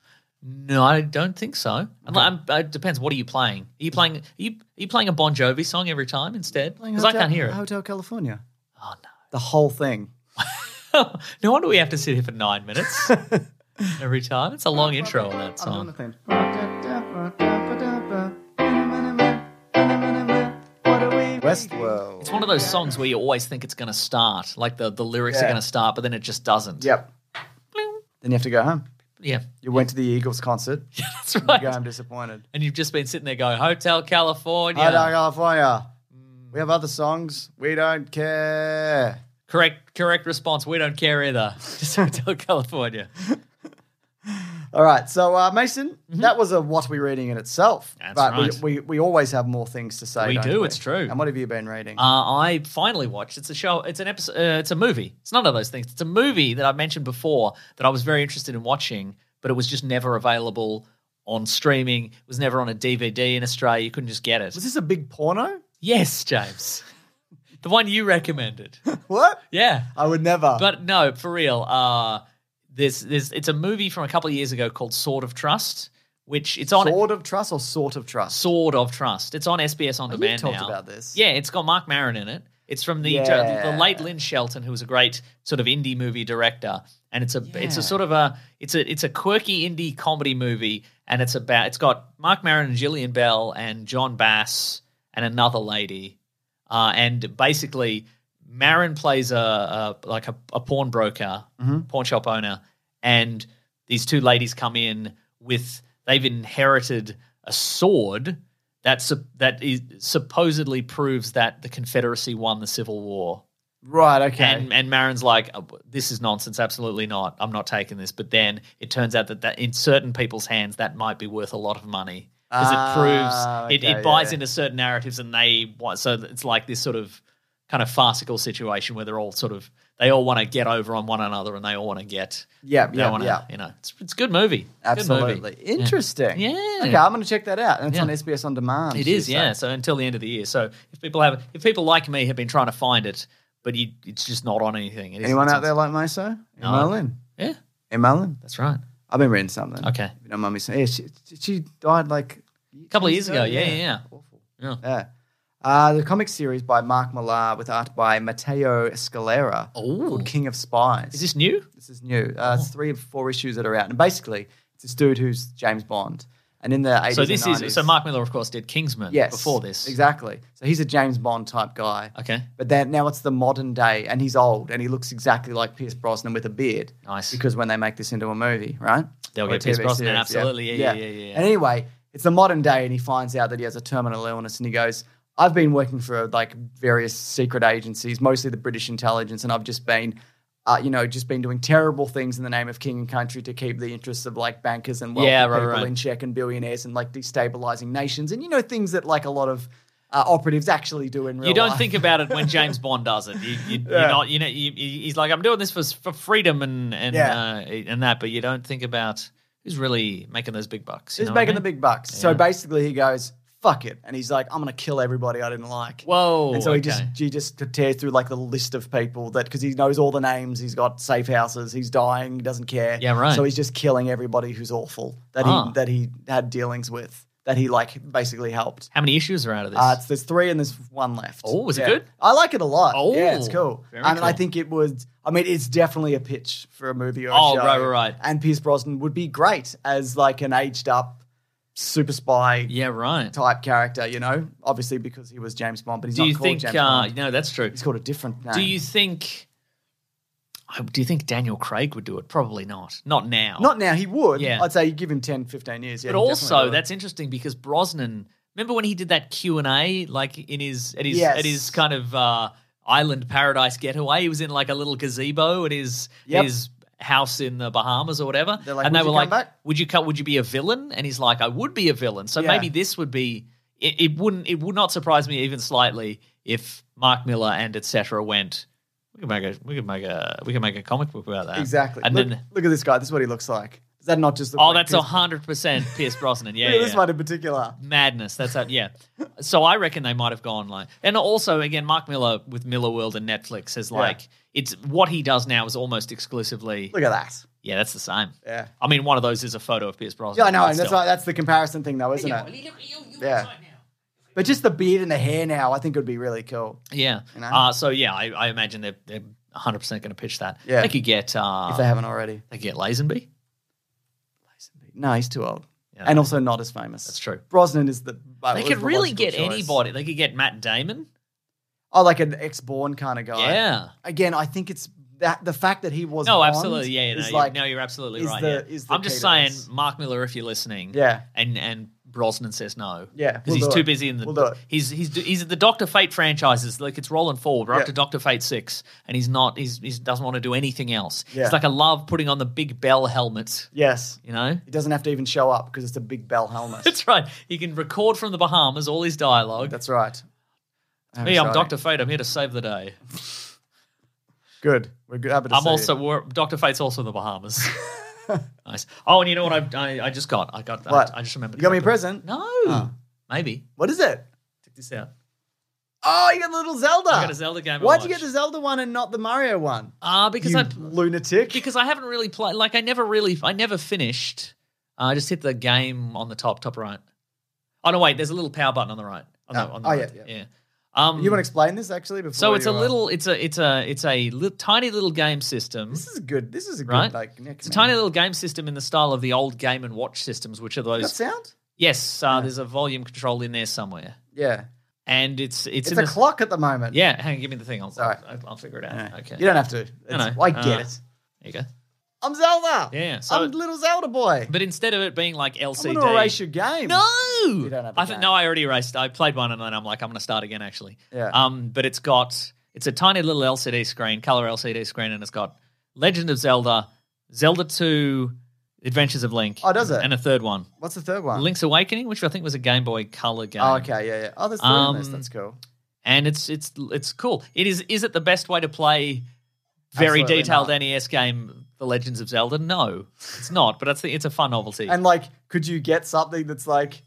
[SPEAKER 6] No, I don't think so. Unless, i uh, it depends. What are you playing? Are you playing? Are you, are you playing a Bon Jovi song every time instead? Because I
[SPEAKER 3] Hotel-
[SPEAKER 6] can't hear it.
[SPEAKER 3] Hotel California.
[SPEAKER 6] Oh
[SPEAKER 3] The whole thing.
[SPEAKER 6] no! no wonder we have to sit here for nine minutes every time. It's a long intro on that
[SPEAKER 3] I don't know
[SPEAKER 6] song.
[SPEAKER 3] the thing. Westworld.
[SPEAKER 6] It's one of those songs where you always think it's going to start, like the the lyrics are
[SPEAKER 3] Yeah.
[SPEAKER 6] going to start, but then it just doesn't.
[SPEAKER 3] Yep. Then you have to go home.
[SPEAKER 6] Yeah,
[SPEAKER 3] You went to the Eagles concert.
[SPEAKER 6] that's
[SPEAKER 3] You go
[SPEAKER 6] right.
[SPEAKER 3] home disappointed.
[SPEAKER 6] And you've just been sitting there going, "Hotel California."
[SPEAKER 3] Hotel California. We have other songs. We don't care.
[SPEAKER 6] correct, correct response. We don't care either. Just Hotel California.
[SPEAKER 3] All right, so uh, Mason, that was a what we reading in itself.
[SPEAKER 6] Mm-hmm. That's
[SPEAKER 3] but
[SPEAKER 6] right.
[SPEAKER 3] we, we we always have more things to say.
[SPEAKER 6] We
[SPEAKER 3] don't
[SPEAKER 6] do, it's true.
[SPEAKER 3] And what have you been reading?
[SPEAKER 6] Uh, I finally watched. It's a show. It's an episode. Uh, it's a movie. It's none of those things. It's a movie that I mentioned before that I was very interested in watching, but it was just never available on streaming. It was never on a DVD in Australia. You couldn't just get it.
[SPEAKER 3] was this a big porno?
[SPEAKER 6] Yes, James, the one you recommended.
[SPEAKER 3] What?
[SPEAKER 6] Yeah,
[SPEAKER 3] I would never.
[SPEAKER 6] but no, for real. Uh, this this it's a movie from a couple of years ago called Sword of Trust, which it's on
[SPEAKER 3] Sword of Trust or Sort of Trust?
[SPEAKER 6] Sword of Trust. It's on SBS on
[SPEAKER 3] Oh, you've
[SPEAKER 6] demand
[SPEAKER 3] talked
[SPEAKER 6] now.
[SPEAKER 3] about this.
[SPEAKER 6] Yeah, it's got Mark Maron in it. It's from the
[SPEAKER 3] Yeah.
[SPEAKER 6] the late Lynn Shelton, who was a great sort of indie movie director, and it's a it's a sort of a it's a it's a quirky indie comedy movie, and it's about it's got Mark Maron and Gillian Bell and John Bass and another lady, uh, and basically Maron plays a, a like a, a pawnbroker, pawn shop owner, and these two ladies come in with they've inherited a sword that sup- that is supposedly proves that the Confederacy won the Civil War.
[SPEAKER 3] Right. Okay.
[SPEAKER 6] And and Marin's like, "Oh, this is nonsense. Absolutely not. I'm not taking this. But then it turns out that, that in certain people's hands, that might be worth a lot of money because
[SPEAKER 3] Ah,
[SPEAKER 6] it proves it,
[SPEAKER 3] okay,
[SPEAKER 6] it buys
[SPEAKER 3] yeah.
[SPEAKER 6] into certain narratives, and they want. So it's like this sort of kind of farcical situation where they're all sort of they all want to get over on one another and they all want to get
[SPEAKER 3] Yeah,
[SPEAKER 6] they
[SPEAKER 3] yeah,
[SPEAKER 6] wanna,
[SPEAKER 3] yeah.
[SPEAKER 6] you know it's it's a good movie It's a good movie.
[SPEAKER 3] Absolutely. Interesting.
[SPEAKER 6] Yeah.
[SPEAKER 3] Okay, I'm going to check that out. And it's
[SPEAKER 6] Yeah.
[SPEAKER 3] on SBS On Demand.
[SPEAKER 6] It
[SPEAKER 3] you
[SPEAKER 6] is,
[SPEAKER 3] say.
[SPEAKER 6] yeah. So until the end of the year. So if people have, if people like me have been trying to find it, but you, it's just not on anything. It is-
[SPEAKER 3] Anyone
[SPEAKER 6] it's
[SPEAKER 3] out there like Meso?
[SPEAKER 6] No.
[SPEAKER 3] Email in.
[SPEAKER 6] Yeah,
[SPEAKER 3] Email in.
[SPEAKER 6] that's right.
[SPEAKER 3] I've been reading something.
[SPEAKER 6] Okay.
[SPEAKER 3] If you don't mind me saying. Yeah, she, she died like
[SPEAKER 6] A couple of years ago. Yeah, yeah, yeah.
[SPEAKER 3] Awful.
[SPEAKER 6] Yeah.
[SPEAKER 3] Yeah. Uh, the comic series by Mark Millar with art by Matteo Scalera
[SPEAKER 6] Oh,
[SPEAKER 3] called King of Spies.
[SPEAKER 6] is this Oh. new?
[SPEAKER 3] This is new. Uh, It's three of four issues that are out. And basically, it's this dude who's James Bond. And in the 80s
[SPEAKER 6] So this
[SPEAKER 3] and
[SPEAKER 6] is
[SPEAKER 3] 90s
[SPEAKER 6] so Mark Miller, of course, did Kingsman
[SPEAKER 3] yes,
[SPEAKER 6] before this.
[SPEAKER 3] Exactly. So he's a James Bond type guy.
[SPEAKER 6] Okay.
[SPEAKER 3] But then now it's the modern day, and he's old, and he looks exactly like Pierce Brosnan with a beard.
[SPEAKER 6] Nice.
[SPEAKER 3] Because when they make this into a movie, right?
[SPEAKER 6] They'll
[SPEAKER 3] Or
[SPEAKER 6] get
[SPEAKER 3] a
[SPEAKER 6] Pierce
[SPEAKER 3] TV
[SPEAKER 6] Brosnan, absolutely. Yeah, yeah, yeah, yeah.
[SPEAKER 3] And anyway, it's the modern day, and he finds out that he has a terminal illness, and he goes, "I've been working for like various secret agencies, mostly the British intelligence, and I've just been." Uh, you know, just been doing terrible things in the name of king and country to keep the interests of like bankers and wealthy
[SPEAKER 6] Yeah, right,
[SPEAKER 3] people
[SPEAKER 6] right.
[SPEAKER 3] in check and billionaires and like destabilizing nations and you know things that like a lot of uh, operatives actually do in real
[SPEAKER 6] You don't
[SPEAKER 3] life.
[SPEAKER 6] think about it when James Bond does it. You, you,
[SPEAKER 3] Yeah.
[SPEAKER 6] You're not, you know, you, you- he's like, I'm doing this for for freedom and and
[SPEAKER 3] Yeah.
[SPEAKER 6] uh, and that, but you don't think about who's really making those big bucks. you
[SPEAKER 3] He's
[SPEAKER 6] know what I
[SPEAKER 3] making
[SPEAKER 6] mean?
[SPEAKER 3] the big bucks. So basically, he goes, "Fuck it," and he's like, "I'm gonna kill everybody I didn't like."
[SPEAKER 6] Whoa,
[SPEAKER 3] And so he just
[SPEAKER 6] okay.
[SPEAKER 3] he just tears through like the list of people that because he knows all the names. He's got safe houses. He's dying. He doesn't care.
[SPEAKER 6] Yeah, right.
[SPEAKER 3] So he's just killing everybody who's awful that
[SPEAKER 6] Ah.
[SPEAKER 3] he that he had dealings with that he like basically helped.
[SPEAKER 6] How many issues are out of this?
[SPEAKER 3] Uh, it's, there's three and there's one left.
[SPEAKER 6] Oh, was it
[SPEAKER 3] Yeah.
[SPEAKER 6] good?
[SPEAKER 3] I like it a lot. Oh, yeah, it's
[SPEAKER 6] Oh,
[SPEAKER 3] cool.
[SPEAKER 6] very
[SPEAKER 3] and I
[SPEAKER 6] cool.
[SPEAKER 3] think it would. I mean, it's definitely a pitch for a movie or a
[SPEAKER 6] Oh,
[SPEAKER 3] show.
[SPEAKER 6] right, right, right.
[SPEAKER 3] And Pierce Brosnan would be great as like an aged up super spy
[SPEAKER 6] yeah, right.
[SPEAKER 3] type character. You know, obviously because he was James Bond, but he's
[SPEAKER 6] Do
[SPEAKER 3] not
[SPEAKER 6] you
[SPEAKER 3] called
[SPEAKER 6] think?
[SPEAKER 3] James
[SPEAKER 6] Uh,
[SPEAKER 3] Bond.
[SPEAKER 6] no, that's true.
[SPEAKER 3] He's called a different name.
[SPEAKER 6] Do you think? I- Do you think Daniel Craig would do it? Probably not. Not now.
[SPEAKER 3] Not now. He would.
[SPEAKER 6] Yeah.
[SPEAKER 3] I'd say you give him 10, 15 years. Yeah, he
[SPEAKER 6] But
[SPEAKER 3] definitely
[SPEAKER 6] also,
[SPEAKER 3] would.
[SPEAKER 6] that's interesting because Brosnan. Remember when he did that Q and A, like in his at his
[SPEAKER 3] Yes.
[SPEAKER 6] at his kind of uh, island paradise getaway. He was in like a little gazebo at his
[SPEAKER 3] Yep.
[SPEAKER 6] his house in the Bahamas or whatever.
[SPEAKER 3] They're like,
[SPEAKER 6] and
[SPEAKER 3] "Would
[SPEAKER 6] they
[SPEAKER 3] you
[SPEAKER 6] were
[SPEAKER 3] come
[SPEAKER 6] like,
[SPEAKER 3] back?"
[SPEAKER 6] "Would you cut? Would you be a villain?" And he's like, "I would be a villain." So
[SPEAKER 3] Yeah.
[SPEAKER 6] maybe this would be. It, it wouldn't. It would not surprise me even slightly if Mark Miller and etc. went. We could make a. We could make a. We could make a comic book about that.
[SPEAKER 3] exactly.
[SPEAKER 6] uh, And
[SPEAKER 3] look,
[SPEAKER 6] then.
[SPEAKER 3] look at this guy. This is what he looks like. Does that not just look?
[SPEAKER 6] Oh,
[SPEAKER 3] like
[SPEAKER 6] that's
[SPEAKER 3] Pierce-
[SPEAKER 6] a hundred percent Pierce Brosnan. Yeah,
[SPEAKER 3] Look
[SPEAKER 6] yeah,
[SPEAKER 3] at this
[SPEAKER 6] yeah
[SPEAKER 3] one in particular.
[SPEAKER 6] madness. That's how, yeah. So I reckon they might have gone like, and also again, Mark Miller with Miller World and Netflix has like it's what he does now is almost exclusively.
[SPEAKER 3] Look at that.
[SPEAKER 6] Yeah, that's the same.
[SPEAKER 3] Yeah.
[SPEAKER 6] I mean, one of those is a photo of Pierce Brosnan.
[SPEAKER 3] Yeah, I know.
[SPEAKER 6] but
[SPEAKER 3] And that's
[SPEAKER 6] still.
[SPEAKER 3] why, that's the comparison thing, though, isn't it? Yeah. But just the beard and the hair now, I think would be really cool.
[SPEAKER 6] Yeah.
[SPEAKER 3] know?
[SPEAKER 6] Uh, so yeah, I, I imagine they're they're 100 percent going to pitch that.
[SPEAKER 3] Yeah.
[SPEAKER 6] They could get uh,
[SPEAKER 3] If they
[SPEAKER 6] they,
[SPEAKER 3] haven't already.
[SPEAKER 6] could get Lazenby.
[SPEAKER 3] No, he's too old.
[SPEAKER 6] Yeah.
[SPEAKER 3] And also not as famous.
[SPEAKER 6] That's true.
[SPEAKER 3] Brosnan is the. uh,
[SPEAKER 6] They
[SPEAKER 3] was
[SPEAKER 6] could
[SPEAKER 3] the
[SPEAKER 6] really
[SPEAKER 3] logical
[SPEAKER 6] get
[SPEAKER 3] choice.
[SPEAKER 6] anybody. They could get Matt Damon.
[SPEAKER 3] Oh, like an ex born kind of guy.
[SPEAKER 6] Yeah.
[SPEAKER 3] Again, I think it's that the fact that he was.
[SPEAKER 6] No,
[SPEAKER 3] Bond
[SPEAKER 6] absolutely. Yeah, yeah, no,
[SPEAKER 3] is
[SPEAKER 6] you're,
[SPEAKER 3] like,
[SPEAKER 6] no, you're absolutely
[SPEAKER 3] is
[SPEAKER 6] right.
[SPEAKER 3] the-
[SPEAKER 6] yeah.
[SPEAKER 3] is the
[SPEAKER 6] I'm just
[SPEAKER 3] key to
[SPEAKER 6] saying,
[SPEAKER 3] this.
[SPEAKER 6] Mark Miller, if you're listening,
[SPEAKER 3] Yeah.
[SPEAKER 6] and and Brosnan says no,
[SPEAKER 3] Yeah,
[SPEAKER 6] because
[SPEAKER 3] we'll
[SPEAKER 6] he's
[SPEAKER 3] do
[SPEAKER 6] too
[SPEAKER 3] it.
[SPEAKER 6] busy in the
[SPEAKER 3] We'll do it.
[SPEAKER 6] he's he's do- he's at the Doctor Fate franchises, like it's rolling forward. We're
[SPEAKER 3] Yeah.
[SPEAKER 6] up to Doctor Fate six, and he's not he's he doesn't want to do anything else.
[SPEAKER 3] Yeah.
[SPEAKER 6] It's like I love putting on the big bell helmet,
[SPEAKER 3] Yes.
[SPEAKER 6] you know.
[SPEAKER 3] He doesn't have to even show up because it's a big bell helmet.
[SPEAKER 6] That's right. He can record from the Bahamas all his dialogue.
[SPEAKER 3] That's right.
[SPEAKER 6] Me, I'm
[SPEAKER 3] exciting.
[SPEAKER 6] Doctor Fate. I'm here to save the day.
[SPEAKER 3] Good. We're good. happy to
[SPEAKER 6] I'm
[SPEAKER 3] see you.
[SPEAKER 6] also we're, Dr. Fate's also in the Bahamas. nice. Oh, and you know what I've, I I just got I got I-
[SPEAKER 3] What?
[SPEAKER 6] I, just remembered.
[SPEAKER 3] You got me Ah. a
[SPEAKER 6] exactly-
[SPEAKER 3] present?
[SPEAKER 6] No, maybe
[SPEAKER 3] What is it?
[SPEAKER 6] check this out.
[SPEAKER 3] Oh, you got a little Zelda.
[SPEAKER 6] I got a Zelda game.
[SPEAKER 3] Why'd you get the
[SPEAKER 6] this?
[SPEAKER 3] Zelda one and not the Mario one?
[SPEAKER 6] Ah, because
[SPEAKER 3] you
[SPEAKER 6] I
[SPEAKER 3] lunatic.
[SPEAKER 6] because I haven't really played. Like I never really I never finished. Uh, I just hit the game on the top top right. Oh no, wait. There's a little power button on the right. On the,
[SPEAKER 3] Ah,
[SPEAKER 6] on the
[SPEAKER 3] oh,
[SPEAKER 6] right.
[SPEAKER 3] yeah,
[SPEAKER 6] yeah. Um,
[SPEAKER 3] you want to explain this actually? Before
[SPEAKER 6] so it's a
[SPEAKER 3] you, uh,
[SPEAKER 6] little, it's a, it's a, it's a li- tiny little game system.
[SPEAKER 3] This is a good. This is a good
[SPEAKER 6] Right?
[SPEAKER 3] like Nick.
[SPEAKER 6] It's a tiny little game system in the style of the old Game and Watch systems, which are
[SPEAKER 3] got
[SPEAKER 6] those
[SPEAKER 3] sound.
[SPEAKER 6] Yes, uh, there's a volume control in there somewhere,
[SPEAKER 3] Yeah,
[SPEAKER 6] and it's it's,
[SPEAKER 3] it's,
[SPEAKER 6] in
[SPEAKER 3] a
[SPEAKER 6] the,
[SPEAKER 3] clock at the moment.
[SPEAKER 6] Yeah, hang on, give me the thing. I'll
[SPEAKER 3] Sorry.
[SPEAKER 6] I'll, I'll figure it out.
[SPEAKER 3] Yeah.
[SPEAKER 6] Okay,
[SPEAKER 3] You don't have to.
[SPEAKER 6] No,
[SPEAKER 3] It's-
[SPEAKER 6] no.
[SPEAKER 3] I get
[SPEAKER 6] Uh,
[SPEAKER 3] it.
[SPEAKER 6] there you go.
[SPEAKER 3] I'm Zelda.
[SPEAKER 6] Yeah, so-
[SPEAKER 3] I'm little Zelda boy.
[SPEAKER 6] But instead of it being like
[SPEAKER 3] I'm
[SPEAKER 6] LCD,
[SPEAKER 3] gonna erase your game.
[SPEAKER 6] no,
[SPEAKER 3] don't have a
[SPEAKER 6] I think
[SPEAKER 3] game.
[SPEAKER 6] no, I already erased. I played one, and then I'm like, I'm gonna start again. Actually,
[SPEAKER 3] Yeah.
[SPEAKER 6] Um, but it's got it's a tiny little LCD screen, color LCD screen, and it's got Legend of Zelda, Zelda Two, Adventures of Link.
[SPEAKER 3] Oh, does it?
[SPEAKER 6] And a third one,
[SPEAKER 3] What's the third one?
[SPEAKER 6] Link's Awakening, which I think was a Game Boy Color game.
[SPEAKER 3] Oh, okay, yeah, yeah. Oh, there's three in this.
[SPEAKER 6] Um,
[SPEAKER 3] That's cool.
[SPEAKER 6] and it's it's it's cool. It is is it the best way to play very
[SPEAKER 3] Absolutely
[SPEAKER 6] detailed
[SPEAKER 3] not.
[SPEAKER 6] NES game, The Legends of Zelda? No, it's not. But that's the, it's a fun novelty.
[SPEAKER 3] And like, could you get something that's like?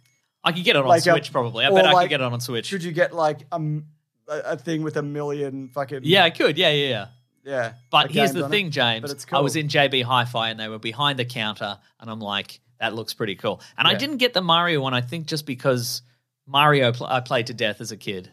[SPEAKER 6] I could get it on
[SPEAKER 3] like a-
[SPEAKER 6] Switch probably. I
[SPEAKER 3] or
[SPEAKER 6] bet I
[SPEAKER 3] like-
[SPEAKER 6] could get it on Switch.
[SPEAKER 3] Should you get like um, a, a thing with a million fucking
[SPEAKER 6] yeah, I could. Yeah, yeah, yeah.
[SPEAKER 3] yeah?
[SPEAKER 6] But
[SPEAKER 3] like
[SPEAKER 6] here's
[SPEAKER 3] games
[SPEAKER 6] the
[SPEAKER 3] on it?
[SPEAKER 6] thing, James.
[SPEAKER 3] But it's
[SPEAKER 6] I was
[SPEAKER 3] cool.
[SPEAKER 6] in JB Hi-Fi and they were behind the counter, and I'm like, that looks pretty cool. And I didn't get the Mario one. I think just because Mario pl- I played to death as a kid.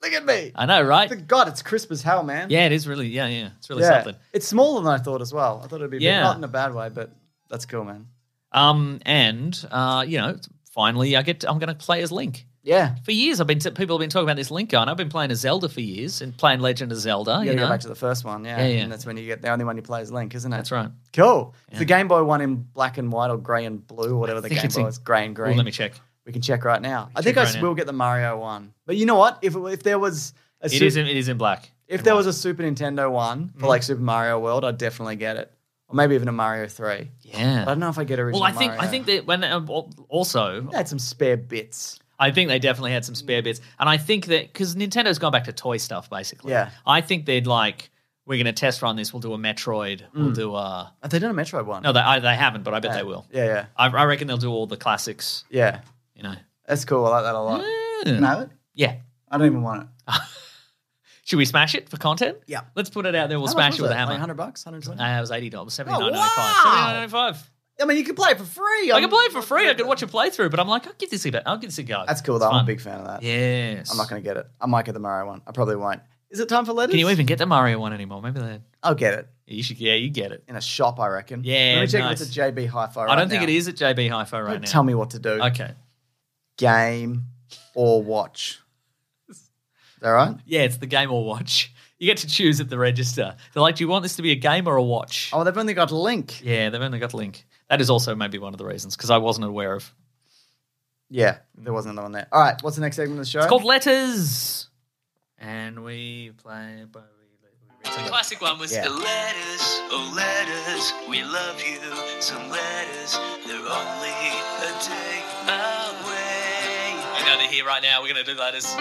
[SPEAKER 3] Look at me.
[SPEAKER 6] I know, right?
[SPEAKER 3] Thank God it's crisp as hell, man.
[SPEAKER 6] Uh, yeah, it is really. Yeah, yeah. It's really
[SPEAKER 3] yeah.
[SPEAKER 6] something.
[SPEAKER 3] It's smaller than I thought as well. I thought it'd be a bit-
[SPEAKER 6] Yeah.
[SPEAKER 3] not in a bad way, but that's cool, man.
[SPEAKER 6] Um, and uh, you know, finally, I get. To, I'm going to play as Link.
[SPEAKER 3] Yeah.
[SPEAKER 6] For years, I've been t- people have been talking about this Link guy, and I've been playing as Zelda for years and playing Legend of
[SPEAKER 3] You
[SPEAKER 6] Zelda. You
[SPEAKER 3] gotta
[SPEAKER 6] know,
[SPEAKER 3] go back to the first one, yeah.
[SPEAKER 6] Yeah, yeah.
[SPEAKER 3] And that's when you get the only one you play is Link, isn't it?
[SPEAKER 6] that's right.
[SPEAKER 3] Cool. It's the Game Boy one in black and white or grey and blue, or whatever the
[SPEAKER 6] think
[SPEAKER 3] Game
[SPEAKER 6] it's
[SPEAKER 3] Boy
[SPEAKER 6] in-
[SPEAKER 3] is. Grey and green.
[SPEAKER 6] Well, let me check.
[SPEAKER 3] We can check right now. I think
[SPEAKER 6] check
[SPEAKER 3] I
[SPEAKER 6] right now.
[SPEAKER 3] will get the Mario one. But you know what? If it, if there was a
[SPEAKER 6] It
[SPEAKER 3] Sup-
[SPEAKER 6] is. In, Mm-hmm. it is in black.
[SPEAKER 3] if there was a Super Nintendo one for like Super Mario World, I'd definitely get it, or maybe even a Mario Three.
[SPEAKER 6] Yeah.
[SPEAKER 3] I don't know if I get original.
[SPEAKER 6] Well, I think I
[SPEAKER 3] Mario.
[SPEAKER 6] think that when um, al- also
[SPEAKER 3] They had some spare bits.
[SPEAKER 6] I think they definitely had some spare bits, and I think that because Nintendo's gone back to toy stuff basically.
[SPEAKER 3] Yeah.
[SPEAKER 6] I think they'd like we're going to test run this. We'll do a Metroid. We'll do a
[SPEAKER 3] Have they done a Metroid one?
[SPEAKER 6] no. They I, they haven't, but I bet they will.
[SPEAKER 3] Mm. Yeah, yeah,
[SPEAKER 6] I, I reckon they'll do all the classics.
[SPEAKER 3] yeah.
[SPEAKER 6] You know.
[SPEAKER 3] That's cool. I like that a lot. No,
[SPEAKER 6] Yeah.
[SPEAKER 3] I don't even want it.
[SPEAKER 6] Should we smash it for content?
[SPEAKER 3] Yeah.
[SPEAKER 6] Let's put it out there. We'll
[SPEAKER 3] How much
[SPEAKER 6] smash
[SPEAKER 3] was
[SPEAKER 6] it with a
[SPEAKER 3] Like
[SPEAKER 6] hammer.
[SPEAKER 3] 100 bucks, 120.
[SPEAKER 6] I was eighty dollars, seventy nine ninety
[SPEAKER 3] wow.
[SPEAKER 6] five. Seventy nine ninety five.
[SPEAKER 3] I mean, you can play it for free.
[SPEAKER 6] I
[SPEAKER 3] I'm-
[SPEAKER 6] could play it for free. I could watch a playthrough, but I'm like, I'll give this a go. I'll give this a go.
[SPEAKER 3] That's cool. Though. I'm a big fan of that.
[SPEAKER 6] Yes.
[SPEAKER 3] I'm not going to get it. I might get the Mario one. I probably won't. Is it time for letters?
[SPEAKER 6] Can you even get the Mario one anymore? Maybe they.
[SPEAKER 3] I'll get it
[SPEAKER 6] You should. Yeah, you get it.
[SPEAKER 3] in a shop, I reckon.
[SPEAKER 6] Yeah,
[SPEAKER 3] Let me check
[SPEAKER 6] nice.
[SPEAKER 3] if it's a JB Hi-Fi.
[SPEAKER 6] I
[SPEAKER 3] right
[SPEAKER 6] don't think
[SPEAKER 3] now.
[SPEAKER 6] it is at JB Hi-Fi right
[SPEAKER 3] Don't
[SPEAKER 6] now.
[SPEAKER 3] Tell me what to do.
[SPEAKER 6] Okay.
[SPEAKER 3] Game or watch. Is that right?
[SPEAKER 6] Yeah, it's the game or watch. You get to choose at the register. They're like, do you want this to be a game or a watch?
[SPEAKER 3] Oh, they've only got Link.
[SPEAKER 6] Yeah, they've only got Link. That is also maybe one of the reasons because I wasn't aware of.
[SPEAKER 3] Yeah, there wasn't another one there. All right, what's the next segment of the show?
[SPEAKER 6] It's called Letters, and we play. but we- we-
[SPEAKER 5] Classic one was
[SPEAKER 3] Yeah.
[SPEAKER 5] letters, oh letters, we love you. Some letters, they're only a day away.
[SPEAKER 6] I know they're here right now. We're gonna do letters.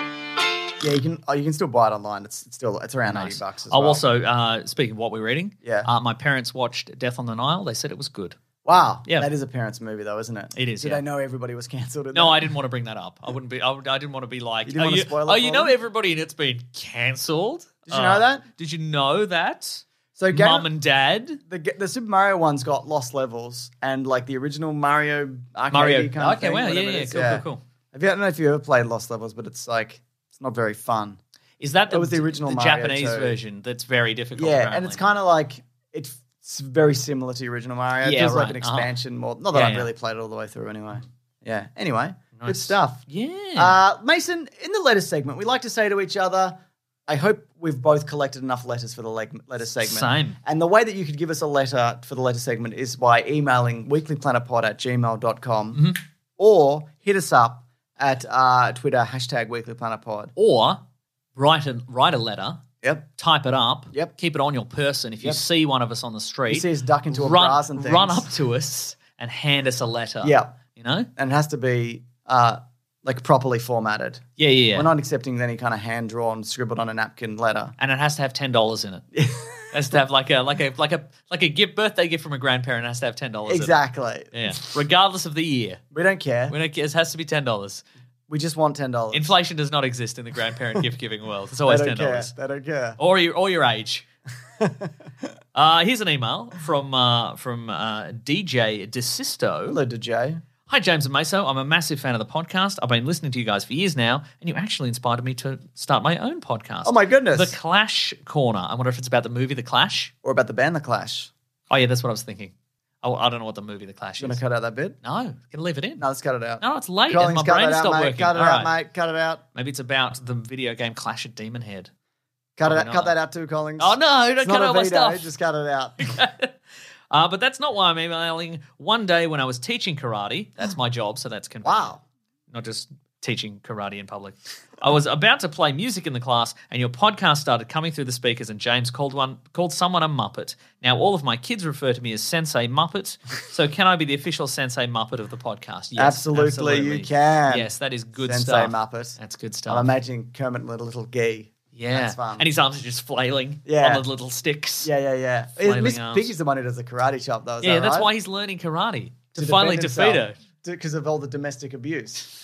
[SPEAKER 3] Yeah, you can. Oh, you can still buy it online. It's, it's still it's around
[SPEAKER 6] Nice.
[SPEAKER 3] eighty bucks. As
[SPEAKER 6] oh,
[SPEAKER 3] well.
[SPEAKER 6] also uh, speaking of what we're reading,
[SPEAKER 3] Yeah.
[SPEAKER 6] uh, my parents watched Death on the Nile. They said it was good.
[SPEAKER 3] Wow.
[SPEAKER 6] Yeah.
[SPEAKER 3] That is a parents' movie, though, isn't it?
[SPEAKER 6] It is,
[SPEAKER 3] Did
[SPEAKER 6] yeah.
[SPEAKER 3] I know everybody was cancelled? in
[SPEAKER 6] No,
[SPEAKER 3] that?
[SPEAKER 6] I didn't want to bring that up. I wouldn't be. I, would- I didn't want to be like.
[SPEAKER 3] You didn't
[SPEAKER 6] oh,
[SPEAKER 3] want to
[SPEAKER 6] you,
[SPEAKER 3] spoil it
[SPEAKER 6] oh, you
[SPEAKER 3] for
[SPEAKER 6] know
[SPEAKER 3] them?
[SPEAKER 6] everybody, and it's been cancelled. Uh,
[SPEAKER 3] Did you know that?
[SPEAKER 6] Did you know that?
[SPEAKER 3] So Game,
[SPEAKER 6] Mum and Dad.
[SPEAKER 3] the ga- the Super Mario one's got lost levels and like the original Mario arcade
[SPEAKER 6] Mario.
[SPEAKER 3] kind of
[SPEAKER 6] okay,
[SPEAKER 3] thing,
[SPEAKER 6] wow, yeah,
[SPEAKER 3] whatever it
[SPEAKER 6] yeah,
[SPEAKER 3] is.
[SPEAKER 6] cool, cool, cool.
[SPEAKER 3] Have you, I don't know if you ever played Lost Levels, but it's like it's not very fun.
[SPEAKER 6] Is that the,
[SPEAKER 3] That was the original Mario
[SPEAKER 6] Japanese
[SPEAKER 3] too.
[SPEAKER 6] version? That's very difficult.
[SPEAKER 3] Yeah, and it's
[SPEAKER 6] apparently.
[SPEAKER 3] kind of like it f- it's very similar to the original Mario.
[SPEAKER 6] Yeah,
[SPEAKER 3] it feels like
[SPEAKER 6] right,
[SPEAKER 3] an
[SPEAKER 6] uh-huh.
[SPEAKER 3] expansion more. Not that
[SPEAKER 6] Yeah,
[SPEAKER 3] I've
[SPEAKER 6] yeah.
[SPEAKER 3] really played it all the way through, anyway. Yeah. Anyway, good
[SPEAKER 6] Nice.
[SPEAKER 3] stuff.
[SPEAKER 6] yeah.
[SPEAKER 3] Uh, Mason, in the letter segment, we like to say to each other, I hope we've both collected enough letters for the leg- letter segment.
[SPEAKER 6] Same.
[SPEAKER 3] And the way that you could give us a letter for the letter segment is by emailing weeklyplanetpod at gmail.com
[SPEAKER 6] Mm-hmm.
[SPEAKER 3] or hit us up at uh, Twitter, hashtag weeklyplanetpod.
[SPEAKER 6] or write a write a letter,
[SPEAKER 3] Yep.
[SPEAKER 6] type it up,
[SPEAKER 3] Yep.
[SPEAKER 6] keep it on your person. If you
[SPEAKER 3] Yep.
[SPEAKER 6] see one of us on the street,
[SPEAKER 3] You see us duck into a
[SPEAKER 6] run,
[SPEAKER 3] bras and things.
[SPEAKER 6] run up to us and hand us a letter.
[SPEAKER 3] Yeah.
[SPEAKER 6] you know.
[SPEAKER 3] And it has to be uh, like properly formatted.
[SPEAKER 6] Yeah, yeah, yeah.
[SPEAKER 3] We're not accepting any kind of hand drawn, scribbled on a napkin letter.
[SPEAKER 6] and it has to have ten dollars in it. it has to have like a like a like a like a gift birthday gift from a grandparent has to have ten dollars.
[SPEAKER 3] Exactly.
[SPEAKER 6] In it. Yeah. Regardless of the year,
[SPEAKER 3] We don't care.
[SPEAKER 6] we don't care. It has to be ten dollars.
[SPEAKER 3] We just want $10.
[SPEAKER 6] Inflation does not exist in the grandparent gift giving world. It's always
[SPEAKER 3] They
[SPEAKER 6] ten
[SPEAKER 3] don't care.
[SPEAKER 6] dollars.
[SPEAKER 3] They don't care.
[SPEAKER 6] or your or your age. uh, here's an email from uh, from uh, DJ DeSisto.
[SPEAKER 3] Hello, DJ.
[SPEAKER 6] Hi James and Meso. I'm a massive fan of the podcast. I've been listening to you guys for years now, and you actually inspired me to start my own podcast.
[SPEAKER 3] Oh my goodness.
[SPEAKER 6] The Clash Corner. I wonder if it's about the movie The Clash.
[SPEAKER 3] or about the band The Clash.
[SPEAKER 6] Oh yeah, that's what I was thinking. I, I don't know what the movie The Clash
[SPEAKER 3] You want
[SPEAKER 6] is.
[SPEAKER 3] to cut out that bit?
[SPEAKER 6] No, can leave it in.
[SPEAKER 3] No, let's cut it out.
[SPEAKER 6] No, it's late.
[SPEAKER 3] Collins,
[SPEAKER 6] Oh, my
[SPEAKER 3] cut
[SPEAKER 6] brain
[SPEAKER 3] that out,
[SPEAKER 6] stopped
[SPEAKER 3] mate.
[SPEAKER 6] working.
[SPEAKER 3] Cut it
[SPEAKER 6] All
[SPEAKER 3] out,
[SPEAKER 6] right.
[SPEAKER 3] mate. Cut it out.
[SPEAKER 6] Maybe it's about the video game Clash at Demon Head.
[SPEAKER 3] Cut it
[SPEAKER 6] Probably
[SPEAKER 3] out.
[SPEAKER 6] not.
[SPEAKER 3] Cut that out too, Collins.
[SPEAKER 6] Oh no, don't
[SPEAKER 3] It's not
[SPEAKER 6] cut
[SPEAKER 3] a
[SPEAKER 6] out my
[SPEAKER 3] veto,
[SPEAKER 6] stuff.
[SPEAKER 3] Just cut it out.
[SPEAKER 6] Uh, but that's not why I'm emailing. One day when I was teaching karate, that's my job, so that's convenient.
[SPEAKER 3] Wow.
[SPEAKER 6] Not just teaching karate in public. I was about to play music in the class, and your podcast started coming through the speakers, and James called one called someone a muppet. Now all of my kids refer to me as Sensei Muppet. So can I be the official Sensei Muppet of the podcast? Yes,
[SPEAKER 3] Absolutely, you can.
[SPEAKER 6] Yes, that is good
[SPEAKER 3] Sensei
[SPEAKER 6] stuff.
[SPEAKER 3] Muppet.
[SPEAKER 6] That's good stuff.
[SPEAKER 3] I'm imagining Kermit with a little gee.
[SPEAKER 6] Yeah.
[SPEAKER 3] That's fun.
[SPEAKER 6] And his arms are just flailing
[SPEAKER 3] Yeah.
[SPEAKER 6] on the little sticks.
[SPEAKER 3] Yeah, yeah, yeah.
[SPEAKER 6] Flailing
[SPEAKER 3] Miss
[SPEAKER 6] arms.
[SPEAKER 3] Piggy's the one who does the karate chop, though. Is
[SPEAKER 6] Yeah,
[SPEAKER 3] that
[SPEAKER 6] that's
[SPEAKER 3] right?
[SPEAKER 6] why he's learning karate to, finally defeat her.
[SPEAKER 3] because of all the domestic abuse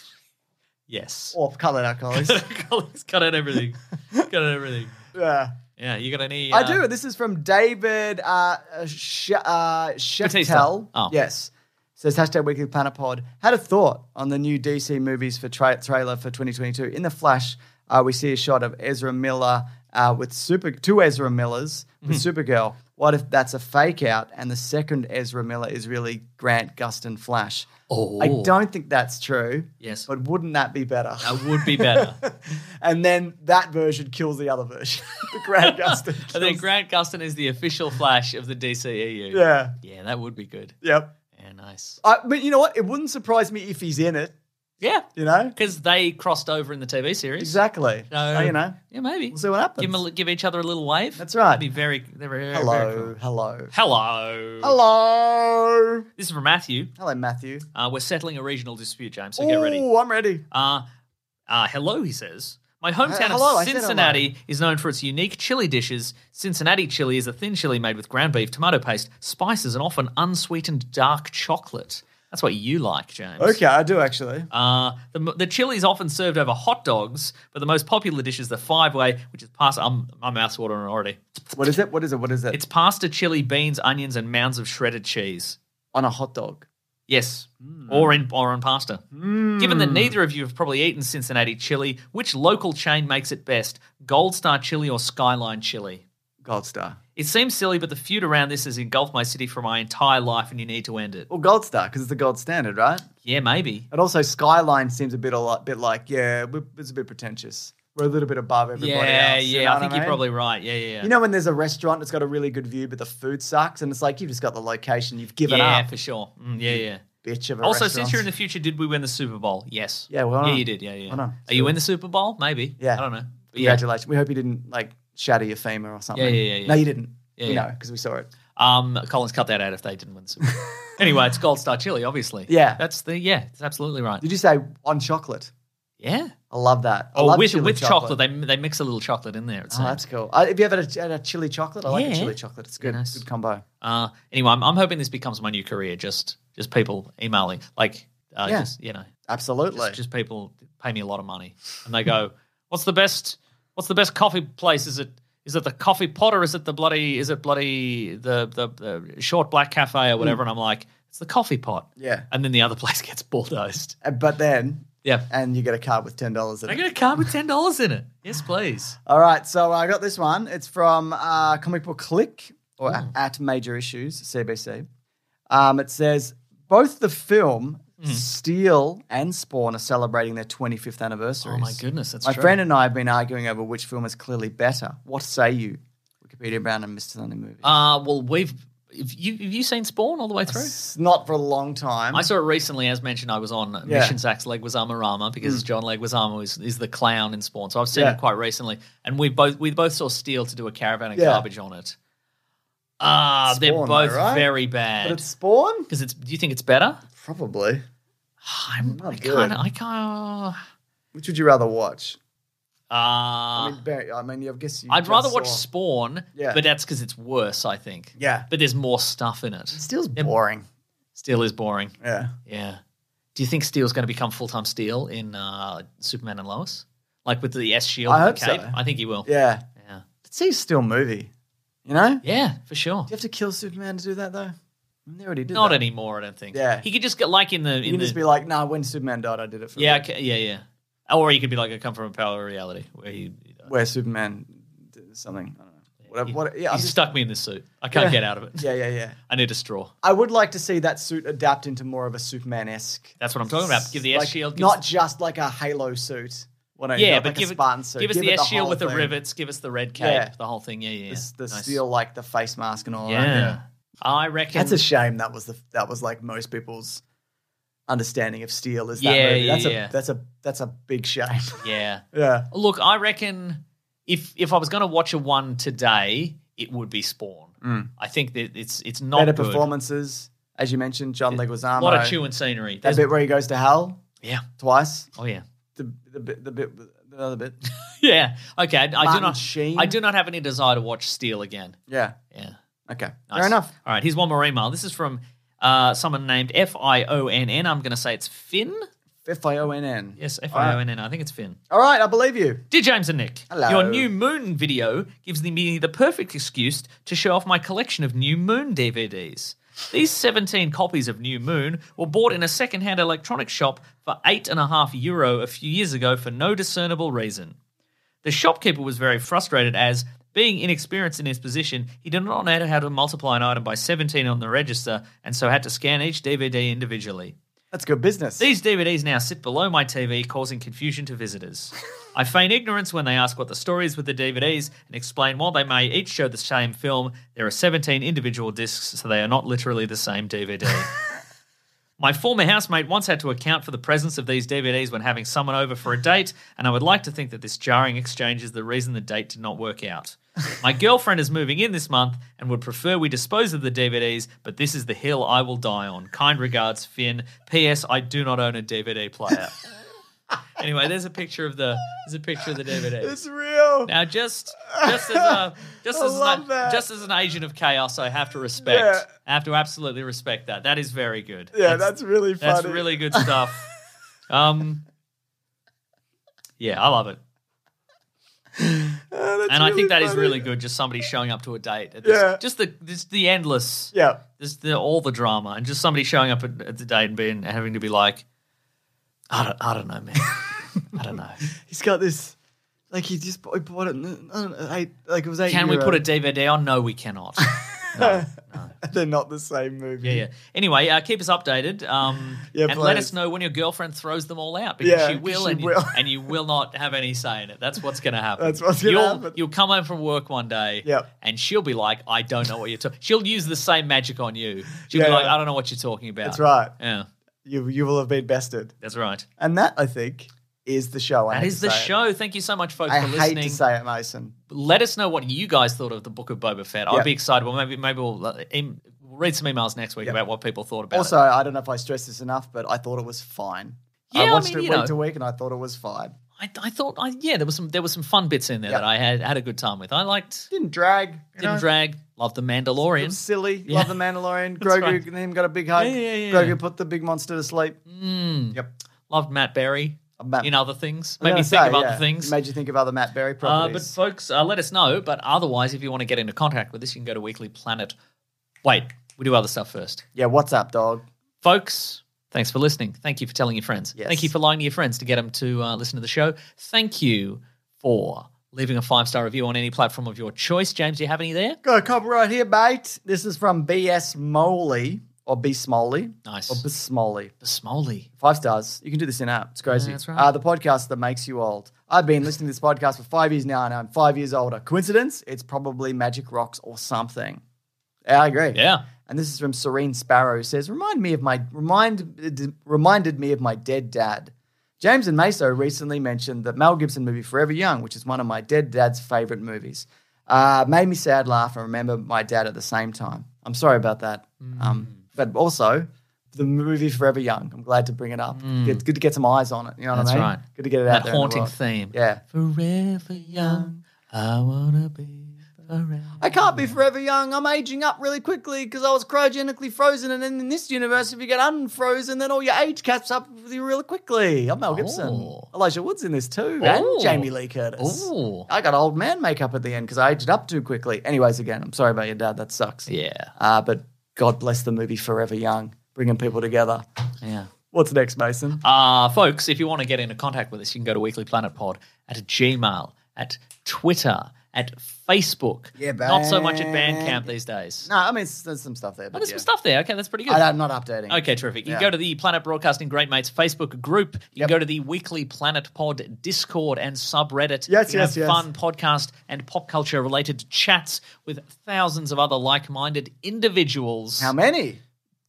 [SPEAKER 6] Yes.
[SPEAKER 3] or colored alcoholics.
[SPEAKER 6] Colin's cut out everything. cut out everything.
[SPEAKER 3] yeah.
[SPEAKER 6] Yeah, you got any?
[SPEAKER 3] I
[SPEAKER 6] uh,
[SPEAKER 3] do. This is from David uh, uh, Sh- uh, Sheftel.
[SPEAKER 6] Oh.
[SPEAKER 3] Yes. Says hashtag Weekly Planet Pod. Had a thought on the new DC movies for tra- trailer for 2022. In the flash, uh, we see a shot of Ezra Miller uh, with super two Ezra Millers with
[SPEAKER 6] Hmm.
[SPEAKER 3] Supergirl. What if that's a fake out and the second Ezra Miller is really Grant Gustin Flash?
[SPEAKER 6] Oh.
[SPEAKER 3] I don't think that's true.
[SPEAKER 6] Yes.
[SPEAKER 3] But wouldn't that be better?
[SPEAKER 6] That would be better.
[SPEAKER 3] and then that version kills the other version. the Grant Gustin.
[SPEAKER 6] I think
[SPEAKER 3] kills-
[SPEAKER 6] Grant Gustin is the official Flash of the DCEU.
[SPEAKER 3] Yeah.
[SPEAKER 6] Yeah, that would be good.
[SPEAKER 3] Yep.
[SPEAKER 6] Yeah, nice.
[SPEAKER 3] I, but you know what? It wouldn't surprise me if he's in it.
[SPEAKER 6] Yeah,
[SPEAKER 3] You know
[SPEAKER 6] because they crossed over in the TV series.
[SPEAKER 3] exactly.
[SPEAKER 6] So,
[SPEAKER 3] So, you know.
[SPEAKER 6] Yeah, maybe.
[SPEAKER 3] We'll see what happens.
[SPEAKER 6] Give, 'em a li- give each other a little wave.
[SPEAKER 3] That's right.
[SPEAKER 6] Be very. They're very, very
[SPEAKER 3] Hello,
[SPEAKER 6] cool.
[SPEAKER 3] hello,
[SPEAKER 6] Hello.
[SPEAKER 3] hello,
[SPEAKER 6] This is from Matthew.
[SPEAKER 3] hello, Matthew.
[SPEAKER 6] Uh, we're settling a regional dispute, James. So get ready.
[SPEAKER 3] Ooh, I'm ready.
[SPEAKER 6] Uh, uh, hello, he says. My hometown
[SPEAKER 3] hello, I
[SPEAKER 6] of
[SPEAKER 3] said hello.
[SPEAKER 6] Cincinnati is known for its unique chili dishes. Cincinnati chili is a thin chili made with ground beef, tomato paste, spices, and often unsweetened dark chocolate. That's what you like, James.
[SPEAKER 3] Okay, I do actually.
[SPEAKER 6] Uh, the, the chili is often served over hot dogs, but the most popular dish is the five way, which is pasta. I'm, my mouth's watering already.
[SPEAKER 3] What is it? What is it? What is it?
[SPEAKER 6] It's pasta, chili, beans, onions, and mounds of shredded cheese.
[SPEAKER 3] on a hot dog.
[SPEAKER 6] Yes,
[SPEAKER 3] Hmm.
[SPEAKER 6] or in or on pasta. Given that neither of you have probably eaten Cincinnati chili, which local chain makes it best? Gold Star Chili or Skyline Chili?
[SPEAKER 3] Gold Star.
[SPEAKER 6] It seems silly, but the feud around this has engulfed my city for my entire life, and you need to end it.
[SPEAKER 3] Well, Gold Star because it's the gold standard, right?
[SPEAKER 6] Yeah, maybe.
[SPEAKER 3] And also, Skyline seems a bit a lot, bit like yeah, we it's a bit pretentious. We're a little bit above everybody
[SPEAKER 6] Yeah,
[SPEAKER 3] else. you
[SPEAKER 6] yeah.
[SPEAKER 3] know
[SPEAKER 6] I
[SPEAKER 3] what
[SPEAKER 6] think
[SPEAKER 3] mean?
[SPEAKER 6] you're probably right. Yeah, yeah. yeah.
[SPEAKER 3] You know when there's a restaurant that's got a really good view, but the food sucks, and it's like you've just got the location, you've given
[SPEAKER 6] yeah,
[SPEAKER 3] up,
[SPEAKER 6] for sure. Mm, yeah, yeah.
[SPEAKER 3] bitch of a
[SPEAKER 6] Also,
[SPEAKER 3] restaurant.
[SPEAKER 6] since you're in the future, did we win the Super Bowl? Yes.
[SPEAKER 3] Yeah, well
[SPEAKER 6] yeah,
[SPEAKER 3] done.
[SPEAKER 6] you did. Yeah, yeah.
[SPEAKER 3] Well done.
[SPEAKER 6] Are you in the Super Bowl? Maybe.
[SPEAKER 3] Yeah.
[SPEAKER 6] I don't know. But yeah.
[SPEAKER 3] Congratulations. We hope you didn't like shatter your femur or something.
[SPEAKER 6] Yeah, yeah, yeah, yeah.
[SPEAKER 3] No, you didn't.
[SPEAKER 6] Yeah,
[SPEAKER 3] you
[SPEAKER 6] yeah.
[SPEAKER 3] know, because we saw it.
[SPEAKER 6] Um, Collins cut that out if they didn't win the Super Bowl. anyway, it's Gold Star Chili, obviously.
[SPEAKER 3] Yeah.
[SPEAKER 6] that's the yeah. It's absolutely right.
[SPEAKER 3] Did you say on chocolate?
[SPEAKER 6] yeah.
[SPEAKER 3] I love that. I
[SPEAKER 6] Oh,
[SPEAKER 3] love
[SPEAKER 6] with
[SPEAKER 3] chili
[SPEAKER 6] with chocolate, they they mix a little chocolate in there. It
[SPEAKER 3] Oh,
[SPEAKER 6] seems.
[SPEAKER 3] that's cool. I, have you ever had a, had a chili chocolate? I like
[SPEAKER 6] Yeah.
[SPEAKER 3] a chili chocolate. It's good.
[SPEAKER 6] nice.
[SPEAKER 3] Good combo.
[SPEAKER 6] uh, anyway, I'm, I'm hoping this becomes my new career. Just just people emailing, like uh,
[SPEAKER 3] Yeah.
[SPEAKER 6] just you know,
[SPEAKER 3] Absolutely.
[SPEAKER 6] just, just people pay me a lot of money, and they go, "What's the best? What's the best coffee place? Is it is it the coffee pot or is it the bloody is it bloody the the, the short black cafe or
[SPEAKER 3] Mm.
[SPEAKER 6] whatever?" And I'm like, "It's the coffee pot."
[SPEAKER 3] Yeah.
[SPEAKER 6] and then the other place gets bulldozed.
[SPEAKER 3] Uh, But then,
[SPEAKER 6] Yeah.
[SPEAKER 3] and you get a card with ten dollars in
[SPEAKER 6] I
[SPEAKER 3] it.
[SPEAKER 6] get a card with ten dollars in it. Yes, please.
[SPEAKER 3] All right, so I got this one. It's from uh, Comic Book Click or a-
[SPEAKER 6] Mm.
[SPEAKER 3] at Major Issues CBC. Um, it says both the film
[SPEAKER 6] Mm.
[SPEAKER 3] Steel and Spawn are celebrating their 25th anniversaries.
[SPEAKER 6] Oh my goodness, that's
[SPEAKER 3] My
[SPEAKER 6] true.
[SPEAKER 3] friend and I have been arguing over which film is clearly better. What say you? Wikipedia Brown and Mr. Sunday movie.
[SPEAKER 6] Uh well, we've have you have you seen Spawn all the way through?
[SPEAKER 3] It's not for a long time.
[SPEAKER 6] I saw it recently, as mentioned. I was on
[SPEAKER 3] Yeah. Mm.
[SPEAKER 6] Mission Sachs Leguizamo Rama because John Leguizamo is, is the clown in Spawn, so I've seen
[SPEAKER 3] Yeah.
[SPEAKER 6] it quite recently. And we both we both saw Steel to do a caravan of
[SPEAKER 3] Yeah.
[SPEAKER 6] garbage on it. Ah, they're
[SPEAKER 3] Spawn,
[SPEAKER 6] both
[SPEAKER 3] though, right?
[SPEAKER 6] very
[SPEAKER 3] but
[SPEAKER 6] bad.
[SPEAKER 3] it's Spawn?
[SPEAKER 6] Because it's, do you think it's better?
[SPEAKER 3] Probably.
[SPEAKER 6] I'm,
[SPEAKER 3] Not
[SPEAKER 6] I
[SPEAKER 3] good.
[SPEAKER 6] kind of I kind
[SPEAKER 3] Which would you rather watch?
[SPEAKER 6] of.
[SPEAKER 3] I mean, Barry, I mean, I guess you
[SPEAKER 6] uh, Ah. I'd
[SPEAKER 3] just
[SPEAKER 6] rather watch
[SPEAKER 3] saw-
[SPEAKER 6] Spawn,
[SPEAKER 3] Yeah.
[SPEAKER 6] but that's because it's worse, I think.
[SPEAKER 3] Yeah.
[SPEAKER 6] But there's more stuff in it.
[SPEAKER 3] Steel's boring.
[SPEAKER 6] Steel is boring.
[SPEAKER 3] Yeah.
[SPEAKER 6] Yeah. Do you think Steel's going to become full time Steel in uh, Superman and Lois? Like with the S shield
[SPEAKER 3] I
[SPEAKER 6] and the
[SPEAKER 3] hope
[SPEAKER 6] cape?
[SPEAKER 3] so.
[SPEAKER 6] I think he will.
[SPEAKER 3] Yeah.
[SPEAKER 6] Yeah.
[SPEAKER 3] Let's see a Steel movie. You know?
[SPEAKER 6] Yeah, for sure.
[SPEAKER 3] Do you have to kill Superman to do that though? I mean, they already did.
[SPEAKER 6] Not
[SPEAKER 3] that.
[SPEAKER 6] anymore, I don't think.
[SPEAKER 3] Yeah.
[SPEAKER 6] He could just get like in the.
[SPEAKER 3] You
[SPEAKER 6] In
[SPEAKER 3] can
[SPEAKER 6] the
[SPEAKER 3] just be like, "Nah, when Superman died, I did it for."
[SPEAKER 6] yeah,
[SPEAKER 3] him."
[SPEAKER 6] okay, yeah, yeah. Or he could be like, I come from a parallel reality where he. he died.
[SPEAKER 3] where Superman did something. I don't know. Whatever. what, yeah,
[SPEAKER 6] he
[SPEAKER 3] I'm just-
[SPEAKER 6] stuck me in this suit. I can't get out of it.
[SPEAKER 3] yeah, yeah, yeah.
[SPEAKER 6] I need a straw.
[SPEAKER 3] I would like to see that suit adapt into more of a Superman esque.
[SPEAKER 6] That's what I'm talking about. Give the S shield.
[SPEAKER 3] not just like a Halo suit. What I
[SPEAKER 6] yeah,
[SPEAKER 3] like
[SPEAKER 6] but
[SPEAKER 3] a
[SPEAKER 6] give, it,
[SPEAKER 3] Spartan suit.
[SPEAKER 6] give us the
[SPEAKER 3] it
[SPEAKER 6] S shield
[SPEAKER 3] whole
[SPEAKER 6] with the
[SPEAKER 3] thing.
[SPEAKER 6] rivets. Give us the red cape,
[SPEAKER 3] Yeah.
[SPEAKER 6] the whole thing. Yeah, yeah. yeah.
[SPEAKER 3] This- the
[SPEAKER 6] Nice.
[SPEAKER 3] steel, like the face mask and all
[SPEAKER 6] Yeah.
[SPEAKER 3] that. Yeah.
[SPEAKER 6] I reckon.
[SPEAKER 3] That's a shame. That was the that was like most people's understanding of steel is that
[SPEAKER 6] Yeah,
[SPEAKER 3] movie.
[SPEAKER 6] yeah,
[SPEAKER 3] That's
[SPEAKER 6] yeah.
[SPEAKER 3] a that's a that's a big shame.
[SPEAKER 6] yeah.
[SPEAKER 3] yeah.
[SPEAKER 6] Look, I reckon if if I was going to watch a one today, it would be Spawn. I think that it's it's not
[SPEAKER 3] Mm. better
[SPEAKER 6] good.
[SPEAKER 3] performances, as you mentioned, John
[SPEAKER 6] A
[SPEAKER 3] Leguizamo.
[SPEAKER 6] lot of chewing scenery.
[SPEAKER 3] That
[SPEAKER 6] There's-
[SPEAKER 3] bit where he goes to hell
[SPEAKER 6] yeah.
[SPEAKER 3] twice.
[SPEAKER 6] Oh yeah.
[SPEAKER 3] The the bit the bit the other bit.
[SPEAKER 6] yeah. Okay. I, I do
[SPEAKER 3] Martin
[SPEAKER 6] not.
[SPEAKER 3] Sheen.
[SPEAKER 6] I do not have any desire to watch Steel again.
[SPEAKER 3] Yeah.
[SPEAKER 6] Yeah.
[SPEAKER 3] Okay.
[SPEAKER 6] Nice.
[SPEAKER 3] Fair enough.
[SPEAKER 6] All right, here's one more email. This is from uh, someone named F I O N N. I'm going to say it's Finn.
[SPEAKER 3] F I O N N.
[SPEAKER 6] Yes, F I O N N. I think it's Finn.
[SPEAKER 3] All right, I believe you.
[SPEAKER 6] Dear James and Nick,
[SPEAKER 3] Hello.
[SPEAKER 6] your new Moon video gives me the perfect excuse to show off my collection of new Moon DVDs. These 17 copies of New Moon were bought in a second-hand electronics shop for eight and a half euro a few years ago for no discernible reason. The shopkeeper was very frustrated as, being inexperienced in his position, he did not know how to multiply an item by 17 on the register and so had to scan each DVD individually.
[SPEAKER 3] That's good business.
[SPEAKER 6] These DVDs now sit below my TV, causing confusion to visitors. I feign ignorance when they ask what the story is with the DVDs and explain while they may each show the same film, there are 17 individual discs, so they are not literally the same DVD. My former housemate once had to account for the presence of these DVDs when having someone over for a date, and I would like to think that this jarring exchange is the reason the date did not work out. My girlfriend is moving in this month and would prefer we dispose of the DVDs, but this is the hill I will die on. Kind regards, Finn. P.S. I do not own a DVD player. anyway, there's a picture of the there's a picture of the DVDs.
[SPEAKER 3] it's real.
[SPEAKER 6] Now, just just as a just
[SPEAKER 3] I
[SPEAKER 6] as an,
[SPEAKER 3] love that.
[SPEAKER 6] just as an agent of chaos, I have to respect.
[SPEAKER 3] Yeah.
[SPEAKER 6] I have to absolutely respect that. That is very good.
[SPEAKER 3] yeah, that's, really funny.
[SPEAKER 6] that's really good stuff. um, yeah, I love it,
[SPEAKER 3] Ah, that's
[SPEAKER 6] and I think that is
[SPEAKER 3] funny.
[SPEAKER 6] really good. Just somebody showing up to a date. At this,
[SPEAKER 3] Yeah.
[SPEAKER 6] Just the just the endless.
[SPEAKER 3] Yeah.
[SPEAKER 6] Just the all the drama, and just somebody showing up at, at the date and being having to be like, I don't, I don't know, man. I don't know.
[SPEAKER 3] He's got this. Like he just bought, he bought it. n- I don't know, eight, like it was eight.
[SPEAKER 6] Can we
[SPEAKER 3] euro.
[SPEAKER 6] put a DVD on? No, we cannot.
[SPEAKER 3] They're not the same movie.
[SPEAKER 6] Yeah, yeah. Anyway, uh, keep us updated. Um,
[SPEAKER 3] Yeah,
[SPEAKER 6] and let
[SPEAKER 3] please.
[SPEAKER 6] us know when your girlfriend throws them all out because
[SPEAKER 3] Yeah,
[SPEAKER 6] she will,
[SPEAKER 3] she
[SPEAKER 6] and, You,
[SPEAKER 3] will.
[SPEAKER 6] and you will not have any say in it. That's what's going to happen.
[SPEAKER 3] That's what's gonna
[SPEAKER 6] You'll-
[SPEAKER 3] happen.
[SPEAKER 6] You'll come home from work one day,
[SPEAKER 3] Yep.
[SPEAKER 6] and she'll be like, "I don't know what you're talking." She'll use the same magic on you. She'll be
[SPEAKER 3] Yeah.
[SPEAKER 6] like, "I don't know what you're talking about."
[SPEAKER 3] That's right.
[SPEAKER 6] Yeah,
[SPEAKER 3] You you will have been bested,
[SPEAKER 6] that's right.
[SPEAKER 3] and that I think is the show. I
[SPEAKER 6] That
[SPEAKER 3] hate
[SPEAKER 6] is
[SPEAKER 3] to
[SPEAKER 6] the
[SPEAKER 3] say it.
[SPEAKER 6] show. Thank you so much, folks,
[SPEAKER 3] I
[SPEAKER 6] for
[SPEAKER 3] hate
[SPEAKER 6] listening.
[SPEAKER 3] to say it, Mason.
[SPEAKER 6] let us know what you guys thought of the Book of Boba Fett. I'd
[SPEAKER 3] Yep.
[SPEAKER 6] be excited. Well, maybe maybe we'll, uh, em- we'll read some emails next week about what people thought about
[SPEAKER 3] Also,
[SPEAKER 6] it.
[SPEAKER 3] I don't know if I stressed this enough, but I thought it was fine.
[SPEAKER 6] Yeah,
[SPEAKER 3] I
[SPEAKER 6] I
[SPEAKER 3] watched
[SPEAKER 6] mean,
[SPEAKER 3] it
[SPEAKER 6] you
[SPEAKER 3] week
[SPEAKER 6] know.
[SPEAKER 3] to week, and I thought it was fine.
[SPEAKER 6] I, I thought, I, yeah, there was some there was some fun bits in there
[SPEAKER 3] Yeah.
[SPEAKER 6] that I had had a good time with. I liked
[SPEAKER 3] Didn't drag. you
[SPEAKER 6] Didn't
[SPEAKER 3] know?
[SPEAKER 6] Drag, loved the
[SPEAKER 3] It was
[SPEAKER 6] Mandalorian.
[SPEAKER 3] silly. Love the Mandalorian. Grogu
[SPEAKER 6] right.
[SPEAKER 3] and him got a big hug.
[SPEAKER 6] Yeah, yeah, yeah,
[SPEAKER 3] Grogu
[SPEAKER 6] yeah.
[SPEAKER 3] put the big monster to sleep. Yep.
[SPEAKER 6] loved Matt Berry.
[SPEAKER 3] Uh, Matt-
[SPEAKER 6] in other things,
[SPEAKER 3] I was
[SPEAKER 6] made me
[SPEAKER 3] gonna
[SPEAKER 6] think
[SPEAKER 3] say,
[SPEAKER 6] of other
[SPEAKER 3] yeah,
[SPEAKER 6] things.
[SPEAKER 3] it Made you think of other Matt Berry
[SPEAKER 6] Uh, but
[SPEAKER 3] properties.
[SPEAKER 6] folks, uh, let us know. But otherwise, if you want to get into contact with us, you can go to Weekly Planet. Wait, we do other stuff first,
[SPEAKER 3] yeah, what's up, dog?
[SPEAKER 6] folks. Thanks for listening. Thank you for telling your friends.
[SPEAKER 3] Yes.
[SPEAKER 6] Thank you for lying to your friends to get them to uh, listen to the show. Thank you for leaving a five star review on any platform of your choice. James, do you have any there?
[SPEAKER 3] Got a couple right here, mate. This is from B.S. Moley or B. Smoley
[SPEAKER 6] Nice.
[SPEAKER 3] or B. Smoley.
[SPEAKER 6] Bismoli.
[SPEAKER 3] Five stars. You can do this in app. It's crazy.
[SPEAKER 6] that's right.
[SPEAKER 3] Uh, the podcast that makes you old. I've been listening to this podcast for five years now, and I'm five years older. Coincidence? It's probably Magic Rocks or something. Yeah, I agree.
[SPEAKER 6] Yeah.
[SPEAKER 3] And this is from Serene Sparrow. Who says, "Remind me of my remind reminded me of my dead dad." James and Meso recently mentioned the Mel Gibson movie Forever Young, which is one of my dead dad's favorite movies. Uh, made me sad, laugh, and remember my dad at the same time. I'm sorry about that.
[SPEAKER 6] Mm.
[SPEAKER 3] Um, but also, the movie Forever Young. I'm glad to bring it up. It's good to get some eyes on it. You know
[SPEAKER 6] Mm. That's
[SPEAKER 3] what I mean?
[SPEAKER 6] right.
[SPEAKER 3] Good to get it out
[SPEAKER 6] That
[SPEAKER 3] there. in the
[SPEAKER 6] haunting
[SPEAKER 3] world.
[SPEAKER 6] theme.
[SPEAKER 3] Yeah.
[SPEAKER 6] Forever young, I wanna be forever.
[SPEAKER 3] I can't be forever young. I'm aging up really quickly because I was cryogenically frozen. And then in this universe, if you get unfrozen, then all your age caps up with you really quickly. I'm Mel Gibson.
[SPEAKER 6] Oh.
[SPEAKER 3] Elijah Wood's in this too,
[SPEAKER 6] Oh.
[SPEAKER 3] and Jamie Lee Curtis.
[SPEAKER 6] Ooh.
[SPEAKER 3] I got old man makeup at the end because I aged up too quickly. Anyways, again, I'm sorry about your dad. That sucks.
[SPEAKER 6] Yeah.
[SPEAKER 3] Uh, but God bless the movie Forever Young, bringing people together.
[SPEAKER 6] Yeah.
[SPEAKER 3] What's next, Mason?
[SPEAKER 6] Uh, folks, if you want to get into contact with us, you can go to Weekly Planet Pod at Gmail, at Twitter, at Facebook.
[SPEAKER 3] Yeah,
[SPEAKER 6] Not so much at
[SPEAKER 3] Band-
[SPEAKER 6] Bandcamp these days.
[SPEAKER 3] no, I mean, s- there's some stuff there.
[SPEAKER 6] Oh,
[SPEAKER 3] But
[SPEAKER 6] there's
[SPEAKER 3] yeah.
[SPEAKER 6] some stuff there. Okay, that's pretty good.
[SPEAKER 3] I, am not updating.
[SPEAKER 6] Okay, terrific. You
[SPEAKER 3] Yeah.
[SPEAKER 6] can go to the Planet Broadcasting Great Mates Facebook group. You can go to the Weekly Planet Pod Discord and
[SPEAKER 3] Yes,
[SPEAKER 6] subreddit. you can
[SPEAKER 3] yes,
[SPEAKER 6] have
[SPEAKER 3] yes.
[SPEAKER 6] Fun podcast and pop culture related chats with thousands of other like minded individuals.
[SPEAKER 3] How many?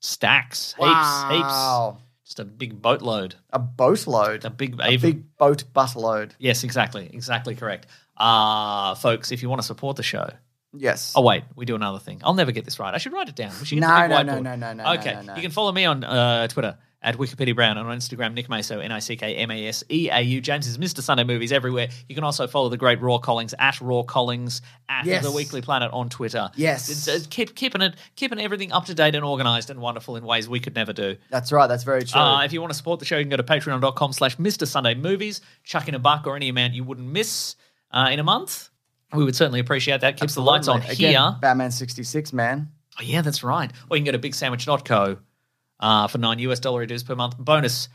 [SPEAKER 6] Stacks, heaps, heaps.
[SPEAKER 3] Wow.
[SPEAKER 6] Just a big boatload.
[SPEAKER 3] A boatload.
[SPEAKER 6] A big,
[SPEAKER 3] A big boat buttload.
[SPEAKER 6] Yes, exactly, exactly correct. Ah, folks, if you want to support the show.
[SPEAKER 3] Yes.
[SPEAKER 6] Oh wait, we do another thing. I'll never get this right. I should write it down. We should get
[SPEAKER 3] No,
[SPEAKER 6] the big
[SPEAKER 3] no, no,
[SPEAKER 6] whiteboard.
[SPEAKER 3] no, no, no, no,
[SPEAKER 6] Okay,
[SPEAKER 3] no, no.
[SPEAKER 6] you can follow me on uh, Twitter at Wikipedia Brown and on Instagram, Nick Maso, N I C K M A S E A U. James is Mr. Sunday Movies everywhere. You can also follow the great Raw Collings at Raw Collings at
[SPEAKER 3] Yes.
[SPEAKER 6] The Weekly Planet on Twitter.
[SPEAKER 3] Yes.
[SPEAKER 6] It's- it's keep, keeping it, keeping everything up to date and organized and wonderful in ways we could never do.
[SPEAKER 3] That's right. That's very true.
[SPEAKER 6] Uh, if you want to support the show, you can go to patreon.com slash Mr. Sunday Movies. Chuck in a buck or any amount you wouldn't miss uh, in a month. We would certainly appreciate that. Keeps the lights on
[SPEAKER 3] Again,
[SPEAKER 6] here.
[SPEAKER 3] Batman 66, man.
[SPEAKER 6] Oh, yeah, that's right. Or you can go to bigsandwich.co uh, for nine US dollar it is per month. Bonus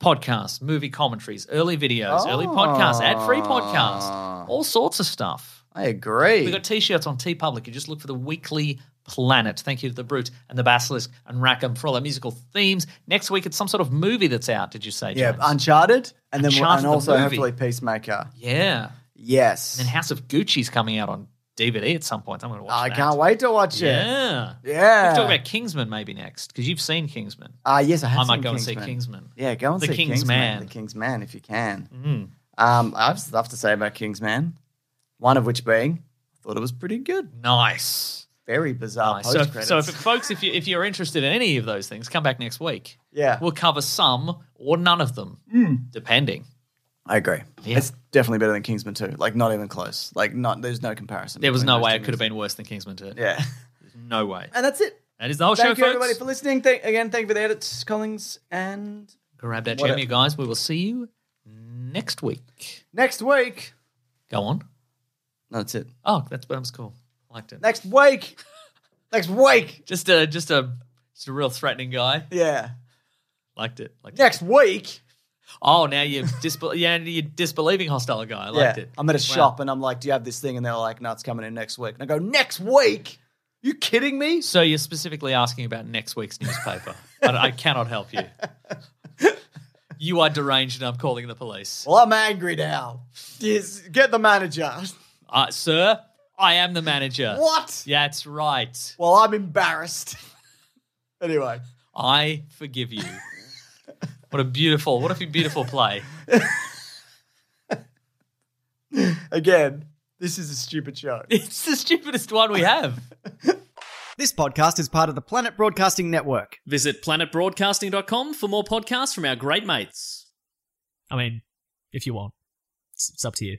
[SPEAKER 6] podcasts, movie commentaries, early videos, early podcasts, ad free
[SPEAKER 3] Ah.
[SPEAKER 6] podcast, all sorts of stuff.
[SPEAKER 3] I agree.
[SPEAKER 6] We've got t shirts on T Public. You just look for the weekly planet. Thank you to The Brute and The Basilisk and Rackham for all our musical themes. Next week, it's some sort of movie that's out, did you say?
[SPEAKER 3] yeah,
[SPEAKER 6] James?
[SPEAKER 3] Uncharted, and then and
[SPEAKER 6] Uncharted, the
[SPEAKER 3] also
[SPEAKER 6] movie.
[SPEAKER 3] hopefully Peacemaker.
[SPEAKER 6] yeah.
[SPEAKER 3] Yes,
[SPEAKER 6] And House of Gucci's coming out on DVD at some point. I'm going to watch
[SPEAKER 3] I
[SPEAKER 6] that.
[SPEAKER 3] can't wait to watch it.
[SPEAKER 6] Yeah.
[SPEAKER 3] Yeah.
[SPEAKER 6] Let's talk about Kingsman maybe next because you've seen Kingsman.
[SPEAKER 3] Uh, yes, I have.
[SPEAKER 6] I might
[SPEAKER 3] seen
[SPEAKER 6] go
[SPEAKER 3] Kingsman.
[SPEAKER 6] and see Kingsman.
[SPEAKER 3] Yeah, go and
[SPEAKER 6] The
[SPEAKER 3] see
[SPEAKER 6] King's
[SPEAKER 3] Kingsman.
[SPEAKER 6] Man. Mm.
[SPEAKER 3] The King's Man, if you can. Um, I have stuff to say about King's Man. One of which being, I thought it was pretty good.
[SPEAKER 6] Nice.
[SPEAKER 3] Very bizarre
[SPEAKER 6] Nice.
[SPEAKER 3] post
[SPEAKER 6] So,
[SPEAKER 3] credits.
[SPEAKER 6] so if, folks, if, you, if you're interested in any of those things, come back next week.
[SPEAKER 3] yeah, Hmm.
[SPEAKER 6] We'll cover some or none of them, depending.
[SPEAKER 3] I agree.
[SPEAKER 6] Yeah.
[SPEAKER 3] It's definitely better than Kingsman 2. Like, not even close. Like, not there's no comparison.
[SPEAKER 6] There was
[SPEAKER 3] between
[SPEAKER 6] no
[SPEAKER 3] those
[SPEAKER 6] way
[SPEAKER 3] two
[SPEAKER 6] it could have
[SPEAKER 3] movies.
[SPEAKER 6] been worse than Kingsman 2.
[SPEAKER 3] Yeah,
[SPEAKER 6] No way.
[SPEAKER 3] and that's it.
[SPEAKER 6] That is the whole
[SPEAKER 3] Thank
[SPEAKER 6] show,
[SPEAKER 3] you,
[SPEAKER 6] folks.
[SPEAKER 3] everybody, for listening. Thank, again, thank you for the edits, Collins. And
[SPEAKER 6] Grab that
[SPEAKER 3] Whatever.
[SPEAKER 6] jam, you guys. We will see you next week.
[SPEAKER 3] next week,
[SPEAKER 6] Go on.
[SPEAKER 3] no, that's it.
[SPEAKER 6] Oh, that's that was cool. I liked it.
[SPEAKER 3] Next week, next week.
[SPEAKER 6] Just a just a just a real threatening guy.
[SPEAKER 3] Yeah,
[SPEAKER 6] Liked it. Liked it.
[SPEAKER 3] next week.
[SPEAKER 6] Oh, now you're disbel- yeah, you're disbelieving hostile guy. I liked
[SPEAKER 3] yeah.
[SPEAKER 6] it.
[SPEAKER 3] I'm at a
[SPEAKER 6] Wow.
[SPEAKER 3] shop and I'm like, "Do you have this thing?" And they're like, "No, it's coming in next week." And I go, "Next week? You kidding me?"
[SPEAKER 6] So you're specifically asking about next week's newspaper. I, I cannot help you. You are deranged, and I'm calling the police.
[SPEAKER 3] Well, I'm angry now. Yes, get the manager.
[SPEAKER 6] Uh, sir, I am the manager.
[SPEAKER 3] what?
[SPEAKER 6] Yeah, that's right.
[SPEAKER 3] Well, I'm embarrassed. anyway,
[SPEAKER 6] I forgive you. What a beautiful, what a beautiful play.
[SPEAKER 3] again, this is a stupid show.
[SPEAKER 6] It's the stupidest one we have.
[SPEAKER 8] This podcast is part of the Planet Broadcasting Network.
[SPEAKER 4] Visit planetbroadcasting.com for more podcasts from our great mates.
[SPEAKER 9] I mean, if you want, it's, it's up to you.